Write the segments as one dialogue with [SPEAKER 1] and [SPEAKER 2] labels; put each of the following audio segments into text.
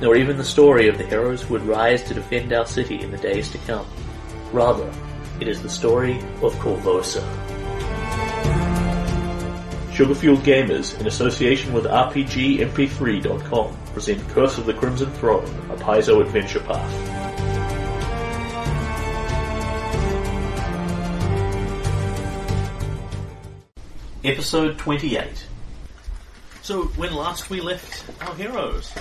[SPEAKER 1] nor even the story of the heroes who would rise to defend our city in the days to come. Rather, it is the story of Corvosa. Sugarfuel Gamers, in association with RPGMP3.com, present Curse of the Crimson Throne, a Paizo adventure path. Episode 28. So, when last we left our heroes,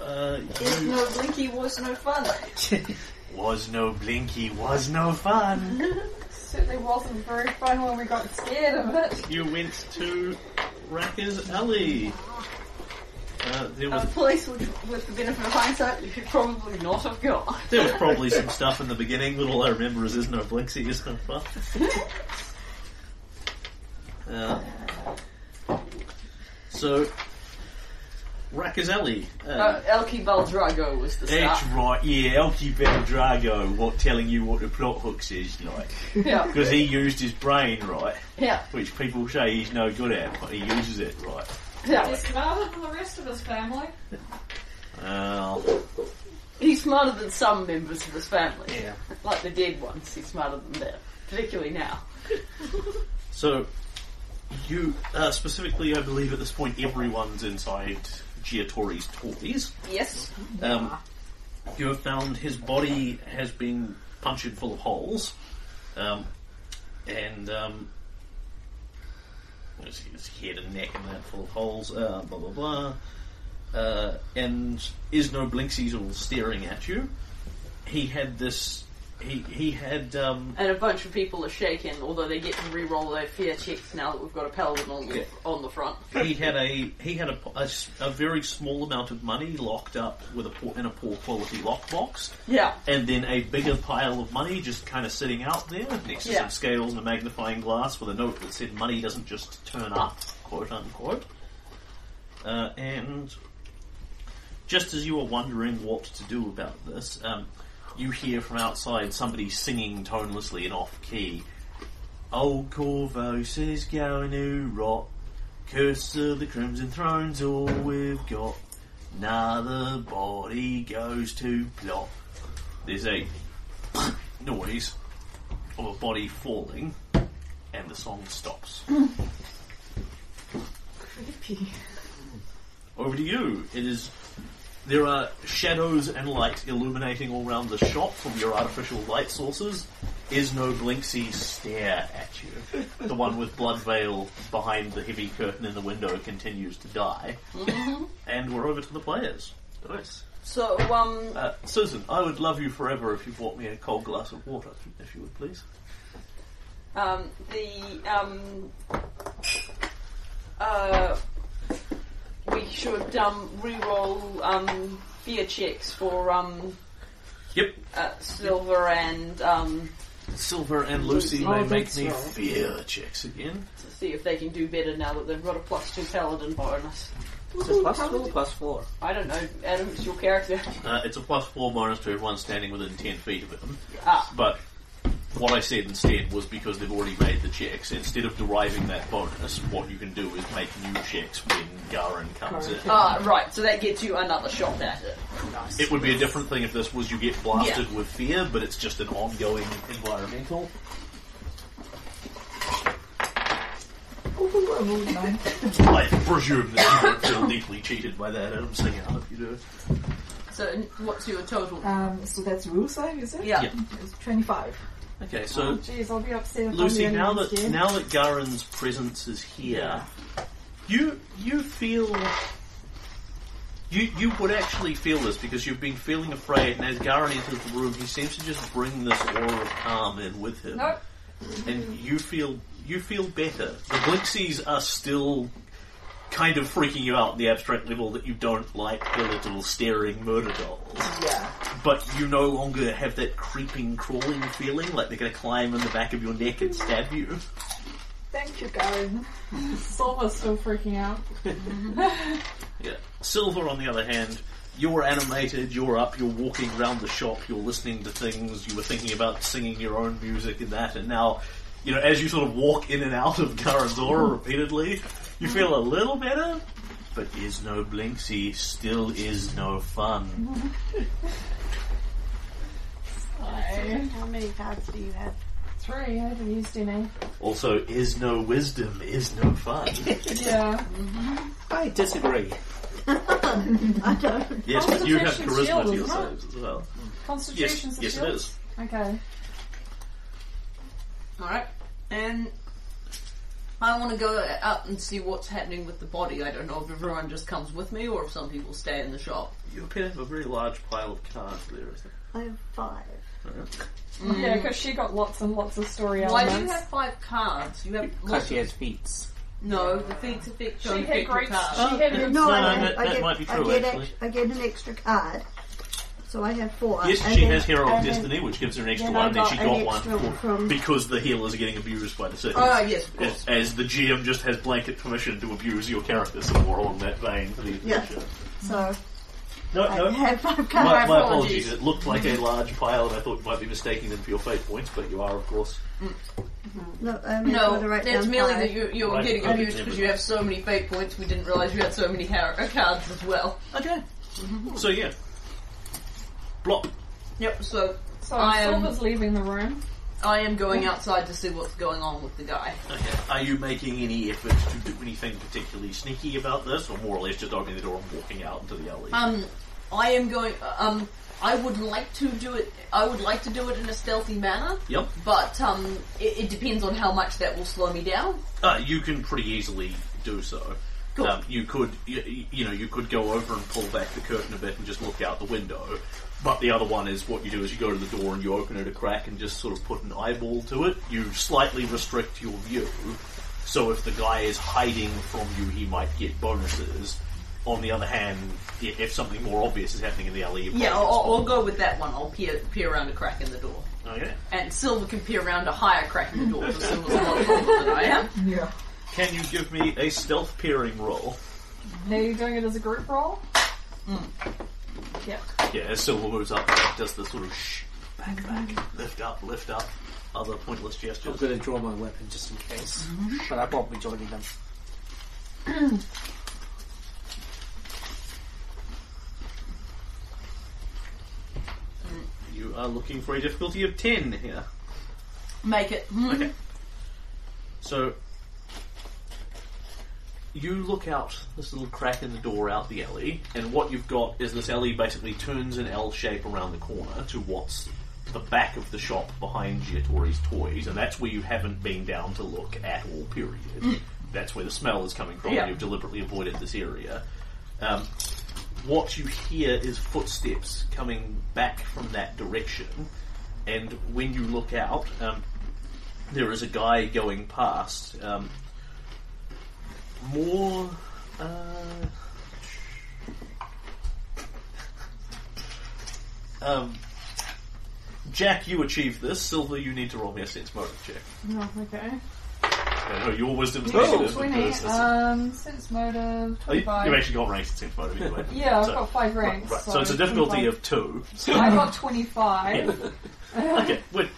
[SPEAKER 1] uh,
[SPEAKER 2] There's no blinky was no fun.
[SPEAKER 1] was no blinky, was no fun.
[SPEAKER 2] Certainly wasn't very fun when we got scared of it.
[SPEAKER 1] You went to Racker's Alley. Uh, there
[SPEAKER 2] A
[SPEAKER 1] was
[SPEAKER 2] place which, with the benefit of hindsight, you should probably not have gone.
[SPEAKER 1] there was probably some stuff in the beginning, but all I remember is there's no Blinksy, there's no fun. Uh,
[SPEAKER 3] Uh,
[SPEAKER 1] so, Racker's Alley. Uh,
[SPEAKER 2] Uh, Elky Baldrago was the
[SPEAKER 3] That's
[SPEAKER 2] start.
[SPEAKER 3] right, yeah, Elky Drago, what telling you what the plot hooks is like.
[SPEAKER 2] Yeah,
[SPEAKER 3] Because he used his brain, right?
[SPEAKER 2] yeah,
[SPEAKER 3] Which people say he's no good at, but he uses it, right?
[SPEAKER 2] yeah.
[SPEAKER 4] He's smarter than the rest of his family.
[SPEAKER 3] Well,
[SPEAKER 2] He's smarter than some members of his family.
[SPEAKER 1] Yeah.
[SPEAKER 2] Like the dead ones, he's smarter than that. Particularly now.
[SPEAKER 1] So, you uh, specifically, I believe at this point, everyone's inside Giatori's toys.
[SPEAKER 2] Yes.
[SPEAKER 1] Um, you have found his body has been punctured full of holes, um, and um, let's see, his head and neck and that full of holes. Uh, blah blah blah. Uh, and is no blinksies all staring at you. He had this. He he had um,
[SPEAKER 2] And a bunch of people are shaken, although they get to re-roll their fear checks now that we've got a paladin on the,
[SPEAKER 1] Yeah.
[SPEAKER 2] on the front.
[SPEAKER 1] he had a he had a, a s- a very small amount of money locked up with a poor, in a poor quality lockbox.
[SPEAKER 2] Yeah.
[SPEAKER 3] and then a bigger pile of money just kind of sitting out there next to
[SPEAKER 2] Yeah.
[SPEAKER 3] some scales and a magnifying glass with a note that said money doesn't just turn up, quote unquote.
[SPEAKER 1] Uh, and just as you are wondering what to do about this, um, you hear from outside somebody singing tonelessly and off key.
[SPEAKER 3] Old Corvus is going to rot. Curse of the Crimson Throne's all we've got. Now the body goes to plot.
[SPEAKER 1] There's a noise of a body falling, and the song stops. Eh. Over to you. It is. There are shadows and light illuminating all round the shop from your artificial light sources. Is no Blinksy stare at you. The one with blood veil behind the heavy curtain in the window continues to die.
[SPEAKER 4] Mm-hmm.
[SPEAKER 1] and we're over to the players.
[SPEAKER 3] Nice.
[SPEAKER 2] So, um,
[SPEAKER 1] Uh, Susan, I would love you forever if you brought me a cold glass of water, if you would please.
[SPEAKER 2] um, the um, uh, we should um, re-roll um, fear checks for um,
[SPEAKER 1] Yep.
[SPEAKER 2] uh, silver and um,
[SPEAKER 1] Silver and Lucy
[SPEAKER 4] Oh,
[SPEAKER 1] may make
[SPEAKER 4] that's
[SPEAKER 1] me
[SPEAKER 4] right.
[SPEAKER 1] fear checks again.
[SPEAKER 2] to see if they can do better now that they've got a plus two paladin bonus.
[SPEAKER 5] plus two or plus four?
[SPEAKER 2] I don't know, Adam. It's your character.
[SPEAKER 1] Uh, it's a plus four minus to everyone standing within ten feet of them.
[SPEAKER 2] ah,
[SPEAKER 1] But what I said instead was because they've already made the checks. Instead of deriving that bonus, what you can do is make new checks when Garin comes in.
[SPEAKER 2] ah, right. So that gets you another shot at it.
[SPEAKER 1] It would be a different thing if this was you get blasted
[SPEAKER 2] Yeah.
[SPEAKER 1] with fear, but it's just an ongoing environmental. I presume that you don't feel deeply cheated by that, and I'm saying out if you do.
[SPEAKER 2] So n- what's your total?
[SPEAKER 6] Um, so that's rule save, is it?
[SPEAKER 2] Yeah.
[SPEAKER 1] yeah.
[SPEAKER 6] It's 25.
[SPEAKER 1] Okay, so
[SPEAKER 6] Jeez, I'll be upset if
[SPEAKER 1] Lucy,
[SPEAKER 6] I'm the
[SPEAKER 1] now
[SPEAKER 6] only one
[SPEAKER 1] that
[SPEAKER 6] scared.
[SPEAKER 1] now that Garin's presence is here, you you feel you you would actually feel this because you've been feeling afraid, and as Garin enters the room, he seems to just bring this aura of calm in with him,
[SPEAKER 4] No,
[SPEAKER 1] and you feel you feel better. The Blixies are still kind of freaking you out at the abstract level that you don't like the little staring murder dolls.
[SPEAKER 7] Yeah.
[SPEAKER 1] But you no longer have that creeping, crawling feeling like they're going to climb in the back of your neck and stab you.
[SPEAKER 7] Thank you, Garen.
[SPEAKER 6] Silva's still freaking out.
[SPEAKER 1] Yeah. Silver, on the other hand, you're animated, you're up, you're walking around the shop, you're listening to things, you were thinking about singing your own music and that, and now, you know, as you sort of walk in and out of Karazora
[SPEAKER 8] Hmm.
[SPEAKER 1] repeatedly, you feel a little better, but is no Blinksy, still is no
[SPEAKER 8] Hmm.
[SPEAKER 1] fun.
[SPEAKER 6] Like,
[SPEAKER 8] How many cards do you have?
[SPEAKER 6] three, I haven't used any.
[SPEAKER 1] Also, is no wisdom, is no fun.
[SPEAKER 6] Yeah.
[SPEAKER 9] I disagree.
[SPEAKER 8] I don't.
[SPEAKER 1] Yes, but you have
[SPEAKER 6] Constitution
[SPEAKER 1] charisma to
[SPEAKER 6] shield
[SPEAKER 1] your
[SPEAKER 6] is not-
[SPEAKER 1] saves as well. Yes,
[SPEAKER 6] Constitution's a
[SPEAKER 1] yes it
[SPEAKER 6] shield?
[SPEAKER 1] is.
[SPEAKER 6] Okay.
[SPEAKER 10] Alright. And I want to go up and see what's happening with the body. I don't know if everyone just comes with me or if some people stay in the shop.
[SPEAKER 1] You appear to have a very large pile of cards there, isn't it?
[SPEAKER 8] I have Oh, five.
[SPEAKER 6] Yeah, because she got lots and lots of story
[SPEAKER 10] Mm. Why
[SPEAKER 6] elements.
[SPEAKER 10] do you have five cards? You have
[SPEAKER 9] Because she has feats.
[SPEAKER 10] no. The feats affect don't
[SPEAKER 6] she
[SPEAKER 10] affect
[SPEAKER 6] had
[SPEAKER 10] your
[SPEAKER 6] great.
[SPEAKER 10] cards.
[SPEAKER 6] She had good
[SPEAKER 8] No,
[SPEAKER 1] Uh, No,
[SPEAKER 8] I,
[SPEAKER 1] that-
[SPEAKER 8] I
[SPEAKER 1] that
[SPEAKER 8] get,
[SPEAKER 1] might be
[SPEAKER 8] I
[SPEAKER 1] true,
[SPEAKER 8] get
[SPEAKER 1] actually.
[SPEAKER 8] I get an extra card, so I have four.
[SPEAKER 1] Yes,
[SPEAKER 8] And
[SPEAKER 1] she
[SPEAKER 8] then-
[SPEAKER 1] has Hero of
[SPEAKER 6] and then-
[SPEAKER 1] Destiny, which gives her an extra
[SPEAKER 8] then
[SPEAKER 1] one,
[SPEAKER 8] I
[SPEAKER 1] and then she
[SPEAKER 8] got an
[SPEAKER 1] got one
[SPEAKER 8] extra Ah,
[SPEAKER 1] for-
[SPEAKER 8] from-
[SPEAKER 1] because the healers are getting abused by the city.
[SPEAKER 10] Oh yes, of course.
[SPEAKER 1] as, as the GM just has blanket permission to abuse your character some more on that vein for the
[SPEAKER 8] Yeah.
[SPEAKER 1] adventure.
[SPEAKER 8] So
[SPEAKER 1] No,
[SPEAKER 8] I
[SPEAKER 1] no.
[SPEAKER 8] have five cards.
[SPEAKER 1] My, my
[SPEAKER 10] apologies.
[SPEAKER 1] apologies. It looked like a large pile, and I thought you might be mistaking them for your fate points, but you are, of course.
[SPEAKER 8] No, I mean,
[SPEAKER 10] No,
[SPEAKER 8] the right
[SPEAKER 10] that's
[SPEAKER 8] down
[SPEAKER 10] merely
[SPEAKER 8] five.
[SPEAKER 10] that you, you're
[SPEAKER 1] Right,
[SPEAKER 10] getting
[SPEAKER 1] right,
[SPEAKER 10] abused
[SPEAKER 1] yeah,
[SPEAKER 10] because
[SPEAKER 1] but-
[SPEAKER 10] you have so many fate points. We didn't realise you had so many har- cards as well.
[SPEAKER 1] Okay. So yeah, blop.
[SPEAKER 10] Yep. So
[SPEAKER 6] So
[SPEAKER 10] I am-
[SPEAKER 6] Silva's leaving the room.
[SPEAKER 10] I am going outside to see what's going on with the guy.
[SPEAKER 1] Okay. Are you making any efforts to do anything particularly sneaky about this, or more or less just opening the door and walking out into the alley?
[SPEAKER 10] Um, I am going. Um, I would like to do it. I would like to do it in a stealthy manner,
[SPEAKER 1] yep.
[SPEAKER 10] but um, it, it depends on how much that will slow me down.
[SPEAKER 1] Uh, you can pretty easily do so.
[SPEAKER 10] Cool.
[SPEAKER 1] Um, you could, you, you know, you could go over and pull back the curtain a bit and just look out the window. But the other one is what you do is you go to the door and you open it a crack and just sort of put an eyeball to it. You slightly restrict your view, so if the guy is hiding from you, he might get bonuses. On the other hand, i- if something more obvious is happening in the alley, you
[SPEAKER 10] Yeah, I'll, I'll I'll go with that one. I'll peer peer around a crack in the door,
[SPEAKER 1] Okay.
[SPEAKER 10] and Silver can peer around a higher crack in the door. So Silver's a lot taller than I am.
[SPEAKER 7] Yeah.
[SPEAKER 1] Can you give me a stealth peering roll?
[SPEAKER 6] Are you doing it as a group roll?
[SPEAKER 10] Mm.
[SPEAKER 6] Yep.
[SPEAKER 1] Yeah, as Silver moves up, does the sort of shh, back, back, lift up, lift up, other pointless
[SPEAKER 9] I'm
[SPEAKER 1] gestures.
[SPEAKER 9] going to draw my weapon just in case. But I won't be joining them.
[SPEAKER 1] You are looking for a difficulty of 10 here.
[SPEAKER 10] Make it. Hmm.
[SPEAKER 1] Okay. So, you look out this little crack in the door out the alley, and what you've got is this alley basically turns an L shape around the corner to what's the back of the shop behind Giatori's Toys, and that's where you haven't been down to look at all, period. That's where the smell is coming from,
[SPEAKER 10] Yeah.
[SPEAKER 1] and you've deliberately avoided this area. Um, what you hear is footsteps coming back from that direction, and when you look out, um, there is a guy going past. Um, more. Uh, um, Jack, you achieved this. Silver, you need to roll me a sense motive check.
[SPEAKER 6] No, okay.
[SPEAKER 1] I know your wisdom's
[SPEAKER 9] Oh,
[SPEAKER 1] negative.
[SPEAKER 6] 20.
[SPEAKER 1] because-
[SPEAKER 6] Um, sense motive,
[SPEAKER 1] Oh, you,
[SPEAKER 6] 25.
[SPEAKER 1] you've actually got ranks in sense motive anyway.
[SPEAKER 6] yeah, I've
[SPEAKER 1] so,
[SPEAKER 6] got 5 ranks.
[SPEAKER 1] Right, so it's a difficulty of two.
[SPEAKER 6] I got 25.
[SPEAKER 1] Okay, wait.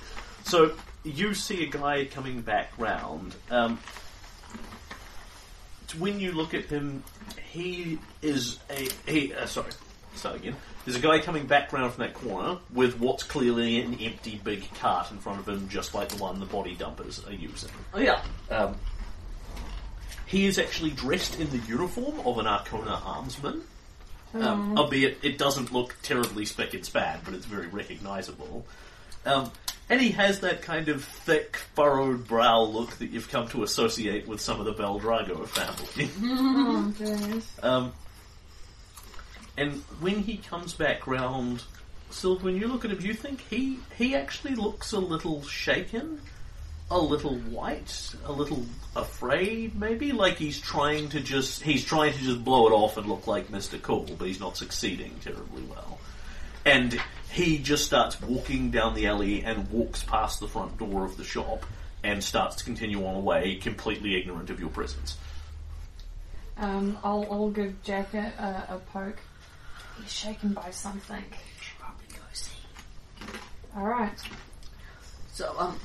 [SPEAKER 1] So you see a guy coming back round. Um, t- when you look at him, he is a he. Uh, sorry, start again. There's a guy coming back round from that corner with what's clearly an empty big cart in front of him, just like the one the body dumpers are using.
[SPEAKER 10] Yeah.
[SPEAKER 1] Um, he is actually dressed in the uniform of an Arcona armsman. Um, albeit it doesn't look terribly spick and span, but it's very recognisable. Um, and he has that kind of thick, furrowed brow look that you've come to associate with some of the Beldrago family.
[SPEAKER 6] Oh, goodness.
[SPEAKER 1] Um, and when he comes back round, Silver, when you look at him, you think he he actually looks a little shaken. a little white, a little afraid, maybe. Like he's trying to just he's trying to just blow it off and look like Mister Cool, but he's not succeeding terribly well. And he just starts walking down the alley and walks past the front door of the shop and starts to continue on away, completely ignorant of your presence.
[SPEAKER 6] Um, I'll, I'll give Jack a, a, a poke. He's shaken by something.
[SPEAKER 10] Probably go see.
[SPEAKER 6] Alright.
[SPEAKER 10] So, um,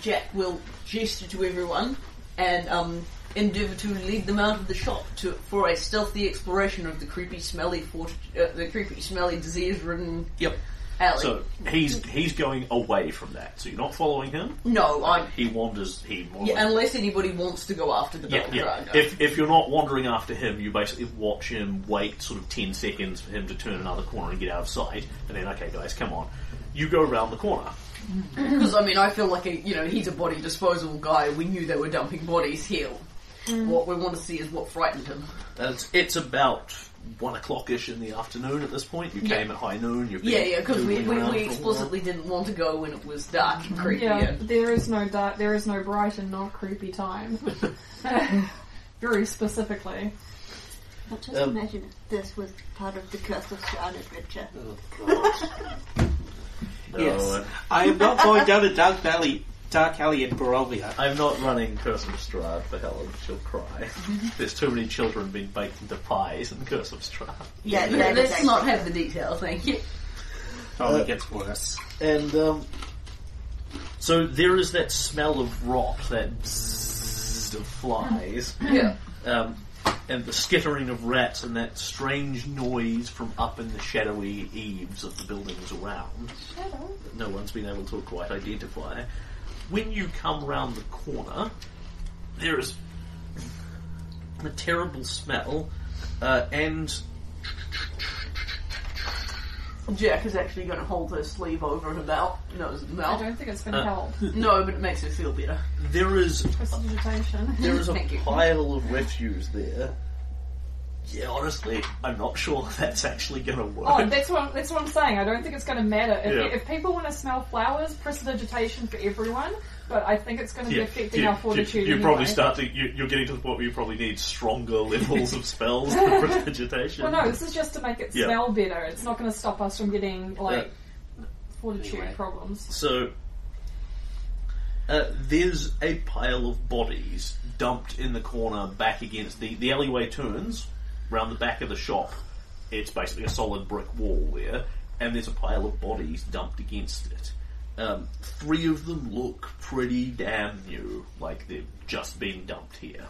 [SPEAKER 10] Jack will gesture to everyone and um, endeavour to lead them out of the shop to, for a stealthy exploration of the creepy, smelly, fort- uh, the creepy, smelly, disease-ridden
[SPEAKER 1] Yep.
[SPEAKER 10] alley.
[SPEAKER 1] So he's he's going away from that. So you're not following him.
[SPEAKER 10] no, I.
[SPEAKER 1] He wanders. He wanders.
[SPEAKER 10] Yeah, unless anybody wants to go after the
[SPEAKER 1] Yeah,
[SPEAKER 10] dog,
[SPEAKER 1] yeah. If, if you're not wandering after him, you basically watch him wait sort of 10 seconds for him to turn another corner and get out of sight, and then, okay, guys, come on. You go around the corner.
[SPEAKER 10] Because I mean, I feel like a you know he's a body disposal guy. We knew they were dumping bodies here. What we want to see is what frightened him.
[SPEAKER 1] And It's, it's about one o'clock ish in the afternoon at this point. You
[SPEAKER 10] Yeah.
[SPEAKER 1] came at high noon. You've been
[SPEAKER 10] Yeah, yeah. Because we,
[SPEAKER 1] doodling
[SPEAKER 10] we,
[SPEAKER 1] around for
[SPEAKER 10] we
[SPEAKER 1] a while.
[SPEAKER 10] explicitly didn't want to go when it was dark and creepy.
[SPEAKER 6] Yeah,
[SPEAKER 10] and-
[SPEAKER 6] there is no dark, there is no bright and not creepy time. Very specifically.
[SPEAKER 8] But just
[SPEAKER 9] Um,
[SPEAKER 8] imagine if this was part of the Curse of Strahd adventure.
[SPEAKER 9] Yes. I am not going down a dark valley, dark alley in Barovia.
[SPEAKER 1] I'm not running Curse of Strahd for Helen. She'll cry. There's too many children being baked into pies in Curse of Strahd.
[SPEAKER 8] Yeah,
[SPEAKER 10] Yeah, let's not have the detail, thank you.
[SPEAKER 9] Oh, it gets worse.
[SPEAKER 1] And um, so there is that smell of rot, that bzzz of flies,
[SPEAKER 10] Yeah.
[SPEAKER 1] um, and the skittering of rats, and that strange noise from up in the shadowy eaves of the buildings around that no one's been able to quite identify. When you come round the corner, there is a terrible smell, uh, and
[SPEAKER 10] Jack is actually going to hold her sleeve over her mouth. Nose and
[SPEAKER 6] I
[SPEAKER 10] mouth.
[SPEAKER 6] don't think it's going to
[SPEAKER 1] Uh,
[SPEAKER 6] help.
[SPEAKER 10] No, but it makes her feel better.
[SPEAKER 1] there is
[SPEAKER 6] Precipitation.
[SPEAKER 1] There is a
[SPEAKER 10] Thank you.
[SPEAKER 1] pile of refuse there. Yeah, honestly, I'm not sure that's actually going to work.
[SPEAKER 6] Oh, that's what that's what I'm saying. I don't think it's going to matter if,
[SPEAKER 1] Yeah.
[SPEAKER 6] if people want to smell flowers. Prestidigitation for everyone, but I think it's going to be affecting our fortitude.
[SPEAKER 1] you
[SPEAKER 6] anyway.
[SPEAKER 1] probably start to. You, you're getting to the point where you probably need stronger levels of spells than prestidigitation.
[SPEAKER 6] Well, no, this is just to make it
[SPEAKER 1] Yeah.
[SPEAKER 6] smell better. It's not going to stop us from getting like fortitude
[SPEAKER 9] Anyway.
[SPEAKER 6] problems.
[SPEAKER 1] So uh, there's a pile of bodies dumped in the corner back against the the alleyway turns round the back of the shop. It's basically a solid brick wall there, and there's a pile of bodies dumped against it. Um, three of them look pretty damn new, like they've just been dumped here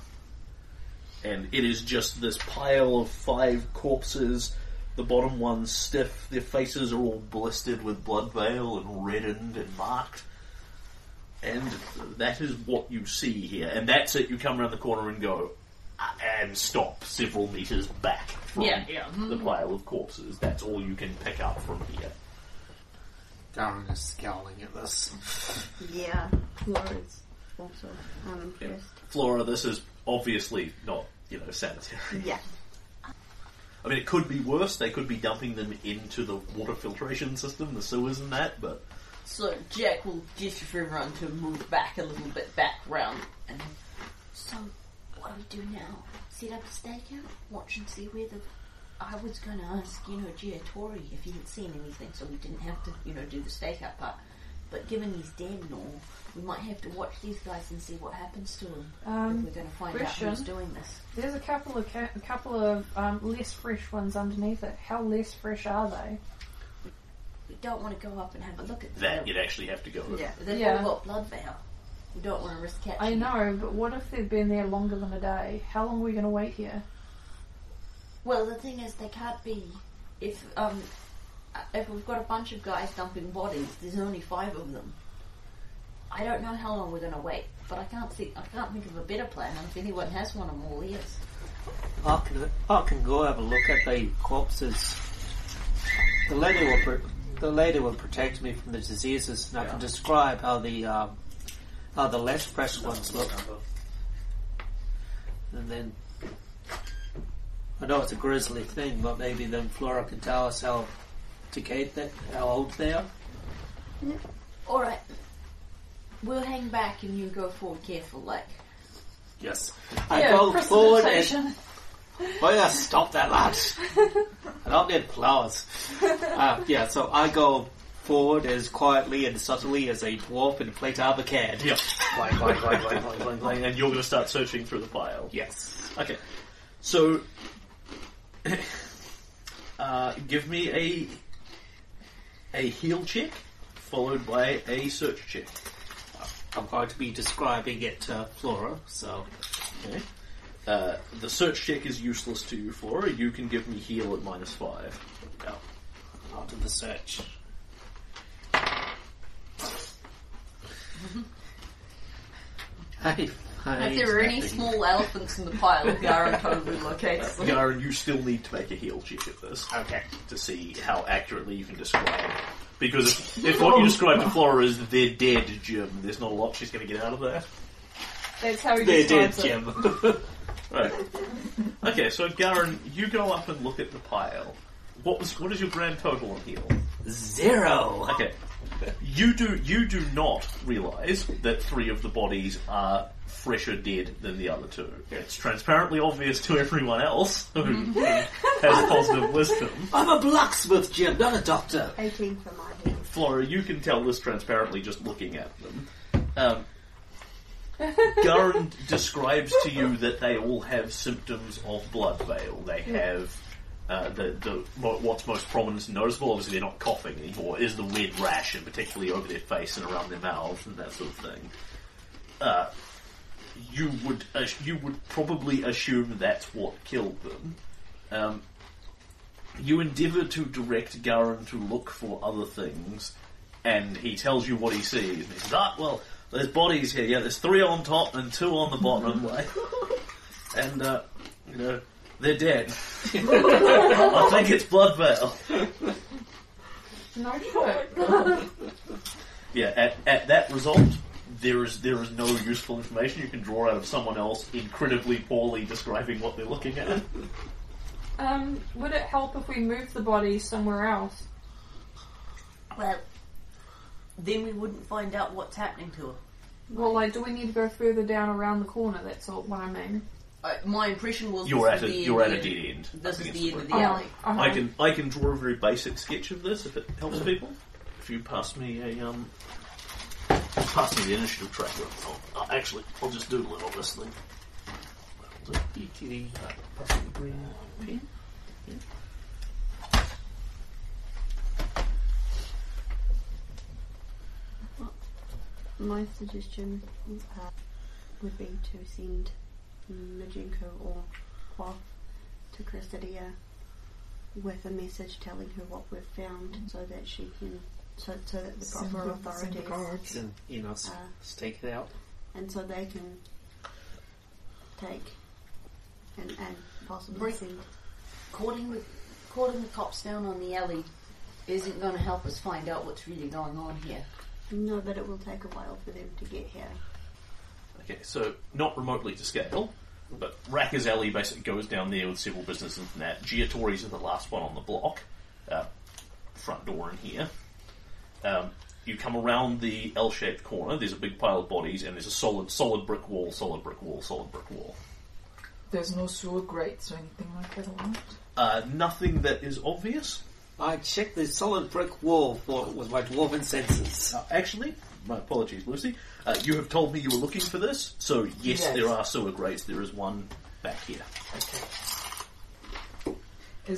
[SPEAKER 1] and it is just this pile of five corpses. The bottom one's stiff, their faces are all blistered with blood veil and reddened and marked. And that is what you see here. And that's it, you come around the corner and go, "Ah," and stop several metres back from
[SPEAKER 10] Yeah, yeah.
[SPEAKER 1] the pile of corpses. That's all you can pick up from here.
[SPEAKER 9] Darren is scowling at this.
[SPEAKER 8] Yeah, Flores also. I'm
[SPEAKER 10] Um,
[SPEAKER 8] impressed.
[SPEAKER 1] Flora, this is obviously not, you know, sanitary.
[SPEAKER 8] Yeah.
[SPEAKER 1] I mean, it could be worse. They could be dumping them into the water filtration system, the sewers and that, but
[SPEAKER 10] So Jack will gesture for everyone to move back a little bit back round. And
[SPEAKER 2] So, what do we do now? Set up a stakeout? Watch and see where the. I was going to ask, you know, Giatori if he had seen anything, so we didn't have to, you know, do the stakeout part. But given he's dead and all, we might have to watch these guys and see what happens to them. if
[SPEAKER 6] Um,
[SPEAKER 2] we're going to find
[SPEAKER 6] question.
[SPEAKER 2] out who's doing this.
[SPEAKER 6] there's a couple of ca- a couple of um, less fresh ones underneath it. How less fresh are they?
[SPEAKER 2] We don't want to go up and have a look at
[SPEAKER 1] that
[SPEAKER 2] them.
[SPEAKER 1] you'd actually have to go.
[SPEAKER 10] yeah.
[SPEAKER 2] They've
[SPEAKER 6] Yeah.
[SPEAKER 2] all got blood veil. We don't want to risk catching
[SPEAKER 6] I
[SPEAKER 2] them.
[SPEAKER 6] know, but what if they've been there longer than a day? How long are we going to wait here?
[SPEAKER 2] Well, the thing is, they can't be. If um, if we've got a bunch of guys dumping bodies, there's only five of them. I don't know how long we're going to wait, but I can't see. I can't think of a better plan. And if anyone has one, I'm all ears.
[SPEAKER 9] I can, I can go have a look at the corpses. The lady will, pr- the lady will protect me from the diseases, and I can describe how the um, how the less fresh ones look. And then I know it's a grisly thing, but maybe then Flora can tell us how decayed that, how old they are.
[SPEAKER 2] All right. We'll hang back and you go forward careful, like.
[SPEAKER 1] Yes.
[SPEAKER 9] I
[SPEAKER 6] yeah,
[SPEAKER 9] go forward and...
[SPEAKER 6] precipitation.
[SPEAKER 9] Oh yeah, stop that lad! I don't need flowers. Uh, yeah, so I go forward as quietly and subtly as a dwarf in plate armor can.
[SPEAKER 1] Yep. Clang, clang, clang, clang, clang, clang, clang, and you're going to start searching through the file.
[SPEAKER 9] Yes.
[SPEAKER 1] Okay. So, uh, give me a a heal check, followed by a search check.
[SPEAKER 9] I'm going to be describing it to Flora, so...
[SPEAKER 1] Okay. Uh, the search check is useless to you, Flora. You can give me heal at minus five.
[SPEAKER 9] Go. Onto the search. Hey,
[SPEAKER 10] If there are any small elephants in the pile, Garen totally locates them.
[SPEAKER 1] Garen, you still need to make a heal check at this
[SPEAKER 9] Okay.
[SPEAKER 1] to see how accurately you can describe. Because if, if what you describe to Flora is they're dead, Jim, there's not a lot she's going to get out of that.
[SPEAKER 6] That's how he
[SPEAKER 9] They did,
[SPEAKER 6] describes it.
[SPEAKER 9] Jim.
[SPEAKER 1] Right. Okay, so Garen, you go up and look at the pile. What was what is your grand total on heal?
[SPEAKER 9] Zero.
[SPEAKER 1] Okay. You do you do not realise that three of the bodies are fresher dead than the other two. It's transparently obvious to everyone else who has positive wisdom.
[SPEAKER 9] I'm a blacksmith, Jim, not a doctor.
[SPEAKER 8] 18 for my heal.
[SPEAKER 1] Flora, you can tell this transparently just looking at them. Um, Garen describes to you that they all have symptoms of blood veil. They have uh, the the what- what's most prominent and noticeable. Obviously, they're not coughing anymore. Is the red rash, and particularly over their face and around their mouths and that sort of thing. Uh, you would uh, you would probably assume that's what killed them. Um, you endeavour to direct Garen to look for other things, and he tells you what he sees. And he says, "Ah, well, there's bodies here. Yeah, there's three on top and two on the bottom, like, and uh, you know they're dead. I think it's blood veil."
[SPEAKER 6] No shit.
[SPEAKER 1] Yeah, at, at that result, there is there is no useful information you can draw out of someone else incredibly poorly describing what they're looking at.
[SPEAKER 6] Um, would it help if we moved the body somewhere else?
[SPEAKER 10] Well,
[SPEAKER 2] Then we wouldn't find out what's happening to her.
[SPEAKER 6] Well, like, do we need to go further down around the corner? That's all what I mean.
[SPEAKER 10] I, my impression was
[SPEAKER 1] You're
[SPEAKER 10] this
[SPEAKER 1] at a
[SPEAKER 10] is the
[SPEAKER 1] you're at
[SPEAKER 10] end,
[SPEAKER 1] a
[SPEAKER 10] the end.
[SPEAKER 1] dead end.
[SPEAKER 10] This is
[SPEAKER 1] Against
[SPEAKER 10] the end
[SPEAKER 1] brick.
[SPEAKER 10] of the alley.
[SPEAKER 6] Uh-huh.
[SPEAKER 1] I can I can draw a very basic sketch of this if it helps people. If you pass me a um, pass me the initiative tracker. I'll, I'll- actually, I'll just doodle it on this thing. That'll do. Uh, pass me the green pen. Yeah.
[SPEAKER 8] My suggestion uh, would be to send Majinko or Quaff to Cressidia with a message telling her what we've found so that she can, so, so that the
[SPEAKER 7] Send
[SPEAKER 8] proper
[SPEAKER 7] the- send the
[SPEAKER 8] authorities
[SPEAKER 7] guards.
[SPEAKER 9] And, you know, s-
[SPEAKER 8] Uh.
[SPEAKER 9] stake it out.
[SPEAKER 8] and so they can take and, and possibly
[SPEAKER 2] Bring-
[SPEAKER 8] send.
[SPEAKER 2] Calling the, calling the cops down on the alley isn't going to help us find out what's really going on here.
[SPEAKER 8] No, but it will take a while for them to get here.
[SPEAKER 1] Okay, so not remotely to scale, but Rackers Alley basically goes down there with several businesses and that. Giatori's is the last one on the block. Uh, front door in here. Um, you come around the L-shaped corner. There's a big pile of bodies, and there's a solid, solid brick wall, solid brick wall, solid brick wall.
[SPEAKER 7] There's no sewer grates or anything like that around.
[SPEAKER 1] Uh, nothing that is obvious.
[SPEAKER 9] I checked the solid brick wall for with my dwarven senses.
[SPEAKER 1] Uh, actually, my apologies, Lucy. Uh, you have told me you were looking for this, so yes,
[SPEAKER 7] Yes.
[SPEAKER 1] there are sewer grates. There is one back here.
[SPEAKER 7] Is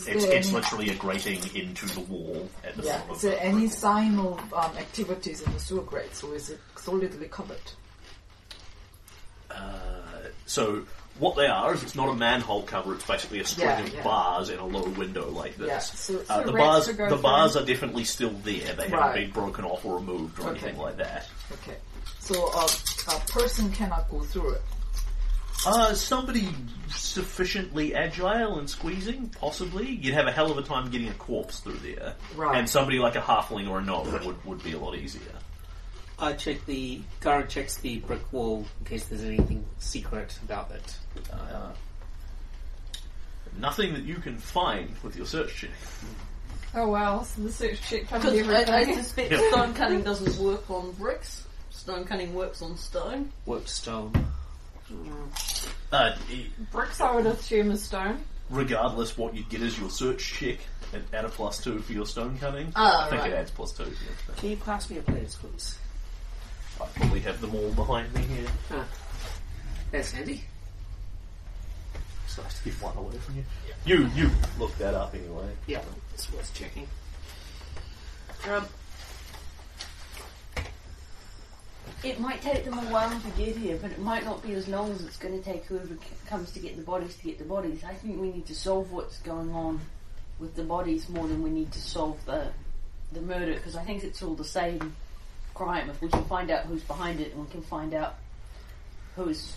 [SPEAKER 1] It's,
[SPEAKER 7] there
[SPEAKER 1] it's
[SPEAKER 7] any,
[SPEAKER 1] literally a grating into the wall at the
[SPEAKER 7] yeah,
[SPEAKER 1] front of
[SPEAKER 7] is
[SPEAKER 1] the
[SPEAKER 7] there any
[SPEAKER 1] brick
[SPEAKER 7] sign of um, activities in the sewer grates or is it solidly covered?
[SPEAKER 1] So what they are is it's not a manhole cover. It's basically a string
[SPEAKER 7] Yeah,
[SPEAKER 1] of
[SPEAKER 7] yeah.
[SPEAKER 1] bars and a low window like
[SPEAKER 7] Yeah,
[SPEAKER 1] this.
[SPEAKER 7] so-
[SPEAKER 1] uh,
[SPEAKER 6] so
[SPEAKER 1] the
[SPEAKER 6] rats
[SPEAKER 1] bars
[SPEAKER 6] to go
[SPEAKER 1] the
[SPEAKER 6] through.
[SPEAKER 1] bars are definitely still there. They haven't
[SPEAKER 7] Right.
[SPEAKER 1] been broken off or removed or
[SPEAKER 7] Okay.
[SPEAKER 1] anything like that.
[SPEAKER 7] Okay. So uh, a person cannot go through it.
[SPEAKER 1] Uh, somebody sufficiently agile and squeezing, possibly. You'd have a hell of a time getting a corpse through there.
[SPEAKER 7] Right.
[SPEAKER 1] And somebody like a halfling or a gnome would, would be a lot easier.
[SPEAKER 9] I checked the guard checks the brick wall in case there's anything secret about it.
[SPEAKER 1] Uh, nothing that you can find with your search check.
[SPEAKER 6] Oh well, so the search check covered
[SPEAKER 10] Because I, I
[SPEAKER 6] everything.
[SPEAKER 10] suspect
[SPEAKER 1] Yeah.
[SPEAKER 10] stone cutting doesn't work on bricks, Stone cutting works on stone.
[SPEAKER 9] Work stone.
[SPEAKER 1] Uh, e-
[SPEAKER 6] Bricks, I would assume, is stone.
[SPEAKER 1] regardless, what you get is your search check and add a plus two for your stone cutting.
[SPEAKER 10] Ah,
[SPEAKER 1] I think
[SPEAKER 10] right.
[SPEAKER 1] it adds plus two. Yeah,
[SPEAKER 9] Can you pass me a plate, please?
[SPEAKER 1] but I probably have them all behind me here.
[SPEAKER 9] That's handy.
[SPEAKER 1] It's nice to give one away from you. You you look that up anyway.
[SPEAKER 9] Yeah, it's worth checking.
[SPEAKER 10] Um,
[SPEAKER 2] It might take them a while to get here, but it might not be as long as it's going to take whoever c- comes to get the bodies to get the bodies. I think we need to solve what's going on with the bodies more than we need to solve the the murder because I think it's all the same crime. If we can find out who's behind it and we can find out who's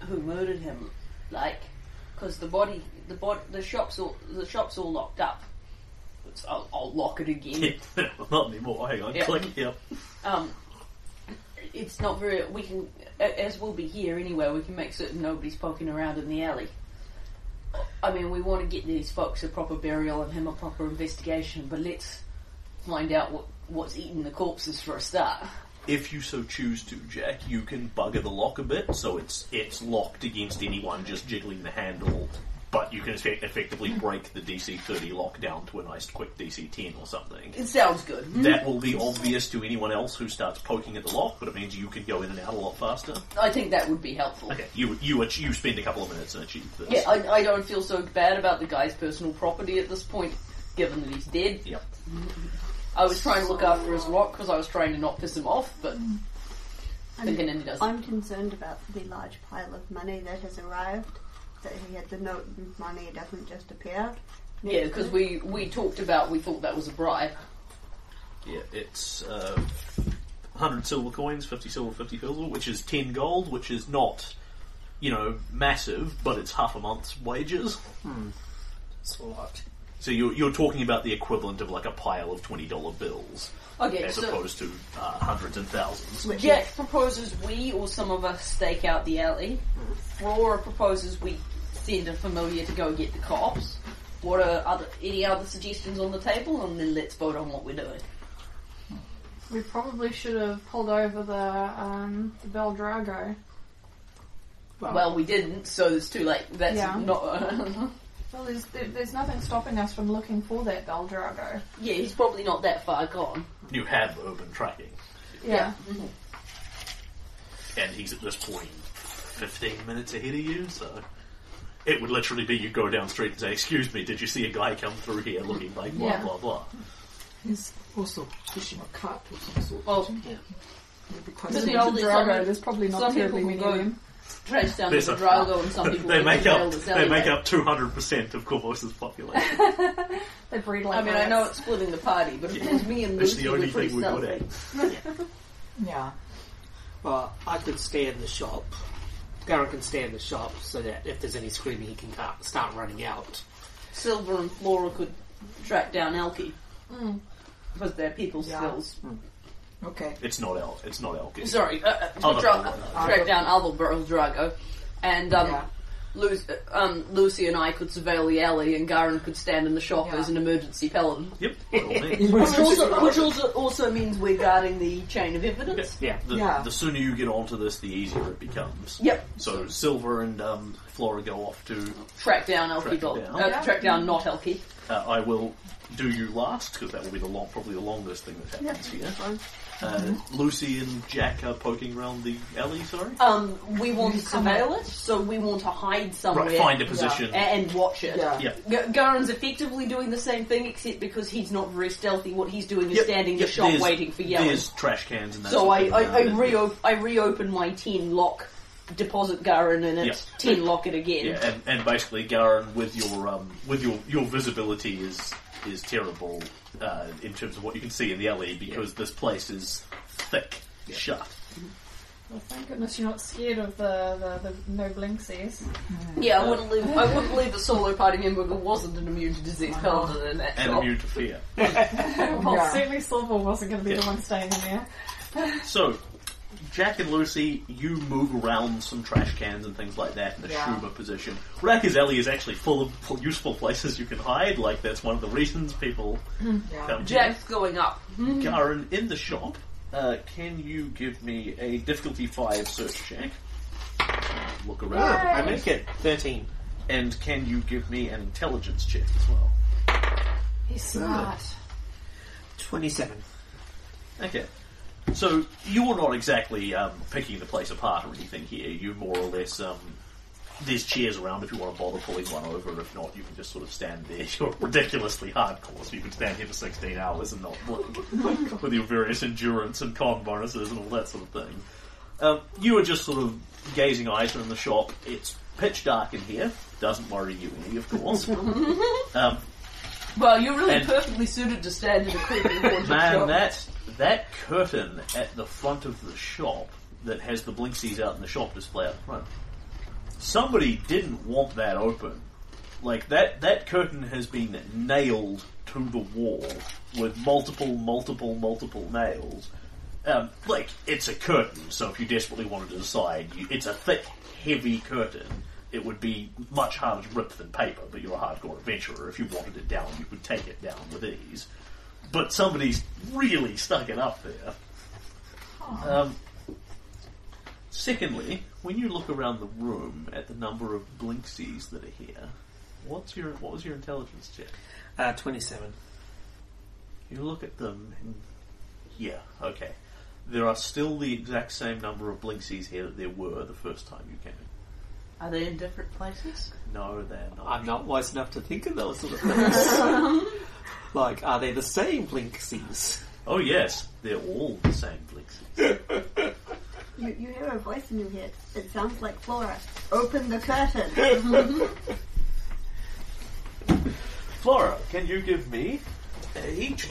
[SPEAKER 2] who murdered him, like because the body the bod the shops all the shops all locked up. It's, I'll, I'll lock it again.
[SPEAKER 1] Not anymore. Hang on.
[SPEAKER 10] Yeah.
[SPEAKER 1] Click here.
[SPEAKER 10] um, it's not very. We can, a- as we'll be here anyway, we can make certain nobody's poking around in the alley. I mean, we want to get these folks a proper burial and him a proper investigation, but let's find out what what's eating the corpses for a start.
[SPEAKER 1] If you so choose to, Jack, you can bugger the lock a bit, so it's it's locked against anyone just jiggling the handle. But you can effect- effectively break the DC 30 lock down to a nice quick DC 10 or something.
[SPEAKER 10] It sounds good.
[SPEAKER 1] That will be obvious to anyone else who starts poking at the lock, but it means you can go in and out a lot faster.
[SPEAKER 10] I think that would be helpful.
[SPEAKER 1] Okay, you you ach- you spend a couple of minutes and achieve this.
[SPEAKER 10] Yeah, I, I don't feel so bad about the guy's personal property at this point, given that he's dead.
[SPEAKER 1] Yep.
[SPEAKER 10] I was trying to look after his rock because I was trying to not piss him off, but
[SPEAKER 8] I'm,
[SPEAKER 10] Thinking Indy doesn't.
[SPEAKER 8] I'm concerned about the large pile of money that has arrived. That he had the note and money doesn't just appear.
[SPEAKER 10] yeah, because we we talked about we thought that was a bribe.
[SPEAKER 1] Yeah, it's uh, 100 silver coins, 50 silver, 50 silver, which is 10 gold, which is not, you know, massive, but it's half a month's wages.
[SPEAKER 9] It's a lot.
[SPEAKER 1] So you're, you're talking about the equivalent of like a pile of $20 bills,
[SPEAKER 10] Okay,
[SPEAKER 1] as
[SPEAKER 10] so
[SPEAKER 1] opposed to uh, hundreds and thousands.
[SPEAKER 10] Jack proposes we or some of us stake out the alley. Flora proposes we send a familiar to go get the cops. What are other any other suggestions on the table, and then let's vote on what we're doing.
[SPEAKER 6] We probably should have pulled over the um, the Beldrago.
[SPEAKER 10] Well, we didn't, so it's too late. That's
[SPEAKER 6] Yeah.
[SPEAKER 10] not.
[SPEAKER 6] Well, there's there, there's nothing stopping us from looking for that Beldrago.
[SPEAKER 10] yeah, he's probably not that far gone.
[SPEAKER 1] You have urban tracking,
[SPEAKER 6] Yeah.
[SPEAKER 1] and he's at this point 15 minutes ahead of you, so. It would literally be you go down the street and say, Excuse me, did you see a guy come through here looking like blah,
[SPEAKER 6] Yeah.
[SPEAKER 1] blah, blah?
[SPEAKER 7] He's also pushing a cart or some sort.
[SPEAKER 10] Well,
[SPEAKER 7] It'd be quite
[SPEAKER 10] Oh, Does
[SPEAKER 7] simple.
[SPEAKER 10] he Well, there's some-
[SPEAKER 6] Beldrago. There's probably not
[SPEAKER 10] some
[SPEAKER 6] terribly
[SPEAKER 10] people
[SPEAKER 6] many
[SPEAKER 10] who
[SPEAKER 6] of
[SPEAKER 10] go-
[SPEAKER 6] them.
[SPEAKER 10] trace down the
[SPEAKER 1] There's a-
[SPEAKER 10] Drago and some people
[SPEAKER 1] they
[SPEAKER 10] who
[SPEAKER 1] make
[SPEAKER 10] can
[SPEAKER 1] up
[SPEAKER 10] build this
[SPEAKER 1] they make
[SPEAKER 10] alleyway.
[SPEAKER 1] up two hundred percent of Corvus's population.
[SPEAKER 6] They breed like
[SPEAKER 10] I mean, I know
[SPEAKER 6] rats.
[SPEAKER 10] it's splitting the party, but if it was me and
[SPEAKER 1] That's
[SPEAKER 10] Lucy,
[SPEAKER 1] the
[SPEAKER 10] we're
[SPEAKER 1] only
[SPEAKER 10] pretty
[SPEAKER 1] thing we're good at.
[SPEAKER 10] stealthy.
[SPEAKER 7] Yeah.
[SPEAKER 9] Well, I could stay in the shop. Garen can stay in the shop so that if there's any screaming, he can ca- start running out.
[SPEAKER 10] Silver and Flora could track down Elkie
[SPEAKER 6] Mm.
[SPEAKER 10] because they're people's
[SPEAKER 7] Hmm. Yeah.
[SPEAKER 10] skills.
[SPEAKER 7] Okay.
[SPEAKER 1] It's not El. It's not Elkin.
[SPEAKER 10] Sorry, uh, uh, to
[SPEAKER 1] Other
[SPEAKER 10] dra-
[SPEAKER 1] people.
[SPEAKER 10] uh, track down other Burl Drago, and um,
[SPEAKER 7] Yeah.
[SPEAKER 10] Lu- uh, um, Lucy and I could surveil the alley, and Garen could stand in the shop
[SPEAKER 7] Yeah.
[SPEAKER 10] as an emergency paladin.
[SPEAKER 1] Yep. by all means.
[SPEAKER 10] Which also, which also, also means we're guarding the chain of
[SPEAKER 1] Okay.
[SPEAKER 10] evidence.
[SPEAKER 9] Yeah.
[SPEAKER 1] The,
[SPEAKER 7] Yeah.
[SPEAKER 1] the sooner you get onto this, the easier it becomes.
[SPEAKER 10] Yep,
[SPEAKER 1] So Silver and um, Flora go off to.
[SPEAKER 10] track down Elkie
[SPEAKER 1] Track
[SPEAKER 10] Dol-
[SPEAKER 1] down.
[SPEAKER 10] Uh,
[SPEAKER 6] Yeah.
[SPEAKER 10] Track down not Elkie.
[SPEAKER 1] Uh, I will do you last because that will be the long, probably the longest thing that happens here. Uh,
[SPEAKER 10] Mm-hmm.
[SPEAKER 1] Lucy and Jack are poking around the alley. Sorry.
[SPEAKER 10] Um, we want to surveil it, so we want to hide somewhere
[SPEAKER 1] right. Find a position.
[SPEAKER 10] a- and watch it.
[SPEAKER 7] Yeah.
[SPEAKER 1] Yeah.
[SPEAKER 10] G- Garen's effectively doing the same thing, except because he's not very stealthy. What he's doing is
[SPEAKER 1] Yep,
[SPEAKER 10] standing in
[SPEAKER 1] yep,
[SPEAKER 10] the shop
[SPEAKER 1] there's-
[SPEAKER 10] waiting for yelling.
[SPEAKER 1] There's trash cans and that.
[SPEAKER 10] So
[SPEAKER 1] sort
[SPEAKER 10] I,
[SPEAKER 1] of thing
[SPEAKER 10] I, I,
[SPEAKER 1] around it.
[SPEAKER 10] reo- I reopen my tin lock, deposit Garen in it,
[SPEAKER 1] Yeah.
[SPEAKER 10] tin lock it again.
[SPEAKER 1] Yeah, and, and basically, Garen, with your um, with your your visibility is is terrible uh, in terms of what you can see in the alley because this place is thick, shut.
[SPEAKER 6] Well, thank goodness you're not scared of the, the, the no blinksies.
[SPEAKER 10] Yeah, I wouldn't leave. I wouldn't leave a solo party member who wasn't an immune to disease paladin in that
[SPEAKER 1] And
[SPEAKER 10] shop.
[SPEAKER 1] immune to fear.
[SPEAKER 6] Well,
[SPEAKER 7] Yeah.
[SPEAKER 6] certainly Silver wasn't going to be
[SPEAKER 1] Yeah.
[SPEAKER 6] the one staying in there.
[SPEAKER 1] So, Jack and Lucy, you move around some trash cans and things like that and
[SPEAKER 7] Yeah.
[SPEAKER 1] assume a position. Racker's Alley is actually full of pl- useful places you can hide, like that's one of the reasons people
[SPEAKER 7] Yeah.
[SPEAKER 1] come to
[SPEAKER 10] Jack's going up.
[SPEAKER 1] Garen in the shop. Uh, can you give me a difficulty five search check? Look around,
[SPEAKER 9] I make it 13.
[SPEAKER 1] and can you give me an intelligence check as well?
[SPEAKER 6] He's smart.
[SPEAKER 9] 27.
[SPEAKER 1] Okay. So you're not exactly um, picking the place apart or anything here. You more or less um, there's chairs around if you want to bother pulling one over. If not, you can just sort of stand there. You're ridiculously hardcore, so you can stand here for 16 hours and not look with your various endurance and con bonuses and all that sort of thing. Um, you are just sort of gazing eyes in the shop. It's pitch dark in here. Doesn't worry you any, of course. um,
[SPEAKER 10] Well, you're really
[SPEAKER 1] And-
[SPEAKER 10] perfectly suited to stand in a creepy haunted
[SPEAKER 1] Man,
[SPEAKER 10] shop.
[SPEAKER 1] that that curtain at the front of the shop that has the blinksies out in the shop display out front. Somebody didn't want that open. Like that that curtain has been nailed to the wall with multiple, multiple, multiple nails. Um, like it's a curtain, so if you desperately wanted to decide, you, it's a thick, heavy curtain. It would be much harder to rip than paper, but you're a hardcore adventurer. If you wanted it down, you could take it down with ease but somebody's really stuck it up there. Um, secondly, when you look around the room at the number of blinksies that are here, what's your what was your intelligence check?
[SPEAKER 9] Uh, 27.
[SPEAKER 1] You look at them, and yeah, okay. There are still the exact same number of blinksies here that there were the first time you came.
[SPEAKER 10] Are they in different places?
[SPEAKER 1] No, they're not.
[SPEAKER 9] I'm not wise enough to think of those sort of things. like, are they the same Blinksies?
[SPEAKER 1] Oh yes, they're all the same blinksies.
[SPEAKER 8] You, you hear a voice in your head. It sounds like Flora. Open the curtain.
[SPEAKER 1] Flora, can you give me each?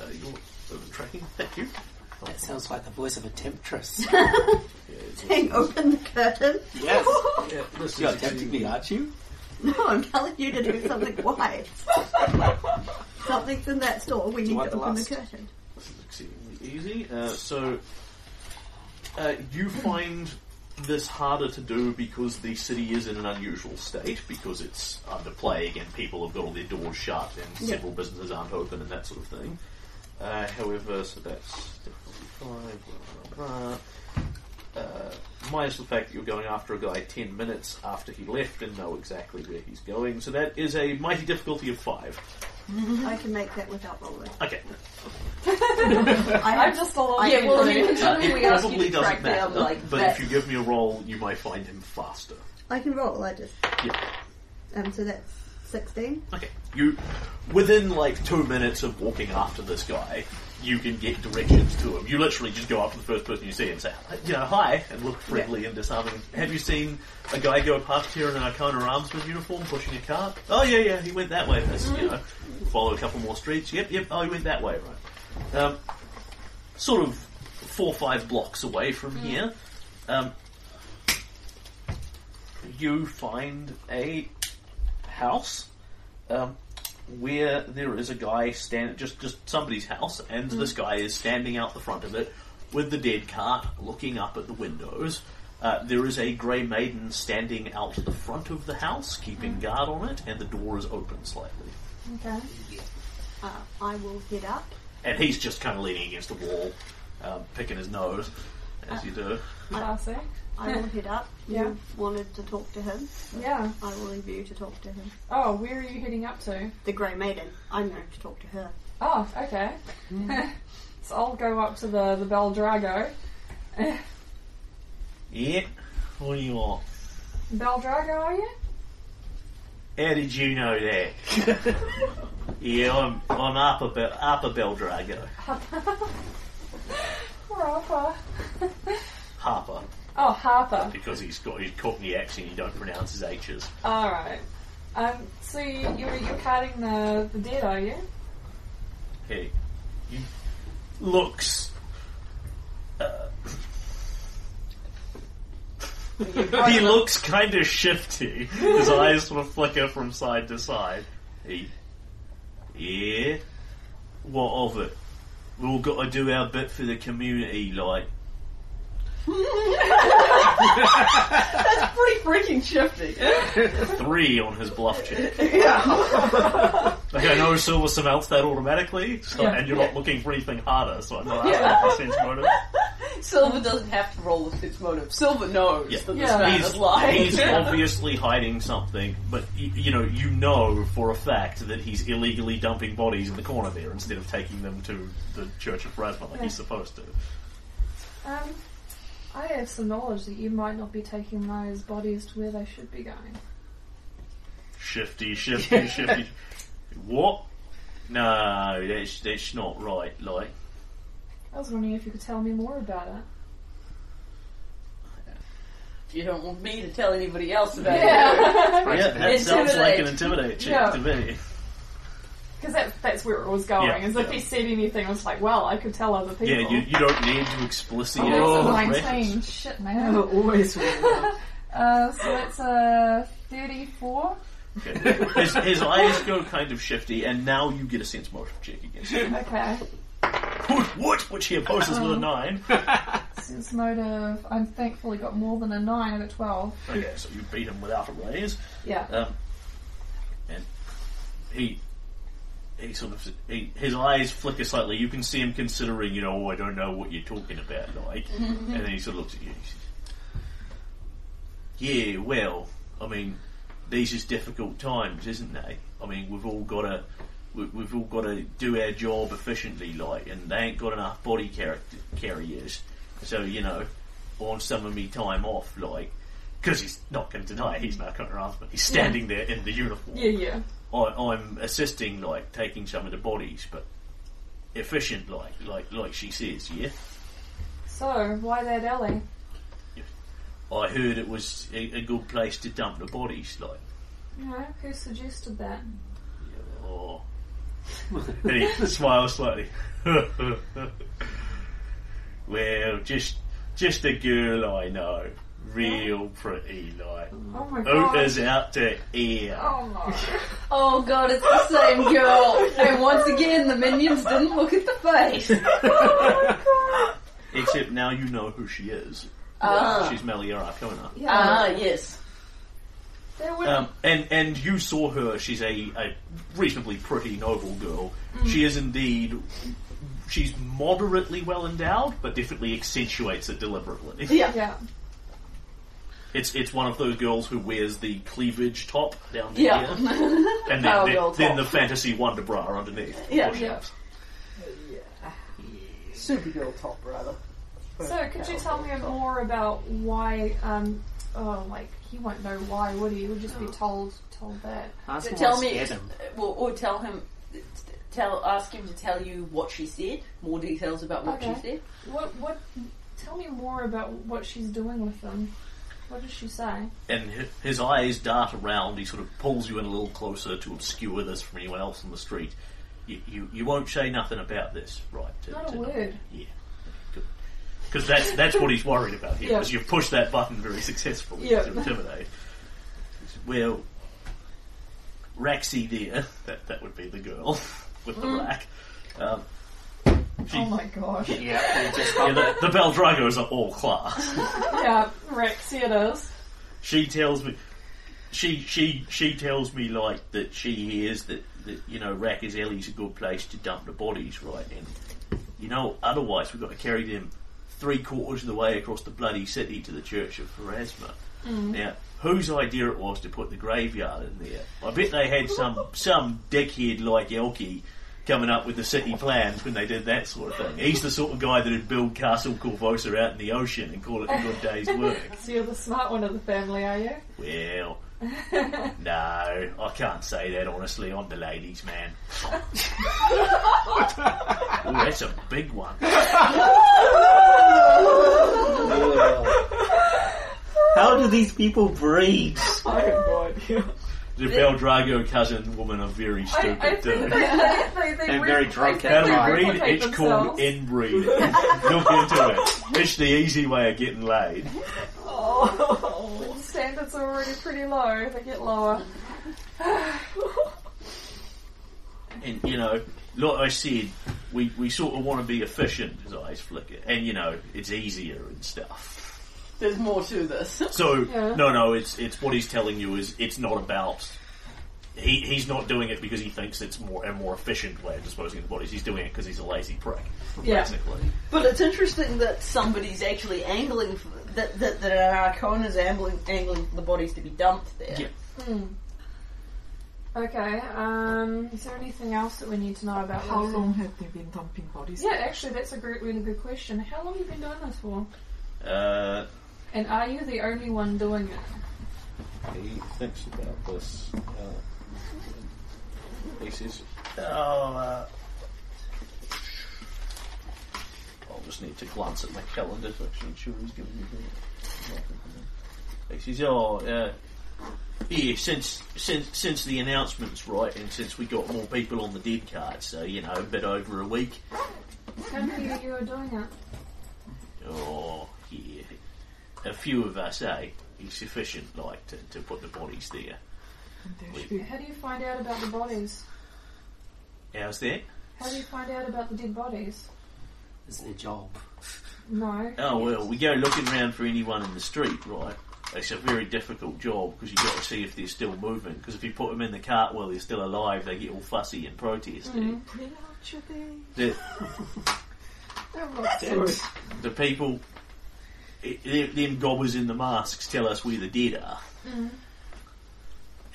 [SPEAKER 1] Uh, your uh, tracking, thank you.
[SPEAKER 9] That sounds like the voice of a temptress.
[SPEAKER 8] Saying open the curtain.
[SPEAKER 9] yes.
[SPEAKER 1] Yeah, Uh, this
[SPEAKER 9] You're
[SPEAKER 1] is
[SPEAKER 9] tempting me, aren't you?
[SPEAKER 8] No, I'm telling you to do something wise. Something's in that store. We need
[SPEAKER 9] want
[SPEAKER 8] to
[SPEAKER 9] the
[SPEAKER 8] open
[SPEAKER 9] last?
[SPEAKER 8] the curtain.
[SPEAKER 1] This is exceedingly easy. Uh, so, uh, you find this harder to do because the city is in an unusual state because it's under plague and people have got all their doors shut and
[SPEAKER 8] Yeah.
[SPEAKER 1] several businesses aren't open and that sort of thing. Uh, however, so that's difficulty five. Blah, blah, blah. Uh, minus the fact that you're going after a guy ten minutes after he left and know exactly where he's going. So that is a mighty difficulty of five.
[SPEAKER 8] I can make that without rolling.
[SPEAKER 1] Okay.
[SPEAKER 8] I
[SPEAKER 6] I'm
[SPEAKER 8] have
[SPEAKER 6] just along.
[SPEAKER 10] Oh, yeah, well, I mean,
[SPEAKER 1] Uh,
[SPEAKER 10] considering
[SPEAKER 1] it
[SPEAKER 10] we asked you
[SPEAKER 1] probably
[SPEAKER 10] to
[SPEAKER 1] doesn't
[SPEAKER 10] track
[SPEAKER 1] matter,
[SPEAKER 10] down, like,
[SPEAKER 1] but
[SPEAKER 10] that,
[SPEAKER 1] if you give me a roll, you may find him faster.
[SPEAKER 8] I can roll. I just
[SPEAKER 1] Yeah.
[SPEAKER 8] um. So that's sixteen.
[SPEAKER 1] Okay. You, within like two minutes of walking after this guy, you can get directions to him. You literally just go up to the first person you see and say, you know, hi, and look friendly and disarming. Have you seen a guy go past here in an Arcana Armsman uniform pushing a cart? Oh yeah, yeah, he went that way. That's you know, follow a couple more streets. Yep, yep. Oh, he went that way, right? Um, sort of four or five blocks away from
[SPEAKER 8] Mm.
[SPEAKER 1] here. Um, you find a house um, where there is a guy stand just just somebody's house, and this guy is standing out the front of it with the dead cart, looking up at the windows. Uh, there is a grey maiden standing out the front of the house, keeping guard on it, and the door is open slightly.
[SPEAKER 8] Okay. Uh, I will get up.
[SPEAKER 1] And he's just kind of leaning against the wall, um, picking his nose, as you do.
[SPEAKER 6] Classic.
[SPEAKER 8] I will head up.
[SPEAKER 6] Yeah.
[SPEAKER 8] You wanted to talk to him.
[SPEAKER 6] Yeah.
[SPEAKER 8] I will leave you to talk to him.
[SPEAKER 6] Oh, where are you heading up to?
[SPEAKER 8] The Grey Maiden. I'm going to talk to her.
[SPEAKER 6] Oh, okay. so I'll go up to the the Beldrago.
[SPEAKER 1] Yeah, what do you want?
[SPEAKER 6] Beldrago, are you?
[SPEAKER 1] How did you know that? yeah, I'm I'm up about up a Beldrago,
[SPEAKER 6] Or Harper?
[SPEAKER 1] Harper.
[SPEAKER 6] Oh, Harper.
[SPEAKER 1] because he's got his Cockney accent. You don't pronounce his H's.
[SPEAKER 6] All right. Um. So you, you're you're carting the the dead, are you?
[SPEAKER 1] He, he looks. Uh, he looks kind of shifty. His eyes sort of flicker from side to side. He, yeah. What of it? We all got to do our bit for the community, like.
[SPEAKER 10] pretty freaking shifty.
[SPEAKER 1] Three on his bluff check.
[SPEAKER 10] yeah.
[SPEAKER 1] Like, I know Silver surmounts that automatically, so,
[SPEAKER 6] Yeah.
[SPEAKER 1] and you're not looking for anything harder, so I'm not asking
[SPEAKER 10] Yeah.
[SPEAKER 1] for sense motive.
[SPEAKER 10] Silver doesn't have to roll with its motive. Silver knows
[SPEAKER 1] Yeah.
[SPEAKER 10] that this
[SPEAKER 6] Yeah.
[SPEAKER 10] man
[SPEAKER 1] He's,
[SPEAKER 10] is lying.
[SPEAKER 1] he's obviously hiding something, but you, you know, you know for a fact that he's illegally dumping bodies in the corner there instead of taking them to the Church of Phrasma like
[SPEAKER 6] Yeah.
[SPEAKER 1] he's supposed to.
[SPEAKER 6] Um, I have some knowledge that you might not be taking those bodies to where they should be going.
[SPEAKER 1] Shifty, shifty, shifty. What? No, that's that's not right. Like,
[SPEAKER 6] I was wondering if you could tell me more about it.
[SPEAKER 10] You don't want me to tell anybody else about it.
[SPEAKER 6] Yeah,
[SPEAKER 1] yeah, that sounds like an
[SPEAKER 10] Intimidate.
[SPEAKER 1] intimidate check
[SPEAKER 6] Yeah.
[SPEAKER 1] to me.
[SPEAKER 6] because that, that's where it was going.
[SPEAKER 1] Yeah,
[SPEAKER 6] is if
[SPEAKER 1] yeah.
[SPEAKER 6] he said anything, I was like, well, I could tell other people.
[SPEAKER 1] Yeah, you, you don't need to explicitly.
[SPEAKER 6] Oh,
[SPEAKER 1] Oh,
[SPEAKER 6] that's a
[SPEAKER 1] right.
[SPEAKER 6] 19. Shit, man.
[SPEAKER 7] Oh, always will.
[SPEAKER 6] Uh, so that's a 34.
[SPEAKER 1] Okay. his, his eyes go kind of shifty, and now you get a sense motive check against him.
[SPEAKER 6] Okay.
[SPEAKER 1] What? what? Which he opposes with a
[SPEAKER 6] Uh-huh.
[SPEAKER 1] nine.
[SPEAKER 6] Since motive, I'm thankfully got more than a 9 out of 12.
[SPEAKER 1] Okay, so you beat him without a raise.
[SPEAKER 6] Yeah.
[SPEAKER 1] Um, and he he sort of he, his eyes flicker slightly. You can see him considering, you know, oh, I don't know what you're talking about, like. and then he sort of looks at you. He says, yeah, well, I mean, these is difficult times, isn't they? I mean, we've all got to. We've all got to do our job efficiently, like, and they ain't got enough body character carriers. So, you know, on some of me time off, like, because he's not going to deny it, he's not going to answer, he's standing there in the uniform.
[SPEAKER 6] Yeah, yeah.
[SPEAKER 1] I, I'm assisting, like taking some of the bodies, but efficient, like like like she says. Yeah,
[SPEAKER 6] So, why that alley?
[SPEAKER 1] I heard it was a, a good place to dump the bodies, like.
[SPEAKER 6] You know, who suggested that?
[SPEAKER 1] Oh. and he smiles slightly. well, just just a girl I know, real pretty, like.
[SPEAKER 6] Oh my god.
[SPEAKER 1] Ooters out to ear.
[SPEAKER 6] Oh
[SPEAKER 10] Oh god, it's the same girl. and once again, the minions didn't look at the face.
[SPEAKER 1] Except now you know who she is.
[SPEAKER 10] Ah.
[SPEAKER 1] She's Melia Arcona.
[SPEAKER 6] no.
[SPEAKER 10] Ah, yes.
[SPEAKER 6] That would
[SPEAKER 1] Um, and and you saw her. She's a, a reasonably pretty noble girl.
[SPEAKER 6] Mm.
[SPEAKER 1] She is indeed. She's moderately well endowed, but definitely accentuates it deliberately.
[SPEAKER 10] Yeah.
[SPEAKER 6] yeah.
[SPEAKER 1] It's it's one of those girls who wears the cleavage top down to
[SPEAKER 10] Yeah.
[SPEAKER 1] here, and then,
[SPEAKER 10] Power
[SPEAKER 1] then,
[SPEAKER 10] girl
[SPEAKER 1] then
[SPEAKER 10] top.
[SPEAKER 1] the fantasy wonder bra underneath.
[SPEAKER 10] Yeah,
[SPEAKER 1] Or she
[SPEAKER 6] yeah.
[SPEAKER 1] has.
[SPEAKER 7] Supergirl top, rather.
[SPEAKER 6] So, could you tell me more about why? Um, oh, like he won't know why, would he? He would just be told told that.
[SPEAKER 9] Ask
[SPEAKER 10] So
[SPEAKER 9] him
[SPEAKER 10] tell
[SPEAKER 9] what's
[SPEAKER 10] me,
[SPEAKER 9] scared him.
[SPEAKER 10] or, or tell him, tell ask him to tell you what she said. More details about what
[SPEAKER 6] Okay.
[SPEAKER 10] she said.
[SPEAKER 6] What? What? Tell me more about what she's doing with them. What does she say?
[SPEAKER 1] And hi- his eyes dart around. He sort of pulls you in a little closer to obscure this from anyone else on the street. You you, you won't say nothing about this, right? To,
[SPEAKER 6] Not a
[SPEAKER 1] to
[SPEAKER 6] word.
[SPEAKER 1] Yeah. Because that's that's what he's worried about here.
[SPEAKER 6] Yeah.
[SPEAKER 1] Because you've pushed that button very successfully
[SPEAKER 6] Yeah.
[SPEAKER 1] to intimidate. Well, Raxi there, that that would be the girl with the rack. Um, she,
[SPEAKER 6] Mm-hmm. Oh my gosh!
[SPEAKER 9] Yeah, he just
[SPEAKER 1] yeah, the, the Beldragos are all class.
[SPEAKER 6] yeah, Rex, it is.
[SPEAKER 1] She tells me, she she she tells me like that she hears that that you know Rackers Ellie's a good place to dump the bodies, right? And you know, otherwise we've got to carry them three quarters of the way across the bloody city to the Church of Pharasma. Now, whose idea it was to put the graveyard in there? I bet they had some some dickhead like Elkie coming up with the city plans when they did that sort of thing. He's the sort of guy that'd build Castle Corvosa out in the ocean and call it a good day's work.
[SPEAKER 6] So you're the smart one of the family, are you?
[SPEAKER 1] Well, no, I can't say that honestly. I'm the ladies' man. Ooh, that's a big one.
[SPEAKER 9] How do these people breed?
[SPEAKER 7] I have no idea.
[SPEAKER 1] The Beldrago cousin woman are very
[SPEAKER 6] I,
[SPEAKER 1] stupid
[SPEAKER 6] I
[SPEAKER 1] too.
[SPEAKER 6] think they, they, they, they
[SPEAKER 9] And
[SPEAKER 6] re-
[SPEAKER 9] very drunk
[SPEAKER 6] I
[SPEAKER 9] at
[SPEAKER 1] How do
[SPEAKER 6] think they
[SPEAKER 9] the
[SPEAKER 1] we breed?
[SPEAKER 6] replicate
[SPEAKER 1] It's called
[SPEAKER 6] themselves.
[SPEAKER 1] inbreeding. Look into it. It's the easy way of getting laid.
[SPEAKER 10] Oh.
[SPEAKER 6] The standards are already pretty low. They get lower.
[SPEAKER 1] And you know, like I said, we, we sort of want to be efficient. His eyes flicker, and you know, it's easier and stuff.
[SPEAKER 10] There's more to this.
[SPEAKER 1] So
[SPEAKER 6] Yeah.
[SPEAKER 1] no, no, it's it's what he's telling you is it's not about He, he's not doing it because he thinks it's more a more efficient way of disposing of the bodies. He's doing it because he's a lazy prick,
[SPEAKER 10] Yeah.
[SPEAKER 1] basically.
[SPEAKER 10] But it's interesting that somebody's actually angling for, that, that that an arcona is angling angling for the bodies to be dumped there.
[SPEAKER 1] Yeah.
[SPEAKER 6] Hmm. Okay. Um, is there anything else that we need to know about
[SPEAKER 7] How
[SPEAKER 6] this?
[SPEAKER 7] long have they been dumping bodies?
[SPEAKER 6] Yeah, actually, that's a great, really good question. How long have you been doing this for?
[SPEAKER 1] Uh,
[SPEAKER 6] And are you the only one doing it?
[SPEAKER 11] He thinks about this. Uh, he says,
[SPEAKER 1] oh, uh, I'll just need to glance at my calendar to actually ensure he's giving me the. He says, "Oh, uh, yeah, since since since the announcements, right, and since we got more people on the dead card, so you know, a bit over a week.
[SPEAKER 6] How many of you are doing it?
[SPEAKER 1] Oh, yeah. A few of us, eh? Is sufficient, like, to, to put the bodies there.
[SPEAKER 7] And there should be
[SPEAKER 6] How do you find out about the bodies?
[SPEAKER 1] How's that?
[SPEAKER 6] How do you find out about the dead bodies?
[SPEAKER 9] It's their job.
[SPEAKER 6] No.
[SPEAKER 9] Uh,
[SPEAKER 1] Oh, well, we go looking around for anyone in the street, right? It's a very difficult job because you've got to see if they're still moving. Because if you put them in the cart while they're still alive, they get all fussy and protesting.
[SPEAKER 7] pretty much a day.
[SPEAKER 1] The,
[SPEAKER 6] Oh, well,
[SPEAKER 1] the people, it, them- them gobbers in the masks tell us where the dead are.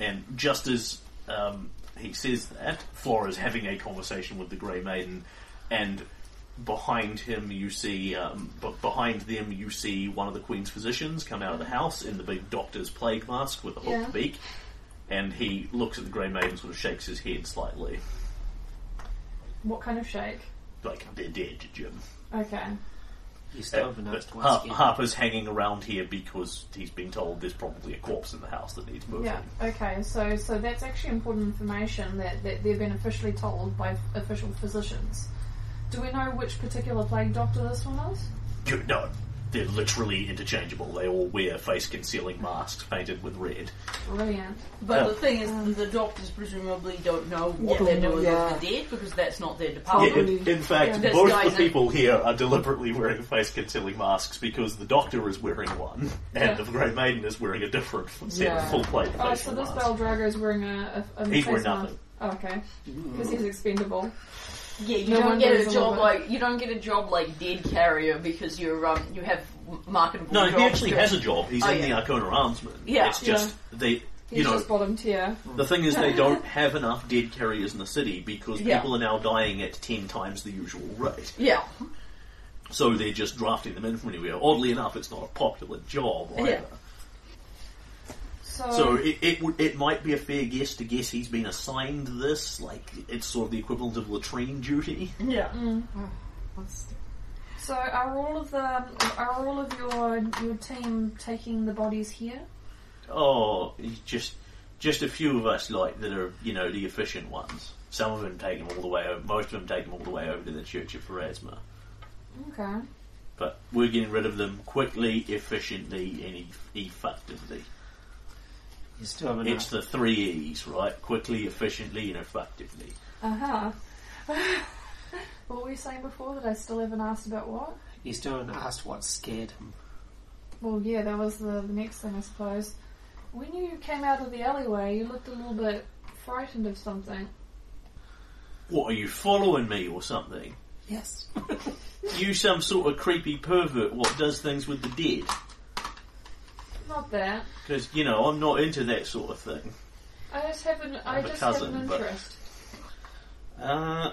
[SPEAKER 1] And just as um, he says that, Flora's having a conversation with the Grey Maiden, and behind him you see, um, but behind them you see one of the Queen's physicians come out of the house in the big doctor's plague mask with a hooked
[SPEAKER 6] Yeah.
[SPEAKER 1] beak, and he looks at the Grey Maiden, and sort of shakes his head slightly,
[SPEAKER 6] What kind of shake?
[SPEAKER 1] like they're dead, Jim.
[SPEAKER 6] Okay.
[SPEAKER 9] You
[SPEAKER 1] Uh,
[SPEAKER 9] still haven't
[SPEAKER 1] but
[SPEAKER 9] asked
[SPEAKER 1] Har-
[SPEAKER 9] once again.
[SPEAKER 1] Harper's hanging around here because he's been told there's probably a corpse in the house that needs moving.
[SPEAKER 6] Yeah. Okay. So, so that's actually important information that, that they've been officially told by official physicians. Do we know which particular plague doctor this one is?
[SPEAKER 1] You- No, they're literally interchangeable. They all wear face concealing masks painted with red.
[SPEAKER 6] Brilliant.
[SPEAKER 10] But
[SPEAKER 1] Yeah.
[SPEAKER 10] the thing is, the doctors presumably don't know what
[SPEAKER 7] Yeah.
[SPEAKER 10] they're doing
[SPEAKER 7] Yeah.
[SPEAKER 10] with the dead because that's not their
[SPEAKER 1] Yeah,
[SPEAKER 10] department.
[SPEAKER 1] in, in fact,
[SPEAKER 10] Oh, Yeah.
[SPEAKER 1] both
[SPEAKER 10] This
[SPEAKER 1] the
[SPEAKER 10] guy's a-
[SPEAKER 1] people here are deliberately wearing face concealing masks because the doctor is wearing one and the
[SPEAKER 6] Yeah.
[SPEAKER 1] Grey Maiden is wearing a different f- set
[SPEAKER 7] Yeah.
[SPEAKER 1] of full plate
[SPEAKER 6] Oh, so
[SPEAKER 1] facial
[SPEAKER 6] this
[SPEAKER 1] mask.
[SPEAKER 6] Baldrago is wearing a, a, a
[SPEAKER 1] He's
[SPEAKER 6] face
[SPEAKER 1] wearing
[SPEAKER 6] mask.
[SPEAKER 1] nothing.
[SPEAKER 6] Oh, okay, because he's expendable.
[SPEAKER 10] Yeah, you
[SPEAKER 6] No
[SPEAKER 10] don't
[SPEAKER 6] one
[SPEAKER 10] get
[SPEAKER 6] knows
[SPEAKER 10] a
[SPEAKER 6] all
[SPEAKER 10] job
[SPEAKER 6] about
[SPEAKER 10] like you don't get a job like dead carrier because you're um you have m- marketable.
[SPEAKER 1] No,
[SPEAKER 10] jobs
[SPEAKER 1] he actually
[SPEAKER 10] to-
[SPEAKER 1] has a job. He's
[SPEAKER 10] Oh,
[SPEAKER 1] in
[SPEAKER 10] yeah.
[SPEAKER 1] the Arcona Armsman.
[SPEAKER 10] Yeah.
[SPEAKER 1] It's just they.
[SPEAKER 6] He's
[SPEAKER 1] You know,
[SPEAKER 6] just bottom tier.
[SPEAKER 1] the thing is, they don't have enough dead carriers in the city because
[SPEAKER 10] Yeah.
[SPEAKER 1] people are now dying at ten times the usual rate.
[SPEAKER 10] Yeah,
[SPEAKER 1] So they're just drafting them in from anywhere. Oddly enough, it's not a popular job either.
[SPEAKER 10] Yeah.
[SPEAKER 6] So,
[SPEAKER 1] So it, it would it might be a fair guess to guess he's been assigned this, like it's sort of the equivalent of latrine duty.
[SPEAKER 10] yeah.
[SPEAKER 7] Mm.
[SPEAKER 10] Mm.
[SPEAKER 7] Ah, What's the-
[SPEAKER 6] so are all of the are all of your your team taking the bodies here?
[SPEAKER 1] Oh, it's just just a few of us like that are you know the efficient ones. Some of them take them all the way over. Most of them take them all the way over to the Church of Pharasma.
[SPEAKER 6] Okay.
[SPEAKER 1] But we're getting rid of them quickly, efficiently, and eff- effectively.
[SPEAKER 9] You still haven't
[SPEAKER 1] It's
[SPEAKER 9] asked.
[SPEAKER 1] the three E's, right? Quickly, efficiently, and effectively.
[SPEAKER 6] Uh huh. what were you saying before that I still haven't asked about what?
[SPEAKER 9] You still haven't asked what scared him.
[SPEAKER 6] Well, yeah, that was the, the next thing I suppose. When you came out of the alleyway, you looked a little bit frightened of something.
[SPEAKER 1] What are you following me or something?
[SPEAKER 9] Yes.
[SPEAKER 1] You some sort of creepy pervert what does things with the dead.
[SPEAKER 6] Not that.
[SPEAKER 1] Because, you know, I'm not into that sort of thing.
[SPEAKER 6] I just have an I
[SPEAKER 1] have a
[SPEAKER 6] just have
[SPEAKER 1] cousin,
[SPEAKER 6] an
[SPEAKER 1] but-
[SPEAKER 6] interest.
[SPEAKER 1] Uh,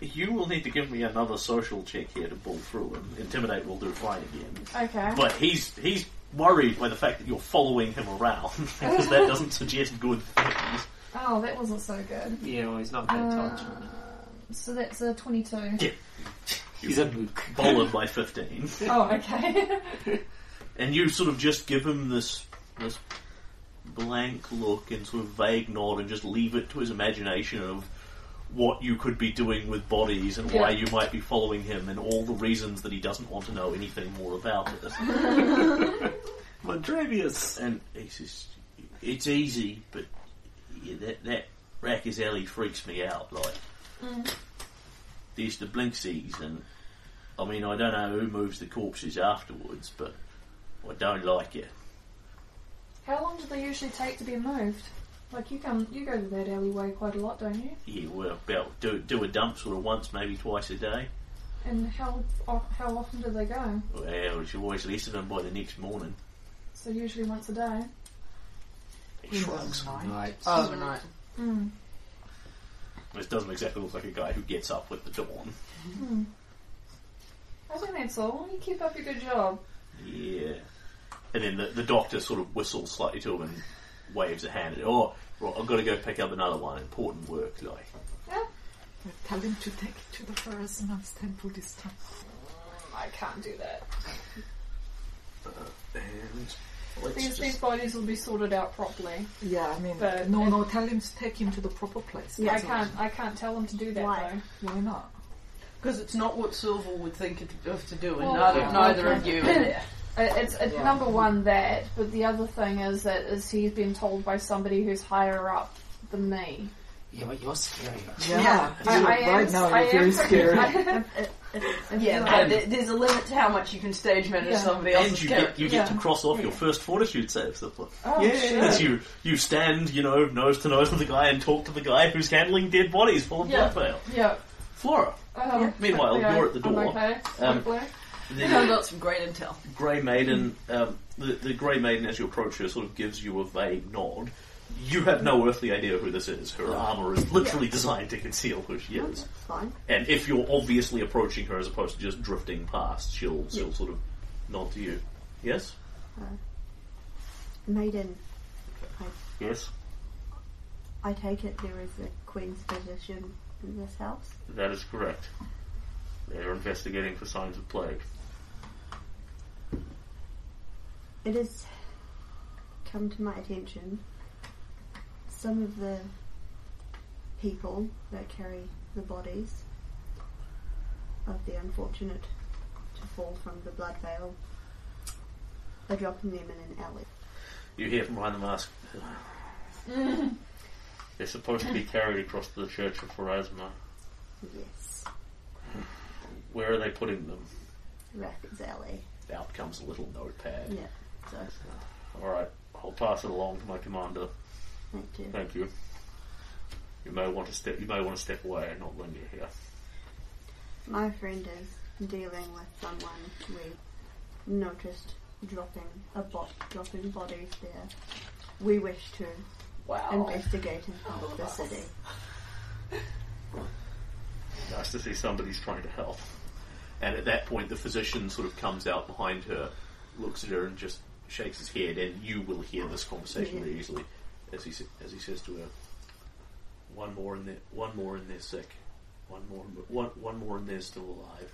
[SPEAKER 1] you will need to give me another social check here to pull through him. Intimidate will do fine again.
[SPEAKER 6] Okay.
[SPEAKER 1] But he's he's worried by the fact that you're following him around because that doesn't suggest good things.
[SPEAKER 6] Oh, that wasn't so good. Uh,
[SPEAKER 9] Yeah, well, he's not going
[SPEAKER 10] Uh.
[SPEAKER 9] to touch him.
[SPEAKER 6] So that's a 22.
[SPEAKER 9] He's a mook.
[SPEAKER 1] Bolin by 15.
[SPEAKER 6] oh, okay.
[SPEAKER 1] And you sort of just give him this this blank look and sort of vague nod and just leave it to his imagination of what you could be doing with bodies and why
[SPEAKER 6] Yeah.
[SPEAKER 1] you might be following him and all the reasons that he doesn't want to know anything more about it.
[SPEAKER 9] Mandravius.
[SPEAKER 1] and he says, "It's easy, but yeah, that that Rackers Alley freaks me out. Like there's the Blinksies, and I mean, I don't know who moves the corpses afterwards, but I don't like it.
[SPEAKER 6] How long do they usually take to be moved? Like you come, you go to that alleyway quite a lot, don't you?
[SPEAKER 1] Yeah, well, about do do a dump sort of once, maybe twice a day.
[SPEAKER 6] And how of- how often do they go?
[SPEAKER 1] Well, she always leaves them by the next morning.
[SPEAKER 6] So usually once a day.
[SPEAKER 1] He shrugs.
[SPEAKER 9] Right.
[SPEAKER 7] Overnight.
[SPEAKER 6] Mm.
[SPEAKER 1] This doesn't exactly look like a guy who gets up with the dawn.
[SPEAKER 6] I think that's all. You keep up your good job.
[SPEAKER 1] Yeah. And then the, the doctor sort of whistles slightly to him and waves a hand. Oh, right, I've got to go pick up another one. Important work, like.
[SPEAKER 7] Tell him to take it to the forest and I'll stand for this time.
[SPEAKER 6] I can't do that.
[SPEAKER 11] And let's
[SPEAKER 6] These, these
[SPEAKER 11] just
[SPEAKER 6] bodies will be sorted out properly.
[SPEAKER 7] Yeah, I mean,
[SPEAKER 6] But-
[SPEAKER 7] no, no, tell him to take him to the proper place.
[SPEAKER 6] I
[SPEAKER 7] That's all.
[SPEAKER 6] can't. I can't tell them to do that
[SPEAKER 8] Why?
[SPEAKER 7] Why not?
[SPEAKER 10] Because it's not what Silver would think it- of to do, and
[SPEAKER 6] Well,
[SPEAKER 10] neither,
[SPEAKER 6] yeah.
[SPEAKER 10] neither of
[SPEAKER 6] though.
[SPEAKER 10] you.
[SPEAKER 6] Uh, it's it's
[SPEAKER 7] Yeah.
[SPEAKER 6] number one that, but the other thing is that is he's been told by somebody who's higher up than me.
[SPEAKER 9] Yeah, but you're scarier.
[SPEAKER 7] Yeah,
[SPEAKER 6] I,
[SPEAKER 7] you-
[SPEAKER 6] I am,
[SPEAKER 7] right now
[SPEAKER 6] I
[SPEAKER 7] you're
[SPEAKER 6] am pretty-
[SPEAKER 7] very scary.
[SPEAKER 6] I-
[SPEAKER 10] Yeah, but there- there's a limit to how much you can stage manage
[SPEAKER 6] Yeah.
[SPEAKER 10] somebody
[SPEAKER 1] And
[SPEAKER 10] else's
[SPEAKER 1] you
[SPEAKER 10] character.
[SPEAKER 1] get, you get to
[SPEAKER 6] Yeah.
[SPEAKER 1] cross off your first fortitude save, Sipla.
[SPEAKER 6] oh,
[SPEAKER 1] As
[SPEAKER 6] shit.
[SPEAKER 1] you, you stand, you know, nose to nose with the guy and talk to the guy who's handling dead bodies full of
[SPEAKER 6] Yeah.
[SPEAKER 1] blood veil.
[SPEAKER 6] Yeah.
[SPEAKER 1] Flora.
[SPEAKER 6] Um,
[SPEAKER 1] Meanwhile,
[SPEAKER 6] yeah,
[SPEAKER 1] you're at the door.
[SPEAKER 6] I'm okay.
[SPEAKER 1] Um,
[SPEAKER 6] Hopefully.
[SPEAKER 10] I've
[SPEAKER 1] The
[SPEAKER 10] got some great intel.
[SPEAKER 1] Grey Maiden, um, the, the Grey Maiden, as you approach her, sort of gives you a vague nod. You have no earthly idea who this is. Her armor is literally designed to conceal who she is.
[SPEAKER 8] That's fine.
[SPEAKER 1] And if you're obviously approaching her as opposed to just drifting past, she'll she'll sort of nod to you. Yes?
[SPEAKER 8] Maiden,
[SPEAKER 1] Yes.
[SPEAKER 8] I take it there is a Queen's physician in this house.
[SPEAKER 1] That is correct. They're investigating for signs of plague.
[SPEAKER 8] It has come to my attention some of the people that carry the bodies of the unfortunate to fall from the blood veil are dropping them in an alley.
[SPEAKER 1] You hear from behind the mask. They're supposed to be carried across to the church of Pharasma.
[SPEAKER 8] Yes,
[SPEAKER 1] Where are they putting them?
[SPEAKER 8] Rath's alley.
[SPEAKER 1] Out comes a little notepad.
[SPEAKER 8] Yeah, so
[SPEAKER 1] Alright, I'll pass it along to my commander.
[SPEAKER 8] thank you.
[SPEAKER 1] Thank you. You may want to step you may want to step away and not linger here.
[SPEAKER 8] My friend is dealing with someone we noticed dropping a bot dropping bodies there. We wish to
[SPEAKER 10] Wow.
[SPEAKER 8] investigate and help the city.
[SPEAKER 1] Nice to see somebody's trying to help. And at that point, the physician sort of comes out behind her, looks at her, and just shakes his head. And you will hear this conversation very easily as he sa- as he says to her, "One more and they're one more and they're sick. One more, and- one, one more and they're still alive.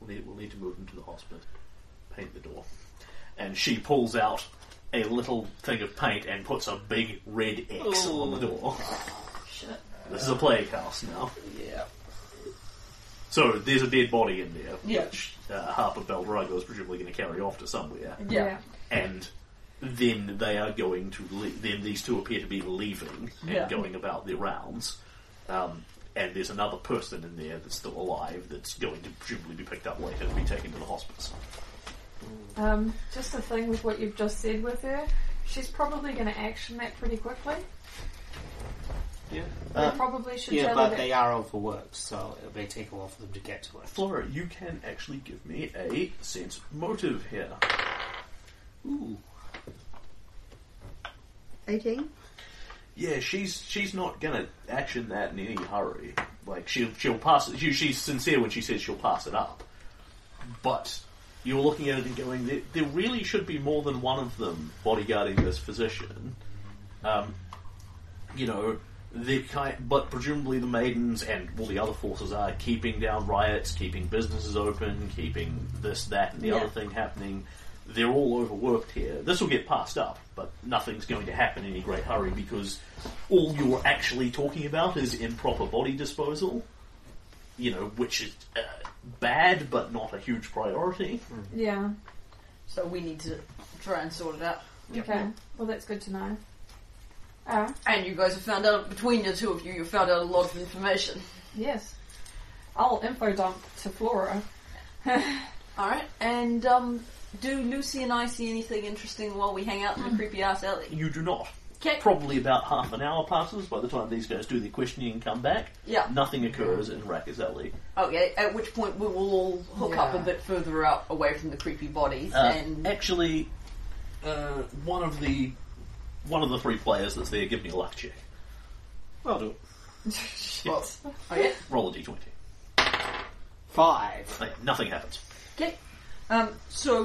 [SPEAKER 1] We'll need we'll need to move them to the hospital. Paint the door." And she pulls out a little thing of paint and puts a big red X on the door. This is a plague house now.
[SPEAKER 9] Yeah.
[SPEAKER 1] So there's a dead body in there,
[SPEAKER 10] Yeah.
[SPEAKER 1] which uh, Harper Beldrigo is presumably going to carry off to somewhere,
[SPEAKER 10] Yeah.
[SPEAKER 1] and then they are going to le- then these two appear to be leaving and
[SPEAKER 10] Yeah.
[SPEAKER 1] going about their rounds. Um, and there's another person in there that's still alive that's going to presumably be picked up later to be taken to the hospice.
[SPEAKER 6] Um, just the thing with what you've just said with her, she's probably going to action that pretty quickly.
[SPEAKER 9] Yeah.
[SPEAKER 6] they probably should
[SPEAKER 9] Uh, Yeah,
[SPEAKER 6] tell
[SPEAKER 9] but
[SPEAKER 6] her
[SPEAKER 9] they are overworked, so it may take a while for them to get to it.
[SPEAKER 1] Flora, you can actually give me a sense motive here.
[SPEAKER 9] Ooh.
[SPEAKER 8] 18?
[SPEAKER 1] Yeah, she's she's not gonna action that in any hurry. Like she'll she'll pass it. She, she's sincere when she says she'll pass it up. But you're looking at it and going, there, there really should be more than one of them bodyguarding this physician. Um, you know, they kind, but presumably the maidens and all the other forces are keeping down riots, keeping businesses open, keeping this, that, and the
[SPEAKER 10] Yeah.
[SPEAKER 1] other thing happening. They're all overworked here. This will get passed up, but nothing's going to happen in any great hurry because all you're actually talking about is improper body disposal. You know, which is uh, bad, but not a huge priority.
[SPEAKER 6] that. Yeah.
[SPEAKER 10] So we need to try and sort it out.
[SPEAKER 6] Okay. Well, that's good to know. Ah,
[SPEAKER 10] And you guys have found out, between the two of you, you found out a lot of information.
[SPEAKER 6] yes. I'll info dump to Flora.
[SPEAKER 10] Alright, and Hmm. um, do Lucy and I see anything interesting while we hang out in the creepy ass alley?
[SPEAKER 1] You do not.
[SPEAKER 10] Okay.
[SPEAKER 1] Probably about half an hour passes by the time these guys do their questioning and come back.
[SPEAKER 10] Yeah.
[SPEAKER 1] Nothing occurs in Rackers Alley.
[SPEAKER 10] Okay, at which point we will all hook up a
[SPEAKER 7] Yeah.
[SPEAKER 10] bit further out away from the creepy bodies
[SPEAKER 1] Uh,
[SPEAKER 10] and.
[SPEAKER 1] actually, uh, one of the one of the three players that's there, give me a luck check.
[SPEAKER 9] Well do.
[SPEAKER 10] well, okay.
[SPEAKER 1] Roll a d20.
[SPEAKER 9] Five.
[SPEAKER 1] Okay, nothing happens.
[SPEAKER 10] Okay. Um, so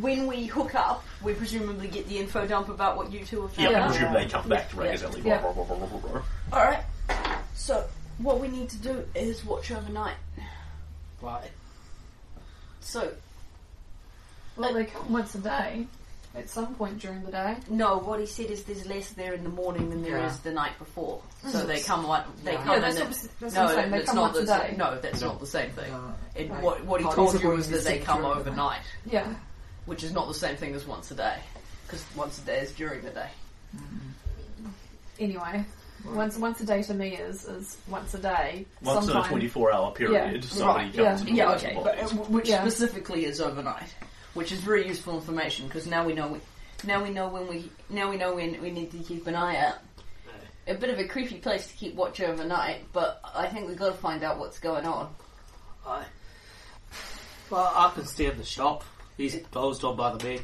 [SPEAKER 10] when we hook up, we presumably get the info dump about what you two have
[SPEAKER 1] Yeah,
[SPEAKER 10] found
[SPEAKER 1] I
[SPEAKER 10] out.
[SPEAKER 1] presume they come back to Rackers
[SPEAKER 10] Yeah.
[SPEAKER 1] Alley.
[SPEAKER 10] Yeah.
[SPEAKER 1] Blah, blah, blah, blah, blah, blah, blah.
[SPEAKER 10] All right. So what we need to do is watch overnight.
[SPEAKER 9] Right.
[SPEAKER 10] So
[SPEAKER 6] Well, they come once a day. At some point during the day.
[SPEAKER 10] no, what he said is there's less there in the morning than there is
[SPEAKER 7] Yeah.
[SPEAKER 10] the night before. So they come one, they
[SPEAKER 7] Yeah.
[SPEAKER 10] come
[SPEAKER 6] Yeah, that's
[SPEAKER 10] in.
[SPEAKER 6] obviously-
[SPEAKER 10] and,
[SPEAKER 6] that's what
[SPEAKER 10] no,
[SPEAKER 6] I'm saying, they
[SPEAKER 10] that's
[SPEAKER 6] come
[SPEAKER 10] not
[SPEAKER 6] once
[SPEAKER 10] the
[SPEAKER 6] a
[SPEAKER 10] sa-
[SPEAKER 6] day.
[SPEAKER 10] no, that's not the same thing.
[SPEAKER 7] Uh,
[SPEAKER 10] And
[SPEAKER 7] Right.
[SPEAKER 10] what what he
[SPEAKER 7] Bodies
[SPEAKER 10] told
[SPEAKER 7] are
[SPEAKER 10] you
[SPEAKER 7] going
[SPEAKER 10] was
[SPEAKER 7] to
[SPEAKER 10] that they
[SPEAKER 7] sit
[SPEAKER 10] come
[SPEAKER 7] during the
[SPEAKER 10] overnight,
[SPEAKER 6] Yeah.
[SPEAKER 10] which is not the same thing as once a day, because once a day is during the day.
[SPEAKER 6] Anyway, once once a day to me is is once a day.
[SPEAKER 1] Once in a
[SPEAKER 6] sometime.
[SPEAKER 1] 24 hour period,
[SPEAKER 6] Yeah,
[SPEAKER 1] somebody
[SPEAKER 6] right,
[SPEAKER 1] comes
[SPEAKER 6] yeah.
[SPEAKER 1] and
[SPEAKER 10] Yeah,
[SPEAKER 1] grabs
[SPEAKER 10] okay,
[SPEAKER 1] the
[SPEAKER 10] but uh,
[SPEAKER 1] bodies.
[SPEAKER 10] w- which
[SPEAKER 6] Yeah.
[SPEAKER 10] specifically is overnight, which is very useful information because now we know we, now we know when we now we know when we need to keep an eye out. A bit of a creepy place to keep watch overnight, but I think we've got to find out what's going on.
[SPEAKER 9] I, well, I can stay in the shop. These clothes don't bother me.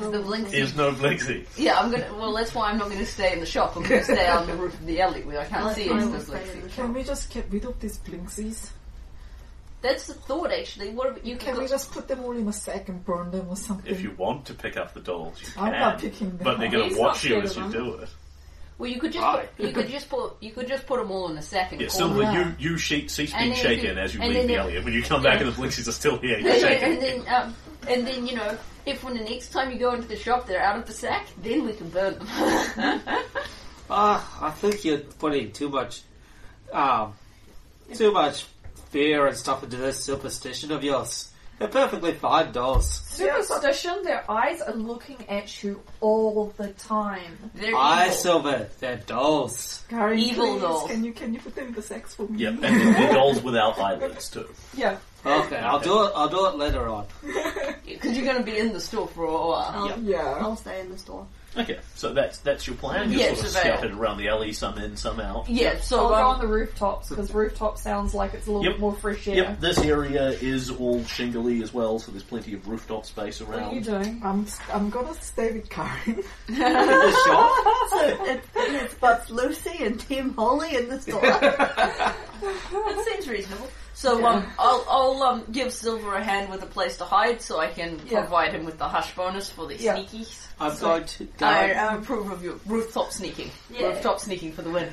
[SPEAKER 10] Is the Blink-
[SPEAKER 1] Is no Blixie.
[SPEAKER 10] Yeah, I'm gonna. Well, that's why I'm not gonna stay in the shop. I'm gonna stay on the roof of the alley where I can't see
[SPEAKER 8] I
[SPEAKER 10] it.
[SPEAKER 8] will
[SPEAKER 10] That's,
[SPEAKER 8] stay in the
[SPEAKER 7] Can
[SPEAKER 8] shop.
[SPEAKER 7] we just get rid of these blinksies?
[SPEAKER 10] that's the thought, actually. What about you?
[SPEAKER 7] Can
[SPEAKER 10] could
[SPEAKER 7] we
[SPEAKER 10] go-
[SPEAKER 7] just put them all in a sack and burn them or something?
[SPEAKER 1] If you want to pick up the dolls, you
[SPEAKER 7] I'm
[SPEAKER 1] can.
[SPEAKER 7] not picking them
[SPEAKER 1] but they're
[SPEAKER 7] up.
[SPEAKER 1] going
[SPEAKER 6] He's
[SPEAKER 1] to
[SPEAKER 6] not
[SPEAKER 1] watch you
[SPEAKER 6] scared
[SPEAKER 1] as
[SPEAKER 6] of
[SPEAKER 1] you
[SPEAKER 6] them.
[SPEAKER 1] do it.
[SPEAKER 10] well, you could just
[SPEAKER 9] Right.
[SPEAKER 10] put, you could just put you could just put them all in a sack and
[SPEAKER 1] Yeah,
[SPEAKER 10] call
[SPEAKER 1] Silver,
[SPEAKER 10] them.
[SPEAKER 1] you, you she- cease
[SPEAKER 10] And
[SPEAKER 1] being
[SPEAKER 10] then if you-
[SPEAKER 1] shaken as you
[SPEAKER 10] and
[SPEAKER 1] leave
[SPEAKER 10] then
[SPEAKER 1] the
[SPEAKER 10] if-
[SPEAKER 1] alley. And when you come back and the Blixies are still here, you're
[SPEAKER 10] and
[SPEAKER 1] shaking.
[SPEAKER 10] then, um, and then you know, if when the next time you go into the shop they're out of the sack, then we can burn them.
[SPEAKER 9] Ah, I think you're putting too much, um, too much fear and stuff into this superstition of yours. They're perfectly fine dolls.
[SPEAKER 6] Superstition, their eyes are looking at you all the time.
[SPEAKER 10] they're
[SPEAKER 9] I
[SPEAKER 10] evil.
[SPEAKER 9] Silver, they're dolls.
[SPEAKER 7] Karen,
[SPEAKER 10] Evil
[SPEAKER 7] please,
[SPEAKER 10] dolls.
[SPEAKER 7] Can you can you put them in the sacks for me?
[SPEAKER 1] Yep, and then they're dolls without eyelids too.
[SPEAKER 7] Yeah.
[SPEAKER 9] Okay, I'll do it. I'll do it later on.
[SPEAKER 10] Because you're going to be in the store for a while.
[SPEAKER 8] I'll,
[SPEAKER 7] Yeah.
[SPEAKER 8] I'll stay in the store.
[SPEAKER 1] Okay, so that's that's your plan. You're
[SPEAKER 10] Yeah,
[SPEAKER 1] sort of
[SPEAKER 10] so they-
[SPEAKER 1] scattered around the alley, some in, some out.
[SPEAKER 10] Yeah,
[SPEAKER 6] I'll
[SPEAKER 10] so
[SPEAKER 6] go
[SPEAKER 10] um,
[SPEAKER 6] on the rooftops because rooftop sounds like it's a little
[SPEAKER 1] Yep.
[SPEAKER 6] bit more fresh air.
[SPEAKER 1] Yep, this area is all shingly as well, so there's plenty of rooftop space
[SPEAKER 6] What are you
[SPEAKER 1] around.
[SPEAKER 6] doing?
[SPEAKER 7] I'm I'm gonna stay with Karen.
[SPEAKER 9] In the shop.
[SPEAKER 8] it's, it's both Lucy and Tim Holly in the store.
[SPEAKER 10] that seems reasonable. So um, I'll, I'll um, give Silver a hand with a place to hide so I can
[SPEAKER 6] Yeah.
[SPEAKER 10] provide him with the hush bonus for the
[SPEAKER 6] Yeah.
[SPEAKER 10] sneakies.
[SPEAKER 9] I'm going to.
[SPEAKER 10] I,
[SPEAKER 9] Gar-
[SPEAKER 10] I approve of your rooftop sneaking. Rooftop sneaking for the win.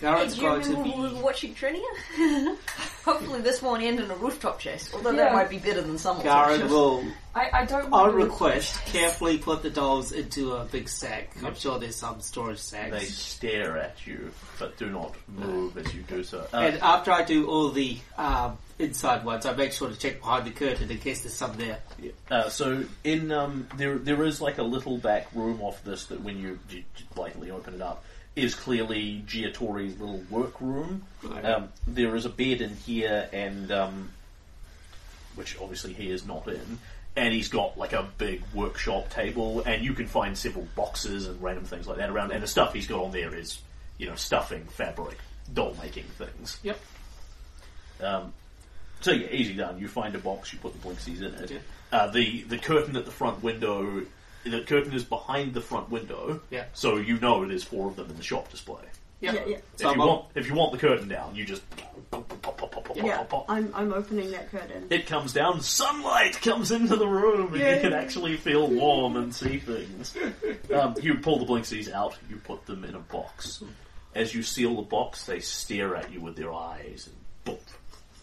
[SPEAKER 9] Garrett's
[SPEAKER 10] Do you
[SPEAKER 9] going to
[SPEAKER 10] remember when we
[SPEAKER 9] be.
[SPEAKER 10] were watching Trinia? Hopefully this won't end in a rooftop chase, although that
[SPEAKER 6] Yeah.
[SPEAKER 10] might be better than some
[SPEAKER 9] Garrett
[SPEAKER 10] alternatives.
[SPEAKER 9] will,
[SPEAKER 6] I, I don't
[SPEAKER 9] on
[SPEAKER 6] want to
[SPEAKER 9] request, carefully put the dolls into a big sack. I'm sure there's some storage
[SPEAKER 1] They
[SPEAKER 9] sacks.
[SPEAKER 1] stare at you, but do not move as you do so. Uh,
[SPEAKER 9] And after I do all the um, inside ones, I make sure to check behind the curtain in case there's some there.
[SPEAKER 1] Yeah. Uh, so in um, there there is like a little back room off this that when you, you blatantly open it up is clearly Giatori's little workroom.
[SPEAKER 9] Right.
[SPEAKER 1] Um, there is a bed in here, and um, which obviously he is not in. And he's got like a big workshop table, and you can find several boxes and random things like that around. And the stuff he's got on there is, you know, stuffing, fabric, doll making things.
[SPEAKER 9] Yep.
[SPEAKER 1] Um, so yeah, easy done. You find a box, you put the blinksies in it.
[SPEAKER 9] Yeah.
[SPEAKER 1] Uh, the the curtain at the front window, the curtain is behind the front window.
[SPEAKER 9] Yeah.
[SPEAKER 1] So you know there's four of them in the shop display.
[SPEAKER 9] Yep.
[SPEAKER 8] Yeah, yeah.
[SPEAKER 9] So
[SPEAKER 1] if
[SPEAKER 9] I'm
[SPEAKER 1] you
[SPEAKER 9] on-
[SPEAKER 1] want, if you want the curtain down, you just pop, pop, pop, pop, pop, pop,
[SPEAKER 8] yeah,
[SPEAKER 1] pop, pop.
[SPEAKER 8] I'm, I'm opening that curtain.
[SPEAKER 1] It comes down, sunlight comes into the room, and you can actually feel warm and see things. Um, you pull the blinksies out, you put them in a box. As you seal the box, they stare at you with their eyes, and boom,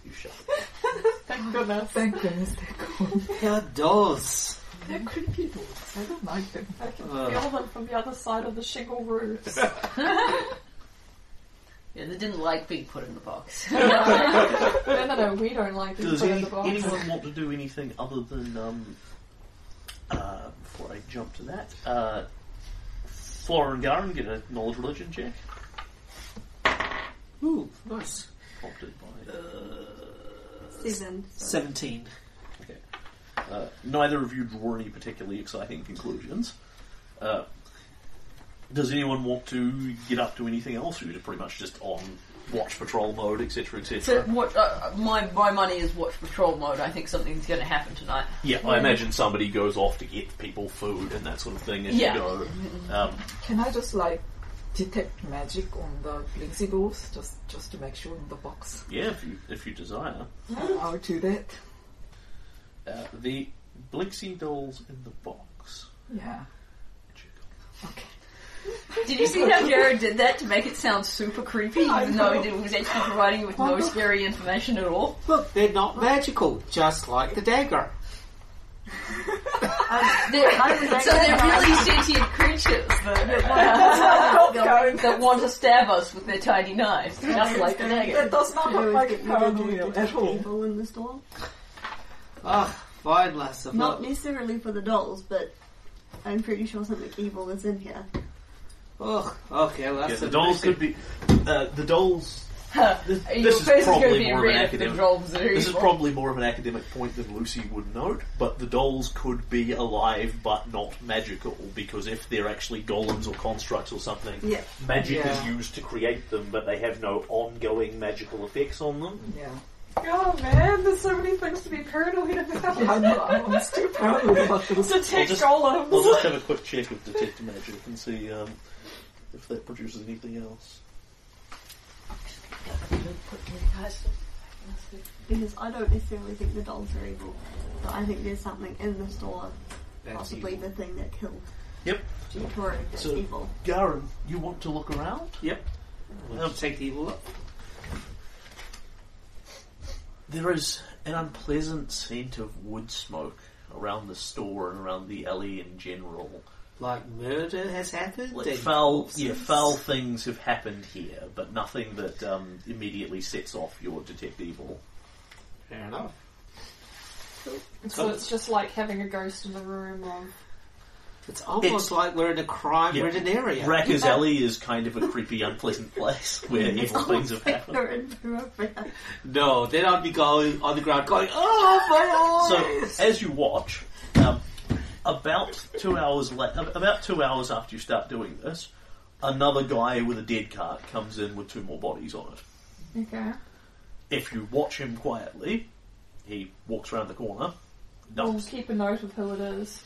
[SPEAKER 1] you shut it.
[SPEAKER 9] Thank goodness.
[SPEAKER 7] Thank goodness they're gone.
[SPEAKER 9] They're dolls.
[SPEAKER 7] They're creepy dolls. I don't like them.
[SPEAKER 6] I can
[SPEAKER 9] Ugh.
[SPEAKER 6] feel them from the other side of the shingle roofs.
[SPEAKER 10] Yeah, they didn't like being put in the box.
[SPEAKER 6] no, no, no, we don't like being
[SPEAKER 1] Does
[SPEAKER 6] put in
[SPEAKER 1] any-
[SPEAKER 6] the box.
[SPEAKER 1] anyone want to do anything other than um, uh, before I jump to that? Uh, Flora and Garen get a knowledge religion check,
[SPEAKER 9] Ooh, nice.
[SPEAKER 1] prompted by.
[SPEAKER 8] Seven. So.
[SPEAKER 9] 17.
[SPEAKER 1] Uh, neither of you draw any particularly exciting conclusions. Uh, Does anyone want to get up to anything else? Or You're pretty much just on watch patrol mode, etc.,
[SPEAKER 10] So
[SPEAKER 1] etc.
[SPEAKER 10] watch, uh, uh, my my money is watch patrol mode. I think something's going to happen tonight.
[SPEAKER 1] Yeah, I imagine somebody goes off to get people food and that sort of thing as
[SPEAKER 10] Yeah.
[SPEAKER 1] you go. Um,
[SPEAKER 7] Can I just like detect magic on the Lindsay doors just just to make sure in the box?
[SPEAKER 1] yeah, if you if you desire.
[SPEAKER 7] I'll do that.
[SPEAKER 1] Uh, the Blixie dolls in the box.
[SPEAKER 7] Yeah. Okay.
[SPEAKER 10] Did you see how Jared did that to make it sound super creepy, even though he was actually providing you with no scary information at all?
[SPEAKER 9] Look, they're not magical, just like the dagger.
[SPEAKER 10] They're, so they're really sentient creatures that, that want to stab us with their tiny knives, just like the
[SPEAKER 7] That
[SPEAKER 10] dagger.
[SPEAKER 7] does not look like a
[SPEAKER 8] Did
[SPEAKER 7] paranoia
[SPEAKER 8] the
[SPEAKER 7] at all.
[SPEAKER 8] table in the store.
[SPEAKER 9] Ah, fine, lass of
[SPEAKER 8] Not
[SPEAKER 9] luck.
[SPEAKER 8] necessarily for the dolls, but I'm pretty sure something evil is in here.
[SPEAKER 9] Ugh, okay, lass
[SPEAKER 1] Yeah,
[SPEAKER 9] of
[SPEAKER 1] the dolls
[SPEAKER 9] mercy.
[SPEAKER 1] could be. Uh, the dolls. This,
[SPEAKER 10] Your
[SPEAKER 1] this
[SPEAKER 10] face
[SPEAKER 1] is
[SPEAKER 10] is going
[SPEAKER 1] probably
[SPEAKER 10] to be
[SPEAKER 1] more of an
[SPEAKER 10] red if the
[SPEAKER 1] academic.
[SPEAKER 10] drops are
[SPEAKER 1] This is
[SPEAKER 10] evil.
[SPEAKER 1] probably more of an academic point than Lucy would note, but the dolls could be alive but not magical because if they're actually golems or constructs or something,
[SPEAKER 8] Yeah.
[SPEAKER 1] magic
[SPEAKER 9] Yeah.
[SPEAKER 1] is used to create them, but they have no ongoing magical effects on them.
[SPEAKER 7] Yeah.
[SPEAKER 6] God, Oh, man, there's so many things to be paranoid
[SPEAKER 7] I
[SPEAKER 6] about.
[SPEAKER 7] know, I'm, I'm still paranoid about this.
[SPEAKER 6] so take
[SPEAKER 1] just-
[SPEAKER 6] Golem.
[SPEAKER 1] We'll just have a quick check of detect magic and see um, if that produces anything else.
[SPEAKER 8] Because I don't necessarily think the dolls are evil, but I think there's something in the store,
[SPEAKER 9] That's
[SPEAKER 8] possibly
[SPEAKER 9] evil.
[SPEAKER 8] the thing that killed
[SPEAKER 1] Yep.
[SPEAKER 8] Giatori that's
[SPEAKER 1] So-
[SPEAKER 8] evil.
[SPEAKER 1] Garen, you want to look around?
[SPEAKER 9] Yep. I'll take the evil up.
[SPEAKER 1] There is an unpleasant scent of wood smoke around the store and around the alley in general.
[SPEAKER 9] Like murder has happened.
[SPEAKER 1] Like
[SPEAKER 9] and
[SPEAKER 1] foul,
[SPEAKER 9] corpses.
[SPEAKER 1] yeah, foul things have happened here, but nothing that um, immediately sets off your detect evil.
[SPEAKER 9] Fair enough.
[SPEAKER 6] So it's just like having a ghost in the room of.
[SPEAKER 9] It's almost
[SPEAKER 1] It's-
[SPEAKER 9] like we're in a
[SPEAKER 1] Yeah.
[SPEAKER 9] crime-ridden area.
[SPEAKER 1] Racker's Alley is kind of a creepy, unpleasant place where evil things have happened.
[SPEAKER 8] They're in for a fair-
[SPEAKER 9] No, then I'd be going on the ground going, oh my
[SPEAKER 1] So,
[SPEAKER 9] eyes!
[SPEAKER 1] as you watch, um, about two hours la- ab- about two hours after you start doing this, another guy with a dead cart comes in with two more bodies on it.
[SPEAKER 6] Okay.
[SPEAKER 1] If you watch him quietly, he walks around the corner.
[SPEAKER 6] We'll
[SPEAKER 1] Dumps.
[SPEAKER 6] keep a note of who it is.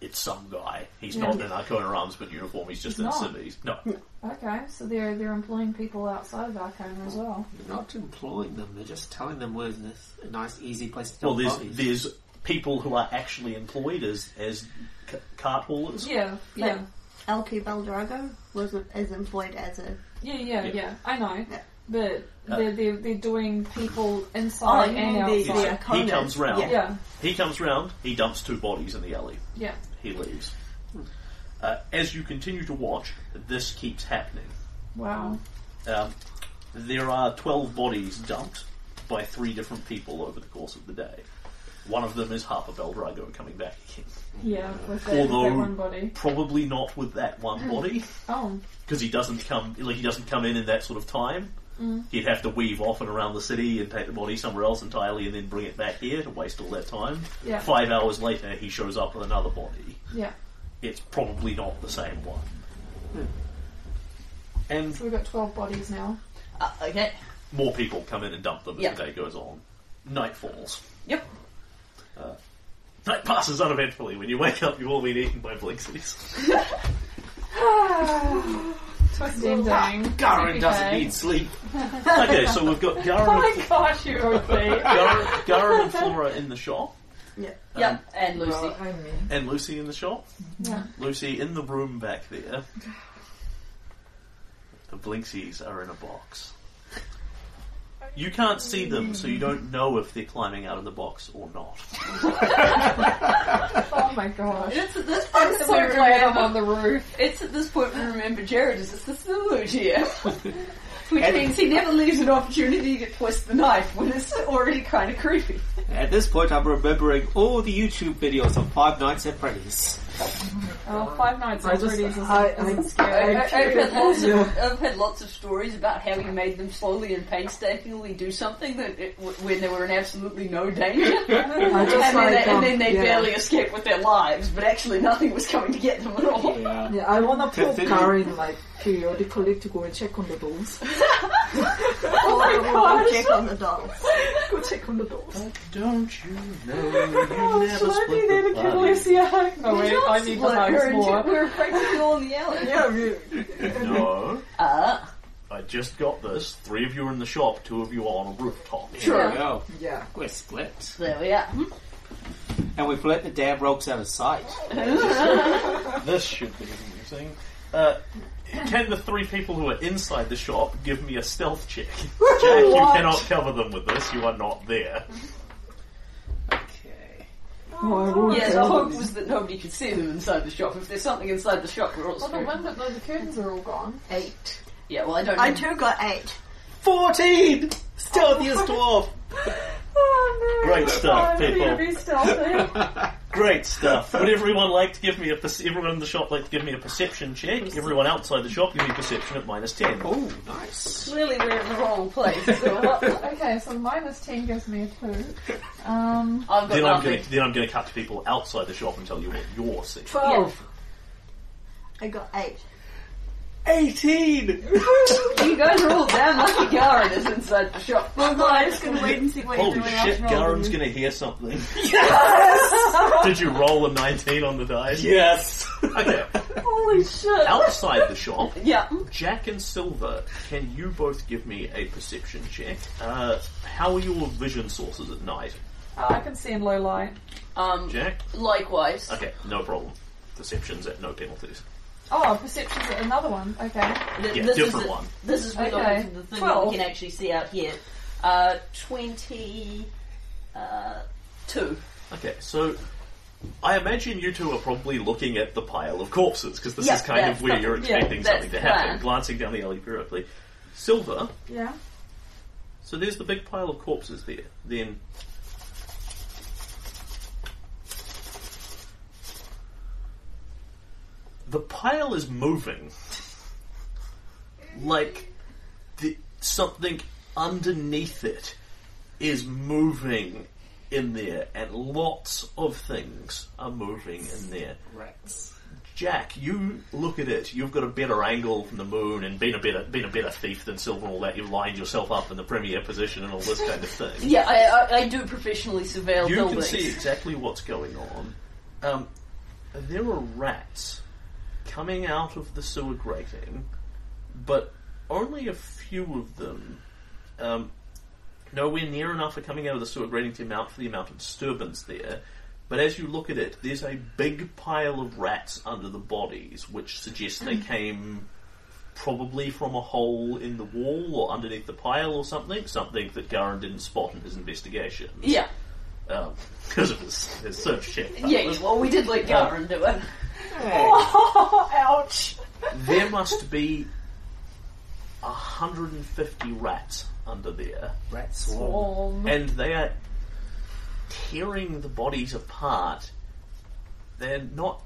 [SPEAKER 1] It's some guy. He's
[SPEAKER 6] Yeah.
[SPEAKER 1] not in an Arcona Armsman uniform. He's just in
[SPEAKER 6] He's not.
[SPEAKER 1] civvies. No,
[SPEAKER 6] Okay, so they're they're employing people outside of Arcana as well.
[SPEAKER 9] You're not employing them, you're just telling them we're in this- a nice, easy place to
[SPEAKER 1] well,
[SPEAKER 9] dump
[SPEAKER 1] there's
[SPEAKER 9] bodies.
[SPEAKER 1] there's people who are actually employed as as c- cart haulers.
[SPEAKER 6] Yeah, yeah,
[SPEAKER 8] Elke Baldrago was is employed as a
[SPEAKER 6] yeah, yeah, yeah. I know,
[SPEAKER 8] Yeah.
[SPEAKER 6] but
[SPEAKER 1] Uh,
[SPEAKER 6] they're, they're they're doing people inside and
[SPEAKER 8] Oh, the,
[SPEAKER 6] outside.
[SPEAKER 8] the
[SPEAKER 1] He comes round.
[SPEAKER 8] Yeah.
[SPEAKER 6] Yeah,
[SPEAKER 1] He comes round. He dumps two bodies in the alley.
[SPEAKER 6] yeah.
[SPEAKER 1] He leaves. Uh, as you continue to watch, this keeps happening.
[SPEAKER 6] Wow.
[SPEAKER 1] Um, there are 12 bodies dumped by three different people over the course of the day. One of them is Harper Beldrago coming back again.
[SPEAKER 6] Yeah, with that, with that
[SPEAKER 1] Although-
[SPEAKER 6] one body.
[SPEAKER 1] Probably not with that one body,
[SPEAKER 6] Oh,
[SPEAKER 1] because he doesn't come like he doesn't come in in that sort of time. He'd have to weave off and around the city and take the body somewhere else entirely, and then bring it back here to waste all that time.
[SPEAKER 6] Yeah.
[SPEAKER 1] Five hours later, he shows up with another body.
[SPEAKER 6] yeah.
[SPEAKER 1] It's probably not the same one.
[SPEAKER 10] Hmm.
[SPEAKER 1] And
[SPEAKER 6] So we've got twelve bodies now.
[SPEAKER 10] Uh, okay.
[SPEAKER 1] more people come in and dump them as
[SPEAKER 10] Yeah.
[SPEAKER 1] the day goes on. Night falls. Uh,
[SPEAKER 10] Yep.
[SPEAKER 1] Night passes uneventfully. When you wake up, you've all been eaten by blinksies.
[SPEAKER 6] Twist ending.
[SPEAKER 9] Garen
[SPEAKER 6] Sleepy
[SPEAKER 9] doesn't
[SPEAKER 6] Bay.
[SPEAKER 9] need sleep.
[SPEAKER 1] okay, so we've got
[SPEAKER 6] Oh
[SPEAKER 1] Gara,
[SPEAKER 6] my gosh, you OP.
[SPEAKER 1] Gara, Gara and Flora in the shop, Um,
[SPEAKER 10] Yep. And Lucy.
[SPEAKER 7] Well, I mean,
[SPEAKER 1] and Lucy in the shop.
[SPEAKER 6] Yeah.
[SPEAKER 1] Lucy in the room back there. The blinksies are in a box. You can't see them, so you don't know if they're climbing out of the box or not.
[SPEAKER 6] Oh my gosh.
[SPEAKER 10] It's at this point that
[SPEAKER 6] So
[SPEAKER 10] we
[SPEAKER 6] glad I'm
[SPEAKER 10] remember.
[SPEAKER 6] on the roof.
[SPEAKER 10] It's at this point we remember Jared is this the mood here, which means he never leaves an opportunity to twist the knife when it's already kind of creepy.
[SPEAKER 9] At this point, I'm remembering all the YouTube videos of Five Nights at Freddy's.
[SPEAKER 6] Oh, Five Nights
[SPEAKER 7] I
[SPEAKER 6] at
[SPEAKER 7] just,
[SPEAKER 6] Freddy's is
[SPEAKER 7] I, I,
[SPEAKER 6] isn't
[SPEAKER 7] I,
[SPEAKER 6] scary.
[SPEAKER 7] I,
[SPEAKER 10] I've had, lots of,
[SPEAKER 7] yeah.
[SPEAKER 10] I've had lots of stories about how you made them slowly and painstakingly do something that it, w- when they were in absolutely no danger,
[SPEAKER 7] I
[SPEAKER 10] and,
[SPEAKER 7] just
[SPEAKER 10] then
[SPEAKER 7] like,
[SPEAKER 10] they,
[SPEAKER 7] um,
[SPEAKER 10] and then they
[SPEAKER 7] yeah.
[SPEAKER 10] barely escaped with their lives, but actually nothing was coming to get them at all.
[SPEAKER 9] Yeah.
[SPEAKER 7] Yeah, I wanna pull
[SPEAKER 9] Continue.
[SPEAKER 7] Karen like periodically to go and check on the dolls.
[SPEAKER 8] Oh my god! Check on the dolls.
[SPEAKER 7] go check on the dolls.
[SPEAKER 1] Don't you know
[SPEAKER 7] Oh,
[SPEAKER 1] you never
[SPEAKER 6] Should I be
[SPEAKER 1] split
[SPEAKER 6] there to
[SPEAKER 1] the
[SPEAKER 6] give
[SPEAKER 1] party?
[SPEAKER 6] Alicia a hug? Oh wait, I need the
[SPEAKER 10] Like, we're,
[SPEAKER 6] hugs
[SPEAKER 10] in-
[SPEAKER 6] more.
[SPEAKER 10] we're practically all in the alley.
[SPEAKER 7] Yeah, we,
[SPEAKER 1] No, Uh.
[SPEAKER 10] Ah,
[SPEAKER 1] I just got this. Three of you are in the shop, two of you are on a rooftop.
[SPEAKER 9] There
[SPEAKER 10] sure.
[SPEAKER 9] we go.
[SPEAKER 7] yeah.
[SPEAKER 9] Oh, We're split.
[SPEAKER 10] There we are.
[SPEAKER 9] And we've let the dab ropes out of sight.
[SPEAKER 1] This should be amusing. Uh, can the three people who are inside the shop give me a stealth check? Jack, you cannot cover them with this. You are not there.
[SPEAKER 9] Okay.
[SPEAKER 7] No, I won't.
[SPEAKER 10] Yeah, the hope was that nobody could see them inside the shop. If there's something inside the shop, we're all
[SPEAKER 6] Well, the
[SPEAKER 10] screwed.
[SPEAKER 6] window, the, the curtains are all gone.
[SPEAKER 10] Eight. Yeah, well, I don't.
[SPEAKER 8] I
[SPEAKER 10] know.
[SPEAKER 8] too got eight.
[SPEAKER 9] 14! Stealthiest dwarf!
[SPEAKER 6] Oh no!
[SPEAKER 1] Great stuff,
[SPEAKER 6] I'm
[SPEAKER 1] people.
[SPEAKER 6] gonna be stealthy.
[SPEAKER 1] Great stuff. Would everyone like to give me a perce- everyone in the shop like to give me a perception check? Everyone outside the shop give me perception at minus ten.
[SPEAKER 9] Oh, nice.
[SPEAKER 10] Clearly, we're in the wrong place. So what-
[SPEAKER 6] okay, so minus ten gives me a two. Um,
[SPEAKER 10] I've got
[SPEAKER 1] Then I'm
[SPEAKER 10] nothing.
[SPEAKER 1] going to then I'm going to cut to people outside the shop and tell you what you're seeing.
[SPEAKER 7] Twelve.
[SPEAKER 8] I got eight.
[SPEAKER 9] 18!
[SPEAKER 10] You guys are all damn lucky Garen is inside the shop.
[SPEAKER 8] Well, no, I'm just gonna wait and see what
[SPEAKER 1] Holy
[SPEAKER 8] everyone else
[SPEAKER 1] shit,
[SPEAKER 8] rolls.
[SPEAKER 1] Garen's going to hear something. Did you roll a 19 on the dice?
[SPEAKER 9] Yes!
[SPEAKER 1] Okay.
[SPEAKER 10] Holy shit!
[SPEAKER 1] Outside the shop,
[SPEAKER 10] Yeah.
[SPEAKER 1] Jack and Silver, can you both give me a perception check? Uh, how are your vision sources at night,
[SPEAKER 6] oh, I can see in low light.
[SPEAKER 10] Um.
[SPEAKER 1] Jack?
[SPEAKER 10] Likewise.
[SPEAKER 1] Okay, no problem. Perceptions at no penalties.
[SPEAKER 6] Oh, perception's another one. Okay.
[SPEAKER 10] Th-
[SPEAKER 1] Yeah,
[SPEAKER 10] this
[SPEAKER 1] different
[SPEAKER 10] is
[SPEAKER 1] one.
[SPEAKER 10] The, this is what
[SPEAKER 6] Okay.
[SPEAKER 10] okay. the thing that
[SPEAKER 6] Twelve.
[SPEAKER 10] we can actually see out here. Uh, twenty. Uh, two.
[SPEAKER 1] Okay, so I imagine you two are probably looking at the pile of corpses because this
[SPEAKER 10] Yeah,
[SPEAKER 1] is kind of
[SPEAKER 10] that's
[SPEAKER 1] where
[SPEAKER 10] the-
[SPEAKER 1] you're
[SPEAKER 10] yeah,
[SPEAKER 1] expecting
[SPEAKER 10] that's
[SPEAKER 1] something to
[SPEAKER 10] the
[SPEAKER 1] happen.
[SPEAKER 10] plan.
[SPEAKER 1] Glancing down the alley periodically, Silver.
[SPEAKER 6] Yeah.
[SPEAKER 1] So there's the big pile of corpses there. Then. The pile is moving. Like the, something underneath it is moving in there, and lots of things are moving in there.
[SPEAKER 9] Rats.
[SPEAKER 1] Jack, you look at it. You've got a better angle from the moon, and been a better been a better thief than Silver and all that. You've lined yourself up in the premier position and all this kind of thing.
[SPEAKER 10] Yeah, I, I, I do professionally surveil
[SPEAKER 1] you can
[SPEAKER 10] buildings.
[SPEAKER 1] see exactly what's going on. Um, there are rats coming out of the sewer grating, but only a few of them. Um, nowhere near enough are coming out of the sewer grating to amount for the amount of disturbance there. But as you look at it, there's a big pile of rats under the bodies, which suggests they came probably from a hole in the wall or underneath the pile or something, something that Garin didn't spot in his investigation
[SPEAKER 10] Yeah.
[SPEAKER 1] Um, because of his, his search check.
[SPEAKER 10] Yeah. Well, we did let
[SPEAKER 1] Um,
[SPEAKER 10] Garen do it.
[SPEAKER 6] Ouch.
[SPEAKER 1] There must be 150 rats under there,
[SPEAKER 9] Rat swarm.
[SPEAKER 6] Warm.
[SPEAKER 1] and they are tearing the bodies apart. They're not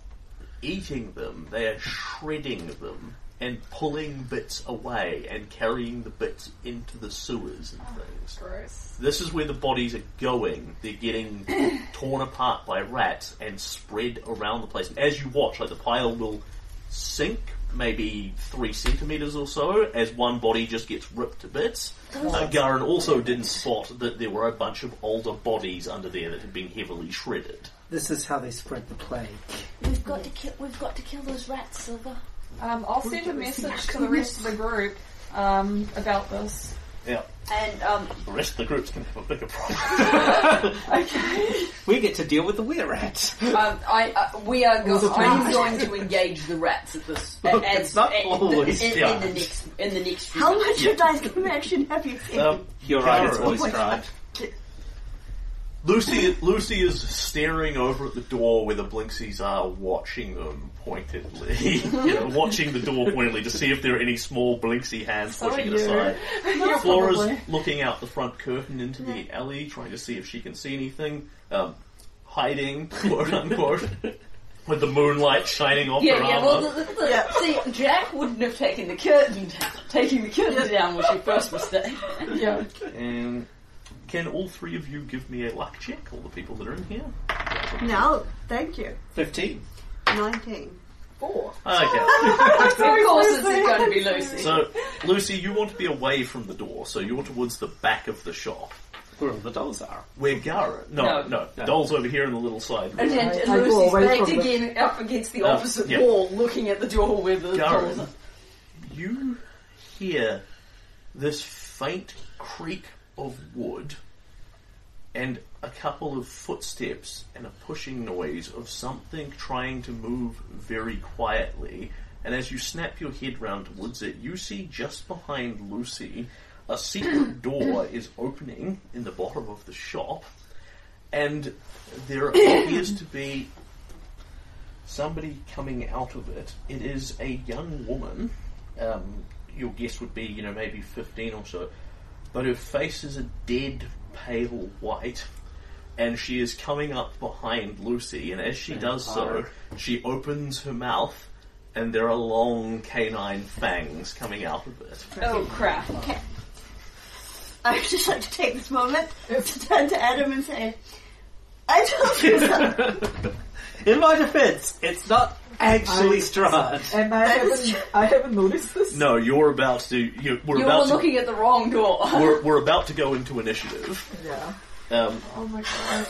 [SPEAKER 1] eating them, they are shredding them and pulling bits away and carrying the bits into the sewers and things.
[SPEAKER 6] Gross.
[SPEAKER 1] This is where the bodies are going. They're getting torn apart by rats and spread around the place. And as you watch, like the pile will sink maybe three centimeters or so as one body just gets ripped to bits. Uh, Garen also didn't spot that there were a bunch of older bodies under there that had been heavily shredded.
[SPEAKER 9] This is how they spread the plague.
[SPEAKER 2] We've got to kill. We've got to kill those rats, Silver.
[SPEAKER 6] Um, I'll send a message to the rest of the group um, about this.
[SPEAKER 1] Yeah,
[SPEAKER 10] And um,
[SPEAKER 1] the rest of the groups can have a bigger problem.
[SPEAKER 9] We get to deal with the were rat.
[SPEAKER 10] Um, I, uh, we are go- I'm going to engage the rats at this. At, at,
[SPEAKER 9] It's not
[SPEAKER 10] at-
[SPEAKER 9] always
[SPEAKER 10] in, in,
[SPEAKER 1] done.
[SPEAKER 10] the next in the next.
[SPEAKER 8] How much of dice convention have you seen?
[SPEAKER 1] Um,
[SPEAKER 9] You're right, it's
[SPEAKER 1] Karen.
[SPEAKER 9] always tried.
[SPEAKER 1] Lucy, Lucy is staring over at the door where the Blinksies are watching them pointedly, you know, watching the door pointedly to see if there are any small Blinksy hands
[SPEAKER 6] So
[SPEAKER 1] pushing it
[SPEAKER 6] are you.
[SPEAKER 1] aside.
[SPEAKER 6] Yeah,
[SPEAKER 1] Flora's
[SPEAKER 6] probably.
[SPEAKER 1] looking out the front curtain into the alley, trying to see if she can see anything. Um, hiding, quote unquote. with the moonlight shining off
[SPEAKER 10] Yeah,
[SPEAKER 1] her
[SPEAKER 10] yeah,
[SPEAKER 1] armor.
[SPEAKER 10] well, the, the, the, see, Jack wouldn't have taken the curtain down. Taking the curtain down was your first mistake.
[SPEAKER 7] Yeah.
[SPEAKER 1] And can all three of you give me a luck check? All the people that are in here.
[SPEAKER 8] No, thank you.
[SPEAKER 9] 15.
[SPEAKER 8] 19.
[SPEAKER 10] Four.
[SPEAKER 1] Okay.
[SPEAKER 10] of course it's going to be Lucy.
[SPEAKER 1] so, Lucy, you want to be away from the door, so you're towards the back of the shop.
[SPEAKER 9] Where all the dolls are.
[SPEAKER 1] Where Gara? No, no,
[SPEAKER 10] No.
[SPEAKER 1] the doll's over here in the little side room.
[SPEAKER 10] and then
[SPEAKER 7] I go
[SPEAKER 10] Lucy's
[SPEAKER 7] away
[SPEAKER 10] back
[SPEAKER 7] from the-
[SPEAKER 10] again up against the
[SPEAKER 1] Oh,
[SPEAKER 10] opposite
[SPEAKER 1] yeah.
[SPEAKER 10] wall, looking at the door where the
[SPEAKER 1] Garen.
[SPEAKER 10] doors are.
[SPEAKER 1] You hear this faint creak of wood and a couple of footsteps and a pushing noise of something trying to move very quietly. And as you snap your head round towards it, you see just behind Lucy a secret door is opening in the bottom of the shop, and there appears to be somebody coming out of it. It is a young woman. Um, your guess would be, you know, maybe 15 or so. But her face is a dead, pale white. And she is coming up behind Lucy. And as she does so, she opens her mouth. And there are long canine fangs coming out of it.
[SPEAKER 10] Oh crap!
[SPEAKER 8] I would just like to take this moment to turn to Adam and say, I told you so.
[SPEAKER 9] In my defense, it's not actually Strahd.
[SPEAKER 7] And I haven't, I haven't noticed this.
[SPEAKER 1] No, you're about to. You, we're
[SPEAKER 10] You were
[SPEAKER 1] about to.
[SPEAKER 10] looking at the wrong door.
[SPEAKER 1] We're, we're about to go into initiative.
[SPEAKER 7] Yeah.
[SPEAKER 1] Um,
[SPEAKER 7] Oh my god.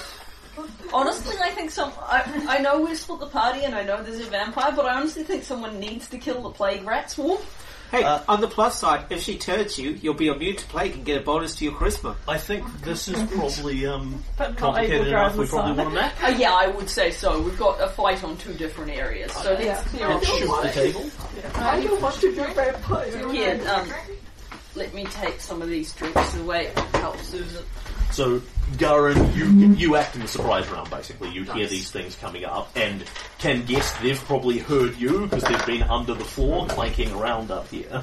[SPEAKER 10] Honestly, I think some. I, I know we split the party, and I know there's a vampire, but I honestly think someone needs to kill the plague rat swarm.
[SPEAKER 9] Hey,
[SPEAKER 10] Uh,
[SPEAKER 9] on the plus side, if she turns you, you'll be immune to plague and get a bonus to your charisma.
[SPEAKER 1] I think this is probably um,
[SPEAKER 6] But not
[SPEAKER 1] complicated
[SPEAKER 6] able
[SPEAKER 1] enough.
[SPEAKER 6] to
[SPEAKER 1] We probably
[SPEAKER 6] drive
[SPEAKER 1] want to map.
[SPEAKER 10] Uh, yeah, I would say so. We've got a fight on two different areas, so let's
[SPEAKER 6] Yeah.
[SPEAKER 10] clear up
[SPEAKER 1] Shoot the table.
[SPEAKER 7] I don't want to be a vampire.
[SPEAKER 10] Here, um, let me take some of these drinks away. It helps Susan.
[SPEAKER 1] So, Garen, you you act in the surprise round. Basically, you hear these things coming up and can guess they've probably heard you because they've been under the floor clanking around up here.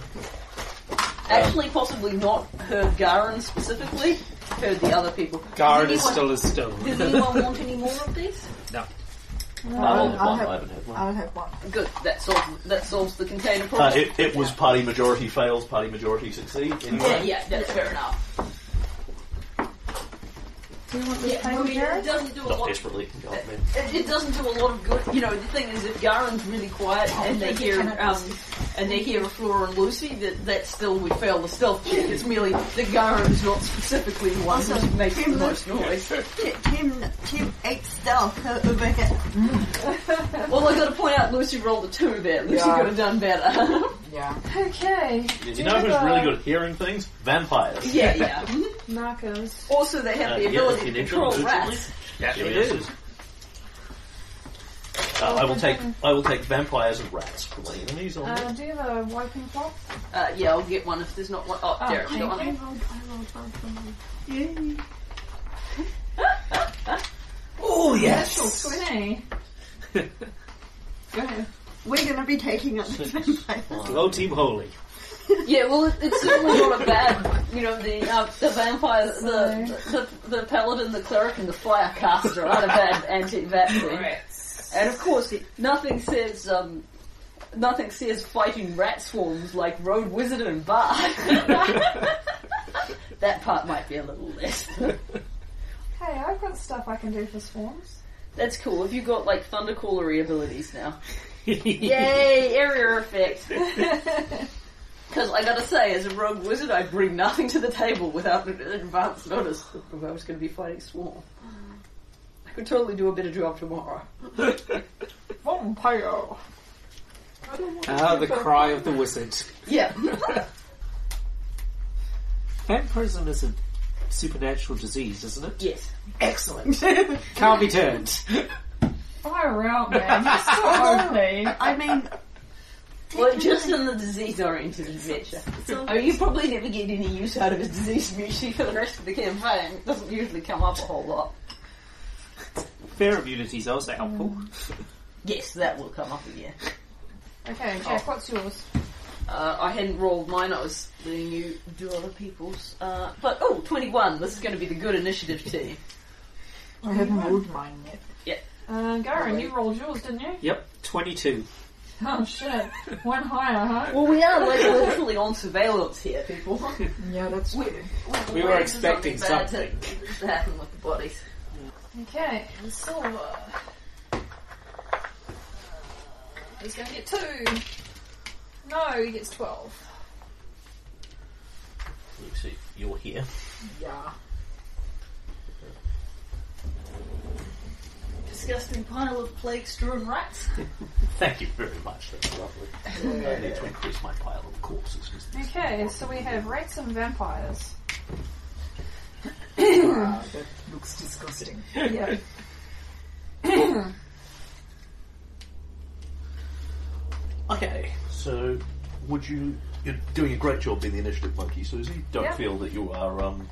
[SPEAKER 10] Actually, possibly not heard Garen specifically. Heard the other people.
[SPEAKER 9] Guard
[SPEAKER 10] Does
[SPEAKER 9] is
[SPEAKER 10] anyone-
[SPEAKER 9] still a stone.
[SPEAKER 10] Does anyone want any more of these?
[SPEAKER 1] I'll
[SPEAKER 7] I'll,
[SPEAKER 1] have
[SPEAKER 7] I'll
[SPEAKER 1] one, I
[SPEAKER 7] have,
[SPEAKER 1] haven't had one.
[SPEAKER 7] I'll have one.
[SPEAKER 10] Good. That solves that solves the container
[SPEAKER 1] Uh,
[SPEAKER 10] problem.
[SPEAKER 1] it, it was party majority fails, party majority succeeds.
[SPEAKER 10] yeah,
[SPEAKER 1] Anyway,
[SPEAKER 10] yeah, that's fair enough.
[SPEAKER 7] Do you want this
[SPEAKER 10] Yeah, I mean, it doesn't do a
[SPEAKER 1] not
[SPEAKER 10] lot.
[SPEAKER 1] desperately. God, man.
[SPEAKER 10] It, it doesn't do a lot of good. You know, the thing is, if Garen's really quiet and they hear um, and they hear Flora and Lucy, that that still would fail the stealth check. It's merely that Garen's not specifically the one
[SPEAKER 8] Also,
[SPEAKER 10] that makes the
[SPEAKER 8] Tim-
[SPEAKER 10] most noise.
[SPEAKER 8] Team, team 8 stealth uh, over here.
[SPEAKER 10] Well, I got to point out, Lucy rolled a two there. Lucy
[SPEAKER 7] Yeah.
[SPEAKER 10] could have done better.
[SPEAKER 7] Yeah.
[SPEAKER 6] Okay.
[SPEAKER 1] You know who's really good at hearing things? Vampires.
[SPEAKER 10] yeah, yeah.
[SPEAKER 6] Narcos.
[SPEAKER 2] Oh,
[SPEAKER 10] Also, they have
[SPEAKER 1] Uh,
[SPEAKER 10] the
[SPEAKER 1] yeah,
[SPEAKER 10] ability
[SPEAKER 1] they
[SPEAKER 10] to
[SPEAKER 1] can
[SPEAKER 10] control
[SPEAKER 1] introduce
[SPEAKER 10] rats.
[SPEAKER 1] Yeah,
[SPEAKER 9] it
[SPEAKER 1] yes,
[SPEAKER 9] is.
[SPEAKER 1] Uh, I will take I will take vampires and rats for my enemies. On
[SPEAKER 6] Uh, do you have a wiping cloth?
[SPEAKER 10] Uh, yeah, I'll get one if there's not one. Oh,
[SPEAKER 6] Oh,
[SPEAKER 10] Derek's
[SPEAKER 6] thank
[SPEAKER 10] got
[SPEAKER 8] I
[SPEAKER 10] one.
[SPEAKER 8] rolled, I rolled well for mine.
[SPEAKER 9] Oh, yes!
[SPEAKER 6] Natural 20. Go ahead.
[SPEAKER 8] We're going to be taking up the vampires.
[SPEAKER 9] Low team holy.
[SPEAKER 10] Yeah, well, it, it's certainly not a bad, you know, the uh, the vampire, the, the the paladin, the cleric, and the firecaster aren't a bad anti-vac thing. And of course, nothing says um, nothing says fighting rat swarms like road wizard and bard. that part might be a little less.
[SPEAKER 6] Hey, I've got stuff I can do for swarms.
[SPEAKER 10] That's cool. Have you got like thundercoolery abilities now? Yay, area effect. Because I gotta say, as a rogue wizard, I bring nothing to the table without an advance notice. If I was gonna be fighting swarm, I could totally do a better job tomorrow.
[SPEAKER 7] Vampire.
[SPEAKER 9] Ah, the cry of the wizard.
[SPEAKER 10] Yeah,
[SPEAKER 9] Vampirism is a supernatural disease, isn't it?
[SPEAKER 10] yes.
[SPEAKER 9] Excellent. Can't be turned.
[SPEAKER 6] Fire out, man. You're so lonely.
[SPEAKER 8] I mean,
[SPEAKER 10] Well, just in the disease-oriented adventure. I mean, you probably never get any use out of a disease mutually for the rest of the campaign. It doesn't usually come up a whole lot.
[SPEAKER 9] Fair immunity is also helpful.
[SPEAKER 10] Mm. Yes, that will come up again.
[SPEAKER 6] Okay, Jack, what's yours?
[SPEAKER 10] Uh, I hadn't rolled mine, I was letting you do other people's. Uh, but, oh, 21, this is going to be the good initiative team.
[SPEAKER 7] I haven't rolled mine yet.
[SPEAKER 10] Yeah.
[SPEAKER 6] Uh, Garen, you rolled yours, didn't you?
[SPEAKER 9] Yep, 22.
[SPEAKER 6] Oh shit. One higher, huh?
[SPEAKER 10] Well, we are like literally on surveillance here, people.
[SPEAKER 7] Yeah, that's
[SPEAKER 10] We,
[SPEAKER 7] true.
[SPEAKER 9] We were expecting
[SPEAKER 10] bad to- to happen with the bodies.
[SPEAKER 6] Okay, and silver. Uh, He's gonna get two. No, he gets twelve.
[SPEAKER 1] Lucy, you're here.
[SPEAKER 7] Yeah.
[SPEAKER 10] Disgusting pile of plague strewn rats.
[SPEAKER 1] Thank you very much. That's lovely. I need to increase my pile of corpses. 'cause this-
[SPEAKER 6] Okay, so we have rats and vampires.
[SPEAKER 7] Wow, that looks disgusting.
[SPEAKER 6] Yeah.
[SPEAKER 1] Okay, so would you? You're doing a great job being the initiative monkey, Susie. Don't
[SPEAKER 6] Yeah.
[SPEAKER 1] feel that you are um,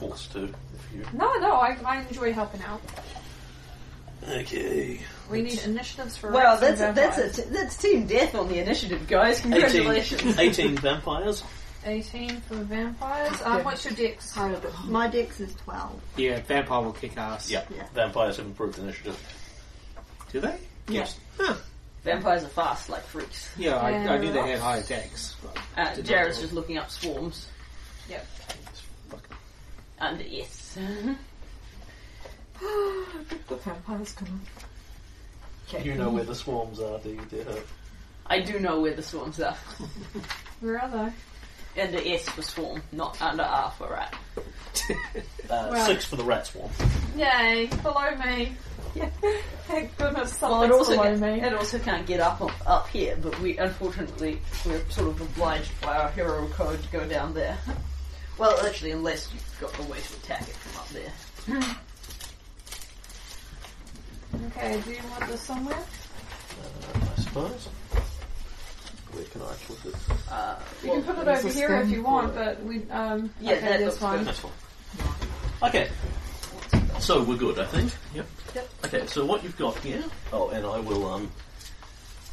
[SPEAKER 1] forced to. If you
[SPEAKER 6] No, no, I, I enjoy helping out.
[SPEAKER 1] okay.
[SPEAKER 6] We need initiatives for
[SPEAKER 10] Wow,
[SPEAKER 6] rats
[SPEAKER 10] that's a,
[SPEAKER 6] and
[SPEAKER 10] that's
[SPEAKER 6] vampires.
[SPEAKER 10] a t- that's team death on the initiative, guys.
[SPEAKER 1] 18,
[SPEAKER 10] Congratulations.
[SPEAKER 1] 18 vampires.
[SPEAKER 6] 18 for vampires. Um, what's your dex?
[SPEAKER 8] My dex is 12.
[SPEAKER 9] Yeah, vampire will kick ass.
[SPEAKER 1] Yeah,
[SPEAKER 8] Yeah.
[SPEAKER 1] vampires have improved initiative.
[SPEAKER 9] Do they?
[SPEAKER 8] Yes.
[SPEAKER 10] Vampires are fast, like freaks.
[SPEAKER 9] Yeah, I, I knew they
[SPEAKER 6] Yeah.
[SPEAKER 9] had high attacks. but
[SPEAKER 10] Uh,
[SPEAKER 9] did not
[SPEAKER 10] Jared's
[SPEAKER 9] know.
[SPEAKER 10] just looking up swarms.
[SPEAKER 6] Yep.
[SPEAKER 10] And yes.
[SPEAKER 7] The vampire's coming.
[SPEAKER 1] You know where the swarms are, do you? Dear?
[SPEAKER 10] I do know where the swarms are.
[SPEAKER 6] Where are they?
[SPEAKER 10] Under S for swarm, not under R for rat.
[SPEAKER 1] Uh,
[SPEAKER 6] Well-
[SPEAKER 1] Six for the rat swarm.
[SPEAKER 6] Yay, below me. Thank goodness
[SPEAKER 10] Well, it
[SPEAKER 6] something's
[SPEAKER 10] also,
[SPEAKER 6] below me.
[SPEAKER 10] it also can't get up up here, but we unfortunately we're sort of obliged by our hero code to go down there. Well, actually, unless you've got a way to attack it from up there.
[SPEAKER 6] Okay, do you want this somewhere?
[SPEAKER 1] I suppose. Where can I put it?
[SPEAKER 10] Uh,
[SPEAKER 6] You
[SPEAKER 10] well,
[SPEAKER 6] can put it
[SPEAKER 7] there's
[SPEAKER 6] over
[SPEAKER 7] a
[SPEAKER 6] here if
[SPEAKER 7] stem
[SPEAKER 6] you want,
[SPEAKER 7] for
[SPEAKER 6] but we, um,
[SPEAKER 10] Yeah,
[SPEAKER 6] okay,
[SPEAKER 10] that
[SPEAKER 6] that's
[SPEAKER 10] looks
[SPEAKER 6] fine.
[SPEAKER 1] That's fine. Okay. So we're good, I think. Yep.
[SPEAKER 10] Yep.
[SPEAKER 1] Okay, so what you've got here. Oh, and I will um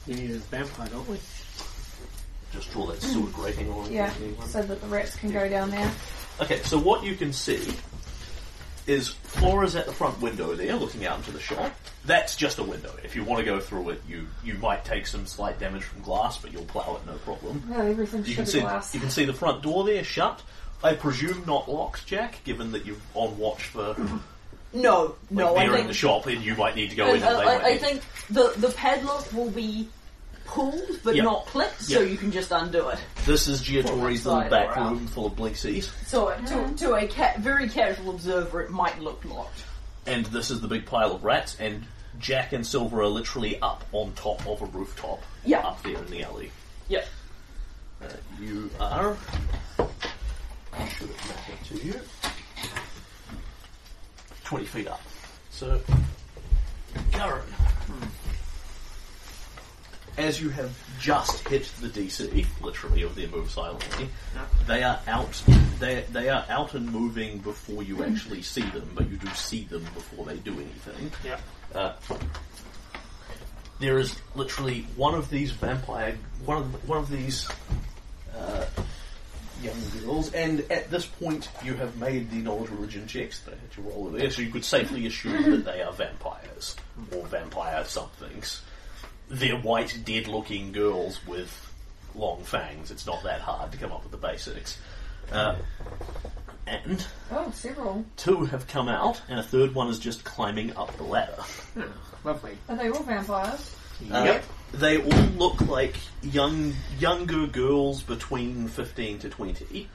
[SPEAKER 9] We need a vampire, don't we?
[SPEAKER 1] just draw that sewer grating on.
[SPEAKER 6] Yeah, so that the rats can go down there.
[SPEAKER 1] Okay, so what you can see is Flora's at the front window there, looking out into the shop. That's just a window. If you want to go through it, you you might take some slight damage from glass, but you'll plough it no problem.
[SPEAKER 6] Well, everything's
[SPEAKER 1] You can
[SPEAKER 6] sugar
[SPEAKER 1] see
[SPEAKER 6] glass.
[SPEAKER 1] you can see the front door there shut. I presume not locked, Jack, given that you're on watch for
[SPEAKER 10] no, no,
[SPEAKER 1] like,
[SPEAKER 10] I
[SPEAKER 1] beer in
[SPEAKER 10] think
[SPEAKER 1] the shop, and you might need to go in.
[SPEAKER 10] I,
[SPEAKER 1] and they might
[SPEAKER 10] I, I
[SPEAKER 1] need-
[SPEAKER 10] think the the padlock will be pulled but
[SPEAKER 1] Yeah.
[SPEAKER 10] not clipped, so
[SPEAKER 1] Yeah.
[SPEAKER 10] you can just undo it.
[SPEAKER 1] This is Giatori's little
[SPEAKER 10] Outside
[SPEAKER 1] back
[SPEAKER 10] or out.
[SPEAKER 1] room full of blinksies,
[SPEAKER 10] So uh,
[SPEAKER 7] Uh-huh.
[SPEAKER 10] to, to a ca- very casual observer, it might look locked.
[SPEAKER 1] and this is the big pile of rats, and Jack and Silver are literally up on top of a rooftop
[SPEAKER 10] Yeah.
[SPEAKER 1] up there in the alley.
[SPEAKER 10] Yep.
[SPEAKER 1] Uh, you are. Should it matter to you? 20 feet up. So, Garen. hmm. As you have just hit the DC, literally, of their move silently, they are out. They, they are out and moving before you actually see them, but you do see them before they do anything
[SPEAKER 9] Yeah.
[SPEAKER 1] there is literally one of these vampire, one of one of these uh, young girls, and at this point you have made the knowledge religion checks that had to roll there, so you could safely assume that they are vampires or vampire somethings. They're white, dead-looking girls with long fangs. It's not that hard to come up with the basics. Uh, and
[SPEAKER 6] Oh, several.
[SPEAKER 1] two have come out, and a third one is just climbing up the ladder.
[SPEAKER 9] Lovely.
[SPEAKER 6] Are they all vampires?
[SPEAKER 1] Uh,
[SPEAKER 9] Yep.
[SPEAKER 1] They all look like young, younger girls between fifteen to twenty,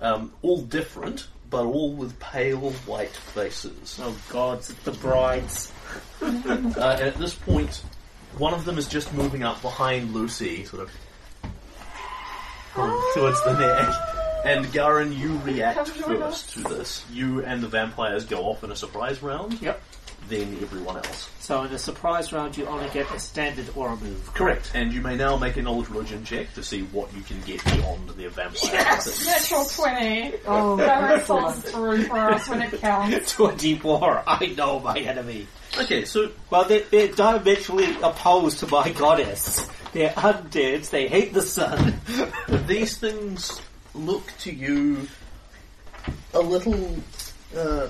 [SPEAKER 1] um, all different, but all with pale white faces.
[SPEAKER 9] Oh god, it's the brides.
[SPEAKER 1] Uh, and at this point, one of them is just moving up behind Lucy, sort of from- towards the neck. And Garen, you react
[SPEAKER 6] Ah. Come join
[SPEAKER 1] first to this. You and the vampires go off in a surprise round,
[SPEAKER 9] Yep.
[SPEAKER 1] then everyone else.
[SPEAKER 9] So in a surprise round, you only get a standard or a move.
[SPEAKER 1] Correct. And you may now make a knowledge religion check to see what you can get beyond their vampire. Yes!
[SPEAKER 6] Natural 20.
[SPEAKER 7] Oh,
[SPEAKER 6] That
[SPEAKER 7] beautiful.
[SPEAKER 6] results through for us when it counts.
[SPEAKER 9] 24. I know my enemy.
[SPEAKER 1] Okay, so
[SPEAKER 9] Well, they're, they're diametrically opposed to my goddess. They're undead. They hate the sun.
[SPEAKER 1] these things look to you a little uh,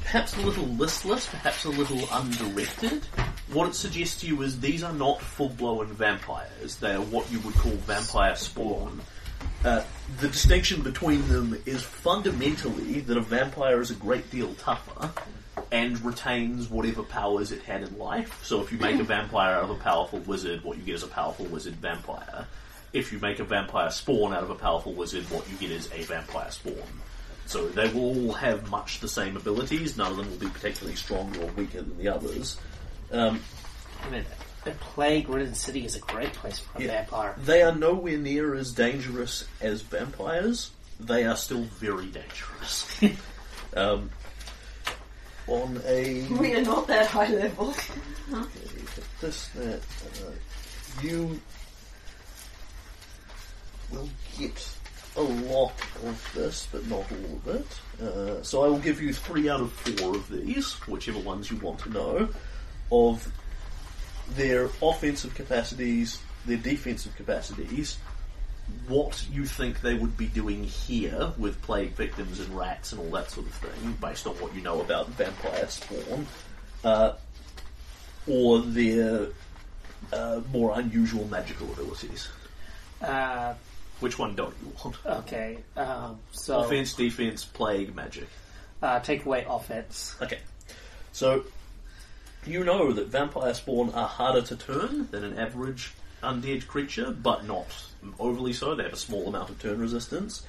[SPEAKER 1] perhaps a little listless, perhaps a little undirected. What it suggests to you is these are not full-blown vampires. They are what you would call vampire spawn. Uh, the distinction between them is fundamentally that a vampire is a great deal tougher and retains whatever powers it had in life. So if you make a vampire out of a powerful wizard, what you get is a powerful wizard vampire. If you make a vampire spawn out of a powerful wizard, what you get is a vampire spawn. So they will all have much the same abilities. None of them will be particularly stronger or weaker than the others. Um,
[SPEAKER 9] I mean, a plague-ridden city is a great place for a
[SPEAKER 1] Yeah.
[SPEAKER 9] vampire.
[SPEAKER 1] they are nowhere near as dangerous as vampires. They are still very dangerous. um, on a
[SPEAKER 2] We are not that high level.
[SPEAKER 1] this that uh, you will get a lot of this, but not all of it. Uh, so I will give you three out of four of these, whichever ones you want to know, of their offensive capacities, their defensive capacities, what you think they would be doing here with plague victims and rats and all that sort of thing, based on what you know about vampire spawn, uh, or their uh, more unusual magical abilities. Uh,
[SPEAKER 9] Uh,
[SPEAKER 1] Which one don't you want?
[SPEAKER 9] okay, um, so
[SPEAKER 1] Offense, defense, plague, magic.
[SPEAKER 9] uh, take away offense.
[SPEAKER 1] Okay. So, you know that vampire spawn are harder to turn than an average undead creature, but not overly so. They have a small amount of turn resistance.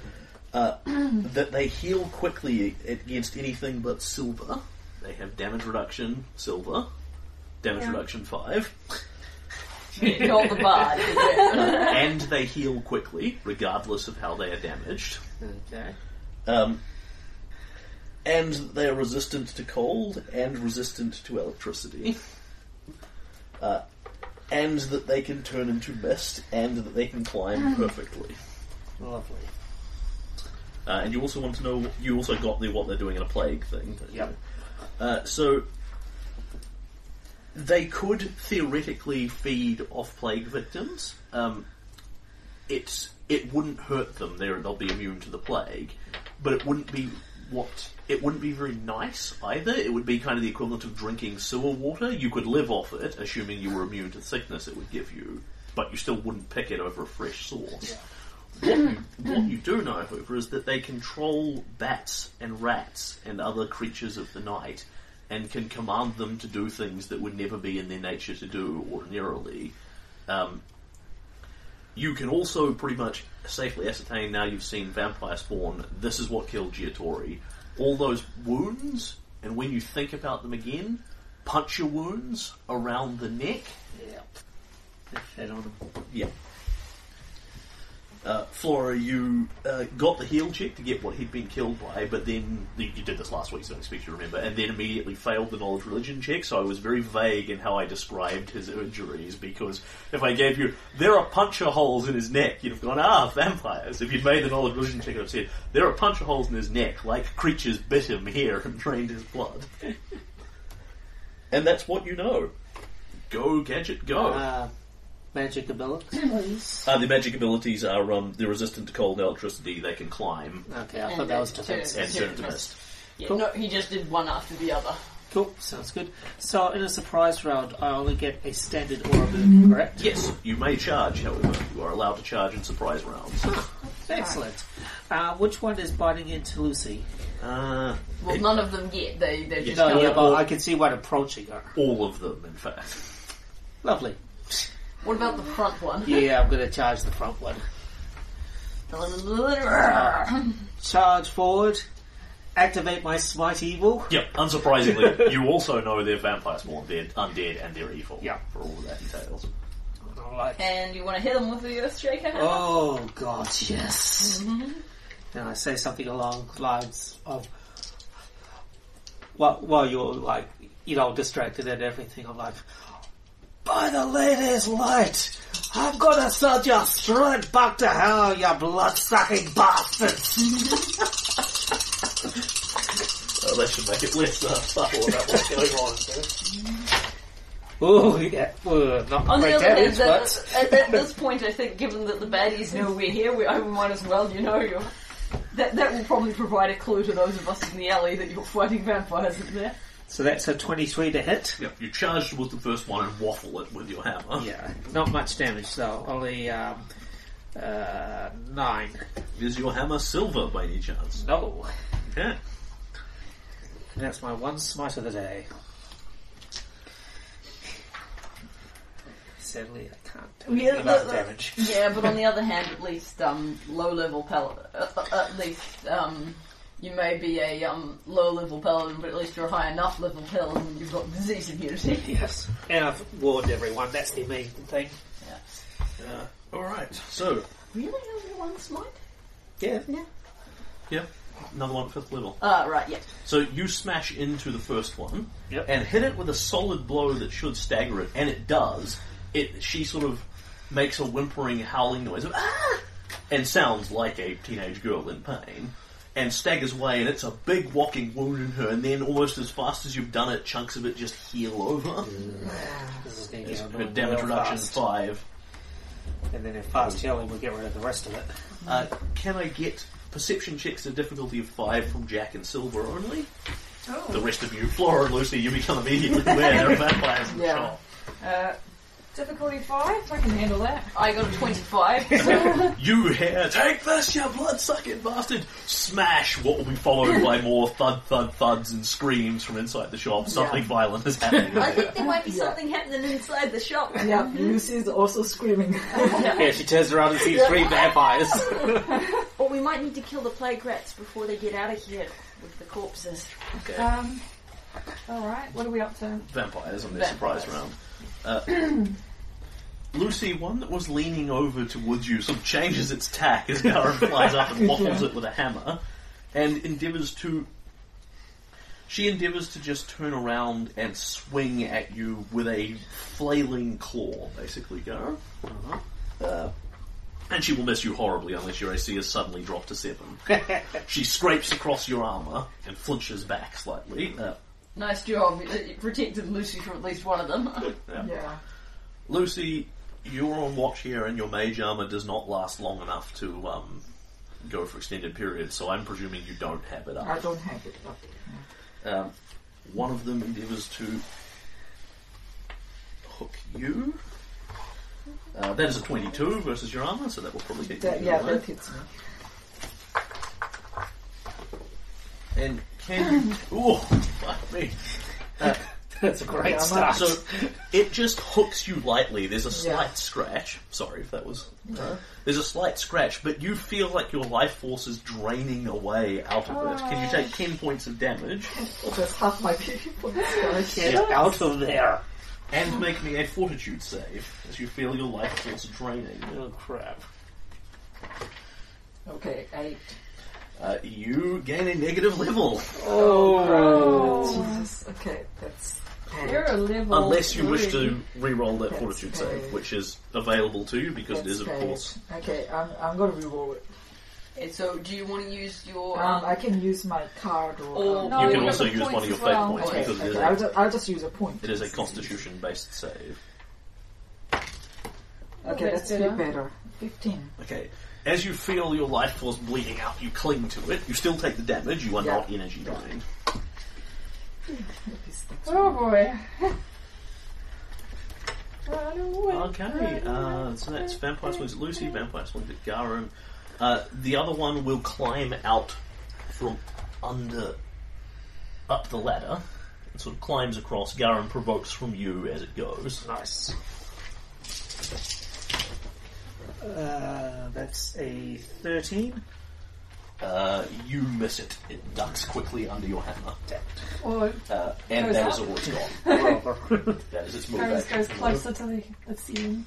[SPEAKER 1] Uh, that they heal quickly against anything but silver. They have damage reduction, silver. Damage reduction 5.
[SPEAKER 10] Call the bard.
[SPEAKER 1] and they heal quickly, regardless of how they are damaged.
[SPEAKER 9] Okay.
[SPEAKER 1] Um, and they are resistant to cold and resistant to electricity. Uh, and that they can turn into mist and that they can climb perfectly.
[SPEAKER 9] Lovely.
[SPEAKER 1] Uh, and you also want to know, you also got the what they're doing in a plague thing. didn't you?
[SPEAKER 9] Yep.
[SPEAKER 1] Uh, so they could theoretically feed off plague victims. Um, it's it wouldn't hurt them. They're, they'll be immune to the plague, but it wouldn't be what it wouldn't be very nice either. It would be kind of the equivalent of drinking sewer water. You could live off it, assuming you were immune to the sickness it would give you, but you still wouldn't pick it over a fresh source. What, you, what you do know, however, is that they control bats and rats and other creatures of the night, and can command them to do things that would never be in their nature to do ordinarily. Um, you can also pretty much safely ascertain now you've seen Vampire Spawn, this is what killed Giatori. All those wounds, and when you think about them again, punch your wounds around the neck.
[SPEAKER 9] Yep. Fed on them.
[SPEAKER 1] Yeah. Uh, Flora, you uh, got the heal check to get what he'd been killed by, but then you you did this last week, so I expect you to remember, and then immediately failed the knowledge religion check. So I was very vague in how I described his injuries because if I gave you there are puncher holes in his neck, you'd have gone ah vampires. If you'd made the knowledge religion check, I'd have said there are puncher holes in his neck, like creatures bit him here and drained his blood. and that's what you know. Go gadget, go.
[SPEAKER 9] Uh, magic abilities.
[SPEAKER 1] Uh, the magic abilities are um, they're resistant to cold and electricity. They can climb
[SPEAKER 9] okay, I
[SPEAKER 10] And
[SPEAKER 9] thought that
[SPEAKER 10] then
[SPEAKER 9] was
[SPEAKER 10] two.
[SPEAKER 9] defense.
[SPEAKER 1] and turn to
[SPEAKER 10] Yes.
[SPEAKER 1] mist.
[SPEAKER 10] Yeah,
[SPEAKER 9] Cool.
[SPEAKER 10] No, he just did one after the other.
[SPEAKER 9] Cool, sounds good. So in a surprise round, I only get a standard aura move, correct?
[SPEAKER 1] Yes, you may charge. However, you are allowed to charge in surprise rounds.
[SPEAKER 9] Excellent. Uh, which one is biting into Lucy?
[SPEAKER 1] Uh,
[SPEAKER 10] Well, none of them yet. They they just
[SPEAKER 9] No,
[SPEAKER 10] come
[SPEAKER 9] yeah,
[SPEAKER 10] up.
[SPEAKER 9] but I can see one approaching her.
[SPEAKER 1] all of them, in fact.
[SPEAKER 9] Lovely.
[SPEAKER 10] What about the front one?
[SPEAKER 9] Yeah, I'm going to charge the front one. Charge forward. Activate my smite evil.
[SPEAKER 1] Yep. Unsurprisingly, you also know they're vampire spawn. They're undead and they're evil.
[SPEAKER 9] Yeah.
[SPEAKER 1] For all that entails.
[SPEAKER 9] All right.
[SPEAKER 10] And you want to hit him with the Earthshaker?
[SPEAKER 9] Oh God, yes.
[SPEAKER 10] Mm-hmm.
[SPEAKER 9] And I say something along the lines of, while, while you're like, you know, distracted and everything, I'm like, by the lady's light, I'm gonna send you straight back to hell, you blood-sucking bastards.
[SPEAKER 1] Uh, that should make it less uh, subtle about what's going on.
[SPEAKER 9] Ooh, yeah, well, not
[SPEAKER 10] On the
[SPEAKER 9] great
[SPEAKER 10] other hand,
[SPEAKER 9] damage,
[SPEAKER 10] that,
[SPEAKER 9] but
[SPEAKER 10] at, at this point, I think, given that the baddies know we're here, we, I might as well, you know, you're That, that will probably provide a clue to those of us in the alley that you're fighting vampires in there.
[SPEAKER 9] So that's a 23 to hit.
[SPEAKER 1] Yep, you charge towards the first one and waffle it with your hammer.
[SPEAKER 9] Yeah, not much damage though. Only um, uh, nine.
[SPEAKER 1] Is your hammer silver by any chance?
[SPEAKER 9] No,
[SPEAKER 1] Okay.
[SPEAKER 9] and that's my one smite of the day. Sadly, I can't do
[SPEAKER 10] Yeah,
[SPEAKER 9] anything about
[SPEAKER 10] the- the-
[SPEAKER 9] damage.
[SPEAKER 10] Yeah, but on the other hand, at least um, low-level paladin. Uh, uh, at least um, you may be a um, low-level paladin, but at least you're a high enough level paladin. You've got disease immunity.
[SPEAKER 9] Yes, and I've warned everyone. That's the main thing.
[SPEAKER 1] Alright, so,
[SPEAKER 10] Really, only one smite?
[SPEAKER 9] Yeah,
[SPEAKER 1] yep, another one at fifth level.
[SPEAKER 10] Ah, right. Yeah.
[SPEAKER 1] So you smash into the first one
[SPEAKER 9] Yep.
[SPEAKER 1] and hit it with a solid blow that should stagger it, and it does. It she sort of makes a whimpering, howling noise of ah, and sounds like a teenage girl in pain, and staggers away. And it's a big walking wound in her. And then almost as fast as you've done it, chunks of it just heal over.
[SPEAKER 9] this is going to
[SPEAKER 1] It's
[SPEAKER 9] get
[SPEAKER 1] her
[SPEAKER 9] annoying
[SPEAKER 1] damage
[SPEAKER 9] real
[SPEAKER 1] reduction is
[SPEAKER 9] fast.
[SPEAKER 1] five.
[SPEAKER 9] and then if fast healing, we'll get rid of the rest of it.
[SPEAKER 1] Uh, can I get perception checks at a difficulty of five from Jack and Silver only? The rest of you, Flora and Lucy, you become immediately aware of vampires in the
[SPEAKER 10] Yeah.
[SPEAKER 1] shop.
[SPEAKER 6] Uh, difficulty five. I can handle that.
[SPEAKER 10] I got a twenty-five.
[SPEAKER 1] You here, take this, you bloodsucking bastard! Smash what will be followed by more thud, thud, thuds and screams from inside the shop. Something violent is happening.
[SPEAKER 2] I think there might be
[SPEAKER 7] Yeah.
[SPEAKER 2] something happening inside the shop.
[SPEAKER 7] Yeah, Lucy's also screaming.
[SPEAKER 9] Yeah, she turns around and sees three vampires.
[SPEAKER 2] Or we might need to kill the plague rats before they get out of here with the corpses.
[SPEAKER 6] Um, all right. What are we up to?
[SPEAKER 1] Vampires on their surprise round. Uh, Lucy, one that was leaning over towards you, sort of changes its tack as Karen flies up and waffles it with a hammer, and endeavours to. She endeavours to just turn around and swing at you with a flailing claw, basically, Karen. And she will miss you horribly unless your AC is suddenly dropped to seven. she scrapes across your armour and flinches back slightly. Uh,
[SPEAKER 10] nice job. You- You protected Lucy from at least one of them.
[SPEAKER 7] yeah.
[SPEAKER 1] Lucy, you're on watch here, and your mage armour does not last long enough to um, go for extended periods, so I'm presuming you don't have it
[SPEAKER 7] I
[SPEAKER 1] up.
[SPEAKER 7] don't have it. But,
[SPEAKER 1] Um, one of them endeavours to hook you. Uh, that is a 22 versus your armour, so that will probably hit you.
[SPEAKER 7] that,
[SPEAKER 1] either
[SPEAKER 7] yeah,
[SPEAKER 1] way.
[SPEAKER 7] that hits me.
[SPEAKER 1] And can you... Oh, fuck me.
[SPEAKER 9] That's a great
[SPEAKER 7] Yeah, I'm
[SPEAKER 9] start.
[SPEAKER 1] So it just hooks you lightly. There's a slight
[SPEAKER 7] Yeah.
[SPEAKER 1] scratch. Sorry if that was. There's a slight scratch, but you feel like your life force is draining away out of it. Can you
[SPEAKER 7] Ah.
[SPEAKER 1] take 10 points of damage
[SPEAKER 7] That's half my pity points. guys.
[SPEAKER 9] Get out of there.
[SPEAKER 1] and make me a fortitude save as you feel your life force draining?
[SPEAKER 9] Oh crap.
[SPEAKER 7] Okay, eight.
[SPEAKER 1] Uh, you gain a negative level
[SPEAKER 7] Jesus. Okay, that's
[SPEAKER 6] You're a level.
[SPEAKER 1] Oh. unless you wish
[SPEAKER 6] three.
[SPEAKER 1] to re-roll that
[SPEAKER 7] Oh, That's
[SPEAKER 1] fortitude
[SPEAKER 7] bad.
[SPEAKER 1] save, which is available to you because it
[SPEAKER 7] that's
[SPEAKER 1] is, of
[SPEAKER 7] great.
[SPEAKER 1] course.
[SPEAKER 7] Okay, I'm, I'm gonna re-roll it.
[SPEAKER 10] and so, do you want to use your?
[SPEAKER 7] Um,
[SPEAKER 10] Um,
[SPEAKER 7] I can use my card or.
[SPEAKER 10] Or-
[SPEAKER 7] um,
[SPEAKER 6] No,
[SPEAKER 1] you
[SPEAKER 6] you
[SPEAKER 1] can
[SPEAKER 6] have
[SPEAKER 1] also
[SPEAKER 6] the
[SPEAKER 1] use one
[SPEAKER 6] points
[SPEAKER 1] of your
[SPEAKER 6] as
[SPEAKER 1] fate
[SPEAKER 6] well.
[SPEAKER 1] points
[SPEAKER 7] okay,
[SPEAKER 1] because it is
[SPEAKER 7] okay,
[SPEAKER 1] a
[SPEAKER 7] I'll, just, I'll just use a point.
[SPEAKER 1] it is a constitution-based save.
[SPEAKER 7] Okay,
[SPEAKER 6] That's
[SPEAKER 7] that's a bit
[SPEAKER 6] better.
[SPEAKER 7] better. 15.
[SPEAKER 1] Okay. As you feel your life force bleeding out, you cling to it. You still take the damage. You are
[SPEAKER 7] Yeah.
[SPEAKER 1] not energy drained.
[SPEAKER 6] Oh boy. Run away.
[SPEAKER 1] Okay. Uh, so that's vampire swings at Lucy, vampire swings at Garum. Uh, the other one will climb out from under up the ladder. It sort of climbs across. Garum provokes from you as it goes.
[SPEAKER 9] Nice. Uh, that's a 13.
[SPEAKER 1] Uh, you miss it. It ducks quickly under your hammer,
[SPEAKER 6] Or
[SPEAKER 1] uh, and
[SPEAKER 6] Goes
[SPEAKER 1] that
[SPEAKER 6] up.
[SPEAKER 1] is all it's got. That is its move
[SPEAKER 6] goes,
[SPEAKER 1] action.
[SPEAKER 6] goes closer to the, the scene.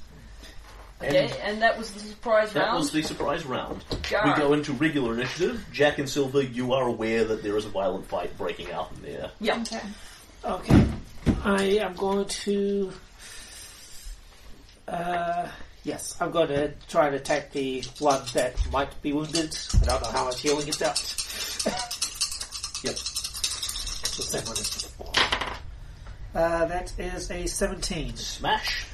[SPEAKER 10] okay,
[SPEAKER 1] And
[SPEAKER 10] um, and that was the surprise
[SPEAKER 1] That
[SPEAKER 10] round.
[SPEAKER 1] was the surprise round. We
[SPEAKER 10] Garrett.
[SPEAKER 1] go into regular initiative. Jack and Silver, you are aware that there is a violent fight breaking out in there.
[SPEAKER 10] yeah.
[SPEAKER 6] Okay.
[SPEAKER 9] Okay. I am going to. Uh, yes, I'm going to try and attack the one that might be wounded. I don't know how much healing it does.
[SPEAKER 1] Yep.
[SPEAKER 9] The same one as before. Uh, that is a 17
[SPEAKER 1] Smash.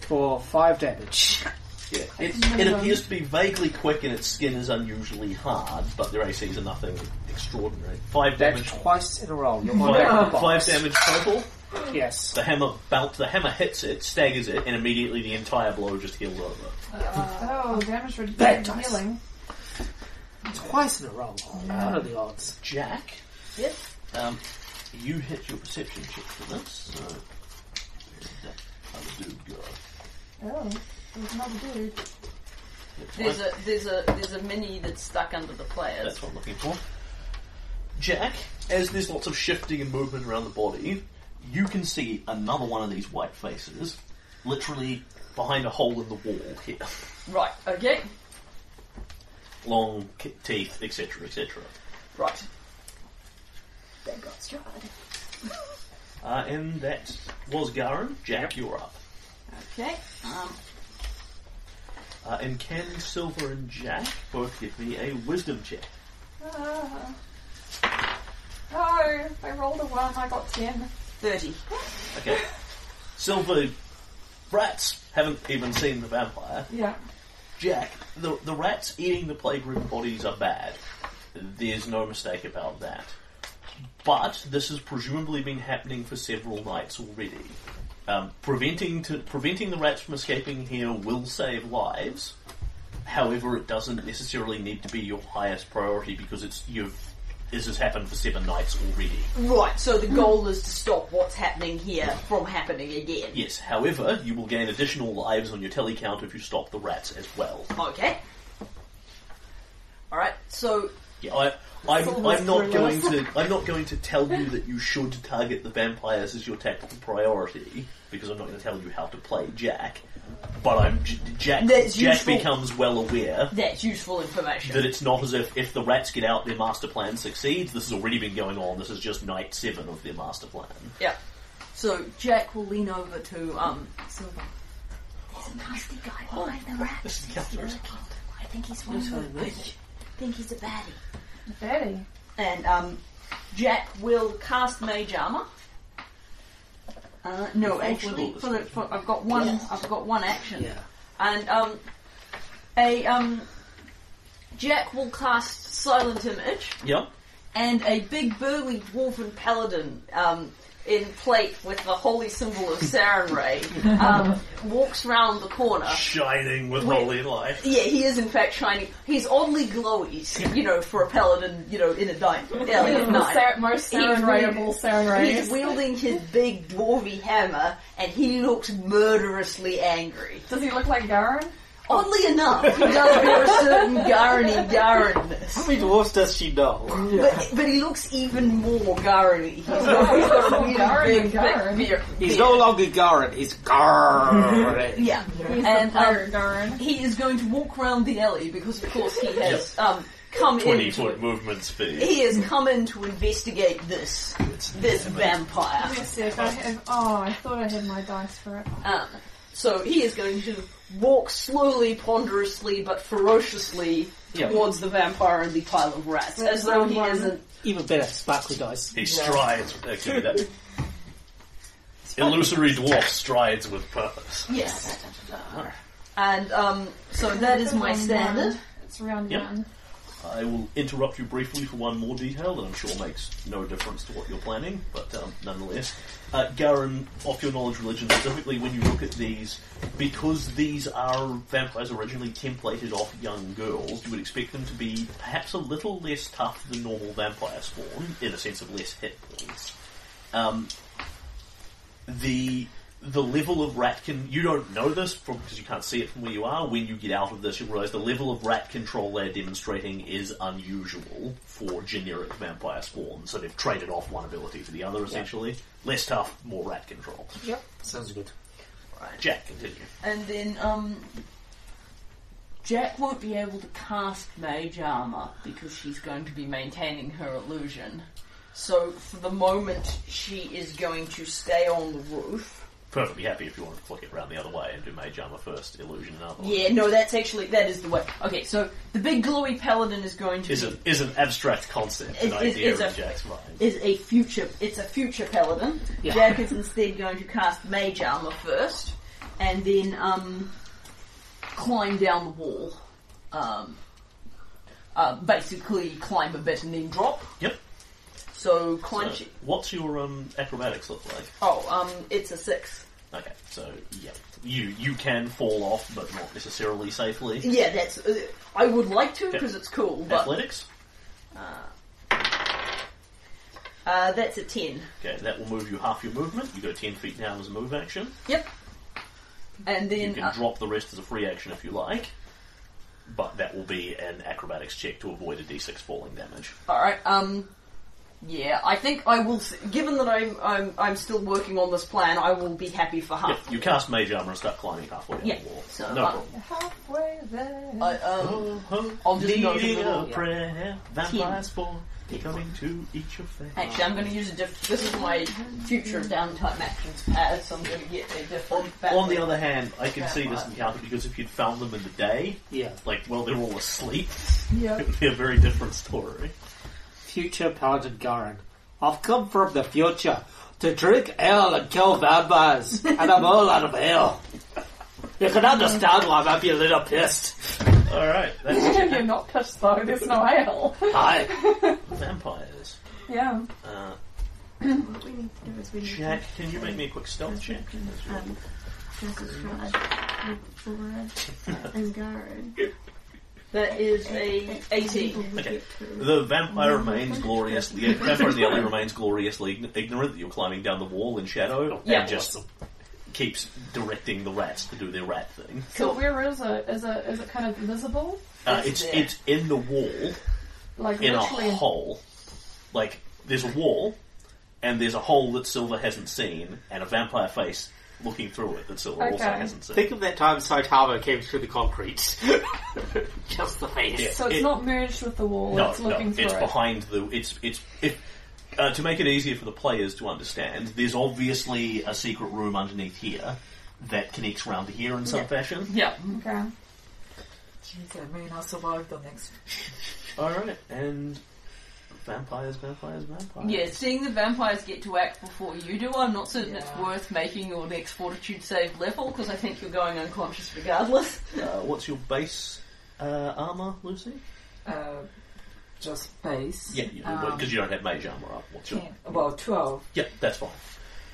[SPEAKER 9] for 5 damage.
[SPEAKER 1] Yeah, it, it appears to be vaguely quick, and its skin is unusually hard, but their ACs are nothing extraordinary. Five
[SPEAKER 9] That's
[SPEAKER 1] damage.
[SPEAKER 9] twice in a row. You're on
[SPEAKER 1] Five,
[SPEAKER 9] that
[SPEAKER 1] five damage total.
[SPEAKER 9] Yes.
[SPEAKER 1] The hammer bounce. The hammer hits it, staggers it, and immediately the entire blow just heals over.
[SPEAKER 10] Ah.
[SPEAKER 6] Oh, damage for
[SPEAKER 9] Bad dice.
[SPEAKER 6] healing.
[SPEAKER 9] Twice in a row. What are the odds?
[SPEAKER 1] Jack.
[SPEAKER 10] Yep.
[SPEAKER 1] Um, you hit your perception check for this. So that other dude go.
[SPEAKER 6] Oh, there's another dude.
[SPEAKER 10] There's a there's a there's a mini that's stuck under the players.
[SPEAKER 1] That's what I'm looking for. Jack, as there's lots of shifting and movement around the body, you can see another one of these white faces, literally behind a hole in the wall here.
[SPEAKER 10] Right. Okay.
[SPEAKER 1] Long ki- teeth, etc., etc.
[SPEAKER 10] Right.
[SPEAKER 2] They got started.
[SPEAKER 1] Uh, and that was Garen. Jack, you're up.
[SPEAKER 10] Okay. Um,
[SPEAKER 1] Uh, and Ken, Silver, and Jack both give me a wisdom check.
[SPEAKER 6] Ah. No, I rolled a one. I got ten.
[SPEAKER 10] thirty.
[SPEAKER 1] Okay. Silver, rats haven't even seen the vampire.
[SPEAKER 6] Yeah.
[SPEAKER 1] Jack, the, the rats eating the plague-ridden bodies are bad. There's no mistake about that. But this has presumably been happening for several nights already. Um, preventing to, preventing the rats from escaping here will save lives. However, it doesn't necessarily need to be your highest priority because it's you've this has happened for seven nights already.
[SPEAKER 10] Right. So the goal is to stop what's happening here from happening again.
[SPEAKER 1] Yes, however, you will gain additional lives on your telecount if you stop the rats as well.
[SPEAKER 10] Okay. All right. So
[SPEAKER 1] Yeah, I, I'm,
[SPEAKER 7] Silver's
[SPEAKER 1] I'm not
[SPEAKER 7] through
[SPEAKER 1] going to. I'm not going to tell you that you should target the vampires as your tactical priority because I'm not going to tell you how to play Jack. But I'm J- Jack.
[SPEAKER 10] That's
[SPEAKER 1] Jack
[SPEAKER 10] useful.
[SPEAKER 1] becomes well aware
[SPEAKER 10] that's useful information.
[SPEAKER 1] that it's not as if if the rats get out, their master plan succeeds. This has already been going on. This is just night seven of their master plan.
[SPEAKER 10] Yeah. So Jack will lean over to um Oh.
[SPEAKER 7] Silver.
[SPEAKER 2] There's a nasty guy behind the rats. He's lurking. I think he's one of them. I think he's a baddie.
[SPEAKER 6] Betty.
[SPEAKER 10] and um Jack will cast mage armor. Uh, no, actually, for the, for, I've got one. I've got one action, and um, a um, Jack will cast silent image,
[SPEAKER 1] Yep.
[SPEAKER 10] and a big burly dwarven paladin um, in plate with the holy symbol of Saren Ray um, walks round the corner.
[SPEAKER 1] Shining with
[SPEAKER 10] Wait.
[SPEAKER 1] holy light.
[SPEAKER 10] Yeah, he is in fact shiny. He's oddly glowy, you know, for a paladin, you know, in a night. Yeah, like at night.
[SPEAKER 6] Sar- most
[SPEAKER 10] He's
[SPEAKER 6] Saren
[SPEAKER 10] weird.
[SPEAKER 6] Rayable Saren
[SPEAKER 10] He's
[SPEAKER 6] Rays.
[SPEAKER 10] wielding his big dwarvy hammer, and he looks murderously angry.
[SPEAKER 6] Does he look like Garen?
[SPEAKER 10] Oddly enough, he does bear a certain Garany Garanness.
[SPEAKER 9] How many dwarfs does she know?
[SPEAKER 10] But, but he looks even more Garany. He's got, he's got a
[SPEAKER 6] Garran
[SPEAKER 10] really Oh,
[SPEAKER 6] and
[SPEAKER 10] big, thick
[SPEAKER 6] Garran.
[SPEAKER 10] beard.
[SPEAKER 9] He's no longer Garen, he's Garen.
[SPEAKER 10] Yeah.
[SPEAKER 6] He's
[SPEAKER 10] And,
[SPEAKER 6] the player
[SPEAKER 10] um,
[SPEAKER 6] Garen.
[SPEAKER 10] He is going to walk round the alley because, of course, he has um, come
[SPEAKER 1] Twenty
[SPEAKER 10] in.
[SPEAKER 1] foot movement speed.
[SPEAKER 10] He has come in to investigate this this vampire.
[SPEAKER 6] Yes, yes, I have, oh, I thought I had my dice for it.
[SPEAKER 10] Um, so he is going to walk slowly, ponderously, but ferociously
[SPEAKER 9] Yeah.
[SPEAKER 10] towards the vampire and the pile of rats, as though he
[SPEAKER 6] Round one.
[SPEAKER 10] isn't.
[SPEAKER 9] Even better, sparkly dice.
[SPEAKER 1] He strides. Actually, that illusory dwarf strides with purpose.
[SPEAKER 10] Yes. And um, so that is my
[SPEAKER 6] Round
[SPEAKER 10] standard.
[SPEAKER 6] one. It's round
[SPEAKER 1] Yep.
[SPEAKER 6] one.
[SPEAKER 1] I will interrupt you briefly for one more detail that I'm sure makes no difference to what you're planning, but um, nonetheless. Uh, Garen, off your knowledge religion specifically, when you look at these, because these are vampires originally templated off young girls, you would expect them to be perhaps a little less tough than normal vampire spawn, in a sense of less hit points. Um, the the level of Ratkin, you don't know this because you can't see it from where you are. When you get out of this, you'll realise the level of rat control they're demonstrating is unusual for generic vampire spawn. So they've traded off one ability for the other, essentially. Less tough, more rat control.
[SPEAKER 9] Yep. Sounds good.
[SPEAKER 1] Jack, continue.
[SPEAKER 10] And then um, Jack won't be able to cast mage armor because she's going to be maintaining her illusion. So for the moment, she is going to stay on the roof.
[SPEAKER 1] Perfectly happy if you want to flick it around the other way and do mage armor first, illusion another. one.
[SPEAKER 10] Yeah, no, that's actually that is the way. Okay, so the big glowy paladin is going to
[SPEAKER 1] Is
[SPEAKER 10] be,
[SPEAKER 1] an is an abstract concept, an
[SPEAKER 10] It's- it's-
[SPEAKER 1] idea
[SPEAKER 10] it's
[SPEAKER 1] in
[SPEAKER 10] a-
[SPEAKER 1] Jack's mind.
[SPEAKER 10] is a future. It's a future paladin.
[SPEAKER 9] Yeah.
[SPEAKER 10] Jack is instead going to cast mage armor first, and then um, climb down the wall. Um, uh, basically, climb a bit and then drop.
[SPEAKER 1] Yep.
[SPEAKER 10] So climb.
[SPEAKER 1] So,
[SPEAKER 10] che-
[SPEAKER 1] what's your um, acrobatics look like?
[SPEAKER 10] oh, um, it's a six.
[SPEAKER 1] Okay, so yeah, you you can fall off, but not necessarily safely.
[SPEAKER 10] Yeah, that's. Uh, I would like to because it's cool, but
[SPEAKER 1] Athletics.
[SPEAKER 10] uh, that's a ten.
[SPEAKER 1] Okay, that will move you half your movement. You go ten feet down as a move action.
[SPEAKER 10] Yep. And
[SPEAKER 1] You
[SPEAKER 10] then
[SPEAKER 1] can
[SPEAKER 10] uh,
[SPEAKER 1] drop the rest as a free action if you like, but that will be an acrobatics check to avoid a d6 falling damage.
[SPEAKER 10] All right. Um. Yeah, I think I will. s- Given that I'm I'm I'm still working on this plan, I will be happy for half.
[SPEAKER 1] Yep, you cast mage armor and start climbing halfway down
[SPEAKER 10] Ah. Yeah,
[SPEAKER 1] the wall.
[SPEAKER 10] so,
[SPEAKER 1] no
[SPEAKER 10] uh,
[SPEAKER 1] problem.
[SPEAKER 7] Halfway there.
[SPEAKER 10] I, um, I'll just note
[SPEAKER 1] Needing a
[SPEAKER 10] the little-
[SPEAKER 1] prayer, vampires for
[SPEAKER 10] Ten.
[SPEAKER 1] coming to each of them.
[SPEAKER 10] actually, I'm going to use a diff. This is my future downtime actions pad, so I'm going to get a different. back-
[SPEAKER 1] On the other hand, I can see
[SPEAKER 10] uh,
[SPEAKER 1] this encounter because if you'd found them in the day,
[SPEAKER 9] Yeah.
[SPEAKER 1] like, well, they're all asleep,
[SPEAKER 7] Yeah.
[SPEAKER 1] it would be a very different story.
[SPEAKER 9] Future Paladin Garin. I've come from the future to drink ale and kill vampires, and I'm all out of ale. You can understand why I might be a little pissed.
[SPEAKER 1] Alright, that's
[SPEAKER 6] You're not pissed though. There's no ale.
[SPEAKER 9] Hi.
[SPEAKER 1] vampires.
[SPEAKER 6] Yeah.
[SPEAKER 1] Uh,
[SPEAKER 8] What we need to do is we need
[SPEAKER 1] Jack,
[SPEAKER 8] to
[SPEAKER 1] can you make me a quick stealth check?
[SPEAKER 8] um, this is for us with Flora and Garen.
[SPEAKER 10] that is a eighteen.
[SPEAKER 1] Okay. The vampire remains gloriously. The vampire in the alley remains gloriously ign- ignorant that you're climbing down the wall in shadow,
[SPEAKER 10] Yeah.
[SPEAKER 1] and just keeps directing the rats to do their rat thing.
[SPEAKER 6] So where is it? Is it is it kind of visible?
[SPEAKER 1] Uh, it's
[SPEAKER 10] It's there.
[SPEAKER 1] it's in the wall
[SPEAKER 6] Like
[SPEAKER 1] in a
[SPEAKER 6] literally.
[SPEAKER 1] hole. Like there's a wall, and there's a hole that Silver hasn't seen, and a vampire face looking through it that Silver also
[SPEAKER 6] Okay.
[SPEAKER 1] hasn't seen.
[SPEAKER 9] Think of that time Saitama came through the concrete. Just the face.
[SPEAKER 1] Yeah.
[SPEAKER 6] So it's
[SPEAKER 1] it-
[SPEAKER 6] not merged with the wall.
[SPEAKER 1] No,
[SPEAKER 6] it's
[SPEAKER 1] no,
[SPEAKER 6] looking through
[SPEAKER 1] it's
[SPEAKER 6] it.
[SPEAKER 1] behind the. It's it's it, uh, to make it easier for the players to understand. There's obviously a secret room underneath here that connects round to here in some fashion.
[SPEAKER 10] Yeah.
[SPEAKER 6] Okay.
[SPEAKER 7] Jeez, I may not survive the next.
[SPEAKER 1] All right, and vampires, vampires, vampires.
[SPEAKER 10] Yeah, seeing the vampires get to act before you do, I'm not certain it's
[SPEAKER 7] Yeah.
[SPEAKER 10] worth making your next fortitude save level because I think you're going unconscious regardless.
[SPEAKER 1] Uh, what's your base uh, armor, Lucy?
[SPEAKER 7] Uh, just pace.
[SPEAKER 1] Yeah, because
[SPEAKER 7] Um,
[SPEAKER 1] you don't have mage armor up. What's your?
[SPEAKER 7] ten- Well, twelve.
[SPEAKER 1] Yeah, that's fine.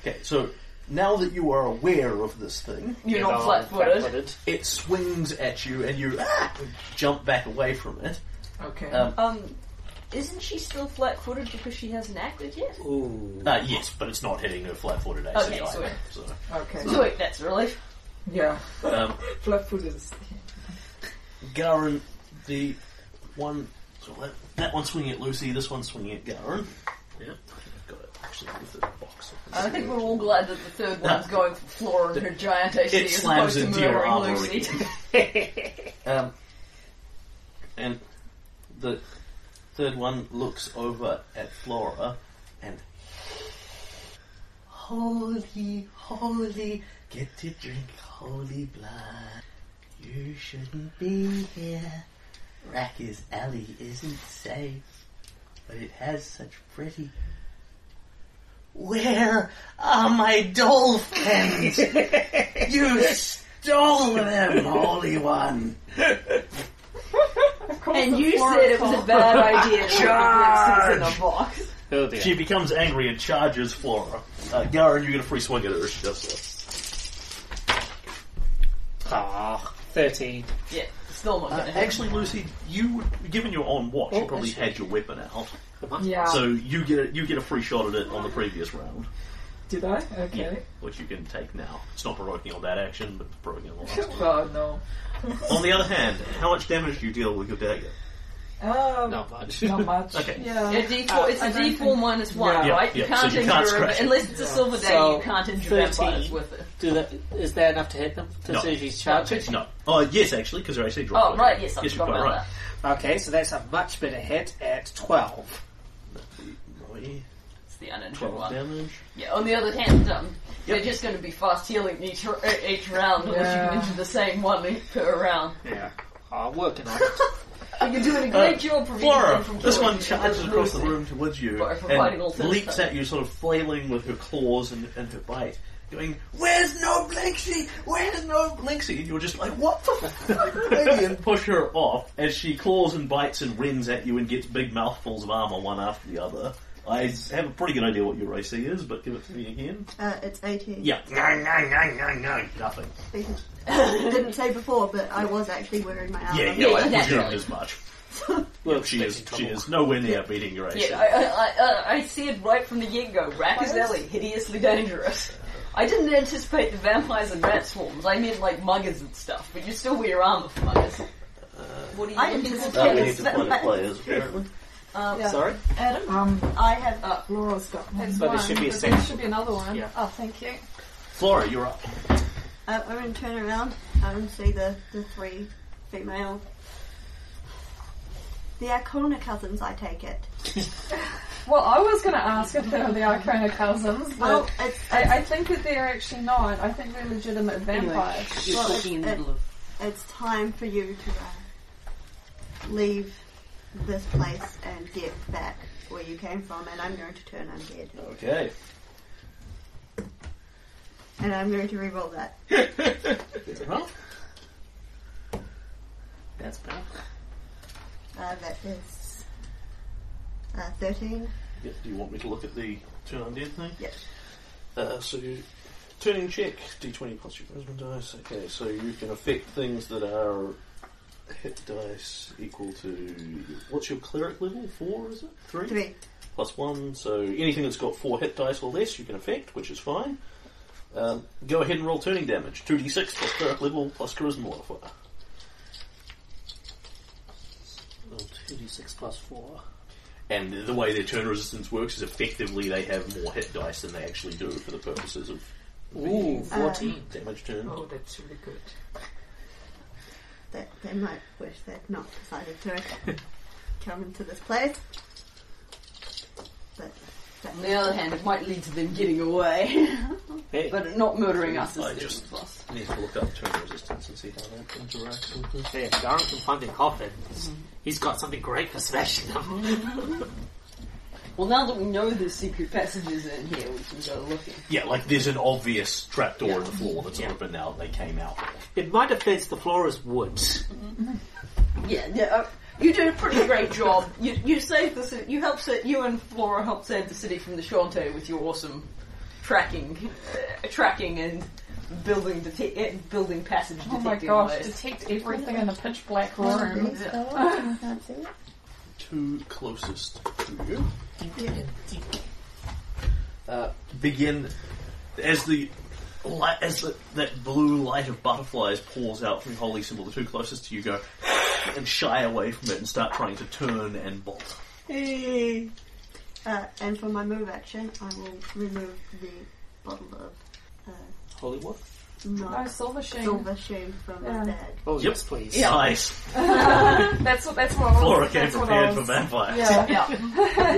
[SPEAKER 1] Okay, so now that you are aware of this thing,
[SPEAKER 10] You're not flat-footed.
[SPEAKER 1] it swings at you, and you ah, jump back away from it.
[SPEAKER 7] Okay.
[SPEAKER 1] Um,
[SPEAKER 10] Um, isn't she still flat-footed because she hasn't acted yet?
[SPEAKER 9] Ooh.
[SPEAKER 1] Uh, yes, but it's not hitting her flat-footed AC
[SPEAKER 10] Okay,
[SPEAKER 1] either.
[SPEAKER 7] okay.
[SPEAKER 10] Sweet, that's a relief.
[SPEAKER 7] Yeah.
[SPEAKER 1] So, um,
[SPEAKER 7] Flat-footed. is-
[SPEAKER 1] Garen, the one, so that, that one's swinging at Lucy, this one's swinging at Garen. Yep, I've got it actually with the box.
[SPEAKER 10] I think we're all glad that the third one's going for Flora and her giant AC
[SPEAKER 1] It
[SPEAKER 10] as
[SPEAKER 1] slams
[SPEAKER 10] opposed to
[SPEAKER 1] into your
[SPEAKER 10] murdering
[SPEAKER 1] armor
[SPEAKER 10] Lucy.
[SPEAKER 1] Um, and the third one looks over at Flora and holy, holy, get to drink holy blood. You shouldn't be here. Racker's alley isn't safe, but it has such pretty. Where are my dolphins? you stole them, holy one.
[SPEAKER 10] and you said it was a bad idea to put Lucy's in a box.
[SPEAKER 9] Oh dear.
[SPEAKER 1] She becomes angry and charges Flora. Uh, Garen, you get a free swing at her. if She does so.
[SPEAKER 9] Ah, 13.
[SPEAKER 10] Yeah, still not
[SPEAKER 1] Uh,
[SPEAKER 10] gonna happen.
[SPEAKER 1] actually, Lucy, you, given your on watch,
[SPEAKER 10] Oh,
[SPEAKER 1] you probably had your weapon out,
[SPEAKER 7] Yeah.
[SPEAKER 1] so you get a, you get a free shot at it on the previous round,
[SPEAKER 7] Did I? Okay.
[SPEAKER 1] which you can take now. It's not provoking on that action, but provoking on the last one.
[SPEAKER 7] Well, no.
[SPEAKER 1] on the other hand, how much damage do you deal with your dagger?
[SPEAKER 7] Um,
[SPEAKER 9] Not much.
[SPEAKER 7] Not much.
[SPEAKER 1] Okay.
[SPEAKER 6] Yeah.
[SPEAKER 10] A D4, it's a
[SPEAKER 6] I don't
[SPEAKER 10] D4
[SPEAKER 6] think-
[SPEAKER 10] minus 1,
[SPEAKER 7] Yeah.
[SPEAKER 10] right? You
[SPEAKER 1] Yeah,
[SPEAKER 10] can't
[SPEAKER 1] so you
[SPEAKER 10] injure
[SPEAKER 1] can't
[SPEAKER 10] a-
[SPEAKER 1] scratch it.
[SPEAKER 10] unless it's a silver day,
[SPEAKER 9] So,
[SPEAKER 10] you can't injure
[SPEAKER 9] 13.
[SPEAKER 10] vampires with it.
[SPEAKER 9] Do that, is that enough to hit them? To
[SPEAKER 1] No.
[SPEAKER 9] see if he's charging?
[SPEAKER 1] No. Oh, yes, actually, because her AC dropped.
[SPEAKER 10] Oh,
[SPEAKER 1] earlier.
[SPEAKER 10] right, yes, I
[SPEAKER 1] yes, you're
[SPEAKER 10] forgot
[SPEAKER 1] quite
[SPEAKER 10] about
[SPEAKER 1] right.
[SPEAKER 9] Okay, so that's a much better hit at 12.
[SPEAKER 1] Oh, yeah,
[SPEAKER 10] It's the uninjured
[SPEAKER 1] Twelve
[SPEAKER 10] one.
[SPEAKER 1] damage.
[SPEAKER 10] Yeah, on the other hand, um, they're just going to be fast healing each, r- uh, each round unless you
[SPEAKER 7] Yeah.
[SPEAKER 10] can injure the same one per round.
[SPEAKER 9] Yeah. I'm working on it.
[SPEAKER 10] But you're doing a great
[SPEAKER 1] Uh,
[SPEAKER 10] job preventing them
[SPEAKER 1] Flora,
[SPEAKER 10] from
[SPEAKER 1] this
[SPEAKER 10] killing
[SPEAKER 1] one
[SPEAKER 10] you.
[SPEAKER 1] charges across the
[SPEAKER 10] Lucy.
[SPEAKER 1] room towards you
[SPEAKER 10] Flora, for fighting all
[SPEAKER 1] and
[SPEAKER 10] things,
[SPEAKER 1] leaps
[SPEAKER 10] though.
[SPEAKER 1] at you, sort of flailing with her claws and, and her bite. going, "Where's no Blinksy? Where's no Blinksy?" And you're just like, "What the fuck?" lady?" and push her off as she claws and bites and rends at you and gets big mouthfuls of armor one after the other. I have a pretty good idea what your AC is, but give it to me again.
[SPEAKER 8] Uh, it's 18.
[SPEAKER 10] Um,
[SPEAKER 1] Yeah, no, no, no, no, no, nothing.
[SPEAKER 8] Didn't say before, but I was actually wearing my armor.
[SPEAKER 1] Yeah, yeah, I presumed
[SPEAKER 10] naturally.
[SPEAKER 1] as much.
[SPEAKER 9] Well,
[SPEAKER 1] She is, she is nowhere near beating your AC.
[SPEAKER 10] Yeah, I, I, I, I, I see it right from the get go. Rakazelli, hideously dangerous. I didn't anticipate the vampires and rat swarms. I meant like muggers and stuff, but you still wear armor for muggers. What do you
[SPEAKER 8] I
[SPEAKER 10] looking
[SPEAKER 8] anticipated
[SPEAKER 10] for?
[SPEAKER 1] Uh, we need
[SPEAKER 8] it's
[SPEAKER 1] to play the
[SPEAKER 8] that-
[SPEAKER 1] players, apparently.
[SPEAKER 10] Um,
[SPEAKER 9] Sorry?
[SPEAKER 6] Adam?
[SPEAKER 7] Um,
[SPEAKER 8] I have
[SPEAKER 10] uh,
[SPEAKER 7] Laura's got one.
[SPEAKER 6] That's
[SPEAKER 9] But there
[SPEAKER 6] one,
[SPEAKER 9] should be a
[SPEAKER 6] but
[SPEAKER 9] second.
[SPEAKER 6] There should be another one.
[SPEAKER 9] Yeah.
[SPEAKER 6] Oh, thank you.
[SPEAKER 1] Flora, you're up.
[SPEAKER 8] Uh, I'm going to turn around and see the, the three female. The Icona cousins, I take it.
[SPEAKER 6] Well, I was going to ask if they were the Arcana cousins, but
[SPEAKER 8] Well, it's,
[SPEAKER 6] I, I think that they're actually not. I think they're legitimate vampires.
[SPEAKER 10] You're
[SPEAKER 8] Well,
[SPEAKER 10] talking in the
[SPEAKER 8] it-
[SPEAKER 10] middle of.
[SPEAKER 8] it's time for you to uh, leave this place and get back where you came from, and I'm going to turn undead.
[SPEAKER 1] Okay.
[SPEAKER 8] And I'm going to re-roll that.
[SPEAKER 9] That's bad.
[SPEAKER 8] Uh, that is uh, 13.
[SPEAKER 1] Yeah, do you want me to look at the turn undead thing?
[SPEAKER 8] Yes.
[SPEAKER 1] Uh, so, you- turning check, d20 plus your charisma dice. Okay, so you can affect things that are hit dice equal to. What's your cleric level? Four, is it? Three?
[SPEAKER 8] Three.
[SPEAKER 1] Plus one, so anything that's got four hit dice or less you can affect, which is fine. Um, go ahead and roll turning damage. 2d6 plus cleric level plus charisma modifier.
[SPEAKER 9] Well, 2d6 plus 4.
[SPEAKER 1] And the way their turn resistance works is effectively they have more hit dice than they actually do for the purposes of
[SPEAKER 9] Ooh,
[SPEAKER 8] Uh,
[SPEAKER 9] 14.
[SPEAKER 1] damage turn.
[SPEAKER 7] Oh, that's really good.
[SPEAKER 8] That they might wish they'd not decided to come into this place. But that
[SPEAKER 10] On the other hand, it might lead to them getting away,
[SPEAKER 9] hey,
[SPEAKER 10] but not murdering us
[SPEAKER 1] I
[SPEAKER 10] is
[SPEAKER 1] just-
[SPEAKER 10] just plus.
[SPEAKER 1] Need to look up turn resistance and see how that interacts with this.
[SPEAKER 9] hey, Darren can find a coffin. He's got something great for smashing them.
[SPEAKER 10] Well, now that we know there's secret passages in here, we can go looking.
[SPEAKER 1] Yeah, like there's an obvious trapdoor in the floor that's open now that they came out.
[SPEAKER 9] In my defense, the floor is wood.
[SPEAKER 10] Yeah, yeah. Uh, you did a pretty great job. You you saved the city. You helped. sa- You and Flora helped save the city from the Shantae with your awesome tracking, uh, tracking and building dete- uh, building passage.
[SPEAKER 6] Oh my
[SPEAKER 10] detecting
[SPEAKER 6] gosh,
[SPEAKER 10] ways.
[SPEAKER 6] detect everything in a pitch black
[SPEAKER 8] one of
[SPEAKER 6] room.
[SPEAKER 8] these go on, I can't see it.
[SPEAKER 1] Two closest to you. Uh, begin as the light, as the, that blue light of butterflies pours out from the holy symbol. The two closest to you go and shy away from it and start trying to turn and bolt.
[SPEAKER 8] Uh, and for my move action, I will remove the bottle of uh,
[SPEAKER 9] Holy what?
[SPEAKER 6] No
[SPEAKER 8] not
[SPEAKER 6] silver sheen.
[SPEAKER 8] silver sheen from my
[SPEAKER 6] Yeah.
[SPEAKER 8] bag.
[SPEAKER 9] Oh,
[SPEAKER 1] Yep.
[SPEAKER 9] yes, please.
[SPEAKER 1] Nice.
[SPEAKER 6] That's what. That's what. I was-
[SPEAKER 1] Flora came
[SPEAKER 6] Oh, that's what I
[SPEAKER 1] prepared for
[SPEAKER 6] was-
[SPEAKER 1] vampires.
[SPEAKER 6] Yeah.
[SPEAKER 10] Yeah.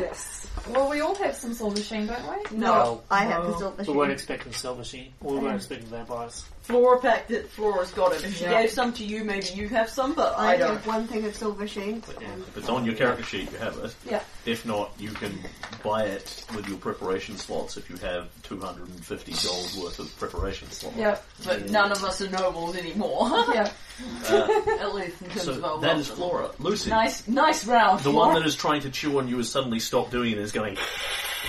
[SPEAKER 7] yes.
[SPEAKER 6] Well, we all have some silver sheen, don't we?
[SPEAKER 8] No,
[SPEAKER 9] No.
[SPEAKER 8] I have the silver
[SPEAKER 9] We weren't
[SPEAKER 8] sheen.
[SPEAKER 9] expecting silver machine. We weren't expecting vampires.
[SPEAKER 10] Flora packed it. Flora's got it. If she
[SPEAKER 7] Yeah.
[SPEAKER 10] gave some to you, maybe you have some, but I,
[SPEAKER 8] I
[SPEAKER 10] don't.
[SPEAKER 8] have one thing of silver sheen. and
[SPEAKER 1] If it's on your character sheet, you have it.
[SPEAKER 6] Yeah.
[SPEAKER 1] If not, you can buy it with your preparation slots if you have 250 gold worth of preparation slots.
[SPEAKER 6] Yeah.
[SPEAKER 10] But none of us are nobles anymore.
[SPEAKER 6] Yeah.
[SPEAKER 10] At least in terms
[SPEAKER 1] So
[SPEAKER 10] of our
[SPEAKER 1] that
[SPEAKER 10] wealth.
[SPEAKER 1] is Flora. Lucy,
[SPEAKER 10] Nice, nice round.
[SPEAKER 1] the one that is trying to chew on you, has suddenly stopped doing it and is going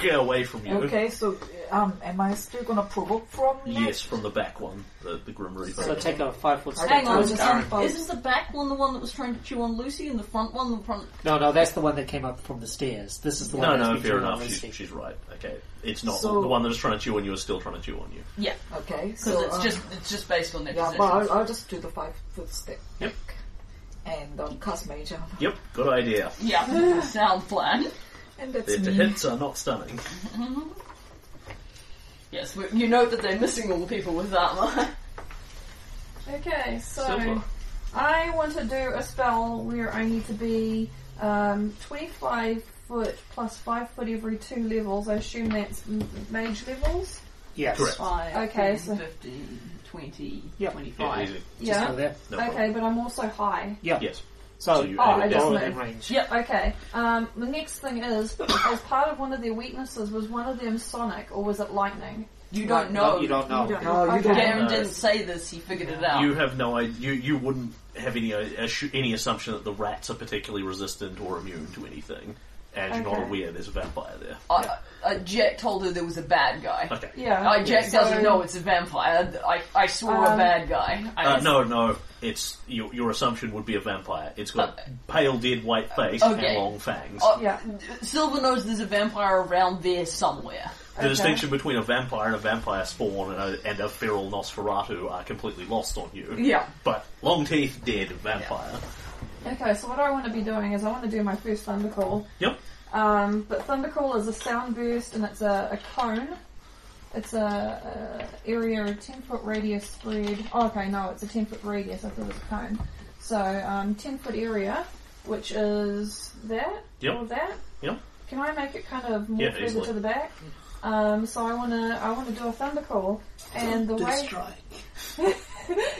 [SPEAKER 1] get away from you.
[SPEAKER 7] Okay, so um, am I still gonna provoke from? that?
[SPEAKER 1] Yes, from the back one, the, the Grim Reaper.
[SPEAKER 9] So take a five foot step
[SPEAKER 10] Hang on,
[SPEAKER 9] towards
[SPEAKER 10] just
[SPEAKER 9] Darren.
[SPEAKER 10] Isn't the back one the one that was trying to chew on Lucy, and the front one the front?
[SPEAKER 9] No, no, that's the one that came up from the stairs. This is the
[SPEAKER 1] no,
[SPEAKER 9] one that's
[SPEAKER 1] no,
[SPEAKER 9] been
[SPEAKER 1] fair
[SPEAKER 9] doing all
[SPEAKER 1] enough.
[SPEAKER 9] this
[SPEAKER 1] She's,
[SPEAKER 9] thing.
[SPEAKER 1] she's right. Okay, it's not
[SPEAKER 7] So-
[SPEAKER 1] the one that is trying to chew on you is still trying to chew on you.
[SPEAKER 10] Yeah,
[SPEAKER 7] Okay,
[SPEAKER 10] because
[SPEAKER 7] so
[SPEAKER 10] it's
[SPEAKER 7] um,
[SPEAKER 10] just it's just based on their
[SPEAKER 7] yeah,
[SPEAKER 10] position.
[SPEAKER 7] but I'll, I'll just do the five foot step.
[SPEAKER 1] Yep.
[SPEAKER 7] And um, cast mage armor.
[SPEAKER 1] Yep, good idea.
[SPEAKER 10] Yeah, sound plan.
[SPEAKER 7] And that's
[SPEAKER 1] Their
[SPEAKER 7] me.
[SPEAKER 1] hits are not stunning.
[SPEAKER 10] Yes, we, you know that they're missing all the people with armor.
[SPEAKER 6] Okay, so
[SPEAKER 1] Silver.
[SPEAKER 6] I want to do a spell where I need to be um, 25 foot plus 5 foot every two levels. I assume that's m- mage levels.
[SPEAKER 9] Yes.
[SPEAKER 1] Correct.
[SPEAKER 10] Five,
[SPEAKER 6] Okay, so-
[SPEAKER 10] 15, 20,
[SPEAKER 9] Yeah.
[SPEAKER 10] 25.
[SPEAKER 1] easy.
[SPEAKER 9] Just
[SPEAKER 6] Yeah.
[SPEAKER 9] go there.
[SPEAKER 1] No problem.
[SPEAKER 6] okay, but I'm also high.
[SPEAKER 9] Yeah.
[SPEAKER 1] Yes. So
[SPEAKER 9] So,
[SPEAKER 1] you
[SPEAKER 6] Oh,
[SPEAKER 1] add
[SPEAKER 6] I
[SPEAKER 1] it
[SPEAKER 6] just
[SPEAKER 1] down.
[SPEAKER 9] all
[SPEAKER 6] know.
[SPEAKER 9] within range.
[SPEAKER 10] Yep.
[SPEAKER 6] Okay. Um, the next thing is, as part of one of their weaknesses, was one of them sonic or was it lightning?
[SPEAKER 10] You don't know.
[SPEAKER 9] you don't know.
[SPEAKER 8] You don't
[SPEAKER 7] No,
[SPEAKER 8] know.
[SPEAKER 7] you
[SPEAKER 8] Okay.
[SPEAKER 10] Darren
[SPEAKER 1] know.
[SPEAKER 10] didn't say this. He figured it out.
[SPEAKER 1] You have no idea. You, you wouldn't have any uh, assu- any assumption that the rats are particularly resistant or immune to anything, and you're not
[SPEAKER 6] Okay.
[SPEAKER 1] aware there's a vampire there. Uh,
[SPEAKER 10] I, I, Jack told her there was a bad guy.
[SPEAKER 1] Okay.
[SPEAKER 6] Oh, Yeah.
[SPEAKER 10] I, Oh, Jack
[SPEAKER 6] so-
[SPEAKER 10] doesn't know it's a vampire. I, I saw a
[SPEAKER 6] Um,
[SPEAKER 10] bad guy. I,
[SPEAKER 1] Uh, no, no. It's your, your assumption would be a vampire. It's got
[SPEAKER 10] Okay.
[SPEAKER 1] a pale, dead white face
[SPEAKER 10] Okay.
[SPEAKER 1] and long fangs.
[SPEAKER 10] Uh,
[SPEAKER 6] Yeah.
[SPEAKER 10] Silver knows there's a vampire around there somewhere.
[SPEAKER 1] the distinction between a vampire and a vampire spawn and a, and a feral Nosferatu are completely lost on you.
[SPEAKER 10] Yeah.
[SPEAKER 1] But long teeth, dead vampire.
[SPEAKER 6] Okay, so what I want to be doing is I want to do my first thunder call.
[SPEAKER 1] Yep.
[SPEAKER 6] Um, but thunder call is a sound burst and it's a, a cone. It's a, a area of ten foot radius spread. Oh, okay, no, it's a ten foot radius. I thought it was a cone. So um, ten foot area, which is that
[SPEAKER 1] Yep.
[SPEAKER 6] or that.
[SPEAKER 1] Yep.
[SPEAKER 6] Can I make it kind of more
[SPEAKER 1] Yeah,
[SPEAKER 6] further
[SPEAKER 1] easily.
[SPEAKER 6] to the back? Um, so I wanna I wanna do a thunder call, and the way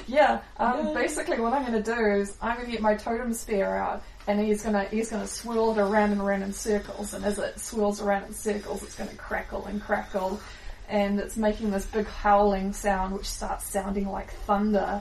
[SPEAKER 6] yeah, um, basically what I'm gonna do is I'm gonna get my totem spear out, and he's gonna he's gonna swirl it around and around in circles, and as it swirls around in circles, it's gonna crackle and crackle, and it's making this big howling sound, which starts sounding like thunder.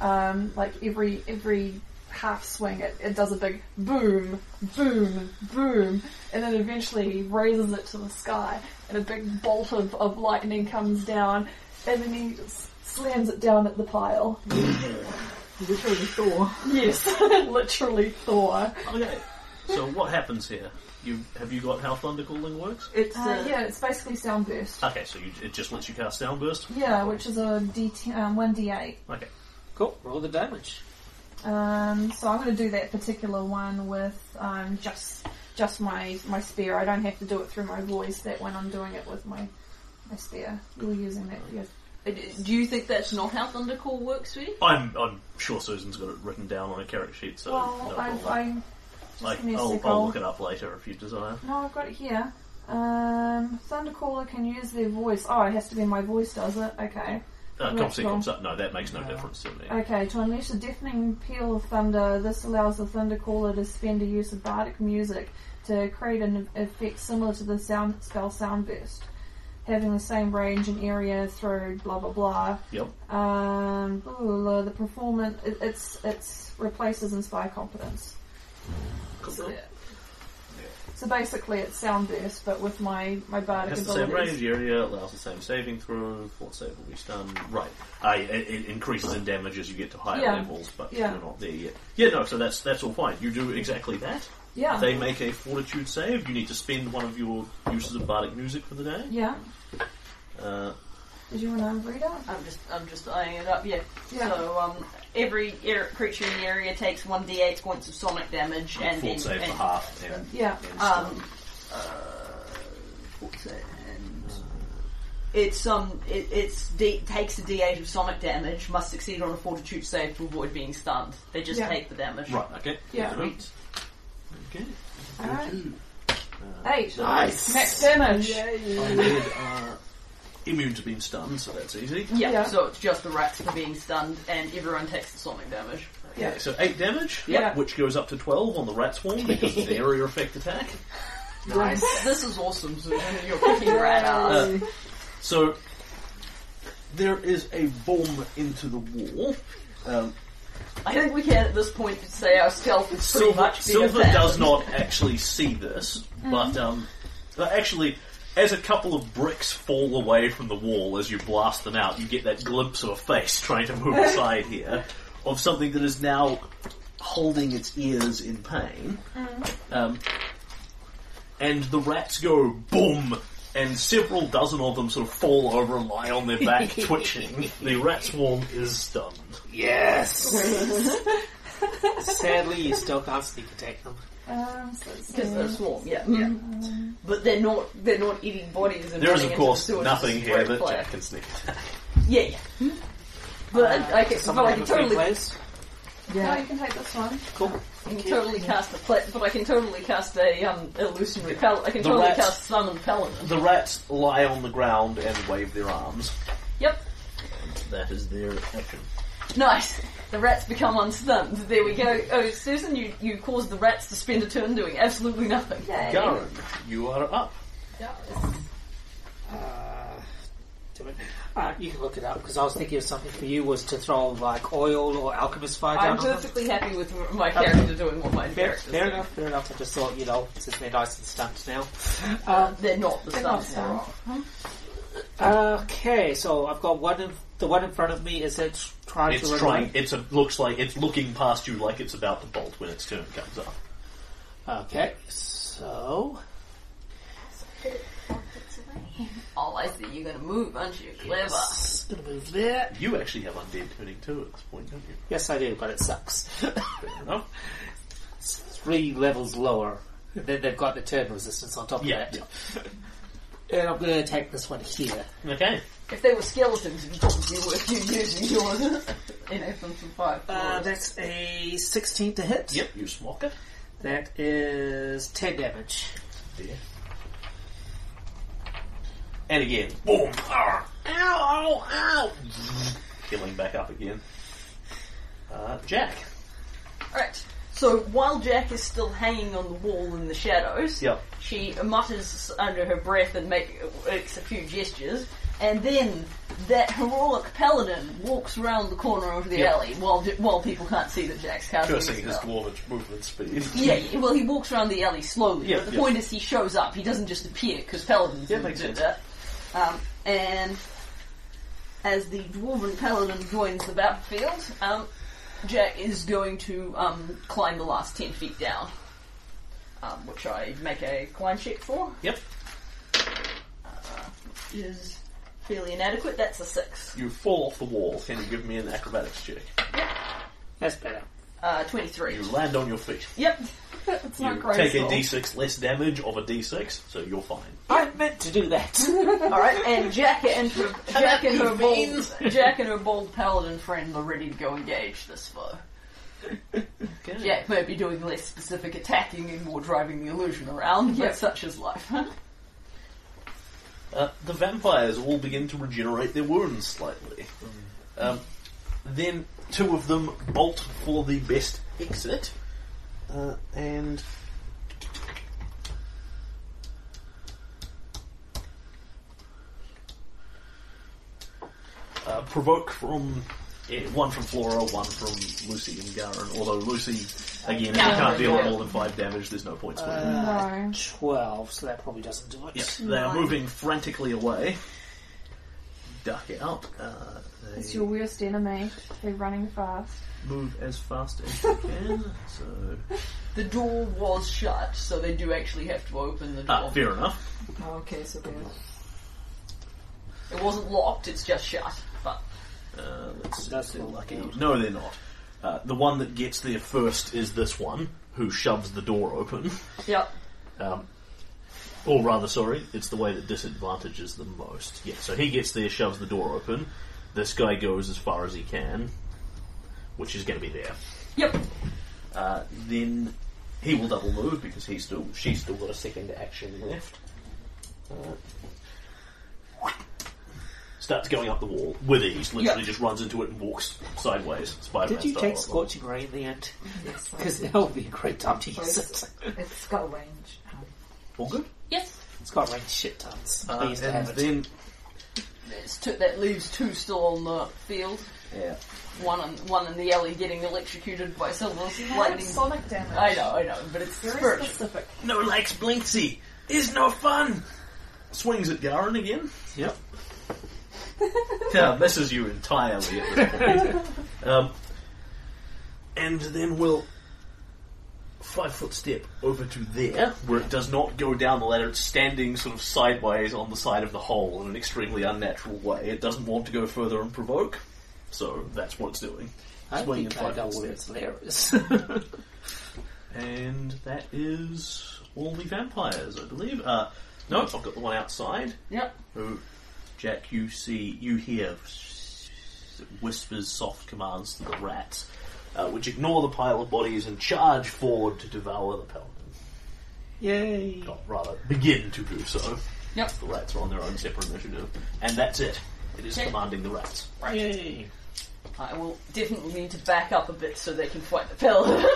[SPEAKER 6] Um, like every every half swing, it, it does a big boom, boom, boom, and then eventually raises it to the sky, and a big bolt of, of lightning comes down, and then he s- slams it down at the pile.
[SPEAKER 7] Literally Thor.
[SPEAKER 6] Yes, literally Thor.
[SPEAKER 1] Okay. So what happens here? You have you got how thunder calling works?
[SPEAKER 10] It's
[SPEAKER 6] Uh, yeah, it's basically sound burst.
[SPEAKER 1] Okay, so you, it just lets you cast sound burst.
[SPEAKER 6] Yeah, which is a D um, one D eight.
[SPEAKER 1] Okay.
[SPEAKER 9] Cool. Roll the damage.
[SPEAKER 6] Um, so I'm going to do that particular one with um, just just my my spear. I don't have to do it through my voice. That one I'm doing it with my my spear. You're using that for your
[SPEAKER 10] Uh, Do you think that's not how Thunder Call works, sweetie?
[SPEAKER 1] I'm I'm sure Susan's got it written down on a character sheet, so
[SPEAKER 6] Well,
[SPEAKER 1] no
[SPEAKER 6] I've,
[SPEAKER 1] problem.
[SPEAKER 6] Oh,
[SPEAKER 1] Like, oh,
[SPEAKER 6] I just give me a
[SPEAKER 1] I'll,
[SPEAKER 6] second.
[SPEAKER 1] I'll look it up later if you desire.
[SPEAKER 6] no, I've got it here. Um, Thundercaller can use their voice. Oh, it has to be my voice, does it? Okay.
[SPEAKER 1] Uh,
[SPEAKER 6] Right,
[SPEAKER 1] comp sequence
[SPEAKER 6] cool.
[SPEAKER 1] up. No, that makes no difference to me.
[SPEAKER 6] Okay, to unleash a deafening peal of thunder, this allows the thunder caller to spend a use of bardic music to create an effect similar to the sound spell sound burst, having the same range and area through blah blah blah.
[SPEAKER 1] Yep.
[SPEAKER 6] Um, blah, blah, blah, the performance it, it's it's replaces inspire competence. So, yeah. So basically, it's sound burst, but with my my bardic
[SPEAKER 1] Has the
[SPEAKER 6] abilities.
[SPEAKER 1] same range area, allows the same saving throw, fort save will be stunned. Right. I, it, it increases in damage as you get to higher
[SPEAKER 6] Yeah.
[SPEAKER 1] levels, but
[SPEAKER 6] Yeah.
[SPEAKER 1] you're not there yet. Yeah, no, so that's that's all fine. You do exactly that.
[SPEAKER 6] Yeah.
[SPEAKER 1] They make a fortitude save. You need to spend one of your uses of bardic music for the day.
[SPEAKER 6] yeah.
[SPEAKER 1] Uh,
[SPEAKER 6] Did you want to read it?
[SPEAKER 10] I'm just I'm just eyeing it up. Yeah.
[SPEAKER 6] Yeah.
[SPEAKER 10] So um, every er- creature in the area takes one d8 points of sonic damage, and
[SPEAKER 1] fort
[SPEAKER 10] then
[SPEAKER 1] save
[SPEAKER 10] and,
[SPEAKER 1] for half. And,
[SPEAKER 6] Yeah.
[SPEAKER 1] and
[SPEAKER 10] um,
[SPEAKER 1] stunned.
[SPEAKER 10] fort save and it's um it, it's d- takes a d8 of sonic damage, must succeed on a fortitude save to avoid being stunned. They just
[SPEAKER 6] Yeah.
[SPEAKER 10] take the damage.
[SPEAKER 1] right, okay.
[SPEAKER 6] Yeah.
[SPEAKER 1] Great. Okay.
[SPEAKER 6] All right. Eight. Uh, Nice. Max damage.
[SPEAKER 1] I need, uh, immune to being stunned, so that's easy.
[SPEAKER 10] Yeah,
[SPEAKER 6] Yeah.
[SPEAKER 10] so it's just the rats for being stunned, and everyone takes the sonic damage.
[SPEAKER 6] Yeah.
[SPEAKER 1] Okay, so 8 damage,
[SPEAKER 6] Yeah.
[SPEAKER 1] which goes up to 12 on the rat swarm because of the area effect attack.
[SPEAKER 10] This is awesome, Susan. You're kicking rat ass.
[SPEAKER 1] Uh, so there is a bomb into the wall. Um,
[SPEAKER 10] I think we can at this point say our stealth is pretty
[SPEAKER 1] Silver,
[SPEAKER 10] much being
[SPEAKER 1] Silver
[SPEAKER 10] attacked.
[SPEAKER 1] does not actually see this,
[SPEAKER 10] Mm-hmm.
[SPEAKER 1] but um, but actually, as a couple of bricks fall away from the wall as you blast them out, you get that glimpse of a face trying to move aside here of something that is now holding its ears in pain.
[SPEAKER 10] Mm-hmm.
[SPEAKER 1] Um, and the rats go boom, and several dozen of them sort of fall over and lie on their back, twitching. The rat swarm is stunned.
[SPEAKER 9] Sadly, you still can't sneak attack them.
[SPEAKER 6] Um, so it's
[SPEAKER 10] Because they're
[SPEAKER 6] seven.
[SPEAKER 10] swarm, yeah, yeah.
[SPEAKER 6] Mm-hmm.
[SPEAKER 10] But they're not they're not eating bodies. And
[SPEAKER 1] There is,
[SPEAKER 10] running
[SPEAKER 1] of
[SPEAKER 10] into
[SPEAKER 1] course,
[SPEAKER 10] the sewers.
[SPEAKER 1] nothing
[SPEAKER 10] It's
[SPEAKER 1] here
[SPEAKER 10] great
[SPEAKER 1] that
[SPEAKER 10] play.
[SPEAKER 1] Jack can sneak attack.
[SPEAKER 10] Yeah, yeah. But
[SPEAKER 1] Uh,
[SPEAKER 10] I, I can, but
[SPEAKER 9] Someone
[SPEAKER 10] I
[SPEAKER 9] have
[SPEAKER 10] can
[SPEAKER 9] a free
[SPEAKER 10] totally,
[SPEAKER 9] place?
[SPEAKER 6] No,
[SPEAKER 7] Yeah.
[SPEAKER 6] you can take this one.
[SPEAKER 9] Cool.
[SPEAKER 10] I can totally cast a pla but I can totally cast a um illusionary pal. I can
[SPEAKER 1] The
[SPEAKER 10] totally
[SPEAKER 1] rats-
[SPEAKER 10] cast summon paladin.
[SPEAKER 1] The rats lie on the ground and wave their arms.
[SPEAKER 10] Yep,
[SPEAKER 1] That is their action.
[SPEAKER 10] nice. The rats become unstunned. There we go. Oh, Susan, you you caused the rats to spend a turn doing absolutely nothing.
[SPEAKER 6] Yay.
[SPEAKER 1] Garen, you are up.
[SPEAKER 7] Uh,
[SPEAKER 9] to it. Uh, you can look it up because I was thinking of something for you was to throw like oil or alchemist fire down.
[SPEAKER 10] I'm
[SPEAKER 9] on them.
[SPEAKER 10] perfectly happy with my character doing what my
[SPEAKER 9] Fair,
[SPEAKER 10] character
[SPEAKER 9] fair enough, fair enough. I just thought, you know, since they're nice and stunt now.
[SPEAKER 10] Uh, they're not the
[SPEAKER 6] not
[SPEAKER 10] sons.
[SPEAKER 6] sons.
[SPEAKER 9] Okay, so I've got one in, the one in front of me. Is it trying to
[SPEAKER 1] It's
[SPEAKER 9] run
[SPEAKER 1] trying.
[SPEAKER 9] away?
[SPEAKER 1] It's a, looks like it's looking past you like it's about to bolt when its turn comes up.
[SPEAKER 9] Okay, so
[SPEAKER 10] Oh, I see. You're going to move, aren't you? Clever.
[SPEAKER 9] it's gonna move there.
[SPEAKER 1] You actually have undead turning two at this point, don't you?
[SPEAKER 9] Yes, I do, but it sucks.
[SPEAKER 1] Fair enough.
[SPEAKER 9] it's three levels lower. Then they've got the turn resistance on top of
[SPEAKER 1] Yeah,
[SPEAKER 9] that. And I'm going to attack this one here.
[SPEAKER 1] Okay.
[SPEAKER 10] If they were skeletons, it would probably be worth you using yours in F125.
[SPEAKER 9] Uh, that's a 16 to hit.
[SPEAKER 1] Yep. You smock it.
[SPEAKER 9] That is 10 damage.
[SPEAKER 1] And again, boom. Ah, ow! Ow! Ow! Killing back up again. Uh, Jack.
[SPEAKER 10] Alright, so while Jack is still hanging on the wall in the shadows,
[SPEAKER 1] Yep.
[SPEAKER 10] she mutters under her breath and make, makes a few gestures, and then that heroic paladin walks round the corner of the
[SPEAKER 1] Yep.
[SPEAKER 10] alley while while people can't see that Jack's casting
[SPEAKER 1] Cursing his
[SPEAKER 10] spell.
[SPEAKER 1] dwarven movement speed.
[SPEAKER 10] Yeah, yeah, well, he walks around the alley slowly.
[SPEAKER 1] Yeah,
[SPEAKER 10] but the
[SPEAKER 1] yeah.
[SPEAKER 10] point is, he shows up. He doesn't just appear because paladins
[SPEAKER 1] Yeah,
[SPEAKER 10] didn't
[SPEAKER 1] makes
[SPEAKER 10] do
[SPEAKER 1] sense.
[SPEAKER 10] that. Um, and as the dwarven paladin joins the battlefield, um, Jack is going to um, climb the last ten feet down, um, which I make a climb check for. Uh,
[SPEAKER 1] Yep.
[SPEAKER 10] Is fairly inadequate. That's a six.
[SPEAKER 1] You fall off the wall. Can you give me an acrobatics check?
[SPEAKER 9] That's better.
[SPEAKER 10] Uh, Twenty-three.
[SPEAKER 1] You land on your feet.
[SPEAKER 10] Yep.
[SPEAKER 6] It's not
[SPEAKER 1] you
[SPEAKER 6] graceful.
[SPEAKER 1] take a d6 less damage of a d6, so you're fine.
[SPEAKER 9] I meant to do that.
[SPEAKER 10] All right, and Jack and her, Jack and her bold Jack and her bold paladin friend are ready to go engage this foe. Jack may be doing less specific attacking and more driving the illusion around, but such is life.
[SPEAKER 1] Uh, the vampires all begin to regenerate their wounds slightly. Um, then two of them bolt for the best exit, uh, and uh, provoke from eh, one from Flora, one from Lucy and Garen. Although Lucy, again, if you can't deal more than five damage, there's no point scored.
[SPEAKER 6] No.
[SPEAKER 9] 12, so that probably doesn't do it.
[SPEAKER 1] Yes, they are moving frantically away. Duck out. Uh,
[SPEAKER 6] It's
[SPEAKER 1] they
[SPEAKER 6] your worst enemy. They're running fast.
[SPEAKER 1] move as fast as they can. So
[SPEAKER 10] the door was shut, so they do actually have to open the door.
[SPEAKER 1] ah, fair enough.
[SPEAKER 7] Oh, okay, so they're
[SPEAKER 10] It wasn't locked; it's just shut. But
[SPEAKER 1] Uh, let's see.
[SPEAKER 9] That's
[SPEAKER 1] if they're
[SPEAKER 9] not
[SPEAKER 1] lucky.
[SPEAKER 9] good.
[SPEAKER 1] No, they're not. Uh, the one that gets there first is this one, who shoves the door open.
[SPEAKER 10] yep,
[SPEAKER 1] Um, or rather, sorry, it's the way that disadvantages them most. Yeah, so he gets there, shoves the door open. This guy goes as far as he can, which is going to be there.
[SPEAKER 10] yep.
[SPEAKER 1] Uh, then he will double move because he's still she's still got a second action left. Uh, starts going up the wall with ease. Literally
[SPEAKER 10] Yeah.
[SPEAKER 1] just runs into it and walks sideways. Spider-Man
[SPEAKER 9] Did you
[SPEAKER 1] style.
[SPEAKER 9] take Scorching Ray in the end?
[SPEAKER 7] yes, I
[SPEAKER 9] Because
[SPEAKER 7] do.
[SPEAKER 9] that would be a great time to use
[SPEAKER 7] Yes.
[SPEAKER 9] it.
[SPEAKER 7] it's got range.
[SPEAKER 1] All good.
[SPEAKER 10] Yes,
[SPEAKER 9] It's got range shit tons.
[SPEAKER 1] Uh,
[SPEAKER 9] I used to
[SPEAKER 1] and
[SPEAKER 9] have it.
[SPEAKER 1] then
[SPEAKER 10] There's two, that leaves two still on the field.
[SPEAKER 1] yeah,
[SPEAKER 10] One, on, one in the alley getting electrocuted by Silver's lightning.
[SPEAKER 6] Sonic damage.
[SPEAKER 10] I know, I know, but it's
[SPEAKER 6] Very
[SPEAKER 10] spiritual.
[SPEAKER 6] specific.
[SPEAKER 1] no likes Blinksy is no fun. Swings at Garen again.
[SPEAKER 9] Yep.
[SPEAKER 1] yeah, misses you entirely at this point. um, and then we'll five foot step over to there, where it does not go down the ladder. It's standing sort of sideways on the side of the hole in an extremely unnatural way. It doesn't want to go further and provoke, so that's what it's doing.
[SPEAKER 9] I
[SPEAKER 1] Swing
[SPEAKER 9] think
[SPEAKER 1] and
[SPEAKER 9] I
[SPEAKER 1] five
[SPEAKER 9] know
[SPEAKER 1] foot
[SPEAKER 9] where
[SPEAKER 1] step.
[SPEAKER 9] it's there is.
[SPEAKER 1] And that is all the vampires, I believe. Uh, no, I've got the one outside.
[SPEAKER 10] Yep.
[SPEAKER 1] Who, Jack, you see, you hear whispers soft commands to the rats, uh, which ignore the pile of bodies and charge forward to devour the paladin.
[SPEAKER 9] Yay.
[SPEAKER 1] Or rather, begin to do so.
[SPEAKER 10] Yep.
[SPEAKER 1] The rats are on their own separate initiative. And that's it. It is
[SPEAKER 10] Okay.
[SPEAKER 1] commanding the rats.
[SPEAKER 9] Yay.
[SPEAKER 10] I will definitely need to back up a bit so they can fight the paladin.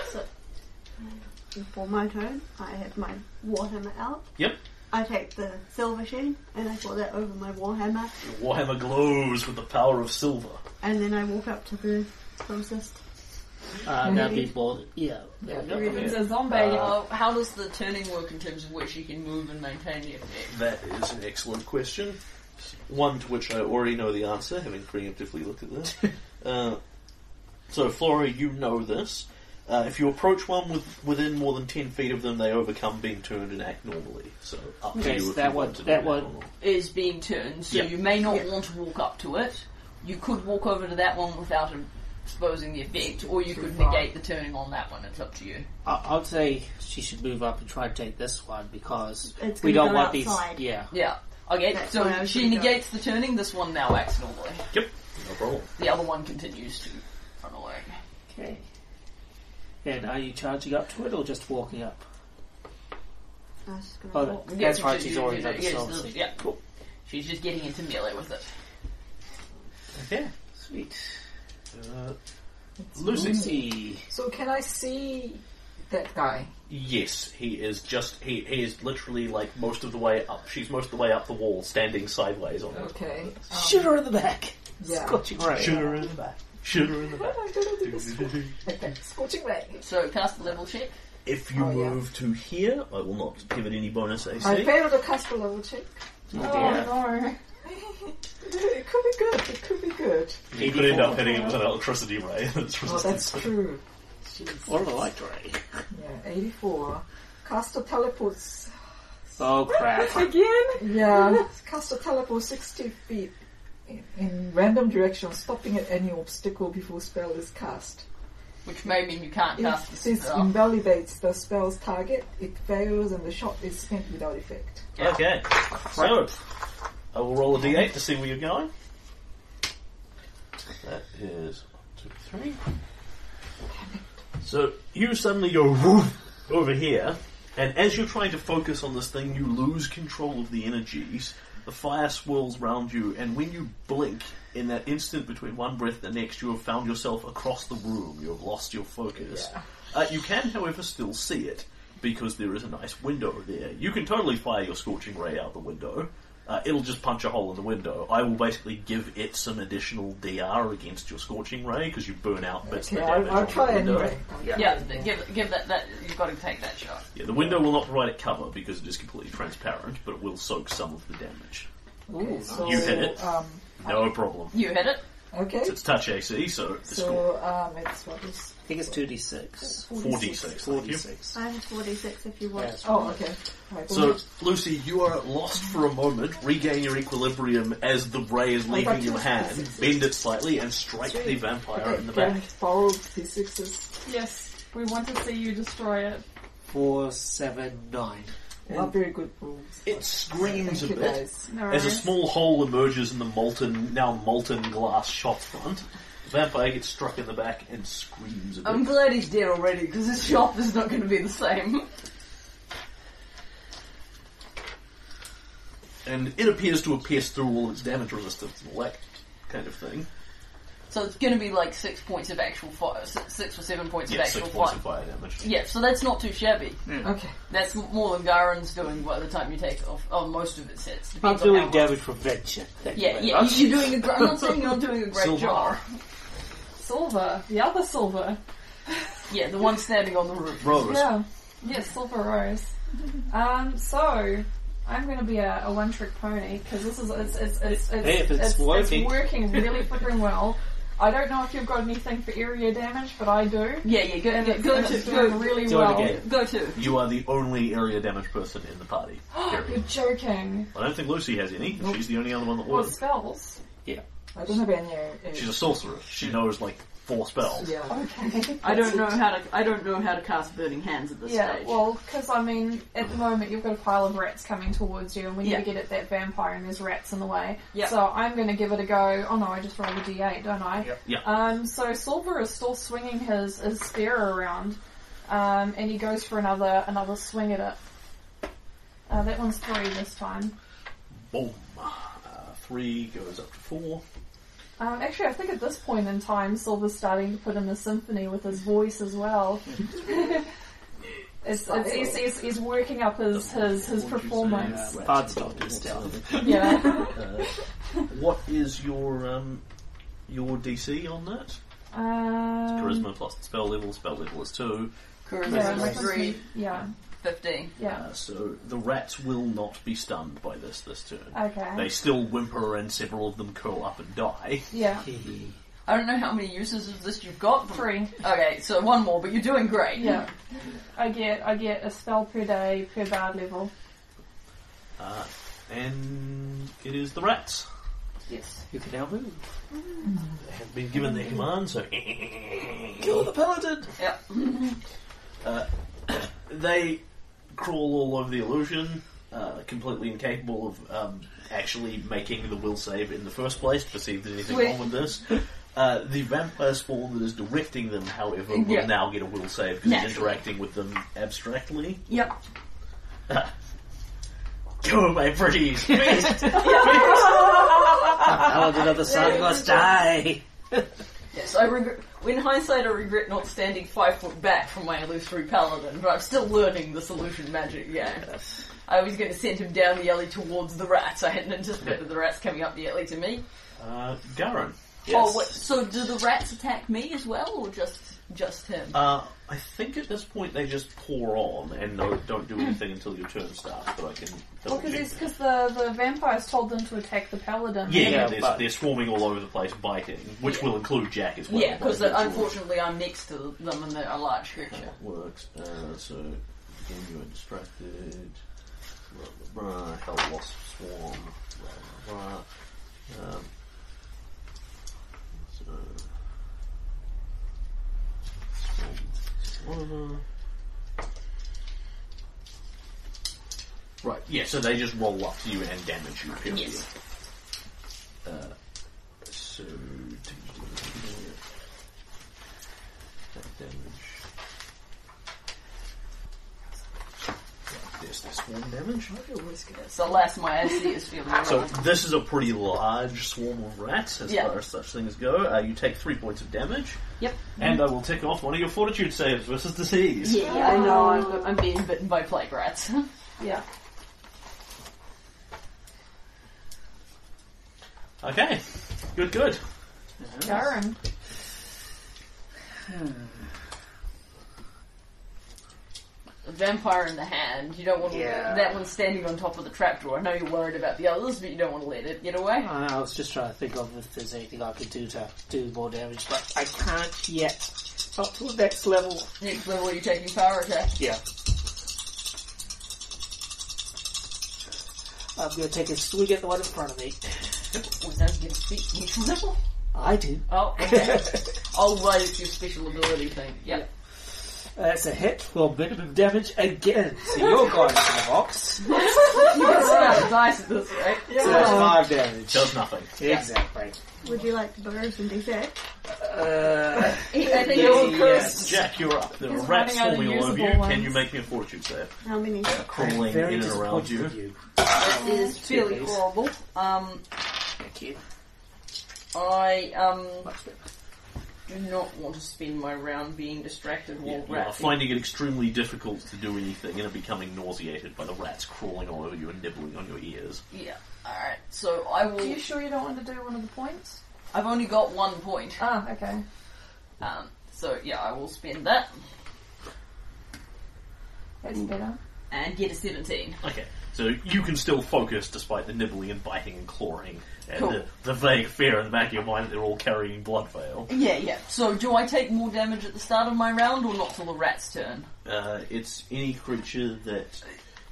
[SPEAKER 8] For my turn, I have my water out.
[SPEAKER 1] Yep.
[SPEAKER 8] I take the silver sheet and I put that over my warhammer,
[SPEAKER 1] Your Warhammer glows with the power of silver.
[SPEAKER 8] and then I walk up to the closest.
[SPEAKER 9] Uh, that'd be bold. Yeah.
[SPEAKER 7] Yeah,
[SPEAKER 9] Yeah.
[SPEAKER 6] It's a zombie.
[SPEAKER 10] Uh, how does the turning work in terms of which you can move and maintain the effect?
[SPEAKER 1] That is an excellent question. One to which I already know the answer, having preemptively looked at this. uh, so, Flora, you know this. Uh, if you approach one with, within more than 10 feet of them, they overcome being turned and act normally. So, up to
[SPEAKER 9] Okay,
[SPEAKER 1] you
[SPEAKER 9] so
[SPEAKER 1] if
[SPEAKER 9] that
[SPEAKER 1] you
[SPEAKER 9] one-
[SPEAKER 1] want to do
[SPEAKER 9] that
[SPEAKER 1] that
[SPEAKER 9] one-
[SPEAKER 1] or not.
[SPEAKER 10] Is being turned, so
[SPEAKER 1] Yeah.
[SPEAKER 10] you may not want to walk up to it. You could walk over to that one without exposing the effect, or you could negate the turning on that one. It's up to you.
[SPEAKER 9] I, I'd say she should move up and try and take this one because
[SPEAKER 8] It's
[SPEAKER 9] we
[SPEAKER 8] gonna
[SPEAKER 9] don't
[SPEAKER 8] go
[SPEAKER 9] want
[SPEAKER 8] outside.
[SPEAKER 9] these. Yeah.
[SPEAKER 10] Yeah. Okay,
[SPEAKER 8] That's what I
[SPEAKER 10] so
[SPEAKER 8] was
[SPEAKER 10] she
[SPEAKER 8] gonna go.
[SPEAKER 10] negates the turning, this one now acts normally.
[SPEAKER 1] Yep, no problem.
[SPEAKER 10] The other one continues to run away.
[SPEAKER 9] Okay. And are you charging up to it or just walking up?
[SPEAKER 8] I was just
[SPEAKER 9] Oh,
[SPEAKER 8] gonna walk.
[SPEAKER 9] that- that's
[SPEAKER 10] Yeah,
[SPEAKER 9] right.
[SPEAKER 10] she-
[SPEAKER 9] She's
[SPEAKER 10] she-
[SPEAKER 9] already
[SPEAKER 10] she-
[SPEAKER 9] done
[SPEAKER 10] yeah,
[SPEAKER 9] the
[SPEAKER 10] she's-
[SPEAKER 9] soul.
[SPEAKER 10] yeah.
[SPEAKER 9] Cool.
[SPEAKER 10] She's just getting into melee with it.
[SPEAKER 1] Okay.
[SPEAKER 9] Sweet.
[SPEAKER 1] Uh, Lucy.
[SPEAKER 9] Lucy.
[SPEAKER 7] So can I see that guy?
[SPEAKER 1] Yes, he is just he, he is literally like most of the way up. She's most of the way up the wall, standing sideways on it.
[SPEAKER 7] Okay.
[SPEAKER 9] Shoot her in the back.
[SPEAKER 7] Yeah.
[SPEAKER 9] Scorching ray.
[SPEAKER 1] Shoot her in the back. Shoot her in the
[SPEAKER 7] What
[SPEAKER 1] back.
[SPEAKER 7] am I gonna do this? Okay. Scorching ray.
[SPEAKER 10] So cast the level check.
[SPEAKER 1] If you
[SPEAKER 7] Oh, yeah.
[SPEAKER 1] move to here, I will not give it any bonus AC.
[SPEAKER 7] I failed a cast level check.
[SPEAKER 9] Yeah.
[SPEAKER 6] no.
[SPEAKER 7] it could be good. It could be good.
[SPEAKER 1] You could end up hitting it with an electricity ray. That's
[SPEAKER 7] Oh, that's
[SPEAKER 1] resistance.
[SPEAKER 7] true. Jeez.
[SPEAKER 9] Or the light ray.
[SPEAKER 7] Yeah, 84. Caster teleports.
[SPEAKER 9] Oh crap.
[SPEAKER 7] Yeah, caster teleport 60 feet in, in random direction, stopping at any obstacle before spell is cast.
[SPEAKER 10] Which may mean you can't
[SPEAKER 7] If,
[SPEAKER 10] cast this
[SPEAKER 7] since
[SPEAKER 10] spell.
[SPEAKER 7] invalidates the spell's target, it fails and the shot is spent without effect.
[SPEAKER 1] Okay. So I will roll a D8 to see where you're going. That is one, two, three. So you suddenly go woof over here, and as you're trying to focus on this thing, you lose control of the energies. The fire swirls round you, and when you blink, in that instant between one breath and the next, you have found yourself across the room. You have lost your focus. Uh, you can, however, still see it because there is a nice window there. You can totally fire your scorching ray out the window. Uh, it'll just punch a hole in the window. I will basically give it some additional DR against your scorching ray because you burn out bits
[SPEAKER 7] Okay,
[SPEAKER 1] of the damage
[SPEAKER 7] I'll, I'll
[SPEAKER 1] on the
[SPEAKER 7] try
[SPEAKER 1] window.
[SPEAKER 7] anyway.
[SPEAKER 10] Yeah, th- give, give that, that. You've got to take that shot.
[SPEAKER 1] Yeah, the window will not provide a cover because it is completely transparent, but it will soak some of the damage.
[SPEAKER 7] Okay, so,
[SPEAKER 1] You hit it.
[SPEAKER 7] Um,
[SPEAKER 1] No problem.
[SPEAKER 10] You hit it.
[SPEAKER 7] okay,
[SPEAKER 1] It's touch AC, so it's
[SPEAKER 7] so um, it's what is
[SPEAKER 9] I think it's 2d6.
[SPEAKER 1] 4d6. Thank you.
[SPEAKER 9] 46.
[SPEAKER 8] I have 46 if you want.
[SPEAKER 9] Yes.
[SPEAKER 7] Oh, okay. Right,
[SPEAKER 1] So, Lucy, you are lost for a moment. Regain your equilibrium as the ray
[SPEAKER 7] Oh,
[SPEAKER 1] is leaving your hand. Bend it slightly and strike the vampire in the back.
[SPEAKER 7] Borrow P6s.
[SPEAKER 6] Yes, we want to see you destroy it.
[SPEAKER 9] 479.
[SPEAKER 7] Not very good rules.
[SPEAKER 1] It screams a
[SPEAKER 7] Thank you
[SPEAKER 1] bit
[SPEAKER 7] guys.
[SPEAKER 6] No.
[SPEAKER 1] as a small hole emerges in the molten, now molten glass shop front. The vampire gets struck in the back and screams a bit.
[SPEAKER 10] I'm glad he's dead already because his shop is not going to be the same.
[SPEAKER 1] and it appears to have pierced through all its damage resistance and all that kind of thing.
[SPEAKER 10] So it's going to be like six points of actual fire, six, six or seven points
[SPEAKER 1] Yeah,
[SPEAKER 10] of
[SPEAKER 1] six
[SPEAKER 10] actual
[SPEAKER 1] points
[SPEAKER 10] fire.
[SPEAKER 1] of fire damage.
[SPEAKER 10] Yeah, so that's not too shabby.
[SPEAKER 7] Okay.
[SPEAKER 10] That's more than Garen's doing by the time you take off. Oh, most of its hits.
[SPEAKER 9] I'm
[SPEAKER 10] Depends on
[SPEAKER 9] doing
[SPEAKER 10] how much-
[SPEAKER 9] damage prevention. Thank you
[SPEAKER 10] Yeah,
[SPEAKER 9] very
[SPEAKER 10] yeah.
[SPEAKER 9] much.
[SPEAKER 10] You're doing a gr- I'm not saying you're not doing a great
[SPEAKER 1] Silver.
[SPEAKER 10] job.
[SPEAKER 6] Silver. The other silver.
[SPEAKER 10] Yeah, the one standing on the roof.
[SPEAKER 1] Rose,
[SPEAKER 6] Yeah. Yeah, silver rose. Um, so I'm going to be a, a one-trick pony because this is it's it's it's it's,
[SPEAKER 9] Hey, if it's working.
[SPEAKER 6] working really flipping well. I don't know if you've got anything for area damage, but I do,
[SPEAKER 10] Yeah, yeah. Go,
[SPEAKER 6] and
[SPEAKER 10] go,
[SPEAKER 6] it's,
[SPEAKER 10] go
[SPEAKER 6] and
[SPEAKER 10] to
[SPEAKER 6] it's doing
[SPEAKER 10] go,
[SPEAKER 6] really
[SPEAKER 9] Do it
[SPEAKER 6] well.
[SPEAKER 9] again.
[SPEAKER 10] go to.
[SPEAKER 1] you are the only area damage person in the party.
[SPEAKER 6] You're
[SPEAKER 1] Period.
[SPEAKER 6] joking.
[SPEAKER 1] I don't think Lucy has any. She's the only other one that
[SPEAKER 6] What
[SPEAKER 1] was.
[SPEAKER 6] spells?
[SPEAKER 7] I don't have any. uh,
[SPEAKER 1] She's a sorcerer. She knows like four spells.
[SPEAKER 7] Yeah.
[SPEAKER 6] Okay.
[SPEAKER 10] I don't know how to. I don't know how to cast burning hands at this
[SPEAKER 6] Yeah,
[SPEAKER 10] stage.
[SPEAKER 6] well, because I mean, at the moment you've got a pile of rats coming towards you, and we need
[SPEAKER 10] Yeah.
[SPEAKER 6] to get at that vampire, and there's rats in the way.
[SPEAKER 10] Yeah.
[SPEAKER 6] So I'm going to give it a go. Oh no, I just rolled a d8, don't I?
[SPEAKER 1] Yeah.
[SPEAKER 6] Um, so Silver is still swinging his, his spear around, um, and he goes for another another swing at it. Uh, that one's three this time.
[SPEAKER 1] Boom. Uh, three goes up to four.
[SPEAKER 6] Um, actually, I think at this point in time, Silver's starting to put in the symphony with his voice as well. It's, it's, he's, he's, he's working up his, his, his performance.
[SPEAKER 9] Yeah, Bard's not doing stealth.
[SPEAKER 6] Yeah.
[SPEAKER 1] Uh, what is your um, your DC on that?
[SPEAKER 6] Um,
[SPEAKER 1] Charisma plus spell level. Spell level is two.
[SPEAKER 6] yeah,
[SPEAKER 10] Charisma
[SPEAKER 6] my
[SPEAKER 10] is three,
[SPEAKER 6] charisma- yeah,
[SPEAKER 10] fifteen.
[SPEAKER 6] yeah.
[SPEAKER 1] Uh, so the rats will not be stunned by this this turn. They
[SPEAKER 6] Okay.
[SPEAKER 1] still whimper and several of them curl up and die.
[SPEAKER 6] Yeah.
[SPEAKER 10] I don't know how many uses of this you've got. but-
[SPEAKER 6] Three.
[SPEAKER 10] Okay, so one more, but you're doing great.
[SPEAKER 6] Yeah. I get I get a spell per day per bard level.
[SPEAKER 1] Uh, and it is the rats.
[SPEAKER 10] Yes.
[SPEAKER 9] You can now move.
[SPEAKER 1] They have been given their command, so kill the paladin.
[SPEAKER 10] Yeah.
[SPEAKER 1] They crawl all over the illusion, uh, completely incapable of um, actually making the will save in the first place to see if there's anything
[SPEAKER 10] Wait.
[SPEAKER 1] wrong with this. Uh, the vampire spawn that is directing them, however, will
[SPEAKER 10] Yeah.
[SPEAKER 1] now get a will save because it's
[SPEAKER 10] Naturally.
[SPEAKER 1] interacting with them abstractly.
[SPEAKER 10] Yep.
[SPEAKER 1] Go away, pretties! Beast!
[SPEAKER 9] Paladin of the Sun must die.
[SPEAKER 10] Yes, I regret. In hindsight, I regret not standing five foot back from my illusory paladin, but I'm still learning the solution magic. Yeah, I was going to send him down the alley towards the rats. I hadn't anticipated the rats coming up the alley to me.
[SPEAKER 1] uh, Garen.
[SPEAKER 10] Oh, wait, so do the rats attack me as well, or just just him?
[SPEAKER 1] Uh, I think at this point they just pour on and no, don't do anything until your turn starts, but I can...
[SPEAKER 6] Well, because because the the vampires told them to attack the paladin.
[SPEAKER 1] Yeah,
[SPEAKER 9] Yeah,
[SPEAKER 1] they're,
[SPEAKER 9] but-
[SPEAKER 1] they're swarming all over the place, biting, which will include Jack as well.
[SPEAKER 10] yeah, because
[SPEAKER 1] Biting
[SPEAKER 10] unfortunately I'm next to them and they're a large creature.
[SPEAKER 1] swarm. works. Uh, so again, you are distracted. Blah blah blah. Hell wasp swarm. Blah blah blah. Um, so swarm, swarm. Right, yeah, so they just roll up to you and damage you, period. Uh,
[SPEAKER 10] Yes.
[SPEAKER 1] So that damage. There's this one damage.
[SPEAKER 10] So last my AC is feeling
[SPEAKER 1] So
[SPEAKER 10] low.
[SPEAKER 1] this is a pretty large swarm of rats as
[SPEAKER 10] Yeah.
[SPEAKER 1] far as such things go. Uh, you take three points of damage,
[SPEAKER 10] Yep.
[SPEAKER 1] and I will tick off one of your fortitude saves versus disease.
[SPEAKER 10] Yeah, I know I'm, I'm being bitten by plague rats.
[SPEAKER 6] Yeah.
[SPEAKER 1] Okay, good, good.
[SPEAKER 6] Garen.
[SPEAKER 10] a vampire in the hand. You don't want to
[SPEAKER 9] Yeah.
[SPEAKER 10] that one's standing on top of the trapdoor. I know you're worried about the others, but you don't want to let it get away.
[SPEAKER 9] I I was just trying to think of if there's anything I could do to do more damage, but I can't yet. Up to the next level.
[SPEAKER 10] Next level, you're taking power attack.
[SPEAKER 9] Yeah. I'm going to take a swing at the one in front of me.
[SPEAKER 10] Or does get a speech next level?
[SPEAKER 9] I do.
[SPEAKER 10] Oh, okay. oh, right, it's your special ability thing. Yep.
[SPEAKER 9] That's a hit for minimum damage again. So you're going to the box.
[SPEAKER 10] You can smell the dice at this rate.
[SPEAKER 9] So that's five damage.
[SPEAKER 1] Does nothing.
[SPEAKER 9] Exactly.
[SPEAKER 8] Would you like to borrow some D6?
[SPEAKER 9] Uh,
[SPEAKER 10] I think
[SPEAKER 9] yeah,
[SPEAKER 10] you'll
[SPEAKER 9] yes.
[SPEAKER 1] Jack, you're up. There
[SPEAKER 6] He's
[SPEAKER 1] are rats
[SPEAKER 6] running out of
[SPEAKER 1] swarming all over you.
[SPEAKER 6] usable ones.
[SPEAKER 1] Can you make me a fortitude save?
[SPEAKER 8] How many?
[SPEAKER 1] Uh, crawling
[SPEAKER 9] Very
[SPEAKER 1] in and around
[SPEAKER 9] disappointed
[SPEAKER 1] you.
[SPEAKER 9] with you.
[SPEAKER 10] That is fairly
[SPEAKER 9] Jeez.
[SPEAKER 10] horrible. Um,
[SPEAKER 9] Thank you.
[SPEAKER 10] I um
[SPEAKER 9] Much better.
[SPEAKER 10] do not want to spend my round being distracted
[SPEAKER 1] Yeah,
[SPEAKER 10] while
[SPEAKER 1] you are
[SPEAKER 10] rats.
[SPEAKER 1] finding it extremely difficult to do anything and are becoming nauseated by the rats crawling all over you and nibbling on your ears.
[SPEAKER 10] Yeah. All right. So I
[SPEAKER 6] Are
[SPEAKER 10] will.
[SPEAKER 6] you sure you don't want to do one of the points?
[SPEAKER 10] I've only got one point.
[SPEAKER 6] Ah, okay.
[SPEAKER 10] Um. So yeah, I will spend that.
[SPEAKER 6] That's better.
[SPEAKER 10] and get a 17.
[SPEAKER 1] Okay, so you can still focus despite the nibbling and biting and clawing and
[SPEAKER 10] Cool.
[SPEAKER 1] the, the vague fear in the back of your mind that they're all carrying blood veil.
[SPEAKER 10] Yeah, yeah. So do I take more damage at the start of my round or not till the rat's turn?
[SPEAKER 1] Uh, it's any creature that,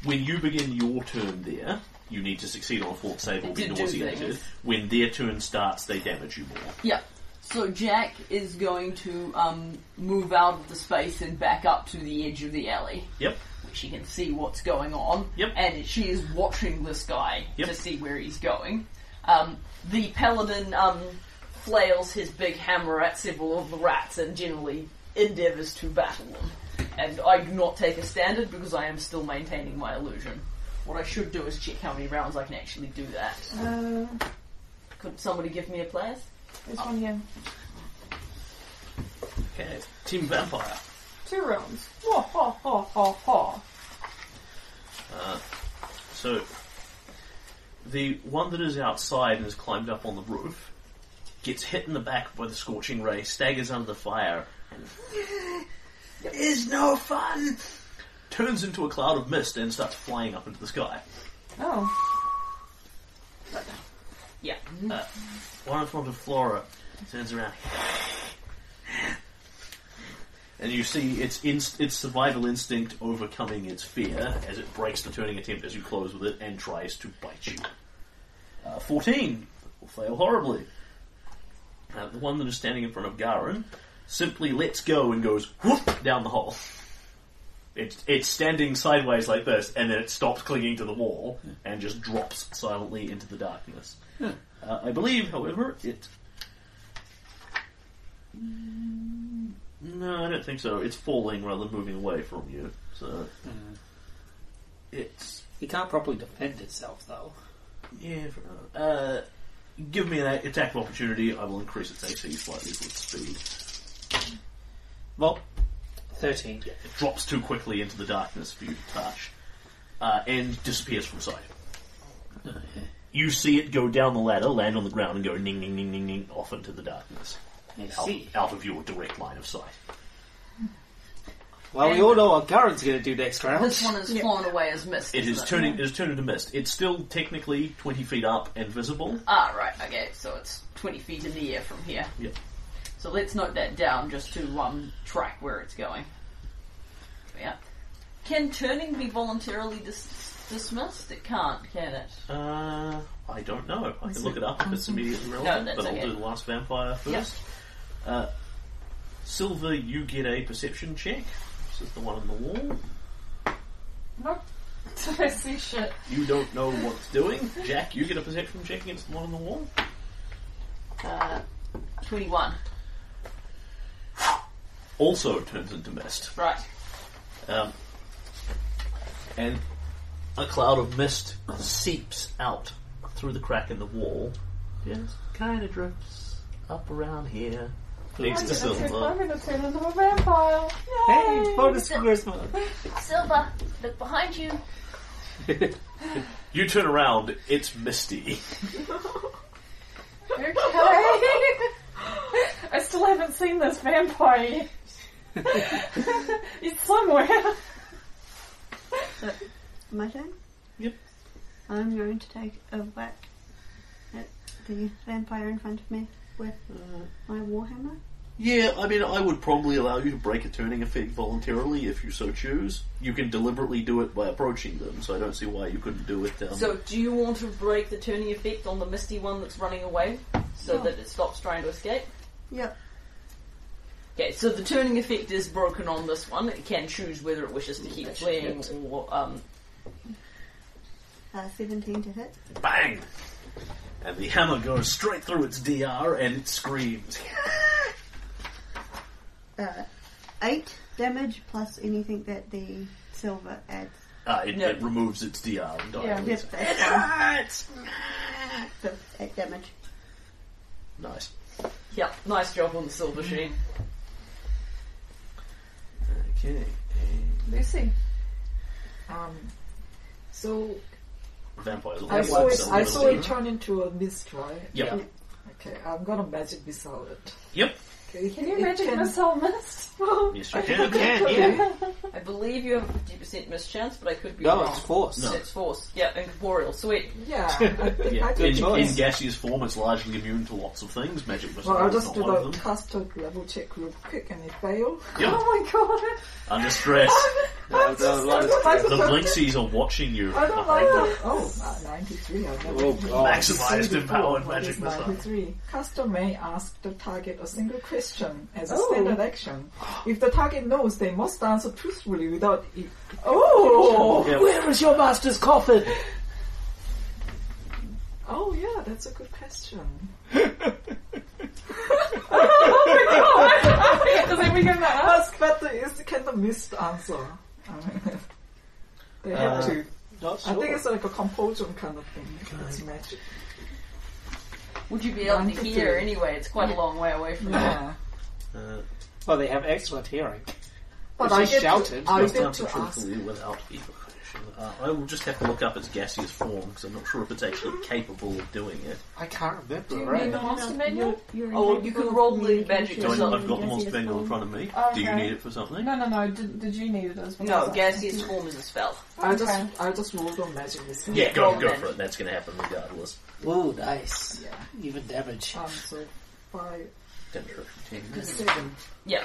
[SPEAKER 1] when you begin your turn there, you need to succeed on a fort save or
[SPEAKER 10] It
[SPEAKER 1] be
[SPEAKER 10] did do
[SPEAKER 1] nauseated.
[SPEAKER 10] things.
[SPEAKER 1] When their turn starts, they damage you more.
[SPEAKER 10] Yeah. So Jack is going to um, move out of the space and back up to the edge of the alley.
[SPEAKER 1] Yep.
[SPEAKER 10] She can see what's going on.
[SPEAKER 1] Yep.
[SPEAKER 10] And she is watching this guy
[SPEAKER 1] Yep.
[SPEAKER 10] to see where he's going. Um, the paladin um, flails his big hammer at several of the rats and generally endeavours to battle them. And I do not take a standard because I am still maintaining my illusion. What I should do is check how many rounds I can actually do that.
[SPEAKER 6] Uh,
[SPEAKER 10] Could somebody give me a place?
[SPEAKER 6] this one here.
[SPEAKER 1] Okay. Team Vampire.
[SPEAKER 6] Two rooms. Whoa, ho, ho, ho, ho.
[SPEAKER 1] So, the one that is outside and has climbed up on the roof gets hit in the back by the scorching ray, staggers under the fire, and is no fun. Turns into a cloud of mist and starts flying up into the sky.
[SPEAKER 6] Oh.
[SPEAKER 10] Yeah.
[SPEAKER 1] Uh, one in front of Flora turns around, and you see its inst- its survival instinct overcoming its fear as it breaks the turning attempt as you close with it and tries to bite you. Uh, Fourteen will fail horribly. Uh, the one that is standing in front of Garin simply lets go and goes whoop down the hole. It, it's standing sideways like this, and then it stops clinging to the wall and just drops silently into the darkness. Uh, I believe, however, it. Mm, No, I don't think so. It's falling rather than moving away from you. So it's
[SPEAKER 9] It can't properly defend itself, though.
[SPEAKER 1] yeah. for- Uh, give me an a- attack of opportunity. I will increase its AC slightly for its speed.
[SPEAKER 9] Well, 13.
[SPEAKER 1] Yeah, it drops too quickly into the darkness for you to touch, uh, and disappears from sight. You see it go down the ladder, land on the ground, and go ning ning ning ning ning off into the darkness,
[SPEAKER 9] I
[SPEAKER 1] out,
[SPEAKER 9] see.
[SPEAKER 1] out of your direct line of sight.
[SPEAKER 9] Well, we all know what Garen's going to do next round.
[SPEAKER 10] This one is flown away as mist.
[SPEAKER 1] It is
[SPEAKER 10] isn't
[SPEAKER 1] turning. It is turning to mist. It's still technically twenty feet up and visible.
[SPEAKER 10] Ah, right. Okay, so it's twenty feet in the air from here.
[SPEAKER 1] Yep.
[SPEAKER 10] So let's note that down just to um, track where it's going. Yeah. Can turning be voluntarily dis- dismissed? It can't, can it?
[SPEAKER 1] Uh, I don't know. I can look it up if it's immediately relevant.
[SPEAKER 10] that's
[SPEAKER 1] but I'll
[SPEAKER 10] okay.
[SPEAKER 1] do the last vampire first.
[SPEAKER 10] Yep.
[SPEAKER 1] Uh, Silver, you get a perception check. This is the one on the wall.
[SPEAKER 6] Nope. I see shit.
[SPEAKER 1] You don't know what it's doing. Jack, you get a perception check against the one on the wall.
[SPEAKER 10] Uh, Twenty-one.
[SPEAKER 1] Also turns into mist.
[SPEAKER 10] Right.
[SPEAKER 1] Um, and a cloud of mist seeps out through the crack in the wall. Just kind of drifts up around here. Leads
[SPEAKER 6] I'm
[SPEAKER 1] to
[SPEAKER 6] gonna, turn, I'm
[SPEAKER 1] silver.
[SPEAKER 6] gonna turn into a vampire. Yay!
[SPEAKER 9] Hey, it's bonus charisma.
[SPEAKER 2] Silva, look behind you.
[SPEAKER 1] You turn around, it's misty.
[SPEAKER 6] Okay. I still haven't seen this vampire. yet. it's somewhere.
[SPEAKER 8] My turn?
[SPEAKER 1] Yep.
[SPEAKER 8] I'm going to take a whack at the vampire in front of me with
[SPEAKER 1] Mm.
[SPEAKER 8] my warhammer.
[SPEAKER 1] Yeah, I mean, I would probably allow you to break a turning effect voluntarily if you so choose. You can deliberately do it by approaching them, so I don't see why you couldn't do it. Um,
[SPEAKER 10] So, do you want to break the turning effect on the misty one that's running away so
[SPEAKER 8] No.
[SPEAKER 10] that it stops trying to escape?
[SPEAKER 8] Yep.
[SPEAKER 10] Okay, so the turning effect is broken on this one. It can choose whether it wishes to keep playing or um,
[SPEAKER 8] Uh, 17 to hit.
[SPEAKER 1] bang! And the hammer goes straight through its DR and it screams.
[SPEAKER 8] Uh, 8 damage plus anything that the silver adds.
[SPEAKER 1] Uh, it,
[SPEAKER 10] No.
[SPEAKER 1] it removes its DR and
[SPEAKER 6] Yeah.
[SPEAKER 1] dilates.
[SPEAKER 8] Yes, that's fine. So, 8 damage.
[SPEAKER 1] Nice.
[SPEAKER 10] Yep, nice job on the silver sheen.
[SPEAKER 1] Okay.
[SPEAKER 7] Lucy. Um, so
[SPEAKER 1] Vampires.
[SPEAKER 7] I
[SPEAKER 1] always
[SPEAKER 7] saw
[SPEAKER 1] like
[SPEAKER 7] it.
[SPEAKER 1] some
[SPEAKER 7] I
[SPEAKER 1] little
[SPEAKER 7] saw it
[SPEAKER 1] bit.
[SPEAKER 7] turn into a mist, right?
[SPEAKER 1] Yep.
[SPEAKER 8] Yeah.
[SPEAKER 7] Okay, I'm gonna magic missile it.
[SPEAKER 1] Yep.
[SPEAKER 7] Okay,
[SPEAKER 6] Can you magic missile mist?
[SPEAKER 1] Yes, you can. can yeah.
[SPEAKER 10] I believe you have a 50% mischance, but I could be
[SPEAKER 9] No,
[SPEAKER 10] wrong.
[SPEAKER 9] it's force.
[SPEAKER 1] No.
[SPEAKER 10] It's force. Yeah, incorporeal. Sweet.
[SPEAKER 7] Yeah, I think
[SPEAKER 1] yeah.
[SPEAKER 7] I
[SPEAKER 1] In,
[SPEAKER 7] can.
[SPEAKER 1] in
[SPEAKER 9] choice.
[SPEAKER 1] gaseous form, it's largely immune to lots of things. Magic missile
[SPEAKER 7] Well, I'll
[SPEAKER 1] is
[SPEAKER 7] just
[SPEAKER 1] not
[SPEAKER 7] do
[SPEAKER 1] one of
[SPEAKER 7] the
[SPEAKER 1] them.
[SPEAKER 7] caster level check real quick, and it failed.
[SPEAKER 1] Yep.
[SPEAKER 6] Oh my god.
[SPEAKER 1] Under stress,
[SPEAKER 9] No, no, no, it's-
[SPEAKER 1] the Blinksies are watching you.
[SPEAKER 7] I don't like that. Oh, uh, 93. I never
[SPEAKER 9] Oh, God.
[SPEAKER 1] Maximized empowered magic missile.
[SPEAKER 7] 93. Customer may ask the target a single question as a
[SPEAKER 6] Oh.
[SPEAKER 7] standard action. If the target knows, they must answer truthfully without. E-
[SPEAKER 6] Oh!
[SPEAKER 1] Yeah.
[SPEAKER 9] Where is your master's coffin?
[SPEAKER 7] oh, yeah, that's a good question.
[SPEAKER 10] Oh
[SPEAKER 6] Is it we gonna ask?
[SPEAKER 7] Ask, but the, is, can the missed answer? I mean, they have
[SPEAKER 1] Uh,
[SPEAKER 7] to.
[SPEAKER 9] Not
[SPEAKER 7] I think
[SPEAKER 9] sure.
[SPEAKER 7] it's like a compulsion kind of thing. It's magic.
[SPEAKER 10] Would you be able to
[SPEAKER 7] Ninety-two.
[SPEAKER 10] hear anyway? It's quite a long way away from there.
[SPEAKER 7] Yeah.
[SPEAKER 1] Uh,
[SPEAKER 9] Well, they have excellent hearing.
[SPEAKER 7] But
[SPEAKER 1] If
[SPEAKER 7] I
[SPEAKER 1] I
[SPEAKER 7] get
[SPEAKER 1] shouted.
[SPEAKER 7] to, I
[SPEAKER 1] must
[SPEAKER 7] get
[SPEAKER 1] answer
[SPEAKER 7] to ask.
[SPEAKER 1] truthfully without evil finishing. Uh, I will just have to look up its gaseous form because I'm not sure if it's actually capable of doing it.
[SPEAKER 11] I can't remember
[SPEAKER 6] Do you
[SPEAKER 11] right
[SPEAKER 6] need the
[SPEAKER 11] now.
[SPEAKER 6] monster manual?
[SPEAKER 8] You're
[SPEAKER 10] Oh, well, you can roll the magic
[SPEAKER 1] Do
[SPEAKER 10] or
[SPEAKER 1] I,
[SPEAKER 10] So
[SPEAKER 1] I've got the monster manual in front of me. Do you
[SPEAKER 6] Okay.
[SPEAKER 1] need it for something?
[SPEAKER 6] No, no, no. Did, did you need it as well?
[SPEAKER 10] No, gaseous form is a spell.
[SPEAKER 7] I
[SPEAKER 6] Okay.
[SPEAKER 7] just I just rolled on magic this time.
[SPEAKER 1] Yeah, go
[SPEAKER 10] Roll
[SPEAKER 1] go
[SPEAKER 10] then.
[SPEAKER 1] for it. That's going to happen regardless.
[SPEAKER 9] Ooh, nice.
[SPEAKER 7] Yeah.
[SPEAKER 9] Even damage.
[SPEAKER 7] Um, so five.
[SPEAKER 1] Ten for fifteen.
[SPEAKER 7] Seven.
[SPEAKER 10] Yeah.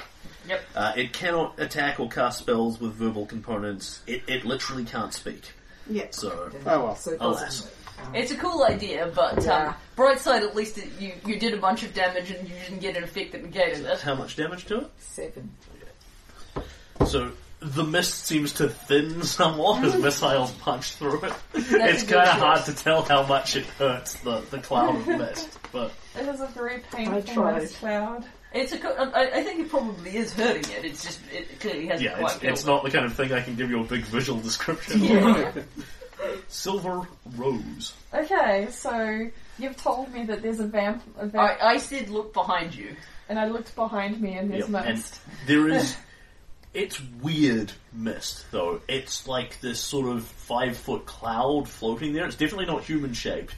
[SPEAKER 1] Uh, it cannot attack or cast spells with verbal components. It, it literally can't speak.
[SPEAKER 8] Yeah.
[SPEAKER 1] So
[SPEAKER 7] Then-
[SPEAKER 11] Oh, well.
[SPEAKER 7] So it
[SPEAKER 1] Alas.
[SPEAKER 7] doesn't. Um,
[SPEAKER 10] It's a cool idea, but um,
[SPEAKER 7] Yeah.
[SPEAKER 10] bright side, at least it, you, you did a bunch of damage and you didn't get an effect that negated it.
[SPEAKER 1] how much damage to it?
[SPEAKER 7] seven.
[SPEAKER 1] So the mist seems to thin somewhat as missiles punch through it. it's kind of hard to tell how much it hurts the, the cloud of mist, but
[SPEAKER 6] It is a very
[SPEAKER 7] I
[SPEAKER 6] painful
[SPEAKER 7] tried.
[SPEAKER 6] mist cloud.
[SPEAKER 10] It's a. co- I, I think it probably is hurting it. It's just it clearly hasn't
[SPEAKER 1] yeah,
[SPEAKER 10] quite
[SPEAKER 1] it's, it's not the kind of thing I can give you a big visual description.
[SPEAKER 10] Yeah.
[SPEAKER 1] of. Silver rose.
[SPEAKER 6] Okay, so you've told me that there's a vamp, a vamp
[SPEAKER 10] I, I said look behind you.
[SPEAKER 6] and I looked behind me and there's
[SPEAKER 1] Yep, and
[SPEAKER 6] mist.
[SPEAKER 1] there is. It's weird mist, though. It's like this sort of five foot cloud floating there. It's definitely not human shaped.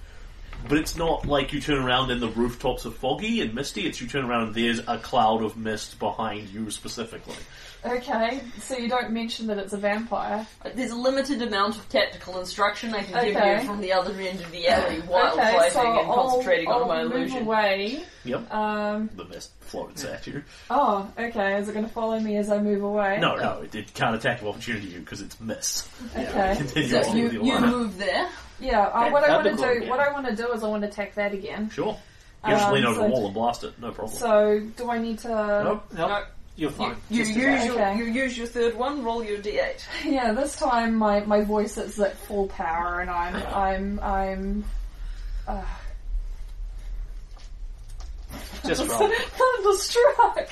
[SPEAKER 1] But it's not like you turn around and the rooftops are foggy and misty. It's you turn around and there's a cloud of mist behind you specifically.
[SPEAKER 6] Okay, so you don't mention that it's a vampire.
[SPEAKER 10] There's a limited amount of tactical instruction I can give
[SPEAKER 6] Okay.
[SPEAKER 10] you from the other end of the alley while
[SPEAKER 6] Okay,
[SPEAKER 10] fighting
[SPEAKER 6] so
[SPEAKER 10] and
[SPEAKER 6] I'll,
[SPEAKER 10] concentrating
[SPEAKER 6] I'll
[SPEAKER 10] on my
[SPEAKER 6] move
[SPEAKER 10] illusion.
[SPEAKER 6] away.
[SPEAKER 1] Yep.
[SPEAKER 6] Um,
[SPEAKER 1] The mist floats at you.
[SPEAKER 6] oh, okay. Is it going to follow me as I move away?
[SPEAKER 1] No, no, it, it can't attack of opportunity you because it's mist.
[SPEAKER 6] Okay.
[SPEAKER 1] Continue
[SPEAKER 10] So
[SPEAKER 1] on
[SPEAKER 10] you,
[SPEAKER 1] with your
[SPEAKER 10] you
[SPEAKER 1] lineup.
[SPEAKER 10] move there.
[SPEAKER 6] Yeah. Uh,
[SPEAKER 9] Okay,
[SPEAKER 6] what I
[SPEAKER 9] that'd
[SPEAKER 6] want
[SPEAKER 9] be
[SPEAKER 6] to
[SPEAKER 9] cool,
[SPEAKER 6] do,
[SPEAKER 9] yeah.
[SPEAKER 6] what I want to do is I want to attack that again.
[SPEAKER 1] Sure. You just
[SPEAKER 6] Um,
[SPEAKER 1] lean over
[SPEAKER 6] so-
[SPEAKER 1] the wall and blast it, no problem.
[SPEAKER 6] So um, do I need to?
[SPEAKER 1] Nope.
[SPEAKER 9] Nope,
[SPEAKER 10] No.
[SPEAKER 9] you're fine.
[SPEAKER 10] You,
[SPEAKER 9] Just
[SPEAKER 10] use your,
[SPEAKER 6] Okay.
[SPEAKER 10] you use your third one. Roll your d8.
[SPEAKER 6] Yeah. This time my my voice is at full power and I'm I'm I'm. Uh,
[SPEAKER 9] Just roll.
[SPEAKER 6] thunderstruck.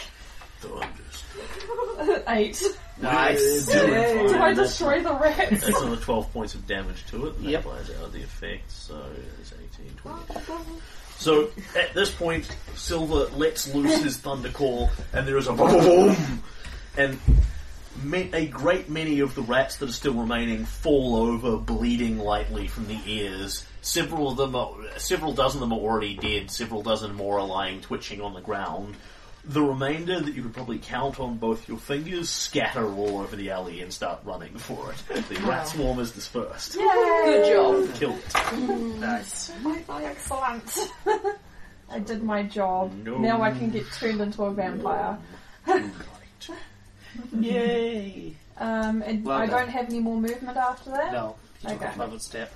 [SPEAKER 1] Thunders.
[SPEAKER 6] Eight.
[SPEAKER 9] Nice. Oh,
[SPEAKER 1] Doing
[SPEAKER 6] Do I
[SPEAKER 1] fine.
[SPEAKER 6] destroy the rats?
[SPEAKER 1] That's another 12 points of damage to it. and That
[SPEAKER 9] Yep.
[SPEAKER 1] applies out the effect, so it's 18, 20. So at this point, Silver lets loose his thunder call, and there is a boom, and ma- a great many of the rats that are still remaining fall over, bleeding lightly from the ears. Several of them, are, several dozen of them are already dead. Several dozen more are lying twitching on the ground. The remainder that you could probably count on both your fingers scatter all over the alley and start running for it. The rat swarm is dispersed.
[SPEAKER 6] Good job.
[SPEAKER 1] Killed it.
[SPEAKER 9] nice.
[SPEAKER 6] Excellent. I did my job.
[SPEAKER 1] No.
[SPEAKER 6] Now I can get turned into a vampire.
[SPEAKER 9] Yay.
[SPEAKER 6] Um, and
[SPEAKER 9] Well
[SPEAKER 6] I
[SPEAKER 9] done.
[SPEAKER 6] don't have any more movement after that.
[SPEAKER 9] No. You took
[SPEAKER 6] Okay.
[SPEAKER 9] a level step.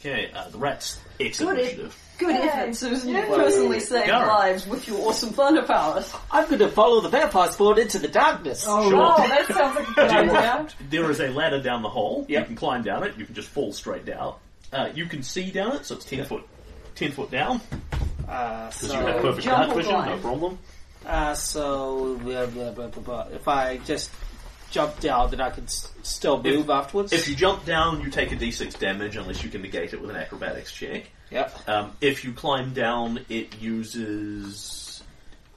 [SPEAKER 1] Okay, uh, the rats. Excellent
[SPEAKER 10] Got it.
[SPEAKER 1] initiative.
[SPEAKER 10] Good
[SPEAKER 6] Yay.
[SPEAKER 10] effort, Susan. You personally saved
[SPEAKER 1] Garrett.
[SPEAKER 10] lives with your awesome thunder powers.
[SPEAKER 9] I'm going to follow the vampire spawn into the darkness.
[SPEAKER 6] Oh,
[SPEAKER 1] Sure.
[SPEAKER 6] wow, that sounds like a good
[SPEAKER 1] Do you
[SPEAKER 6] idea.
[SPEAKER 1] There is a ladder down the hole. You
[SPEAKER 9] Yep.
[SPEAKER 1] can climb down it. You can just fall straight down. Uh, you can see down it, so it's ten foot. Ten foot down
[SPEAKER 9] Uh,
[SPEAKER 1] because you have
[SPEAKER 9] so,
[SPEAKER 1] perfect
[SPEAKER 10] jump
[SPEAKER 1] dark vision,
[SPEAKER 10] or
[SPEAKER 1] no
[SPEAKER 10] climb?
[SPEAKER 1] problem.
[SPEAKER 9] uh, so blah, blah, blah, blah, blah. if I just jump down, then I can s- still move afterwards.
[SPEAKER 1] If you jump down, you take a d6 damage unless you can negate it with an acrobatics check.
[SPEAKER 9] yep.
[SPEAKER 1] Um, if you climb down, it uses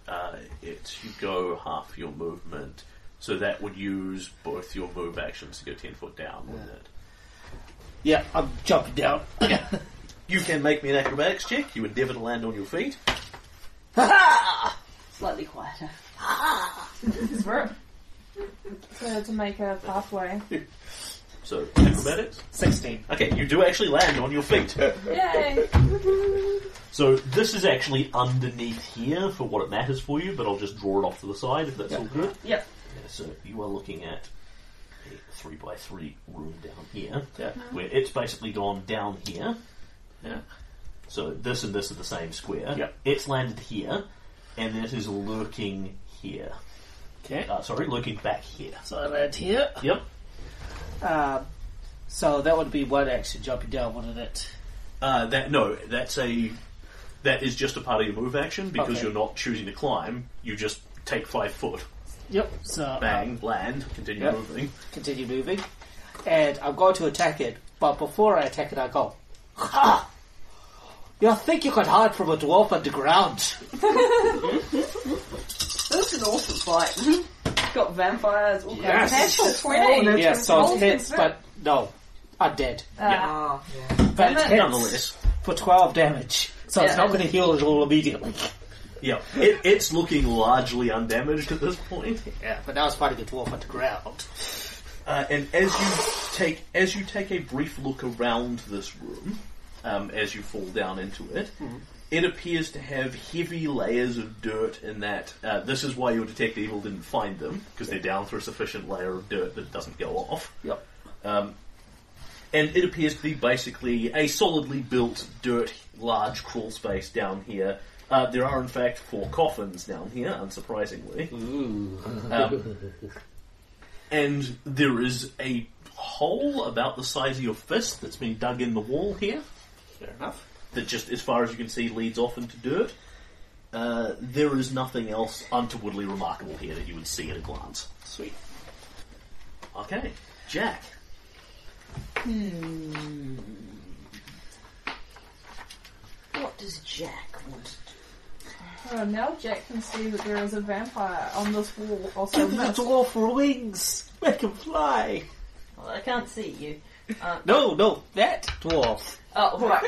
[SPEAKER 1] uh, it. You go half your movement, so that would use both your move actions to go ten foot down, wouldn't it?
[SPEAKER 9] Yeah, I'm jumping down.
[SPEAKER 1] You can make me an acrobatics check. You endeavour to land on your feet.
[SPEAKER 10] Slightly quieter.
[SPEAKER 6] So to make a pathway.
[SPEAKER 1] So acrobatics.
[SPEAKER 9] 16.
[SPEAKER 1] Okay, you do actually land on your feet.
[SPEAKER 6] Yay!
[SPEAKER 1] So this is actually underneath here for what it matters for you, but I'll just draw it off to the side if that's all good.
[SPEAKER 10] Yep.
[SPEAKER 1] Yeah, so you are looking at a three by three room down here, where it's basically gone down here. Yeah. So this and this are the same square.
[SPEAKER 9] Yep.
[SPEAKER 1] It's landed here, and it is lurking here.
[SPEAKER 9] Okay.
[SPEAKER 1] Uh, sorry, looking back here.
[SPEAKER 9] So I land here.
[SPEAKER 1] Yep.
[SPEAKER 9] Um, so that would be one action jumping down, wouldn't it?
[SPEAKER 1] Uh, that no, that's a that is just a part of your move action because
[SPEAKER 9] Okay.
[SPEAKER 1] you're not choosing to climb. You just take five foot,
[SPEAKER 9] Yep. So
[SPEAKER 1] bang, land, continue
[SPEAKER 9] Yep.
[SPEAKER 1] moving.
[SPEAKER 9] continue moving, and I'm going to attack it. But before I attack it, I go, "Ha! You think you could hide from a dwarf underground?"
[SPEAKER 10] That's an awesome fight. got vampires. All
[SPEAKER 1] Yes.
[SPEAKER 10] Natural
[SPEAKER 6] Oh,
[SPEAKER 10] twenty.
[SPEAKER 6] no.
[SPEAKER 9] Yeah, so
[SPEAKER 6] Rolls
[SPEAKER 9] it's hits,
[SPEAKER 6] and
[SPEAKER 9] but no, are dead.
[SPEAKER 6] Ah,
[SPEAKER 10] Ah,
[SPEAKER 9] But it
[SPEAKER 10] Damn it.
[SPEAKER 9] hits
[SPEAKER 1] Nonetheless.
[SPEAKER 9] for 12 damage. So it's
[SPEAKER 10] Yeah.
[SPEAKER 9] not going to heal it all immediately.
[SPEAKER 1] Yeah, it, it's looking largely undamaged at this point.
[SPEAKER 9] Yeah, but now it's fighting a dwarf on the ground.
[SPEAKER 1] Uh, and as you take as you take a brief look around this room, um, as you fall down into it, it appears to have heavy layers of dirt in that. Uh, this is why your detect evil didn't find them because they're down through a sufficient layer of dirt that it doesn't go off.
[SPEAKER 9] Yep.
[SPEAKER 1] Um, and it appears to be basically a solidly built, dirt, large crawl space down here. Uh, there are, in fact, four coffins down here, unsurprisingly. Um, and there is a hole about the size of your fist that's been dug in the wall here,
[SPEAKER 9] Fair enough.
[SPEAKER 1] that just, as far as you can see, leads off into dirt. Uh, there is nothing else untowardly remarkable here that you would see at a glance.
[SPEAKER 9] Sweet.
[SPEAKER 1] Okay, Jack.
[SPEAKER 2] What does Jack want to do?
[SPEAKER 6] oh, now Jack can see that there is a vampire on this wall. Also, missed.
[SPEAKER 9] dwarf wings! Make him fly!
[SPEAKER 10] well, I can't see you.
[SPEAKER 9] No, no, that dwarf.
[SPEAKER 10] Oh, right.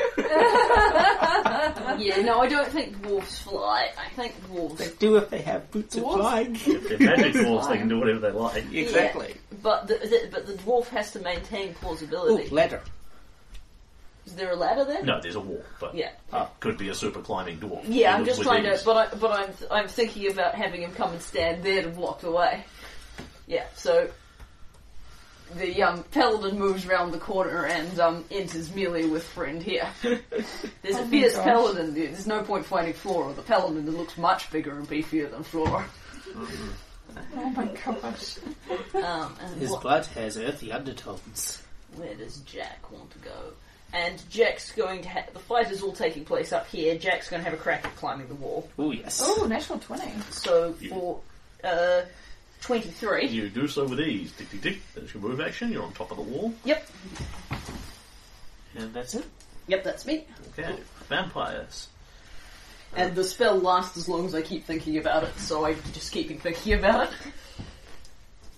[SPEAKER 10] yeah, no, I don't think dwarves fly. I think dwarves.
[SPEAKER 9] They do if they have boots of
[SPEAKER 6] Dwarf?
[SPEAKER 9] flying.
[SPEAKER 1] They're magic dwarves, they can do whatever they like.
[SPEAKER 9] exactly.
[SPEAKER 10] But the, the but the dwarf has to maintain plausibility.
[SPEAKER 9] Ooh, ladder.
[SPEAKER 10] Is there a ladder there?
[SPEAKER 1] No, there's a wall, but
[SPEAKER 10] Yeah.
[SPEAKER 1] uh, could be a super climbing dwarf.
[SPEAKER 10] Yeah,
[SPEAKER 1] He
[SPEAKER 10] I'm
[SPEAKER 1] lives
[SPEAKER 10] just
[SPEAKER 1] with
[SPEAKER 10] trying to,
[SPEAKER 1] these.
[SPEAKER 10] but I, but I'm I'm thinking about having him come and stand there to block the way. Yeah, so the um, paladin moves round the corner and um, enters merely with friend here. There's a
[SPEAKER 6] Oh my
[SPEAKER 10] fierce
[SPEAKER 6] gosh.
[SPEAKER 10] paladin. There. There's no point fighting Flora. The paladin looks much bigger and beefier than Flora.
[SPEAKER 6] Oh my gosh.
[SPEAKER 10] Um, and
[SPEAKER 9] His
[SPEAKER 10] what,
[SPEAKER 9] blood has earthy undertones.
[SPEAKER 10] where does Jack want to go? And Jack's going to ha- the fight is all taking place up here. Jack's going to have a crack at climbing the wall.
[SPEAKER 9] Oh, yes.
[SPEAKER 6] Oh, national 20.
[SPEAKER 10] So for uh, twenty-three.
[SPEAKER 1] You do so with ease. Tick, tick, tick. That's your move action. You're on top of the wall.
[SPEAKER 10] Yep,
[SPEAKER 9] And that's it.
[SPEAKER 10] Yep, that's me.
[SPEAKER 1] Okay. Vampires.
[SPEAKER 10] And the spell lasts as long as I keep thinking about it, so I just keep thinking about it.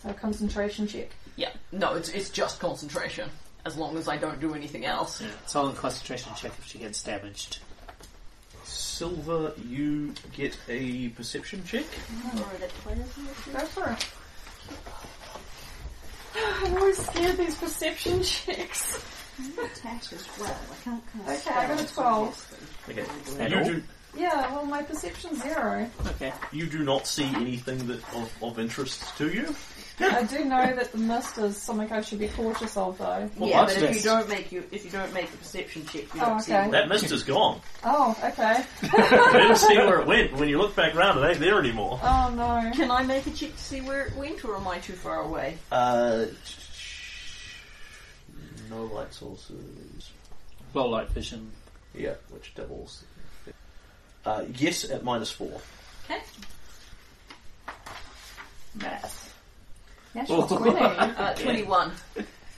[SPEAKER 6] So, concentration check.
[SPEAKER 10] Yeah, no, it's it's just concentration. As long as I don't do anything else.
[SPEAKER 9] It's all in concentration check if she gets damaged.
[SPEAKER 1] Silver, you get a perception check.
[SPEAKER 2] Or the toilet?
[SPEAKER 6] Go for it. I'm always scared of these perception checks.
[SPEAKER 8] Attack as well. I can't cast.
[SPEAKER 6] Okay, I got a 12.
[SPEAKER 1] Okay.
[SPEAKER 9] that
[SPEAKER 1] You
[SPEAKER 9] all?
[SPEAKER 1] do,
[SPEAKER 6] Yeah, well, my perception's zero.
[SPEAKER 9] Okay.
[SPEAKER 1] you do not see anything that of, of interest to you.
[SPEAKER 6] I do know that the mist is something I should be cautious of, though.
[SPEAKER 9] Well,
[SPEAKER 10] yeah,
[SPEAKER 9] that's
[SPEAKER 10] but if you
[SPEAKER 9] just-
[SPEAKER 10] don't make you if you don't make the perception check, you
[SPEAKER 6] Oh,
[SPEAKER 10] don't see
[SPEAKER 6] okay.
[SPEAKER 10] what-
[SPEAKER 1] That mist is gone.
[SPEAKER 6] Oh, okay.
[SPEAKER 1] I didn't see where it went. When you look back around, it ain't there anymore.
[SPEAKER 6] Oh, no.
[SPEAKER 10] Can I make a check to see where it went, or am I too far away?
[SPEAKER 1] Uh, no light sources.
[SPEAKER 9] Low light vision.
[SPEAKER 1] Yeah, which doubles. Uh, yes, at minus four.
[SPEAKER 10] Okay.
[SPEAKER 9] Math.
[SPEAKER 6] National
[SPEAKER 9] Oh.
[SPEAKER 6] 20.
[SPEAKER 10] Uh, Twenty-one.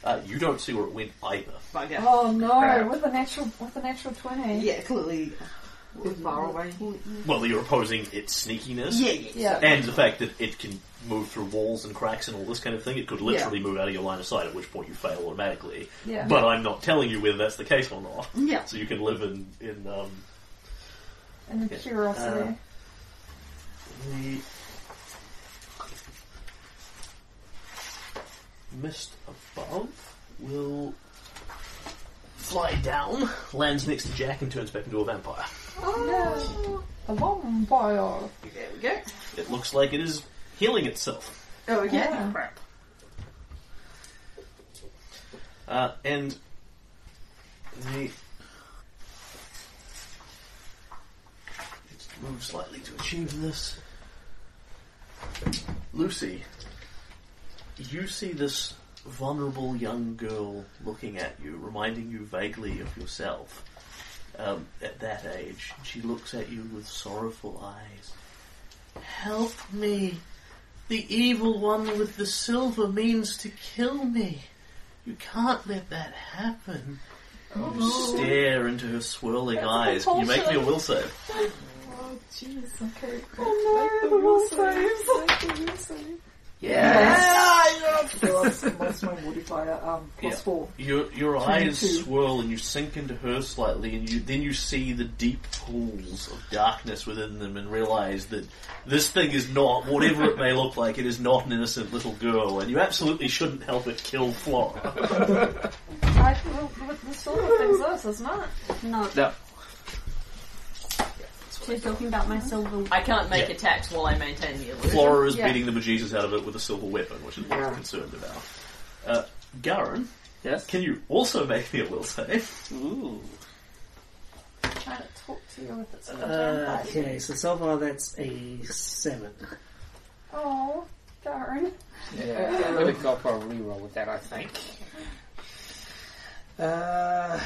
[SPEAKER 1] Uh, you don't see where it went either.
[SPEAKER 10] Bugger.
[SPEAKER 6] Oh no,
[SPEAKER 1] Crap.
[SPEAKER 6] with a natural with a natural twenty.
[SPEAKER 10] Yeah, clearly.
[SPEAKER 7] We're far away.
[SPEAKER 1] Well, you're opposing its sneakiness.
[SPEAKER 10] Yeah, yeah.
[SPEAKER 6] Yeah.
[SPEAKER 1] And the fact that it can move through walls and cracks and all this kind of thing, it could literally move out of your line of sight, at which point you fail automatically.
[SPEAKER 6] Yeah.
[SPEAKER 1] But I'm not telling you whether that's the case or not.
[SPEAKER 10] Yeah.
[SPEAKER 1] So you can live in, in um,
[SPEAKER 6] And
[SPEAKER 1] Yeah.
[SPEAKER 6] curiosity.
[SPEAKER 1] Uh, the mist above will fly down, lands next to Jack, and turns back into a vampire.
[SPEAKER 6] oh, no. A vampire.
[SPEAKER 10] There we go.
[SPEAKER 1] It looks like it is healing itself.
[SPEAKER 10] Oh
[SPEAKER 6] Yeah.
[SPEAKER 10] Crap.
[SPEAKER 1] Uh, and the let's move slightly to achieve this. Lucy, you see this vulnerable young girl looking at you, reminding you vaguely of yourself. Um, at that age, she looks at you with sorrowful eyes. Help me! The evil one with the silver means to kill me. You can't let that happen. You stare into her swirling
[SPEAKER 6] Oh,
[SPEAKER 1] eyes.
[SPEAKER 6] That's
[SPEAKER 1] Can you make me a will save?
[SPEAKER 7] Oh, jeez. Okay.
[SPEAKER 6] Oh no, the will saves.
[SPEAKER 7] So that's, that's my modifier. Um, plus
[SPEAKER 1] Yeah.
[SPEAKER 7] four.
[SPEAKER 1] Your your eyes
[SPEAKER 7] 22.
[SPEAKER 1] swirl and you sink into her slightly, and you then you see the deep pools of darkness within them, and realize that this thing is not whatever it may look like. It is not an innocent little girl, and you absolutely shouldn't help it kill Flora.
[SPEAKER 6] I, well, but the silver thing's this, isn't it?
[SPEAKER 8] No,
[SPEAKER 9] No.
[SPEAKER 8] she's talking about my silver.
[SPEAKER 10] I can't make
[SPEAKER 1] Yeah.
[SPEAKER 10] attacks while I maintain the illusion.
[SPEAKER 1] Flora is
[SPEAKER 6] Yeah.
[SPEAKER 1] beating the bejesus out of it with a silver weapon, which is what I'm concerned about. Uh, Garen,
[SPEAKER 9] Yes.
[SPEAKER 1] can you also make me a will save?
[SPEAKER 9] Ooh.
[SPEAKER 6] Trying to talk to you with its
[SPEAKER 9] Uh,
[SPEAKER 6] uh,
[SPEAKER 9] okay, so so far that's a seven.
[SPEAKER 6] Oh, darn.
[SPEAKER 9] Yeah, I'm gonna go for a reroll with that. I think. Uh,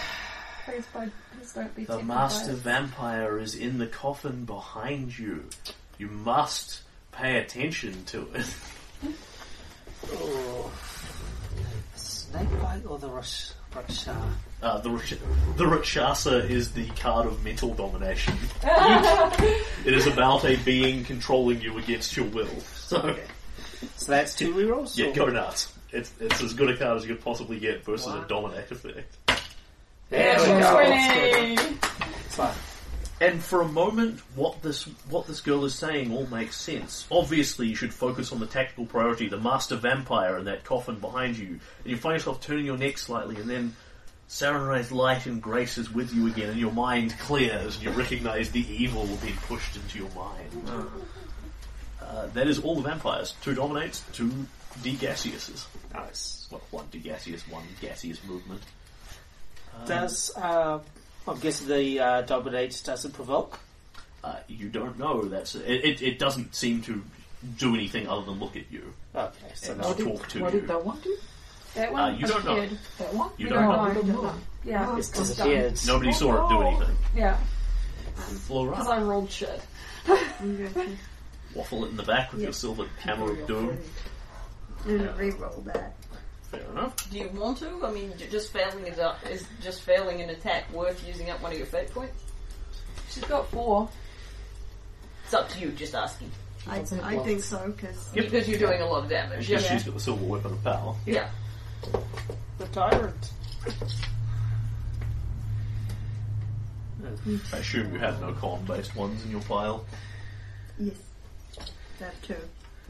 [SPEAKER 6] Please, bud, please don't be
[SPEAKER 1] The
[SPEAKER 6] taken
[SPEAKER 1] master
[SPEAKER 6] by-
[SPEAKER 1] vampire is in the coffin behind you. You must pay attention to it.
[SPEAKER 9] oh. snake bite or the rush? rush uh,
[SPEAKER 1] Uh, the, Rich- the Rakshasa is the card of mental domination. it is about a being controlling you against your will. So,
[SPEAKER 9] okay. So that's two rerolls.
[SPEAKER 1] yeah,
[SPEAKER 9] or-
[SPEAKER 1] go nuts. It's, it's as good a card as you could possibly get versus
[SPEAKER 9] Wow.
[SPEAKER 1] a dominate effect.
[SPEAKER 9] There we go. That's good. It's like,
[SPEAKER 1] And for a moment, what this what this girl is saying all makes sense. Obviously, you should focus on the tactical priority, the master vampire in that coffin behind you, and you find yourself turning your neck slightly, and then Sarenrae's light and grace is with you again, and your mind clears, and you recognise the evil being pushed into your mind. Uh, that is all the vampires. Two dominates, two degasseuses.
[SPEAKER 9] nice.
[SPEAKER 1] Well, one degaseous, one gaseous movement.
[SPEAKER 9] Does uh, I'm guessing the uh, dominate doesn't provoke.
[SPEAKER 1] Uh, you don't know. That's it, it. It doesn't seem to do anything other than look at you.
[SPEAKER 9] Okay, so
[SPEAKER 1] And
[SPEAKER 9] no.
[SPEAKER 1] I'll
[SPEAKER 7] What did,
[SPEAKER 1] talk to
[SPEAKER 7] what
[SPEAKER 1] you.
[SPEAKER 7] did that one do?
[SPEAKER 6] That
[SPEAKER 1] Uh,
[SPEAKER 6] one
[SPEAKER 1] you don't know.
[SPEAKER 6] appeared.
[SPEAKER 7] That one?
[SPEAKER 1] You
[SPEAKER 7] We
[SPEAKER 1] don't know.
[SPEAKER 7] we
[SPEAKER 6] know.
[SPEAKER 7] don't know.
[SPEAKER 6] Yeah,
[SPEAKER 9] It's
[SPEAKER 6] was done.
[SPEAKER 9] disappeared.
[SPEAKER 1] Nobody saw it
[SPEAKER 10] Oh.
[SPEAKER 1] do anything.
[SPEAKER 6] Yeah, because
[SPEAKER 1] Flora,
[SPEAKER 6] I rolled shit.
[SPEAKER 8] Okay.
[SPEAKER 1] waffle it in the back with your silver hammer of doom.
[SPEAKER 8] I'm gonna re-roll that.
[SPEAKER 1] Fair enough.
[SPEAKER 10] Do you want to? I mean, j- just failing is, up, is just failing an attack worth using up one of your fate points?
[SPEAKER 6] She's got four.
[SPEAKER 10] It's up to you. Just asking
[SPEAKER 8] I, I think so because
[SPEAKER 1] Yep.
[SPEAKER 10] because you're doing a lot of damage.
[SPEAKER 1] Because
[SPEAKER 10] Yeah.
[SPEAKER 1] she's got the silver weapon of power.
[SPEAKER 10] yeah.
[SPEAKER 9] the tyrant.
[SPEAKER 1] I assume you have no con based ones in your pile.
[SPEAKER 8] yes, that too.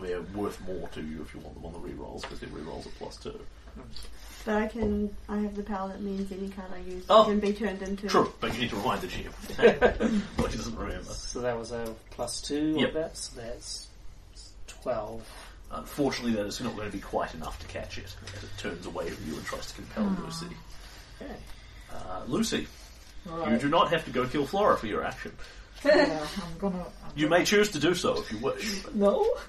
[SPEAKER 1] They're worth more to you if you want them on the rerolls, because their rerolls are plus two.
[SPEAKER 8] But I can. I have the power that means any card I use
[SPEAKER 1] Oh.
[SPEAKER 8] can be turned into.
[SPEAKER 1] True, but you need to remind the GM of that. well, she doesn't remember.
[SPEAKER 9] So that was a plus two
[SPEAKER 1] Yep.
[SPEAKER 9] or that, so that's twelve.
[SPEAKER 1] Unfortunately, that is not going to be quite enough to catch it, as it turns away from you and tries to compel
[SPEAKER 10] Hmm.
[SPEAKER 1] Lucy.
[SPEAKER 9] Okay.
[SPEAKER 1] Uh, Lucy, you
[SPEAKER 7] Alright.
[SPEAKER 1] do not have to go kill Flora for your action.
[SPEAKER 7] Yeah, I'm gonna. I'm
[SPEAKER 1] You
[SPEAKER 7] gonna,
[SPEAKER 1] may choose to do so if you wish.
[SPEAKER 7] No.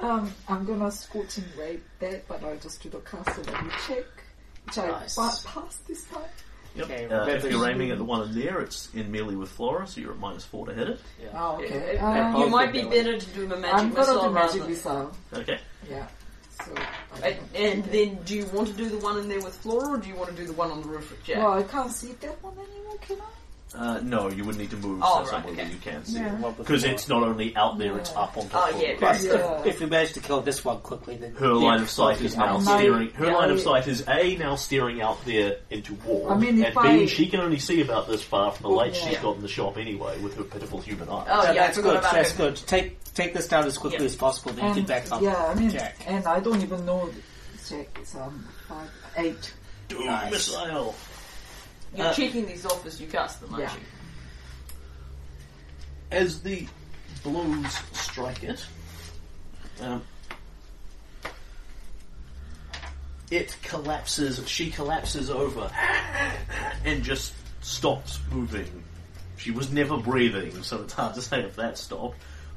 [SPEAKER 7] Um, I'm gonna scorching ray that, but I'll just do the castle value check, which
[SPEAKER 9] Nice.
[SPEAKER 7] I pa- passed this time.
[SPEAKER 1] Yep.
[SPEAKER 9] Okay,
[SPEAKER 1] uh, if
[SPEAKER 9] remember-
[SPEAKER 1] you're aiming at the one in there, it's in melee with Flora, so you're at minus four to hit it.
[SPEAKER 7] Oh, okay.
[SPEAKER 10] Uh,
[SPEAKER 7] Um,
[SPEAKER 10] you
[SPEAKER 9] both
[SPEAKER 10] might
[SPEAKER 9] of
[SPEAKER 10] be
[SPEAKER 9] them.
[SPEAKER 10] better to do a magic
[SPEAKER 7] I'm
[SPEAKER 10] missile
[SPEAKER 7] gonna do
[SPEAKER 10] rather
[SPEAKER 7] magic
[SPEAKER 10] than-
[SPEAKER 7] missile.
[SPEAKER 1] Okay.
[SPEAKER 7] Yeah. So. I don't
[SPEAKER 10] And,
[SPEAKER 7] know.
[SPEAKER 10] and then, do you want to do the one in there with Flora, or do you want to do the one on the roof with Jack?
[SPEAKER 7] Well, I can't see that one anymore, can I?
[SPEAKER 1] Uh, no, you would need to move
[SPEAKER 10] Oh,
[SPEAKER 1] to
[SPEAKER 10] right,
[SPEAKER 1] somewhere where
[SPEAKER 10] okay.
[SPEAKER 1] you can see
[SPEAKER 8] Yeah.
[SPEAKER 1] Because it's not only out there, it's up on top
[SPEAKER 10] Oh,
[SPEAKER 1] of
[SPEAKER 10] yeah,
[SPEAKER 1] it.
[SPEAKER 10] right.
[SPEAKER 9] Plus,
[SPEAKER 7] Yeah.
[SPEAKER 9] if, if we manage to kill this one quickly, then
[SPEAKER 1] Her line of sight is now
[SPEAKER 7] My-
[SPEAKER 1] staring. Her
[SPEAKER 7] yeah,
[SPEAKER 1] line of
[SPEAKER 7] I-
[SPEAKER 1] sight is a now staring out there into war,
[SPEAKER 7] I mean,
[SPEAKER 1] and
[SPEAKER 7] if
[SPEAKER 1] b
[SPEAKER 7] I-
[SPEAKER 1] she can only see about this far from the light she's
[SPEAKER 7] Yeah.
[SPEAKER 1] got in the shop anyway with her pitiful human eye.
[SPEAKER 10] Oh,
[SPEAKER 9] So
[SPEAKER 10] yeah, I
[SPEAKER 9] that's
[SPEAKER 10] forgot
[SPEAKER 9] good.
[SPEAKER 10] about
[SPEAKER 9] That's
[SPEAKER 10] her.
[SPEAKER 9] good. Take take this down as quickly
[SPEAKER 10] Yeah.
[SPEAKER 9] as possible. Then you get
[SPEAKER 7] And,
[SPEAKER 9] back up.
[SPEAKER 7] yeah, I mean,
[SPEAKER 9] Jack.
[SPEAKER 7] and I don't even know. Jack is um five, eight.
[SPEAKER 1] Doom
[SPEAKER 9] Nice.
[SPEAKER 1] missile.
[SPEAKER 10] You're
[SPEAKER 1] Uh,
[SPEAKER 10] checking these off as you cast them, aren't
[SPEAKER 7] Yeah.
[SPEAKER 10] you?
[SPEAKER 1] as the blows strike it, um, it collapses. She collapses over and just stops moving. She was never breathing, so it's hard to say if that stopped.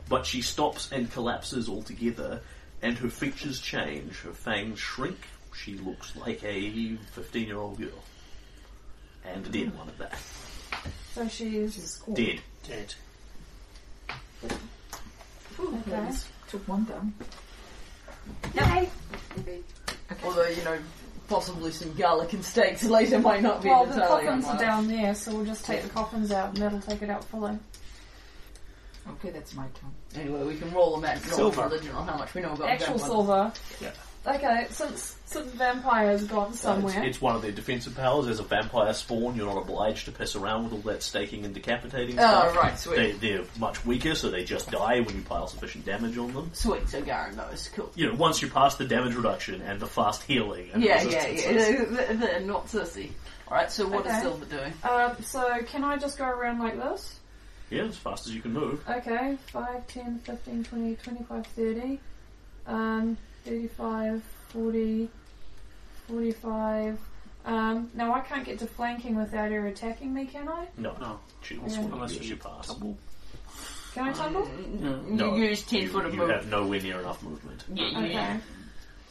[SPEAKER 1] But she stops and collapses altogether, and her features change. Her fangs shrink. She looks like a 15 year old girl. And a dead one at that.
[SPEAKER 6] So she's
[SPEAKER 7] She's cool.
[SPEAKER 1] Dead.
[SPEAKER 9] Dead.
[SPEAKER 7] Okay. Took one down.
[SPEAKER 10] Although, you know, possibly some garlic and steaks later might not be
[SPEAKER 6] well. The
[SPEAKER 10] entirely
[SPEAKER 6] coffins are
[SPEAKER 10] unwise.
[SPEAKER 6] down there, so we'll just take the coffins out, and that'll take it out fully.
[SPEAKER 7] Okay, that's my turn.
[SPEAKER 10] Anyway, we can roll a magic roll
[SPEAKER 9] Silver.
[SPEAKER 10] for religion on how much we know about
[SPEAKER 6] Actual
[SPEAKER 10] vampires.
[SPEAKER 6] silver.
[SPEAKER 1] Yeah.
[SPEAKER 6] Okay, since since vampire's gone
[SPEAKER 1] It's,
[SPEAKER 6] somewhere.
[SPEAKER 1] it's one of their defensive powers. As a vampire spawn, you're not obliged to piss around with all that staking and decapitating
[SPEAKER 10] Oh,
[SPEAKER 1] stuff.
[SPEAKER 10] right, sweet.
[SPEAKER 1] They, they're much weaker, so they just die when you pile sufficient damage on them.
[SPEAKER 10] Sweet, so Garen knows. Cool.
[SPEAKER 1] You know, once you pass the damage reduction and the fast healing. And
[SPEAKER 10] Yeah, yeah,
[SPEAKER 1] resistances.
[SPEAKER 10] yeah. They're, they're- they're not sissy. Alright, so what is
[SPEAKER 6] Okay.
[SPEAKER 10] silver doing?
[SPEAKER 6] um, so can I just go around like this?
[SPEAKER 1] Yeah, as fast as you can move.
[SPEAKER 6] Okay, 5, 10, 15, 20, 25, 30, um, 35, 40, 45. Um, now I can't get to flanking without her attacking me, can I?
[SPEAKER 1] No,
[SPEAKER 9] No.
[SPEAKER 1] she will
[SPEAKER 6] Yeah.
[SPEAKER 1] swing
[SPEAKER 9] Unless
[SPEAKER 1] you as
[SPEAKER 9] you
[SPEAKER 1] you pass.
[SPEAKER 9] tumble.
[SPEAKER 6] Can
[SPEAKER 10] Mm,
[SPEAKER 6] I tumble?
[SPEAKER 1] No,
[SPEAKER 10] you use 10
[SPEAKER 1] you,
[SPEAKER 10] foot of
[SPEAKER 1] you
[SPEAKER 10] move.
[SPEAKER 1] have nowhere near enough movement.
[SPEAKER 10] Yeah, yeah,
[SPEAKER 6] Okay.
[SPEAKER 10] yeah.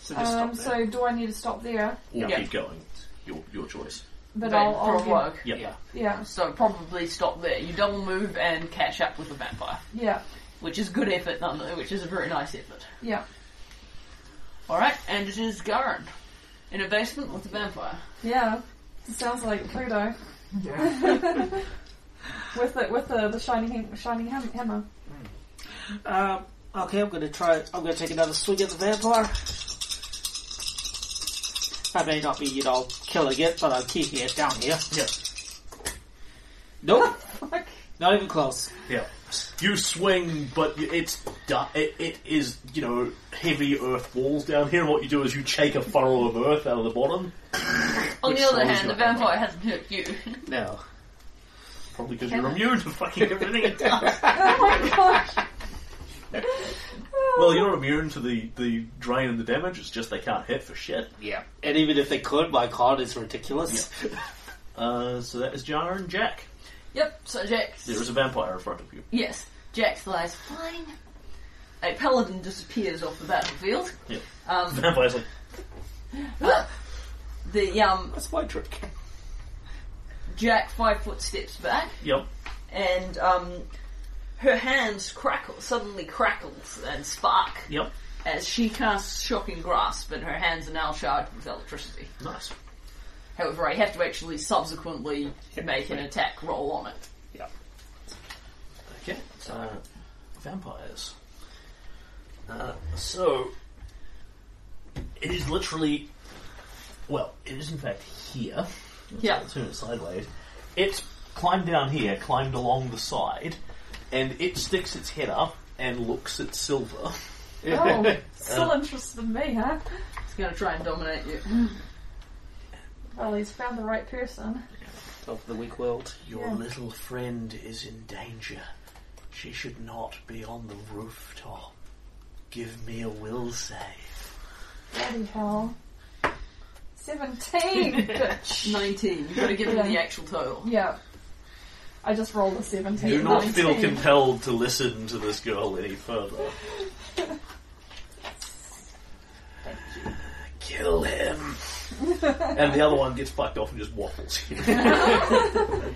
[SPEAKER 9] So just
[SPEAKER 6] Um,
[SPEAKER 9] stop there.
[SPEAKER 6] so do I need to stop there?
[SPEAKER 1] Or
[SPEAKER 10] Yeah.
[SPEAKER 1] keep going. Your, your choice.
[SPEAKER 6] But
[SPEAKER 10] But
[SPEAKER 6] I'll,
[SPEAKER 10] for
[SPEAKER 6] I'll
[SPEAKER 10] a
[SPEAKER 6] get-
[SPEAKER 10] work.
[SPEAKER 1] Yeah.
[SPEAKER 9] Yeah.
[SPEAKER 6] Yeah,
[SPEAKER 10] So probably stop there. You double move and catch up with the vampire,
[SPEAKER 6] yeah,
[SPEAKER 10] which is good effort, nonetheless, which is a very nice effort.
[SPEAKER 6] yeah,
[SPEAKER 10] Alright, and it is Garen. In a basement with a vampire.
[SPEAKER 6] yeah. Sounds like Kudo.
[SPEAKER 7] Yeah.
[SPEAKER 6] With the with the, the shining ham- shining ham- hammer.
[SPEAKER 9] Um, okay, I'm going to try. I'm going to take another swing at the vampire. I may not be, you know, killing it, but I'm keeping it down here.
[SPEAKER 1] Yeah.
[SPEAKER 9] Nope. Not even close.
[SPEAKER 1] Yeah. You swing, but you- it's du- it, it is you know heavy earth walls down here. What you do is you shake a furrow of earth out of the bottom,
[SPEAKER 10] On
[SPEAKER 1] Which
[SPEAKER 10] the other
[SPEAKER 1] throws
[SPEAKER 10] hand,
[SPEAKER 1] you
[SPEAKER 10] the
[SPEAKER 1] up.
[SPEAKER 10] vampire hasn't hurt you.
[SPEAKER 9] No.
[SPEAKER 1] probably because you're immune to fucking everything it does.
[SPEAKER 6] Oh my gosh!
[SPEAKER 1] Well, you're not immune to the the drain and the damage. It's just they can't hit for shit.
[SPEAKER 9] Yeah. And even if they could, my card is ridiculous.
[SPEAKER 1] Uh, so that is Jara and Jack.
[SPEAKER 10] yep, so Jack.
[SPEAKER 1] There is a vampire in front of you.
[SPEAKER 10] Yes, Jack lies flying. A paladin disappears off the battlefield.
[SPEAKER 1] Yeah.
[SPEAKER 10] Um,
[SPEAKER 1] The vampire's like,
[SPEAKER 10] the um,
[SPEAKER 9] That's my trick.
[SPEAKER 10] Jack five foot steps back,
[SPEAKER 1] yep,
[SPEAKER 10] and um, her hands crackle suddenly crackles and spark
[SPEAKER 1] yep,
[SPEAKER 10] as she casts shocking grasp, and her hands are now charged with electricity.
[SPEAKER 1] nice.
[SPEAKER 10] However, I have to actually subsequently make an attack roll on it.
[SPEAKER 1] Okay, uh, vampires. Uh, so, it is literally, well, it is in fact here.
[SPEAKER 10] Yeah.
[SPEAKER 1] Turn it sideways. It's climbed down here, climbed along the side, and it sticks its head up and looks at Silver.
[SPEAKER 6] Oh, still interested in me, huh?
[SPEAKER 10] It's going to Uh. try and dominate you.
[SPEAKER 6] Well, he's found the right person.
[SPEAKER 9] Top of the weak world.
[SPEAKER 1] Your
[SPEAKER 6] Yeah.
[SPEAKER 1] little friend is in danger. She should not be on the rooftop. Give me a will save.
[SPEAKER 6] Bloody hell. 17! bitch.
[SPEAKER 10] 19. You've got to give him the
[SPEAKER 6] Yeah.
[SPEAKER 10] actual total.
[SPEAKER 6] yeah. I just rolled a 17.
[SPEAKER 1] Do not feel
[SPEAKER 6] 19.
[SPEAKER 1] compelled to listen to this girl any further. Kill him. and the other one gets fucked off and just waffles.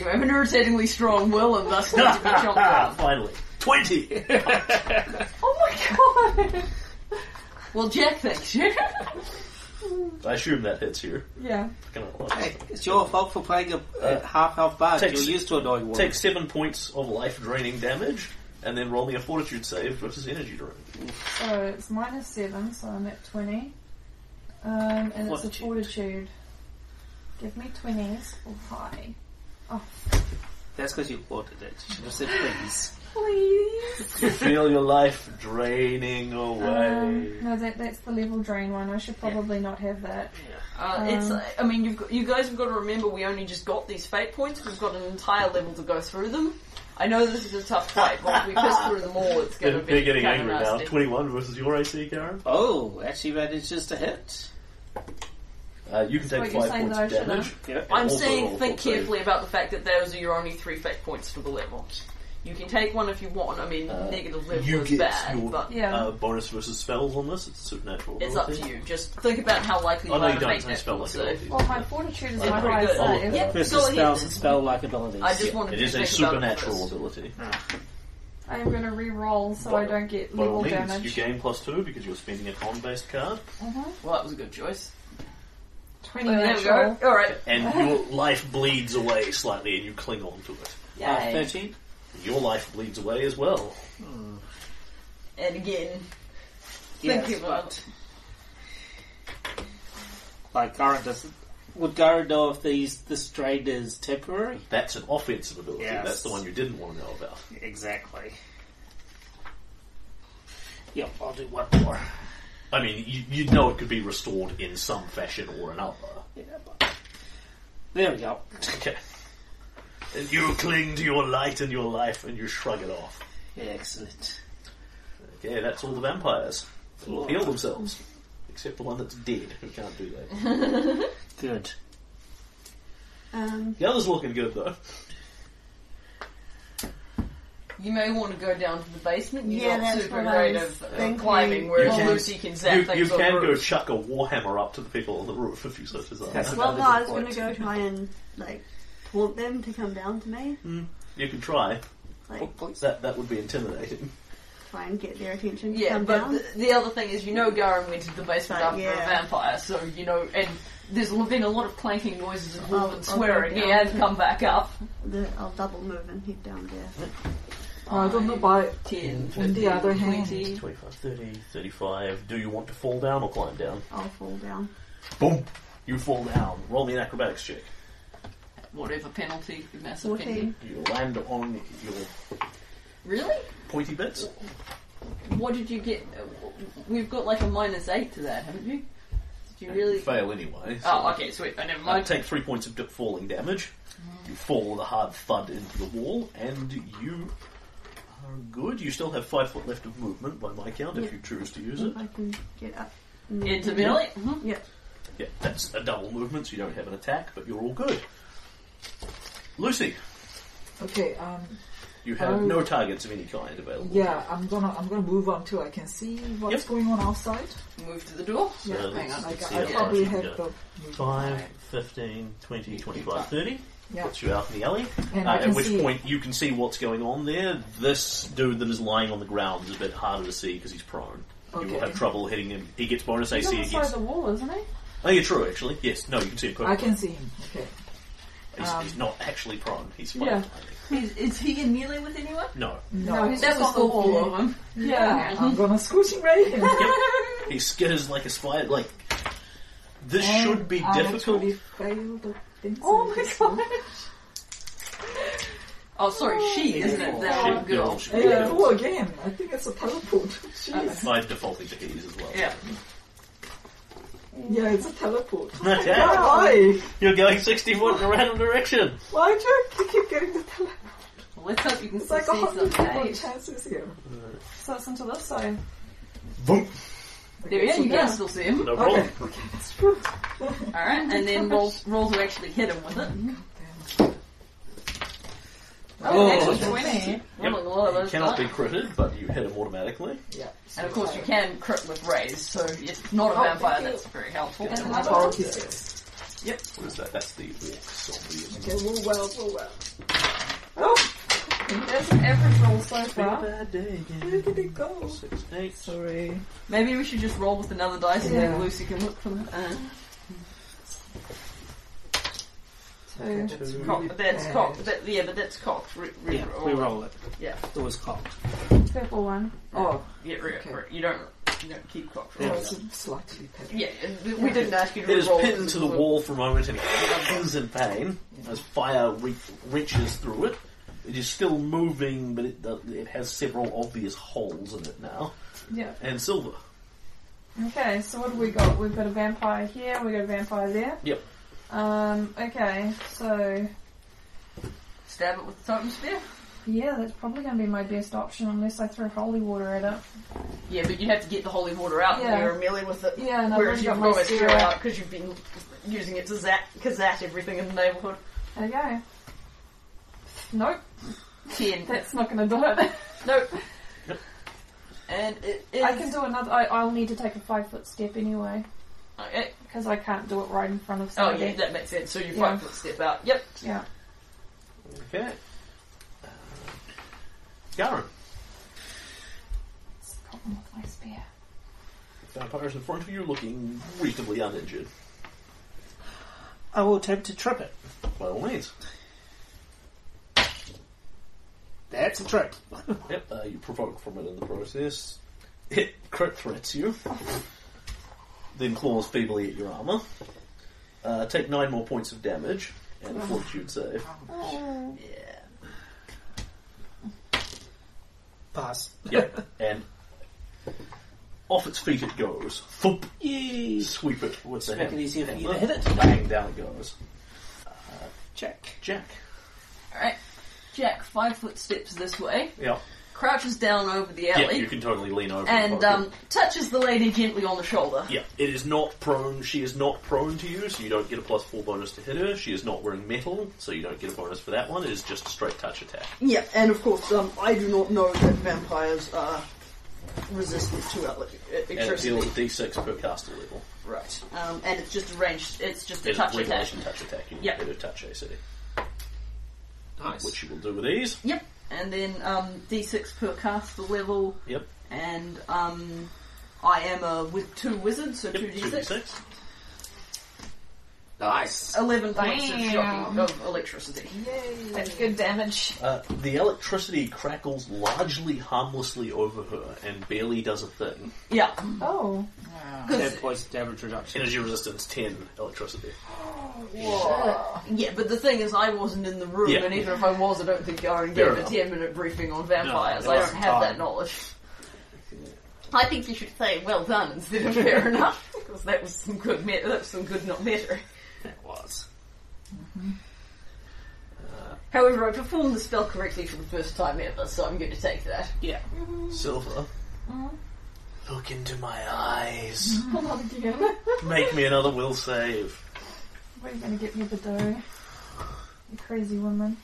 [SPEAKER 10] You have an irritatingly strong will and thus need to be chomped
[SPEAKER 1] ah,
[SPEAKER 10] on.
[SPEAKER 1] finally. 20!
[SPEAKER 6] Oh my god!
[SPEAKER 10] Well, Jack thanks you.
[SPEAKER 1] I assume that hits here.
[SPEAKER 6] yeah.
[SPEAKER 9] Hey, it's your fault for playing a, a half health bard. You're
[SPEAKER 1] takes-
[SPEAKER 9] used to annoying one.
[SPEAKER 1] Take 7 points of life draining damage, and then roll me a fortitude save versus energy drain.
[SPEAKER 6] So it's minus 7, so I'm at 20. Um, and it's a fortitude. Give me 20s or high.
[SPEAKER 9] That's because you ordered it. You should have said please.
[SPEAKER 6] Please!
[SPEAKER 1] You feel your life draining away.
[SPEAKER 6] Um, no, that, that's the level drain one. I should probably not have that. Um,
[SPEAKER 10] Uh, it's, uh, I mean, you've got, you guys have got to remember we only just got these fate points. We've got an entire level to go through them. I know this is a tough fight. Once we piss through them all, it's going to
[SPEAKER 1] They're,
[SPEAKER 10] be
[SPEAKER 1] they're getting
[SPEAKER 10] kinda
[SPEAKER 1] angry now.
[SPEAKER 10] nasty.
[SPEAKER 1] 21 versus your AC, Karen.
[SPEAKER 9] Oh, actually manages to hit.
[SPEAKER 1] Uh, you can
[SPEAKER 6] So
[SPEAKER 1] take
[SPEAKER 6] what
[SPEAKER 1] 5
[SPEAKER 6] you're saying
[SPEAKER 1] points
[SPEAKER 6] that I
[SPEAKER 1] of
[SPEAKER 6] should
[SPEAKER 1] damage.
[SPEAKER 9] Yeah.
[SPEAKER 10] I'm
[SPEAKER 1] Also
[SPEAKER 10] saying
[SPEAKER 1] roll
[SPEAKER 10] think
[SPEAKER 1] for save.
[SPEAKER 10] carefully about the fact that those are your only three fate points for the level. You can take one if you want. I mean, negative level
[SPEAKER 1] Uh, you
[SPEAKER 10] is
[SPEAKER 1] get
[SPEAKER 10] bad,
[SPEAKER 1] your-
[SPEAKER 10] but
[SPEAKER 6] Yeah.
[SPEAKER 1] Uh, bonus versus spells on this. It's supernatural.
[SPEAKER 10] it's up
[SPEAKER 1] ability.
[SPEAKER 10] to you. Just think about how likely you
[SPEAKER 1] Oh, no,
[SPEAKER 10] are
[SPEAKER 1] you
[SPEAKER 10] to
[SPEAKER 1] don't.
[SPEAKER 10] make
[SPEAKER 1] It's not
[SPEAKER 10] that
[SPEAKER 1] spell
[SPEAKER 10] full
[SPEAKER 1] like
[SPEAKER 10] save.
[SPEAKER 1] abilities.
[SPEAKER 6] Well, my fortitude is
[SPEAKER 1] Yeah,
[SPEAKER 6] my
[SPEAKER 1] pretty
[SPEAKER 6] high
[SPEAKER 1] good. All of
[SPEAKER 6] save.
[SPEAKER 1] them.
[SPEAKER 10] Yep,
[SPEAKER 9] Versus
[SPEAKER 10] go ahead
[SPEAKER 9] spells
[SPEAKER 10] then.
[SPEAKER 9] and spell like abilities. Uh,
[SPEAKER 10] I just wanted
[SPEAKER 1] It
[SPEAKER 10] to
[SPEAKER 1] is a
[SPEAKER 10] think
[SPEAKER 1] supernatural
[SPEAKER 10] about it first.
[SPEAKER 1] ability.
[SPEAKER 6] I am going to re-roll so I don't get
[SPEAKER 1] By all
[SPEAKER 6] level
[SPEAKER 1] means,
[SPEAKER 6] damage.
[SPEAKER 1] you gain plus two because you're spending a con-based card,
[SPEAKER 10] Well, that was a good choice.
[SPEAKER 6] 20
[SPEAKER 10] Oh, there we go.
[SPEAKER 6] natural.
[SPEAKER 10] All right.
[SPEAKER 1] and your life bleeds away slightly, and you cling on to it.
[SPEAKER 9] Uh, 13?
[SPEAKER 1] your life bleeds away as well.
[SPEAKER 10] And again,
[SPEAKER 9] Yes,
[SPEAKER 10] thinking about
[SPEAKER 9] but like Garin doesn't. Would Garin know if these this trade is temporary?
[SPEAKER 1] That's an offensive ability.
[SPEAKER 9] Yes.
[SPEAKER 1] That's the one you didn't want to know about.
[SPEAKER 9] Exactly. Yep, I'll do one more.
[SPEAKER 1] I mean, you, you'd know it could be restored in some fashion or another.
[SPEAKER 9] Yeah, but- there we go.
[SPEAKER 1] Okay. And you cling to your light and your life and you shrug it off.
[SPEAKER 9] Excellent.
[SPEAKER 1] Okay, that's all the vampires. They will heal themselves. Except the one that's dead, who can't do that.
[SPEAKER 9] Good.
[SPEAKER 8] Um,
[SPEAKER 1] The other's looking good though.
[SPEAKER 10] you may want to go down to the basement. You're
[SPEAKER 8] Yeah,
[SPEAKER 10] not
[SPEAKER 8] that's
[SPEAKER 10] super
[SPEAKER 8] what I
[SPEAKER 10] great
[SPEAKER 8] was
[SPEAKER 10] of uh,
[SPEAKER 8] thinking.
[SPEAKER 10] climbing,
[SPEAKER 8] You
[SPEAKER 10] where
[SPEAKER 1] can-
[SPEAKER 10] Lucy can zap
[SPEAKER 1] You, you
[SPEAKER 10] things
[SPEAKER 1] can
[SPEAKER 10] on
[SPEAKER 1] go
[SPEAKER 10] roofs.
[SPEAKER 1] chuck a warhammer up to the people on the roof if you so desire.
[SPEAKER 9] That's
[SPEAKER 8] well,
[SPEAKER 9] another
[SPEAKER 8] no, I was
[SPEAKER 9] good
[SPEAKER 8] going
[SPEAKER 9] point.
[SPEAKER 8] to go try and like taunt them to come down to me,
[SPEAKER 1] you can try.
[SPEAKER 8] like
[SPEAKER 1] That that would be intimidating.
[SPEAKER 8] try and get their attention. To
[SPEAKER 10] Yeah,
[SPEAKER 8] come
[SPEAKER 10] but
[SPEAKER 8] down.
[SPEAKER 10] the, the other thing is, you know, Garen went to the basement
[SPEAKER 8] Right,
[SPEAKER 10] after a
[SPEAKER 8] yeah.
[SPEAKER 10] vampire, so you know, and there's been a lot of clanking noises and
[SPEAKER 8] I'll-
[SPEAKER 10] women
[SPEAKER 8] I'll go
[SPEAKER 10] swearing.
[SPEAKER 8] down.
[SPEAKER 10] Yeah, and come back up.
[SPEAKER 8] The, I'll double move and head down there.
[SPEAKER 7] I don't know about
[SPEAKER 10] 10,
[SPEAKER 7] On the
[SPEAKER 10] 15,
[SPEAKER 7] other hand.
[SPEAKER 10] 20.
[SPEAKER 1] 25, 30, 35. Do you want to fall down or climb down?
[SPEAKER 8] I'll fall down.
[SPEAKER 1] Boom! You fall down. Roll me an acrobatics check.
[SPEAKER 10] whatever penalty, the massive
[SPEAKER 8] Fourteen.
[SPEAKER 10] penalty.
[SPEAKER 1] You land on your
[SPEAKER 10] Really?
[SPEAKER 1] pointy bits.
[SPEAKER 10] What did you get? We've got like a minus eight to that, haven't you? Did you really?
[SPEAKER 1] fail anyway. so-
[SPEAKER 10] Oh, okay, Mm. sweet. I never
[SPEAKER 1] Uh,
[SPEAKER 10] mind.
[SPEAKER 1] take three points of d- falling damage. You fall with a hard thud into the wall, and you are good. You still have five foot left of movement by my count if
[SPEAKER 8] Yeah.
[SPEAKER 1] you choose to use it.
[SPEAKER 8] If I can get up. and-
[SPEAKER 10] Into melee. Mhm.
[SPEAKER 8] Yep.
[SPEAKER 1] Yeah, that's a double movement, so you don't have an attack, but you're all good. Lucy,
[SPEAKER 7] Okay, um,
[SPEAKER 1] you have
[SPEAKER 7] Oh.
[SPEAKER 1] no targets of any kind available.
[SPEAKER 7] yeah, I'm gonna I'm gonna move on too. I can see what's
[SPEAKER 1] Yep.
[SPEAKER 7] going on outside.
[SPEAKER 10] Move to the door.
[SPEAKER 1] So
[SPEAKER 7] Yeah,
[SPEAKER 1] let's-
[SPEAKER 10] hang on,
[SPEAKER 7] I,
[SPEAKER 1] let's
[SPEAKER 7] got-
[SPEAKER 1] see
[SPEAKER 7] I
[SPEAKER 1] how far
[SPEAKER 7] probably
[SPEAKER 1] she can
[SPEAKER 7] have
[SPEAKER 1] go.
[SPEAKER 7] the
[SPEAKER 1] 5, 15, 20, 25, 30.
[SPEAKER 7] Yeah.
[SPEAKER 1] Puts you out in the alley.
[SPEAKER 7] And
[SPEAKER 1] Uh,
[SPEAKER 7] I can
[SPEAKER 1] at which
[SPEAKER 7] see-
[SPEAKER 1] point you can see what's going on there. This dude that is lying on the ground is a bit harder to see because he's prone. You will
[SPEAKER 7] Okay.
[SPEAKER 1] have trouble hitting him. He gets bonus
[SPEAKER 6] He's
[SPEAKER 1] AC
[SPEAKER 6] on the side of
[SPEAKER 1] against.
[SPEAKER 6] the wall, isn't he?
[SPEAKER 1] Oh, you're true, actually. Yes, no, you can see him
[SPEAKER 7] I
[SPEAKER 1] perfectly.
[SPEAKER 7] can see him. Okay.
[SPEAKER 1] He's,
[SPEAKER 7] um,
[SPEAKER 1] he's not actually prone. He's
[SPEAKER 6] Yeah.
[SPEAKER 1] fine.
[SPEAKER 10] Is, is he in melee with anyone?
[SPEAKER 1] No.
[SPEAKER 7] No,
[SPEAKER 6] he's
[SPEAKER 10] That
[SPEAKER 6] just
[SPEAKER 10] was
[SPEAKER 6] on
[SPEAKER 10] the
[SPEAKER 6] the wall.
[SPEAKER 10] wall of them.
[SPEAKER 7] yeah, I'm gonna scooch him right in.
[SPEAKER 1] He skitters like a spider. Like, this should be
[SPEAKER 7] I
[SPEAKER 1] difficult.
[SPEAKER 7] actually failed at things
[SPEAKER 10] Oh
[SPEAKER 7] like
[SPEAKER 10] my
[SPEAKER 7] this.
[SPEAKER 10] gosh. Oh, sorry, she, isn't it? That
[SPEAKER 1] She-
[SPEAKER 10] old girl.
[SPEAKER 1] she-
[SPEAKER 7] Yeah, oh again. I think it's a teleport. Jeez.
[SPEAKER 1] I'm defaulting to Hades as well.
[SPEAKER 10] Yeah.
[SPEAKER 7] Yeah, it's a teleport.
[SPEAKER 1] Okay.
[SPEAKER 7] Why?
[SPEAKER 1] You're going 60 foot in a random direction.
[SPEAKER 7] Why do you keep getting the teleport?
[SPEAKER 10] Well, let's hope you can
[SPEAKER 7] It's
[SPEAKER 10] still
[SPEAKER 7] like a
[SPEAKER 10] see
[SPEAKER 7] hundred
[SPEAKER 10] some
[SPEAKER 7] different
[SPEAKER 10] days.
[SPEAKER 7] chances here.
[SPEAKER 6] So it's into this side.
[SPEAKER 1] Boom.
[SPEAKER 10] There you
[SPEAKER 7] so
[SPEAKER 10] go, you
[SPEAKER 7] yeah.
[SPEAKER 10] can still see him.
[SPEAKER 1] No problem.
[SPEAKER 7] Okay, okay, that's true.
[SPEAKER 10] Alright, and then roll, roll to actually hit him with it. Oh,
[SPEAKER 7] Oh,
[SPEAKER 10] natural 20.
[SPEAKER 1] Yep.
[SPEAKER 10] Rolling a lot of
[SPEAKER 1] You
[SPEAKER 10] those
[SPEAKER 1] cannot be
[SPEAKER 10] dice.
[SPEAKER 1] critted, but you hit him automatically.
[SPEAKER 7] Yeah.
[SPEAKER 10] And of course you can crit with rays, so it's not a vampire,
[SPEAKER 7] Oh, thank you.
[SPEAKER 10] that's very helpful.
[SPEAKER 7] And
[SPEAKER 10] And
[SPEAKER 7] another one. Yes.
[SPEAKER 1] What is that? That's the orc zombie.
[SPEAKER 7] Okay, roll well, roll well. Oh,
[SPEAKER 6] There's an average roll so far.
[SPEAKER 1] Bad day again.
[SPEAKER 7] where did it go?
[SPEAKER 1] Six, eight.
[SPEAKER 7] Sorry.
[SPEAKER 10] Maybe we should just roll with another dice and then
[SPEAKER 7] Yeah.
[SPEAKER 10] Lucy can look for them. Uh,
[SPEAKER 7] Okay,
[SPEAKER 6] Two.
[SPEAKER 7] that's
[SPEAKER 10] cock,
[SPEAKER 7] really
[SPEAKER 10] but that's
[SPEAKER 7] bad.
[SPEAKER 10] cocked. That, yeah, but that's cocked. Re- re-
[SPEAKER 9] Yeah,
[SPEAKER 1] oh.
[SPEAKER 9] we roll it.
[SPEAKER 10] Yeah,
[SPEAKER 9] It was cocked.
[SPEAKER 6] Purple one.
[SPEAKER 7] Oh,
[SPEAKER 10] yeah, re-
[SPEAKER 7] Okay.
[SPEAKER 10] re- you don't you don't keep cocked.
[SPEAKER 7] oh,
[SPEAKER 10] rolls.
[SPEAKER 7] it's a slightly bad.
[SPEAKER 10] Yeah, uh, we didn't ask you to
[SPEAKER 1] It is
[SPEAKER 10] roll.
[SPEAKER 1] pinned
[SPEAKER 10] this
[SPEAKER 1] to the
[SPEAKER 10] is a-
[SPEAKER 1] wall for a moment and is in pain as fire re- reaches through it. It is still moving, but it, do- it has several obvious holes in it now.
[SPEAKER 6] Yeah.
[SPEAKER 1] And silver.
[SPEAKER 6] Okay, so what have we got? We've got a vampire here, we've got a vampire there.
[SPEAKER 1] Yep.
[SPEAKER 6] Um, okay, so
[SPEAKER 10] Stab it with the totem spear.
[SPEAKER 6] yeah, that's probably going to be my best option unless I throw holy water at it.
[SPEAKER 10] Yeah, but you have to get the holy water out
[SPEAKER 6] Yeah.
[SPEAKER 10] and you're melee with it.
[SPEAKER 6] Yeah, and I've already
[SPEAKER 10] Whereas you've
[SPEAKER 6] got my
[SPEAKER 10] got a spear
[SPEAKER 6] spear
[SPEAKER 10] out
[SPEAKER 6] out.
[SPEAKER 10] because you've been using it to zap, kazat everything in the neighborhood.
[SPEAKER 6] There you go. Nope,
[SPEAKER 10] Ten.
[SPEAKER 6] that's not going to do it.
[SPEAKER 10] Nope. And it is.
[SPEAKER 6] I can do another. I, I'll need to take a five foot step anyway
[SPEAKER 10] Okay.
[SPEAKER 6] because I can't do it right in front of
[SPEAKER 10] Oh
[SPEAKER 6] somebody.
[SPEAKER 10] yeah, that makes sense. So you
[SPEAKER 6] Yeah.
[SPEAKER 10] five foot step out. Yep.
[SPEAKER 6] yeah.
[SPEAKER 1] Okay. Garen.
[SPEAKER 6] It's got them with my spear.
[SPEAKER 1] Vampire's in front of you looking reasonably uninjured.
[SPEAKER 9] I will attempt to trip it.
[SPEAKER 1] By all means.
[SPEAKER 9] That's a trick.
[SPEAKER 1] Yep, uh, you provoke from it in the process. It crit threats you. then claws feebly at your armor. Uh, take nine more points of damage and a fortitude save.
[SPEAKER 9] Pass.
[SPEAKER 1] Yep, and off its feet it goes. Thump! Sweep it with the
[SPEAKER 9] Make
[SPEAKER 1] hand.
[SPEAKER 9] it easier for you to
[SPEAKER 1] hammer.
[SPEAKER 9] hit it.
[SPEAKER 1] Bang! Down it goes.
[SPEAKER 9] Check.
[SPEAKER 1] Jack.
[SPEAKER 10] Alright. Jack, five foot steps this way,
[SPEAKER 1] Yep.
[SPEAKER 10] crouches down over the
[SPEAKER 1] Yeah,
[SPEAKER 10] alley,
[SPEAKER 1] you can totally lean over
[SPEAKER 10] and
[SPEAKER 1] poke it.
[SPEAKER 10] um, touches the lady gently on the shoulder.
[SPEAKER 1] Yeah, it is not prone. She is not prone to you, so you don't get a plus four bonus to hit her. She is not wearing metal, so you don't get a bonus for that one. It is just a straight touch attack.
[SPEAKER 12] Yeah, and of course, um, I do not know that vampires are resistant to ele-
[SPEAKER 10] uh,
[SPEAKER 1] And it
[SPEAKER 12] electricity.
[SPEAKER 1] deals d6 per caster level.
[SPEAKER 12] right.
[SPEAKER 10] Um, and it's just a ranged, it's just a
[SPEAKER 1] It is
[SPEAKER 10] touch attack.
[SPEAKER 1] regulation touch attack. You
[SPEAKER 10] Yep.
[SPEAKER 1] get her touch AC,
[SPEAKER 9] Nice.
[SPEAKER 1] which you will do with ease.
[SPEAKER 10] Yep. And then um, d6 per caster level,
[SPEAKER 1] Yep.
[SPEAKER 10] and um, I am a with two wizards, so
[SPEAKER 1] Yep.
[SPEAKER 10] 2d6.
[SPEAKER 1] 2d6.
[SPEAKER 9] nice.
[SPEAKER 10] 11 points of,
[SPEAKER 6] Damn.
[SPEAKER 10] shocking, of electricity.
[SPEAKER 6] That's good damage.
[SPEAKER 1] Uh, the electricity crackles largely harmlessly over her and barely does a thing.
[SPEAKER 10] Yeah.
[SPEAKER 6] Oh,
[SPEAKER 9] Ten points of damage reduction.
[SPEAKER 1] Energy resistance 10 electricity.
[SPEAKER 10] Yeah, but the thing is, I wasn't in the room,
[SPEAKER 1] Yeah.
[SPEAKER 10] and even if I was, I don't think Garen
[SPEAKER 1] Fair
[SPEAKER 10] gave a
[SPEAKER 1] enough.
[SPEAKER 10] 10 minute briefing on vampires.
[SPEAKER 9] No,
[SPEAKER 10] I
[SPEAKER 9] it
[SPEAKER 10] don't
[SPEAKER 9] wasn't
[SPEAKER 10] have that
[SPEAKER 9] time.
[SPEAKER 10] knowledge. I think you should say well done instead of fair enough, because that was some good me- that was some good not measure.
[SPEAKER 9] That was.
[SPEAKER 10] However, I performed the spell correctly for the first time ever, so I'm going to take that.
[SPEAKER 9] Yeah.
[SPEAKER 1] Silver. Look into my eyes.
[SPEAKER 6] come on again. What
[SPEAKER 1] Make me another will save.
[SPEAKER 6] are you going to get me the dough? You crazy woman.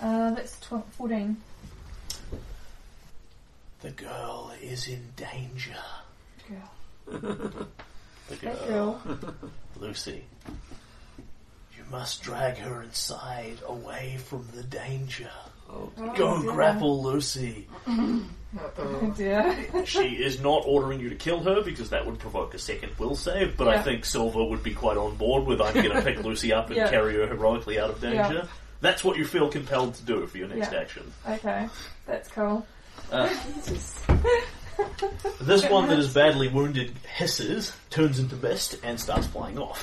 [SPEAKER 6] Uh, that's tw- 14.
[SPEAKER 1] The girl is in danger.
[SPEAKER 6] Girl.
[SPEAKER 1] The
[SPEAKER 6] That girl.
[SPEAKER 1] Lucy. You must drag her inside, away from the danger. Go
[SPEAKER 6] Oh, dear.
[SPEAKER 1] grapple Lucy.
[SPEAKER 6] Oh, dear.
[SPEAKER 1] she is not ordering you to kill her because that would provoke a second will save, but I
[SPEAKER 6] Yeah.
[SPEAKER 1] think Silver would be quite on board with I'm going to pick Lucy up and
[SPEAKER 6] Yeah.
[SPEAKER 1] carry her heroically out of
[SPEAKER 6] Yeah.
[SPEAKER 1] danger. That's what you feel compelled to do for your next
[SPEAKER 6] Yeah.
[SPEAKER 1] action.
[SPEAKER 6] Okay, that's cool.
[SPEAKER 1] This one that is badly wounded hisses, turns into mist, and starts flying off.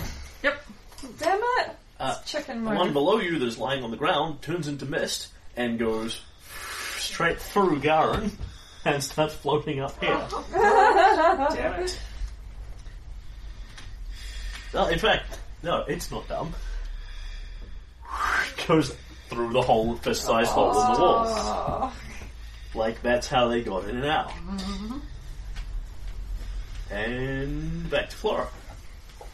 [SPEAKER 6] Damn it!
[SPEAKER 1] Uh,
[SPEAKER 6] it's chicken
[SPEAKER 1] The one
[SPEAKER 6] mode.
[SPEAKER 1] below you that is lying on the ground turns into mist and goes straight through Garen and starts floating up here.
[SPEAKER 9] Damn it.
[SPEAKER 1] No, in fact, no, it's not dumb. Goes through the whole fist-sized hole in the wall.
[SPEAKER 6] Oh,
[SPEAKER 1] Like that's how they got in and out. And back to Flora.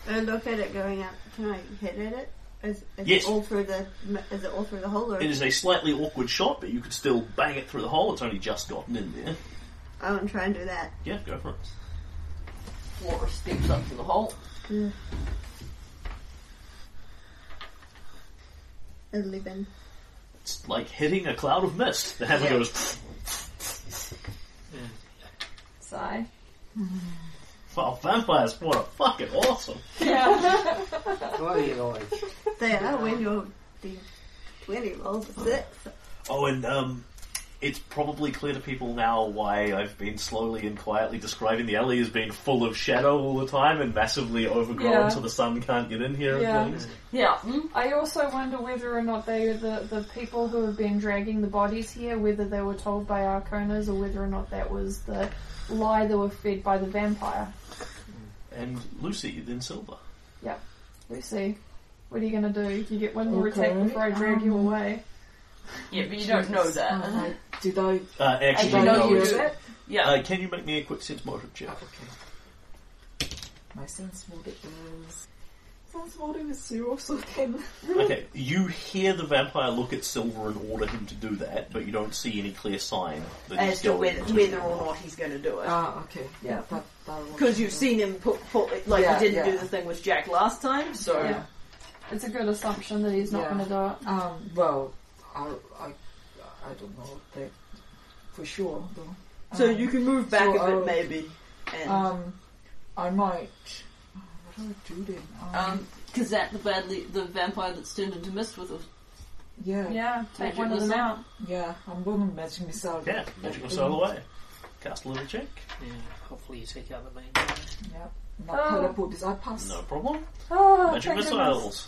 [SPEAKER 8] I Uh, look at it going out. Can I hit at it? Is, is
[SPEAKER 1] Yes.
[SPEAKER 8] it all through the is it all through the hole or
[SPEAKER 1] It is a slightly awkward shot, but you could still bang it through the hole. It's only just gotten in there.
[SPEAKER 8] I won't try and do that.
[SPEAKER 1] Yeah, go for it.
[SPEAKER 10] Flora steps up to the hole.
[SPEAKER 8] Eleven.
[SPEAKER 1] It's like hitting a cloud of mist. The hammer
[SPEAKER 10] Yeah.
[SPEAKER 1] goes
[SPEAKER 6] sigh.
[SPEAKER 1] Wow, vampires what a fucking awesome.
[SPEAKER 9] Bloody annoying.
[SPEAKER 8] They are when you're the twenty rolls of six.
[SPEAKER 1] Oh, and um, it's probably clear to people now why I've been slowly and quietly describing the alley as being full of shadow all the time and massively overgrown
[SPEAKER 6] Yeah.
[SPEAKER 1] so the sun can't get in here
[SPEAKER 6] Yeah.
[SPEAKER 1] and things.
[SPEAKER 10] Yeah. mm,
[SPEAKER 6] I also wonder whether or not they, the, the people who have been dragging the bodies here, whether they were told by Arconas or whether or not that was the lie they were fed by the vampire.
[SPEAKER 1] And Lucy, then Silver.
[SPEAKER 6] Yep. Lucy, what are you going to do? You get one more attack
[SPEAKER 7] Okay. Um,
[SPEAKER 6] before I drag you away.
[SPEAKER 10] Yeah, but you don't know that.
[SPEAKER 7] Oh, I- did I?
[SPEAKER 1] Uh,
[SPEAKER 10] Actually,
[SPEAKER 1] actually,
[SPEAKER 7] did
[SPEAKER 10] no,
[SPEAKER 7] I
[SPEAKER 1] no.
[SPEAKER 10] you
[SPEAKER 7] hear
[SPEAKER 1] it's-
[SPEAKER 10] do.
[SPEAKER 7] that?
[SPEAKER 10] Yeah.
[SPEAKER 1] Uh, can you make me a quick sense motive check?
[SPEAKER 7] My sense motive is. Sense motive is zero, so ten.
[SPEAKER 1] Okay, you hear the vampire look at Silver and order him to do that, but you don't see any clear sign that he's
[SPEAKER 10] As to
[SPEAKER 1] going
[SPEAKER 10] whether-
[SPEAKER 1] to.
[SPEAKER 10] whether or not he's going to do it.
[SPEAKER 7] Ah, okay. Yeah, that. that one.
[SPEAKER 10] Because you've seen him put, put like
[SPEAKER 7] Yeah,
[SPEAKER 10] he didn't
[SPEAKER 7] yeah.
[SPEAKER 10] do the thing with Jack last time, so
[SPEAKER 6] Yeah. It's a good assumption that he's not
[SPEAKER 7] Yeah.
[SPEAKER 6] going to do it.
[SPEAKER 7] Um. Well, I, I, I don't know that for sure though.
[SPEAKER 12] So you can move back a
[SPEAKER 7] So
[SPEAKER 12] bit,
[SPEAKER 10] um,
[SPEAKER 7] I'll-
[SPEAKER 12] maybe. And
[SPEAKER 10] uh,
[SPEAKER 7] Um, I might. oh, What do I do then? Um,
[SPEAKER 10] Um, Kazat, the badly the vampire that's turned into mist with a
[SPEAKER 7] Yeah.
[SPEAKER 6] Yeah, take one of them out.
[SPEAKER 7] Yeah, I'm going to magic missile.
[SPEAKER 1] Yeah, magic missile away. Cast a little check.
[SPEAKER 9] Yeah, hopefully you take out the main guy.
[SPEAKER 7] Yeah. Not
[SPEAKER 6] Oh.
[SPEAKER 7] teleport this. I pass.
[SPEAKER 1] No problem.
[SPEAKER 7] Ah,
[SPEAKER 6] Oh,
[SPEAKER 1] Magic
[SPEAKER 6] thank goodness.
[SPEAKER 1] missiles.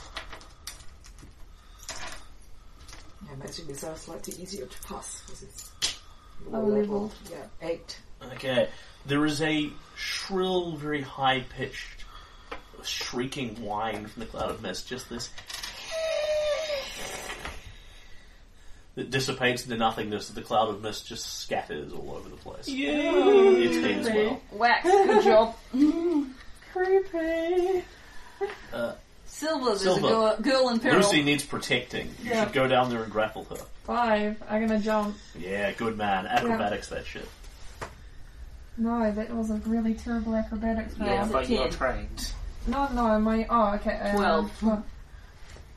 [SPEAKER 7] Yeah, magic missile is slightly easier to pass because it's
[SPEAKER 6] Low
[SPEAKER 7] lower
[SPEAKER 6] level.
[SPEAKER 7] Yeah, eight.
[SPEAKER 1] Okay. There is a shrill, very high pitched shrieking whine from the cloud of mist, just this that dissipates into nothingness as the cloud of mist just scatters all over the place. It's dead as well.
[SPEAKER 10] Wax, good job.
[SPEAKER 6] Creepy.
[SPEAKER 10] Silva's is a
[SPEAKER 1] Silva.
[SPEAKER 10] girl, girl in peril.
[SPEAKER 1] Lucy needs protecting. You
[SPEAKER 6] Yeah.
[SPEAKER 1] should go down there and grapple her.
[SPEAKER 6] Five. I'm gonna jump.
[SPEAKER 1] Yeah, good man. Acrobatics that shit.
[SPEAKER 6] No, that was a really terrible acrobatics. roll.
[SPEAKER 9] Yeah,
[SPEAKER 10] it's a
[SPEAKER 9] but you're
[SPEAKER 10] ten.
[SPEAKER 9] trained.
[SPEAKER 6] No, no, my oh, okay. Uh,
[SPEAKER 10] Twelve.
[SPEAKER 6] Twelve.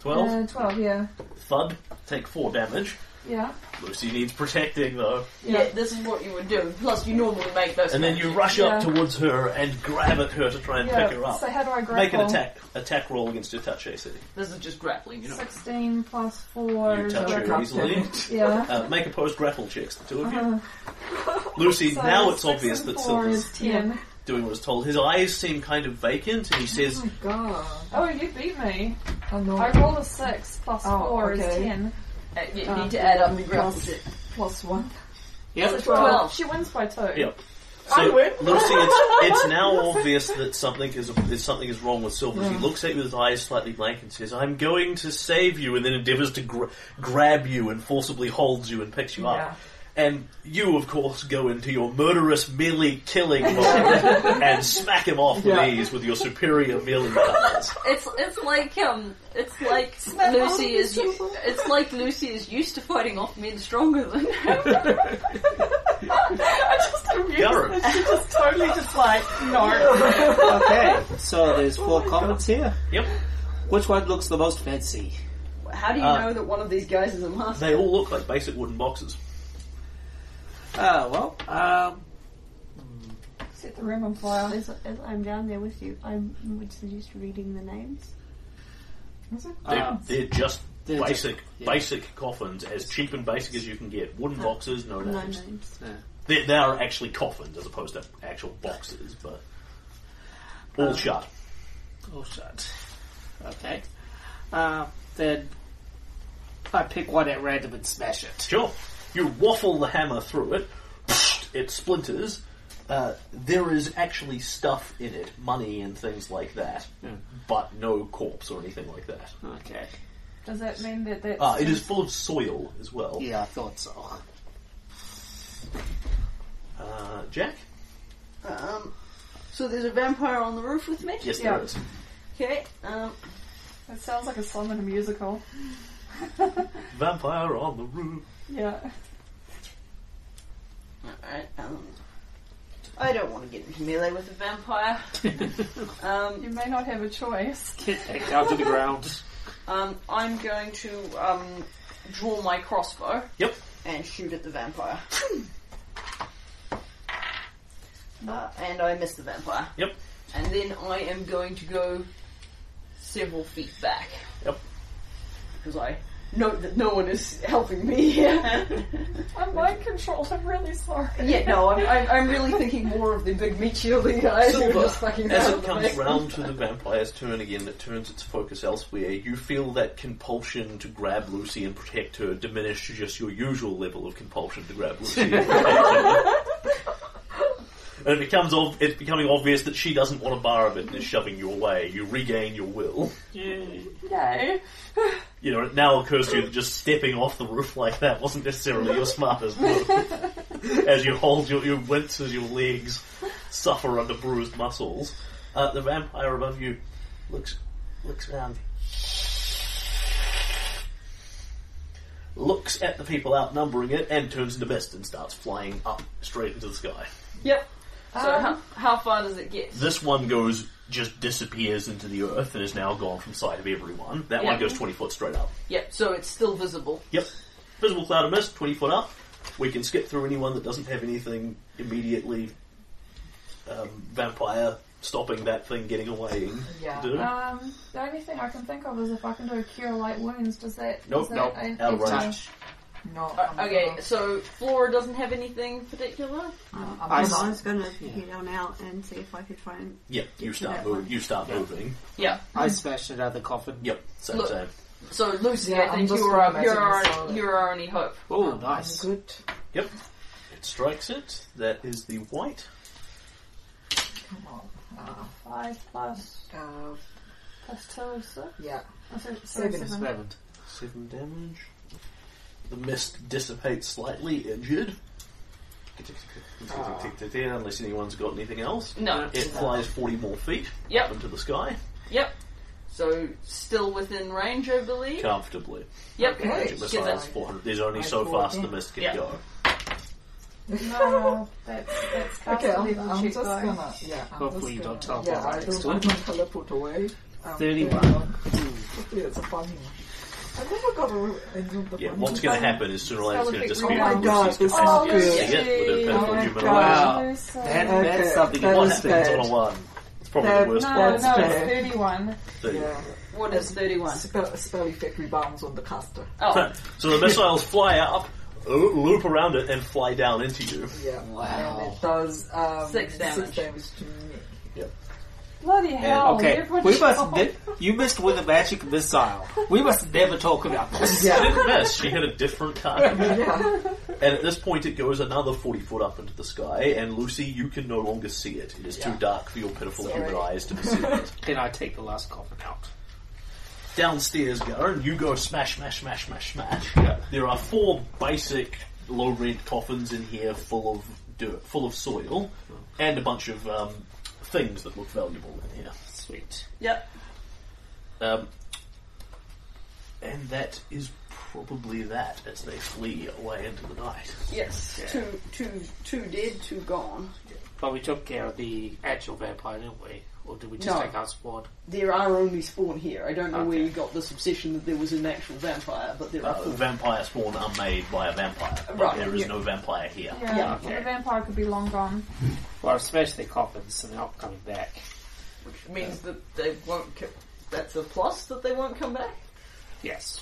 [SPEAKER 1] Twelve?
[SPEAKER 6] Uh, twelve. Yeah.
[SPEAKER 1] Thud, take four damage.
[SPEAKER 6] Yeah.
[SPEAKER 1] Lucy needs protecting though.
[SPEAKER 10] Yeah, this is what you would do. Plus, you normally make those.
[SPEAKER 1] And then you rush up
[SPEAKER 6] Yeah.
[SPEAKER 1] towards her and grab at her to try and
[SPEAKER 6] yeah.
[SPEAKER 1] pick her up.
[SPEAKER 6] So how do I grapple?
[SPEAKER 1] Make an attack attack roll against your touch AC.
[SPEAKER 10] This is just grappling, you know.
[SPEAKER 6] Sixteen plus four.
[SPEAKER 1] You
[SPEAKER 6] is
[SPEAKER 1] touch
[SPEAKER 6] a-
[SPEAKER 1] her easily.
[SPEAKER 6] Yeah.
[SPEAKER 1] Uh, make opposed grapple checks, the two of you.
[SPEAKER 6] Uh-huh.
[SPEAKER 1] Lucy,
[SPEAKER 6] So
[SPEAKER 1] now it's
[SPEAKER 6] six
[SPEAKER 1] obvious
[SPEAKER 6] and
[SPEAKER 1] that
[SPEAKER 6] four
[SPEAKER 1] Silver's
[SPEAKER 6] is ten.
[SPEAKER 1] doing what he's told. His eyes seem kind of vacant, and he says,
[SPEAKER 7] Oh my god.
[SPEAKER 6] Oh, you beat me.
[SPEAKER 7] Oh no.
[SPEAKER 6] I rolled a six plus
[SPEAKER 7] Oh,
[SPEAKER 6] four is
[SPEAKER 7] okay.
[SPEAKER 6] ten.
[SPEAKER 10] Uh, you need to add up the grapple
[SPEAKER 7] plus,
[SPEAKER 10] check.
[SPEAKER 7] plus one.
[SPEAKER 6] So
[SPEAKER 9] Yep.
[SPEAKER 6] twelve.
[SPEAKER 10] Twelve.
[SPEAKER 6] She wins by two.
[SPEAKER 1] "Yep." So, Lucy, it's, it's now obvious that something is, is something is wrong with Silver. He looks at you with his eyes slightly blank and says, "I'm going to save you," and then endeavours to gr- grab you and forcibly holds you and picks you up. And you, of course, go into your murderous melee killing mode and smack him off with
[SPEAKER 7] Yeah.
[SPEAKER 1] ease with your superior melee powers.
[SPEAKER 10] It's it's like um, it's like Lucy is u- it's like Lucy is used to fighting off men stronger than her.
[SPEAKER 1] Garrett,
[SPEAKER 6] Totally just like no.
[SPEAKER 9] okay, so there's four comments here.
[SPEAKER 1] Yep.
[SPEAKER 9] Which one looks the most fancy?
[SPEAKER 10] How do you
[SPEAKER 1] Uh,
[SPEAKER 10] know that one of these guys is a master?
[SPEAKER 1] they all look like basic wooden boxes.
[SPEAKER 9] Ah, well, um,
[SPEAKER 6] Set the room on fire.
[SPEAKER 8] As, as I'm down there with you, I would suggest reading the names.
[SPEAKER 1] They're,
[SPEAKER 9] uh,
[SPEAKER 1] they're just
[SPEAKER 9] They're just-
[SPEAKER 1] basic,
[SPEAKER 9] yeah.
[SPEAKER 1] basic coffins, as cheap and basic as you can get. Wooden boxes, no
[SPEAKER 8] No
[SPEAKER 1] names.
[SPEAKER 8] names.
[SPEAKER 1] They, they are actually coffins as opposed to actual boxes, but all shut.
[SPEAKER 9] oh shit. Okay. Uh, then I pick one at random and smash it.
[SPEAKER 1] Sure. You waffle the hammer through it. It splinters. Uh, there is actually stuff in it, money and things like that,
[SPEAKER 9] Yeah.
[SPEAKER 1] but no corpse or anything like that.
[SPEAKER 9] Okay.
[SPEAKER 6] Does that mean that that's
[SPEAKER 1] Ah, it is full of soil as well.
[SPEAKER 9] Yeah, I thought so.
[SPEAKER 1] Uh, Jack?
[SPEAKER 10] Um, so there's a vampire on the roof with me.
[SPEAKER 1] Yes,
[SPEAKER 6] Yeah.
[SPEAKER 1] there is.
[SPEAKER 10] Okay. Um,
[SPEAKER 6] That sounds like a song in a musical.
[SPEAKER 1] Vampire on the roof.
[SPEAKER 6] Yeah.
[SPEAKER 10] alright. Um, I don't want to get into melee with a vampire. um,
[SPEAKER 6] You may not have a choice.
[SPEAKER 9] Get that down to the ground.
[SPEAKER 10] um, I'm going to um, draw my crossbow.
[SPEAKER 1] Yep.
[SPEAKER 10] And shoot at the vampire. Uh, and I miss the vampire.
[SPEAKER 1] Yep.
[SPEAKER 10] And then I am going to go several feet back.
[SPEAKER 1] Yep.
[SPEAKER 10] Because I note that no one is helping me here.
[SPEAKER 6] I'm mind controlled. I'm really sorry.
[SPEAKER 10] yeah, no, I'm, I'm, I'm really thinking more of the big meat shielding guys who are
[SPEAKER 1] Silver,
[SPEAKER 10] just fucking
[SPEAKER 1] as
[SPEAKER 10] around
[SPEAKER 1] it
[SPEAKER 10] the
[SPEAKER 1] comes
[SPEAKER 10] place.
[SPEAKER 1] round to the vampire's turn again, that turns its focus elsewhere, you feel that compulsion to grab Lucy and protect her diminish to just your usual level of compulsion to grab Lucy and protect her. And it becomes ob- it's becoming obvious that she doesn't want a bar of it and is shoving you away. You regain your will.
[SPEAKER 6] Yay.
[SPEAKER 1] You know, it now occurs to you that just stepping off the roof like that wasn't necessarily your smartest move. as you hold your, you wince as your legs suffer under bruised muscles. Uh, the vampire above you looks looks round, looks at the people outnumbering it, and turns into mist and starts flying up straight into the sky.
[SPEAKER 10] Yep. So
[SPEAKER 6] Um,
[SPEAKER 10] how, how far does it get?
[SPEAKER 1] This one goes just disappears into the earth and is now gone from sight of everyone. That one
[SPEAKER 10] Yeah.
[SPEAKER 1] goes twenty foot straight up.
[SPEAKER 10] Yep, so it's still visible.
[SPEAKER 1] Yep. Visible cloud of mist, 20 foot up. We can skip through anyone that doesn't have anything immediately um, vampire stopping that thing getting away
[SPEAKER 7] Yeah.
[SPEAKER 1] do?
[SPEAKER 6] Um, the only thing I can think of is if I can do a cure light wounds. Does that?
[SPEAKER 1] Nope,
[SPEAKER 6] is that
[SPEAKER 1] nope,
[SPEAKER 6] an-
[SPEAKER 1] out of
[SPEAKER 6] it's
[SPEAKER 1] range.
[SPEAKER 7] No.
[SPEAKER 10] Uh,
[SPEAKER 7] I'm
[SPEAKER 10] okay,
[SPEAKER 7] gonna-
[SPEAKER 10] so Flora doesn't have anything particular.
[SPEAKER 7] I'm
[SPEAKER 8] I
[SPEAKER 7] gonna-
[SPEAKER 8] was gonna head on out and see if I could find.
[SPEAKER 1] Yeah, you
[SPEAKER 8] Get to
[SPEAKER 1] start
[SPEAKER 8] that
[SPEAKER 1] moving.
[SPEAKER 8] one.
[SPEAKER 1] You start moving.
[SPEAKER 10] Yeah.
[SPEAKER 9] I smashed it out of the coffin.
[SPEAKER 1] Yep, same,
[SPEAKER 10] Look.
[SPEAKER 1] same.
[SPEAKER 10] So Lucy,
[SPEAKER 7] Yeah,
[SPEAKER 10] I
[SPEAKER 7] I'm
[SPEAKER 10] think
[SPEAKER 7] just
[SPEAKER 10] you're our,
[SPEAKER 7] gonna
[SPEAKER 10] you're
[SPEAKER 7] imagine
[SPEAKER 10] our,
[SPEAKER 7] it's all-
[SPEAKER 10] you're our only hope.
[SPEAKER 9] Oh,
[SPEAKER 7] I'm
[SPEAKER 9] nice.
[SPEAKER 7] good.
[SPEAKER 1] Yep, it strikes it. That is the white.
[SPEAKER 7] Come on. Uh,
[SPEAKER 6] Five plus
[SPEAKER 7] uh,
[SPEAKER 6] plus two, six.
[SPEAKER 7] yeah.
[SPEAKER 6] Oh, so- so
[SPEAKER 7] Seven.
[SPEAKER 6] seven.
[SPEAKER 9] Seven.
[SPEAKER 1] Seven damage. The mist dissipates slightly, injured. Unless anyone's got anything else.
[SPEAKER 10] No.
[SPEAKER 1] It flies 40 more feet
[SPEAKER 10] Yep.
[SPEAKER 1] up into the sky
[SPEAKER 10] Yep. So still within range, I believe.
[SPEAKER 1] comfortably.
[SPEAKER 10] Yep.
[SPEAKER 7] Okay.
[SPEAKER 1] Magic
[SPEAKER 10] Get
[SPEAKER 1] missile is
[SPEAKER 10] that.
[SPEAKER 1] 400. There's only
[SPEAKER 7] I
[SPEAKER 1] so
[SPEAKER 7] thought,
[SPEAKER 1] fast
[SPEAKER 7] yeah.
[SPEAKER 1] the mist can
[SPEAKER 10] Yeah.
[SPEAKER 1] go.
[SPEAKER 6] No, that's that's cast
[SPEAKER 7] Okay,
[SPEAKER 6] okay,
[SPEAKER 7] I'm,
[SPEAKER 6] level
[SPEAKER 7] I'm
[SPEAKER 6] check
[SPEAKER 7] just
[SPEAKER 6] though.
[SPEAKER 7] gonna. Yeah, I'm
[SPEAKER 9] Hopefully you
[SPEAKER 7] just
[SPEAKER 9] don't teleport
[SPEAKER 7] gonna, Yeah, I
[SPEAKER 9] right next
[SPEAKER 7] don't,
[SPEAKER 9] to
[SPEAKER 7] I
[SPEAKER 9] it.
[SPEAKER 7] don't teleport away. Um,
[SPEAKER 9] 31.
[SPEAKER 7] Hopefully it's a funny one. I never got a real ending the
[SPEAKER 1] Yeah,
[SPEAKER 7] funny
[SPEAKER 1] what's
[SPEAKER 7] one.
[SPEAKER 1] going to happen is sooner or later it's going to
[SPEAKER 6] Teleport
[SPEAKER 1] disappear.
[SPEAKER 7] rewind.
[SPEAKER 1] and
[SPEAKER 7] Oh my
[SPEAKER 1] Lucy's gonna see it with her pitiful human
[SPEAKER 6] crazy.
[SPEAKER 7] God, this is Oh my God.
[SPEAKER 1] eyes.
[SPEAKER 9] Wow.
[SPEAKER 6] So-
[SPEAKER 9] That,
[SPEAKER 7] Okay,
[SPEAKER 9] that's something
[SPEAKER 7] that
[SPEAKER 9] else
[SPEAKER 1] What
[SPEAKER 7] was
[SPEAKER 9] then.
[SPEAKER 1] happens
[SPEAKER 7] bad.
[SPEAKER 1] on a one? It's probably
[SPEAKER 7] That-
[SPEAKER 1] the worst
[SPEAKER 6] No,
[SPEAKER 1] one.
[SPEAKER 7] That's
[SPEAKER 6] no, it's
[SPEAKER 7] bad.
[SPEAKER 6] 31.
[SPEAKER 1] thing.
[SPEAKER 7] Yeah,
[SPEAKER 10] What is thirty-one?
[SPEAKER 7] spell, spell effect rebounds on the caster.
[SPEAKER 10] Oh,
[SPEAKER 1] So the missiles fly up, loo- loop around it, and fly down into you.
[SPEAKER 7] Yeah,
[SPEAKER 9] Wow.
[SPEAKER 7] and it does um,
[SPEAKER 10] Six damage.
[SPEAKER 7] to me.
[SPEAKER 6] Bloody hell.
[SPEAKER 9] Okay,
[SPEAKER 6] everyone
[SPEAKER 9] we
[SPEAKER 6] shut
[SPEAKER 9] must.
[SPEAKER 6] up.
[SPEAKER 9] Ne- you missed with a magic missile. We must never talk about this.
[SPEAKER 1] She
[SPEAKER 7] Yeah,
[SPEAKER 1] didn't miss. She hit a different target.
[SPEAKER 7] yeah.
[SPEAKER 1] and at this point, it goes another 40 foot up into the sky, and Lucy, you can no longer see it. It is too
[SPEAKER 7] Yeah.
[SPEAKER 1] dark for your pitiful
[SPEAKER 7] Sorry.
[SPEAKER 1] human eyes to perceive it.
[SPEAKER 9] Can I take the last coffin out?
[SPEAKER 1] Downstairs, Garen, you go smash, smash, smash, smash, smash. There are four basic low rent coffins in here full of dirt, full of soil, and a bunch of um, things that look valuable in here.
[SPEAKER 9] Sweet.
[SPEAKER 10] yep.
[SPEAKER 1] Um, and that is probably that as they flee away into the night.
[SPEAKER 10] Yes.
[SPEAKER 2] Two, two, two dead, two gone.
[SPEAKER 9] But we took care of the actual vampire, didn't we? Or did we just
[SPEAKER 10] No.
[SPEAKER 9] take our squad?
[SPEAKER 10] There are only spawn here. I don't know where
[SPEAKER 9] Okay.
[SPEAKER 10] you got this obsession that there was an actual vampire, but there are
[SPEAKER 1] Uh,
[SPEAKER 10] four.
[SPEAKER 1] vampire spawn are made by a vampire, but
[SPEAKER 10] Right,
[SPEAKER 1] there is
[SPEAKER 10] yeah.
[SPEAKER 1] no vampire here.
[SPEAKER 6] Yeah,
[SPEAKER 10] Yeah,
[SPEAKER 9] okay.
[SPEAKER 6] the vampire could be long gone.
[SPEAKER 9] Well, I've smashed their coffins, so they're not coming back.
[SPEAKER 10] Which means that they won't. Co- that's a plus that they won't come back.
[SPEAKER 9] Yes.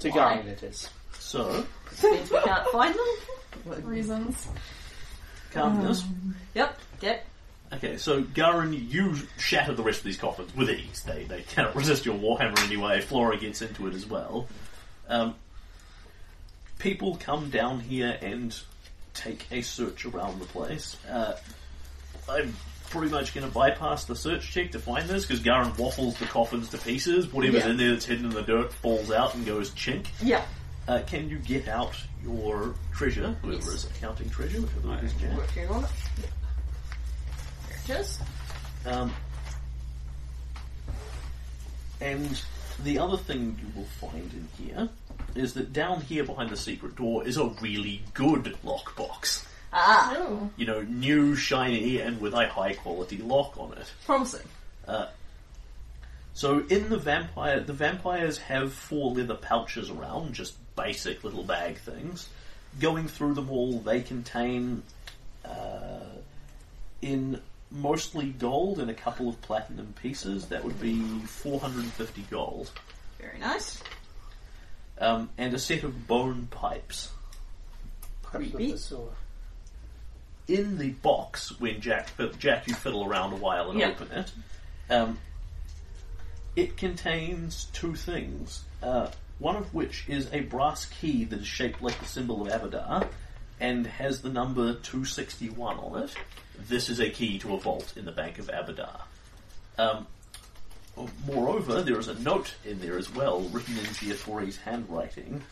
[SPEAKER 9] To
[SPEAKER 10] Why?
[SPEAKER 9] Garen it is.
[SPEAKER 1] So,
[SPEAKER 10] Means we can't find them.
[SPEAKER 6] Reasons.
[SPEAKER 1] calmness.
[SPEAKER 10] Mm. Yep. Yep.
[SPEAKER 1] Okay, so Garen, you shatter the rest of these coffins with ease. They they cannot resist your warhammer anyway. Flora gets into it as well. Um, people come down here and take a search around the place. Uh, I'm pretty much going to bypass the search check to find this because Garen waffles the coffins to pieces. Whatever's
[SPEAKER 10] Yeah.
[SPEAKER 1] in there that's hidden in the dirt falls out and goes chink.
[SPEAKER 10] Yeah.
[SPEAKER 1] Uh, can you get out your treasure, whoever
[SPEAKER 10] Yes.
[SPEAKER 1] is accounting treasure, whichever it is, Jack?
[SPEAKER 10] Working on it. Just
[SPEAKER 1] Um, and the other thing you will find in here is that down here behind the secret door is a really good lockbox.
[SPEAKER 10] ah,
[SPEAKER 6] Ooh.
[SPEAKER 1] You know, new, shiny, and with a high quality lock on it.
[SPEAKER 10] promising.
[SPEAKER 1] So in the vampire, the vampires have four leather pouches around, just basic little bag things. Going through them all, they contain, uh, in mostly gold and a couple of platinum pieces, that would be 450 gold,
[SPEAKER 10] Very nice.
[SPEAKER 1] um, and a set of bone pipes.
[SPEAKER 9] Perhaps with
[SPEAKER 10] Creepy.
[SPEAKER 9] the sewer.
[SPEAKER 1] in the box when Jack Jack you fiddle around a while and
[SPEAKER 10] Yeah.
[SPEAKER 1] open it. Um, it contains two things. Uh, one of which is a brass key that is shaped like the symbol of Abadar and has the number 261 on it. This is a key to a vault in the Bank of Abadar. Um, moreover, there is a note in there as well, written in Giatori's handwriting,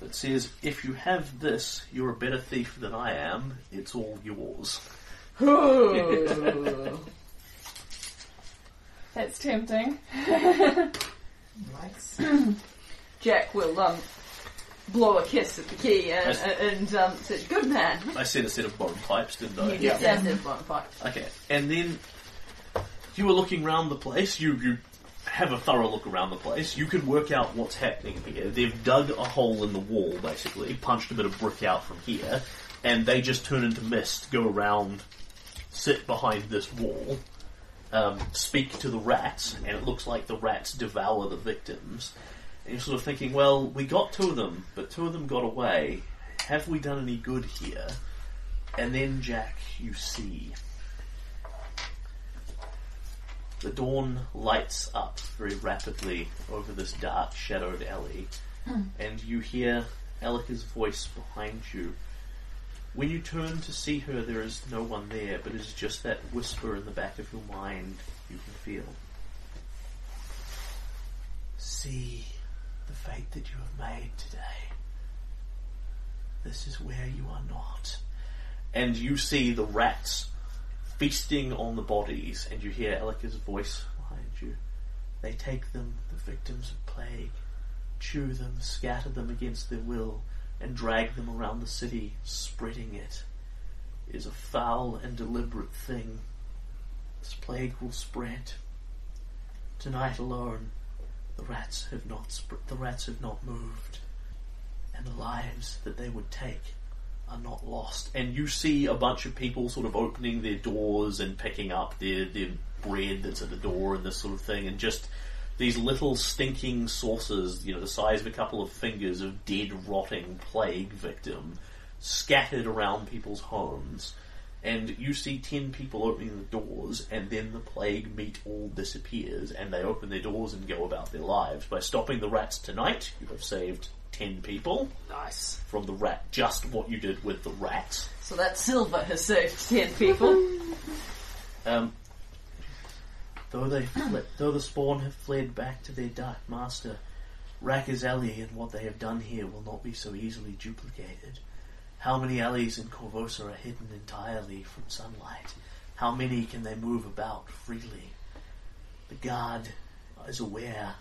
[SPEAKER 1] that says, if you have this, you're a better thief than I am. It's all yours.
[SPEAKER 10] Ooh.
[SPEAKER 6] That's tempting.
[SPEAKER 7] Nice.
[SPEAKER 10] Jack will um, blow a kiss at the key and, and um, say, "Good man."
[SPEAKER 1] I said a set of bone pipes, didn't I?
[SPEAKER 10] He does have one pipe.
[SPEAKER 1] Okay, and then you were looking round the place. You you have a thorough look around the place. You can work out what's happening here. They've dug a hole in the wall, basically, punched a bit of brick out from here, and they just turn into mist, go around, sit behind this wall, um, speak to the rats, and it looks like the rats devour the victims. And you're sort of thinking, well, we got two of them, but two of them got away. Have we done any good here? And then, Jack, you see the dawn lights up very rapidly over this dark, shadowed alley, and you hear Elika's voice behind you. When you turn to see her, there is no one there, but it is just that whisper in the back of your mind you can feel. See the fate that you have made today. This is where you are not. And you see the rats feasting on the bodies, and you hear Elika's voice behind you. They take them, the victims of plague, chew them, scatter them against their will, and drag them around the city, spreading it. It is a foul and deliberate thing. This plague will spread. Tonight alone, the rats have not sp- the rats have not moved, and the lives that they would take are not lost. And you see a bunch of people sort of opening their doors and picking up their, their bread that's at the door and this sort of thing, and just these little stinking saucers, you know, the size of a couple of fingers of dead, rotting plague victim, scattered around people's homes. And you see ten people opening the doors, and then the plague meat all disappears, and they open their doors and go about their lives. By stopping the rats tonight, you have saved ten people
[SPEAKER 9] Nice.
[SPEAKER 1] from the rat, just what you did with the rat.
[SPEAKER 10] So that silver has saved ten people.
[SPEAKER 1] Um, though they fle- though the spawn have fled back to their dark master, Rakka's alley and what they have done here will not be so easily duplicated. How many alleys in Corvosa are hidden entirely from sunlight? How many can they move about freely? The guard is aware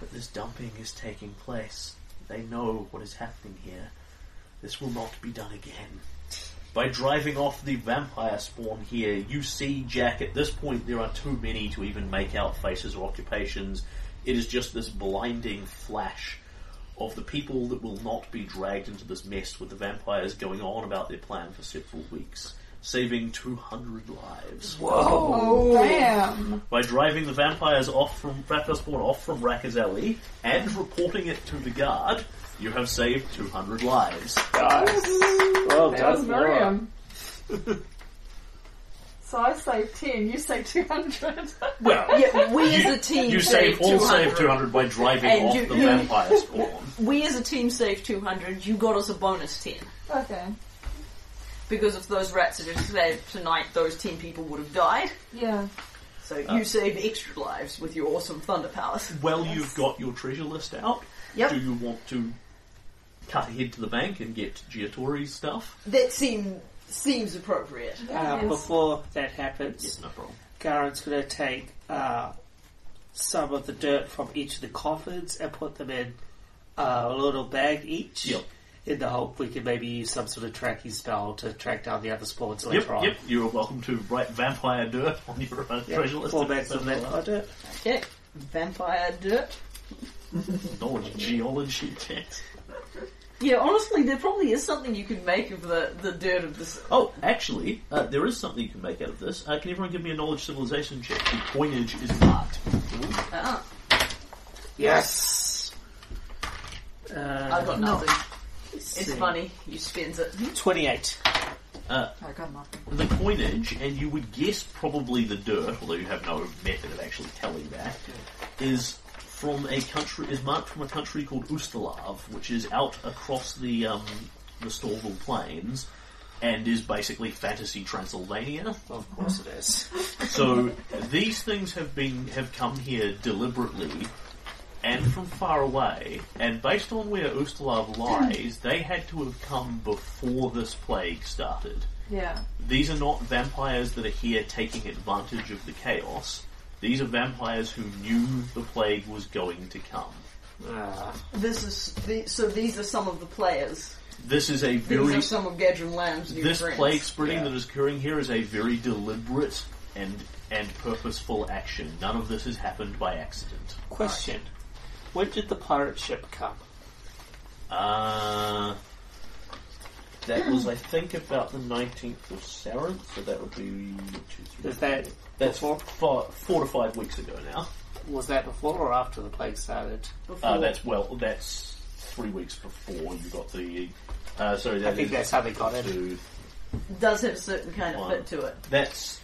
[SPEAKER 1] that this dumping is taking place. They know what is happening here. This will not be done again. By driving off the vampire spawn here, you see Jack. At this point, there are too many to even make out faces or occupations. It is just this blinding flash of the people that will not be dragged into this mess with the vampires going on about their plan for several weeks, saving 200 lives.
[SPEAKER 6] Whoa! Oh, Damn!
[SPEAKER 1] By driving the vampires off from vampire spawn off from Rakka's alley and reporting it to the guard, you have saved 200 lives.
[SPEAKER 9] Well
[SPEAKER 6] That was
[SPEAKER 9] done, Laura.
[SPEAKER 6] Miriam. um, so I say 10, you say 200.
[SPEAKER 1] Well,
[SPEAKER 10] yeah, we as a team
[SPEAKER 1] You
[SPEAKER 10] saved
[SPEAKER 1] save all
[SPEAKER 10] 200.
[SPEAKER 1] save 200 by driving
[SPEAKER 10] And
[SPEAKER 1] off
[SPEAKER 10] you-
[SPEAKER 1] the
[SPEAKER 10] you-
[SPEAKER 1] vampire spawn.
[SPEAKER 10] We as a team saved two hundred. You got us a bonus ten
[SPEAKER 6] okay.
[SPEAKER 10] because if those rats had just saved tonight, those ten people would have died.
[SPEAKER 6] Yeah.
[SPEAKER 10] So you saved extra lives with your awesome thunder powers.
[SPEAKER 1] Well, you've got your treasure list out.
[SPEAKER 10] Yep.
[SPEAKER 1] Do you want to cut ahead to the bank and get Giatori's stuff?
[SPEAKER 10] That seem seems appropriate.
[SPEAKER 6] Yes.
[SPEAKER 9] Uh, before that happens,
[SPEAKER 1] No problem.
[SPEAKER 9] Garen's going to take uh, some of the dirt from each of the coffins and put them in uh, a little bag each.
[SPEAKER 1] Yep.
[SPEAKER 9] In the hope we can maybe use some sort of tracking spell to track down the other spawns
[SPEAKER 1] Yep,
[SPEAKER 9] later on.
[SPEAKER 1] yep. You're welcome to write vampire dirt on your own
[SPEAKER 9] Yeah,
[SPEAKER 1] treasure list.
[SPEAKER 9] Four bags of vampire dirt.
[SPEAKER 10] Okay. Vampire dirt.
[SPEAKER 1] Knowledge, geology, text.
[SPEAKER 10] Yeah, honestly, there probably is something you could make of the, the dirt of this.
[SPEAKER 1] Oh, actually, uh, there is something you can make out of this. Uh, can everyone give me a knowledge civilization check? The coinage is marked.
[SPEAKER 10] Ah,
[SPEAKER 9] Yes. Uh,
[SPEAKER 10] I've got nothing. It's
[SPEAKER 9] see.
[SPEAKER 10] money. You spends it.
[SPEAKER 9] Twenty-eight.
[SPEAKER 7] I got nothing.
[SPEAKER 1] the coinage, and you would guess probably the dirt, although you have no method of actually telling that, is from a country is marked from a country called Ustalav, which is out across the um, the Storval Plains, and is basically fantasy Transylvania.
[SPEAKER 9] Of course it is.
[SPEAKER 1] So these things have been have come here deliberately and from far away, and based on where Ustalav lies, they had to have come before this plague started.
[SPEAKER 6] Yeah.
[SPEAKER 1] These are not vampires that are here taking advantage of the chaos. These are vampires who knew the plague was going to come.
[SPEAKER 9] Uh,
[SPEAKER 10] This is the, so. These are some of the players.
[SPEAKER 1] This is a
[SPEAKER 10] These
[SPEAKER 1] very
[SPEAKER 10] are some of Gadron Lamb's new
[SPEAKER 1] this
[SPEAKER 10] friends.
[SPEAKER 1] plague spreading that is occurring here is a very deliberate and and purposeful action. None of this has happened by accident.
[SPEAKER 9] question: When did the pirate ship come?
[SPEAKER 1] Uh, That was, I think, about the 19th of Sarin, so that would be two, three.
[SPEAKER 9] Is that
[SPEAKER 1] That's
[SPEAKER 9] before?
[SPEAKER 1] four, four, uh, four to five weeks ago now.
[SPEAKER 9] Was that before or after the plague started?
[SPEAKER 1] Uh, that's well, that's three weeks before you got the. Uh, sorry, that
[SPEAKER 9] I think
[SPEAKER 1] is
[SPEAKER 9] that's how they got it.
[SPEAKER 1] two,
[SPEAKER 10] does have a certain kind of
[SPEAKER 1] One.
[SPEAKER 10] fit to it.
[SPEAKER 1] That's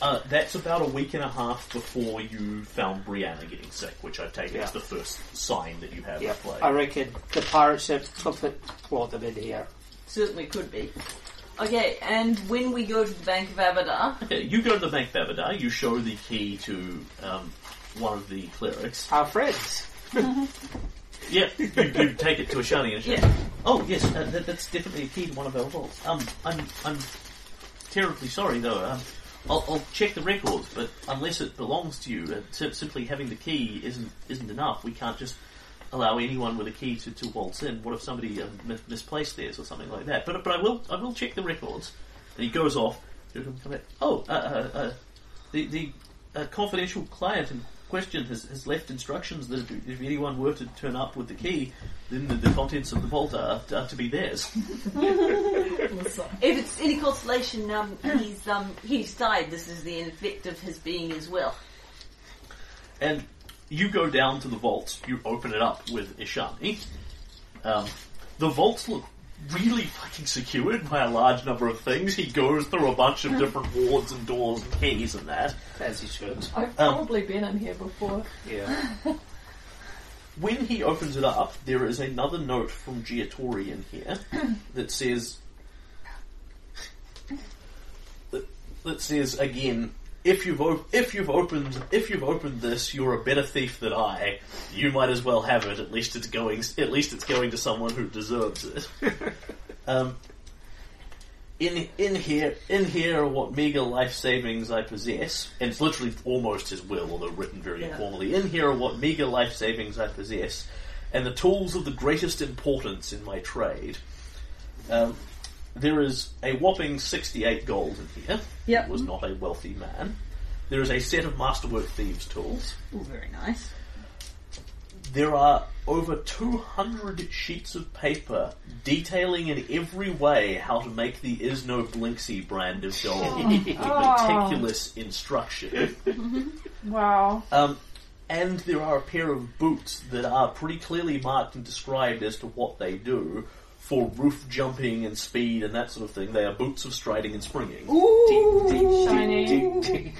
[SPEAKER 1] uh, that's about a week and a half before you found Brianna getting sick, which I take
[SPEAKER 9] Yeah.
[SPEAKER 1] as the first sign that you have
[SPEAKER 9] Yeah,
[SPEAKER 1] of plague.
[SPEAKER 9] I reckon the pirate ship took it, brought them in here.
[SPEAKER 10] Certainly could be. Okay, and when we go to the Bank of Abadar,
[SPEAKER 1] Okay, you go to the Bank of Abadar, you show the key to um, one of the clerics.
[SPEAKER 9] Our friends.
[SPEAKER 1] Yeah, you, you take it to Ashani and Ashani.
[SPEAKER 10] Yeah.
[SPEAKER 1] Oh, yes, uh, that, that's definitely a key to one of our vaults. Um, I'm, I'm terribly sorry, though. Um, I'll, I'll check the records, but unless it belongs to you, uh, sim- simply having the key isn't isn't enough. We can't just allow anyone with a key to, to waltz in. What if somebody um, mi- misplaced theirs or something like that? But but I will I will check the records. And he goes off. He'll come back. Oh, uh, uh, uh, the the uh, confidential client in question has, has left instructions that if, if anyone were to turn up with the key, then the, the contents of the vault are, are to be theirs.
[SPEAKER 10] if it's any consolation, um, he's um, he's died. This is the effect of his being as well.
[SPEAKER 1] And you go down to the vault, you open it up with Ishani. Um, the vaults look really fucking secured by a large number of things. He goes through a bunch of different wards and doors and keys and that.
[SPEAKER 9] As you should.
[SPEAKER 6] I've probably been in here before.
[SPEAKER 9] Yeah.
[SPEAKER 1] When he opens it up, there is another note from Giatori in here that says. that- That says again, if you've op- if you've opened if you've opened this, you're a better thief than I. You might as well have it. At least it's going at least it's going to someone who deserves it. um, in in here in here are what meager life savings I possess, and it's literally almost his will, although written very
[SPEAKER 10] Yeah.
[SPEAKER 1] informally. In here are what meager life savings I possess, and the tools of the greatest importance in my trade. Um, there is a whopping sixty-eight gold in here.
[SPEAKER 10] Yep.
[SPEAKER 1] He was not a wealthy man. There is a set of masterwork thieves' tools.
[SPEAKER 10] Ooh, very nice.
[SPEAKER 1] There are over 200 sheets of paper detailing in every way how to make the Isno Blinksy brand of gold with
[SPEAKER 10] Oh.
[SPEAKER 1] meticulous instruction.
[SPEAKER 6] Wow.
[SPEAKER 1] Um, and there are a pair of boots that are pretty clearly marked and described as to what they do for roof jumping and speed and that sort of thing. They are boots of striding and springing.
[SPEAKER 6] Shiny.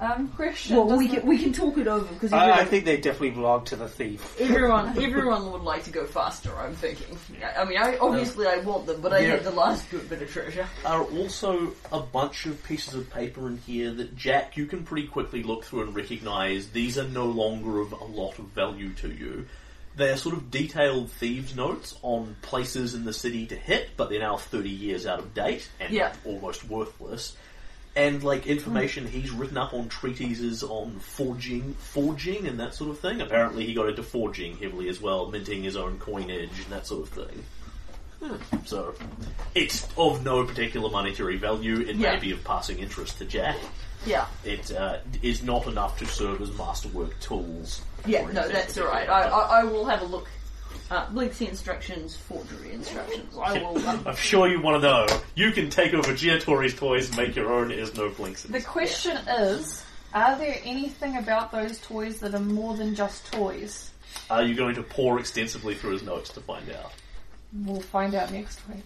[SPEAKER 6] Um, question.
[SPEAKER 10] Well, we
[SPEAKER 6] doesn't
[SPEAKER 10] can, we can talk it over because
[SPEAKER 9] I, I
[SPEAKER 10] everyone,
[SPEAKER 9] think they definitely belong to the thief.
[SPEAKER 10] everyone everyone would like to go faster. I'm thinking. I, I mean, I, obviously I want them, but I
[SPEAKER 1] Yeah.
[SPEAKER 10] need the last good bit of treasure.
[SPEAKER 1] are also a bunch of pieces of paper in here that Jack, you can pretty quickly look through and recognise these are no longer of a lot of value to you. They're sort of detailed thieves' notes on places in the city to hit, but they're now 30 years out of date and
[SPEAKER 10] Yeah.
[SPEAKER 1] almost worthless. And like information he's written up on treatises on forging, forging and that sort of thing. Apparently he got into forging heavily as well, minting his own coinage and that sort of thing. So it's of no particular monetary value. It
[SPEAKER 10] Yeah.
[SPEAKER 1] may be of passing interest to Jack.
[SPEAKER 10] Yeah.
[SPEAKER 1] It uh, is not enough to serve as masterwork tools.
[SPEAKER 10] Yeah,
[SPEAKER 1] or
[SPEAKER 10] no,
[SPEAKER 1] anything
[SPEAKER 10] that's all right.
[SPEAKER 1] particular.
[SPEAKER 10] I, I, I will have a look. Uh, Blinksy instructions, forgery instructions. I will. Um,
[SPEAKER 1] I'm sure you want to know. You can take over Giatori's toys and make your own Is no blinks.
[SPEAKER 6] The question is, are there anything about those toys that are more than just toys?
[SPEAKER 1] Are you going to pore extensively through his notes to find out?
[SPEAKER 6] We'll find out next week.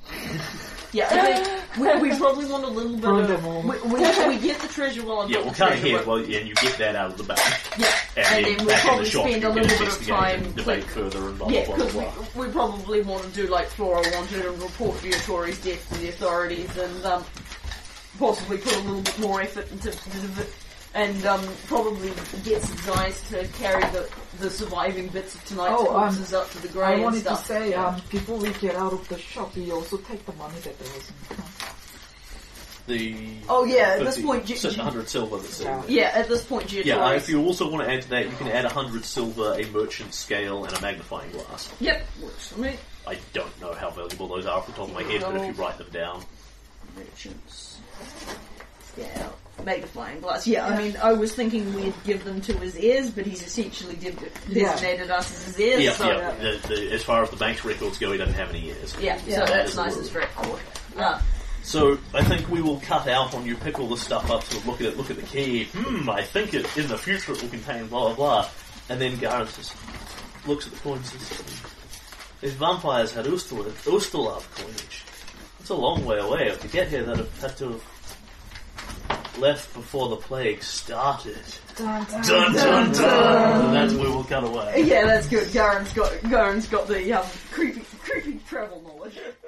[SPEAKER 10] yeah, I mean, we, we probably want a little bit
[SPEAKER 7] Burn
[SPEAKER 10] of.
[SPEAKER 7] them all.
[SPEAKER 10] We, we, we get the treasure while I've
[SPEAKER 1] Yeah,
[SPEAKER 10] got
[SPEAKER 1] we'll
[SPEAKER 10] the
[SPEAKER 1] cut it
[SPEAKER 10] treasure,
[SPEAKER 1] here.
[SPEAKER 10] but-
[SPEAKER 1] Well, yeah, and you get that out of the back.
[SPEAKER 10] yeah, and, then we'll
[SPEAKER 1] back in
[SPEAKER 10] probably
[SPEAKER 1] the shop,
[SPEAKER 10] spend a
[SPEAKER 1] you can
[SPEAKER 10] little bit of
[SPEAKER 1] investigate
[SPEAKER 10] time.
[SPEAKER 1] and debate
[SPEAKER 10] click-
[SPEAKER 1] further and blah
[SPEAKER 10] yeah,
[SPEAKER 1] blah blah
[SPEAKER 10] because
[SPEAKER 1] blah.
[SPEAKER 10] we, we probably want to do like Flora wanted and report Viatori's death to the authorities and um, possibly put a little bit more effort into and um, probably get some guys to carry the, the surviving bits of tonight's
[SPEAKER 7] Oh, um,
[SPEAKER 10] corpses up to the
[SPEAKER 7] I
[SPEAKER 10] grave and
[SPEAKER 7] wanted to
[SPEAKER 10] stuff.
[SPEAKER 7] say, um, before we get out of the shop, we also take the money that there was in the account.
[SPEAKER 1] The
[SPEAKER 10] Oh yeah, at this
[SPEAKER 1] 50
[SPEAKER 10] point, G-
[SPEAKER 1] six
[SPEAKER 10] G-
[SPEAKER 1] hundred silver that's in there.
[SPEAKER 10] yeah, at this point, Giatori's.
[SPEAKER 1] Yeah, uh, if you also want to add to that, you can add 100 silver, a merchant scale, and a magnifying glass.
[SPEAKER 10] Yep, works for me.
[SPEAKER 1] I don't know how valuable those are off the top of my head, but if you write them down.
[SPEAKER 10] Merchants. Yeah. made of flying glass. Yeah, I mean, I was thinking we'd give them to his ears, but he's essentially de- designated us as his ears.
[SPEAKER 1] Yeah,
[SPEAKER 10] so
[SPEAKER 1] yeah. The, the, as far as the bank's records go, he doesn't have any ears.
[SPEAKER 10] yeah,
[SPEAKER 1] Yeah.
[SPEAKER 10] so that's
[SPEAKER 1] Yeah.
[SPEAKER 10] nice and straightforward. Uh,
[SPEAKER 1] So I think we will cut out when you pick all this stuff up, sort of look at it, look at the key. Hmm, I think it in the future it will contain blah blah blah, and then Gareth just looks at the coins and says, "These vampires had Ustalav, Ustalav coinage. It's a long way away. To get here, they'd have had to have left before the plague started."
[SPEAKER 6] Dun, dun,
[SPEAKER 1] Dun dun dun. And that's where we'll cut away.
[SPEAKER 10] yeah, that's good. Garen's got Garen's got the um, creepy creepy travel knowledge.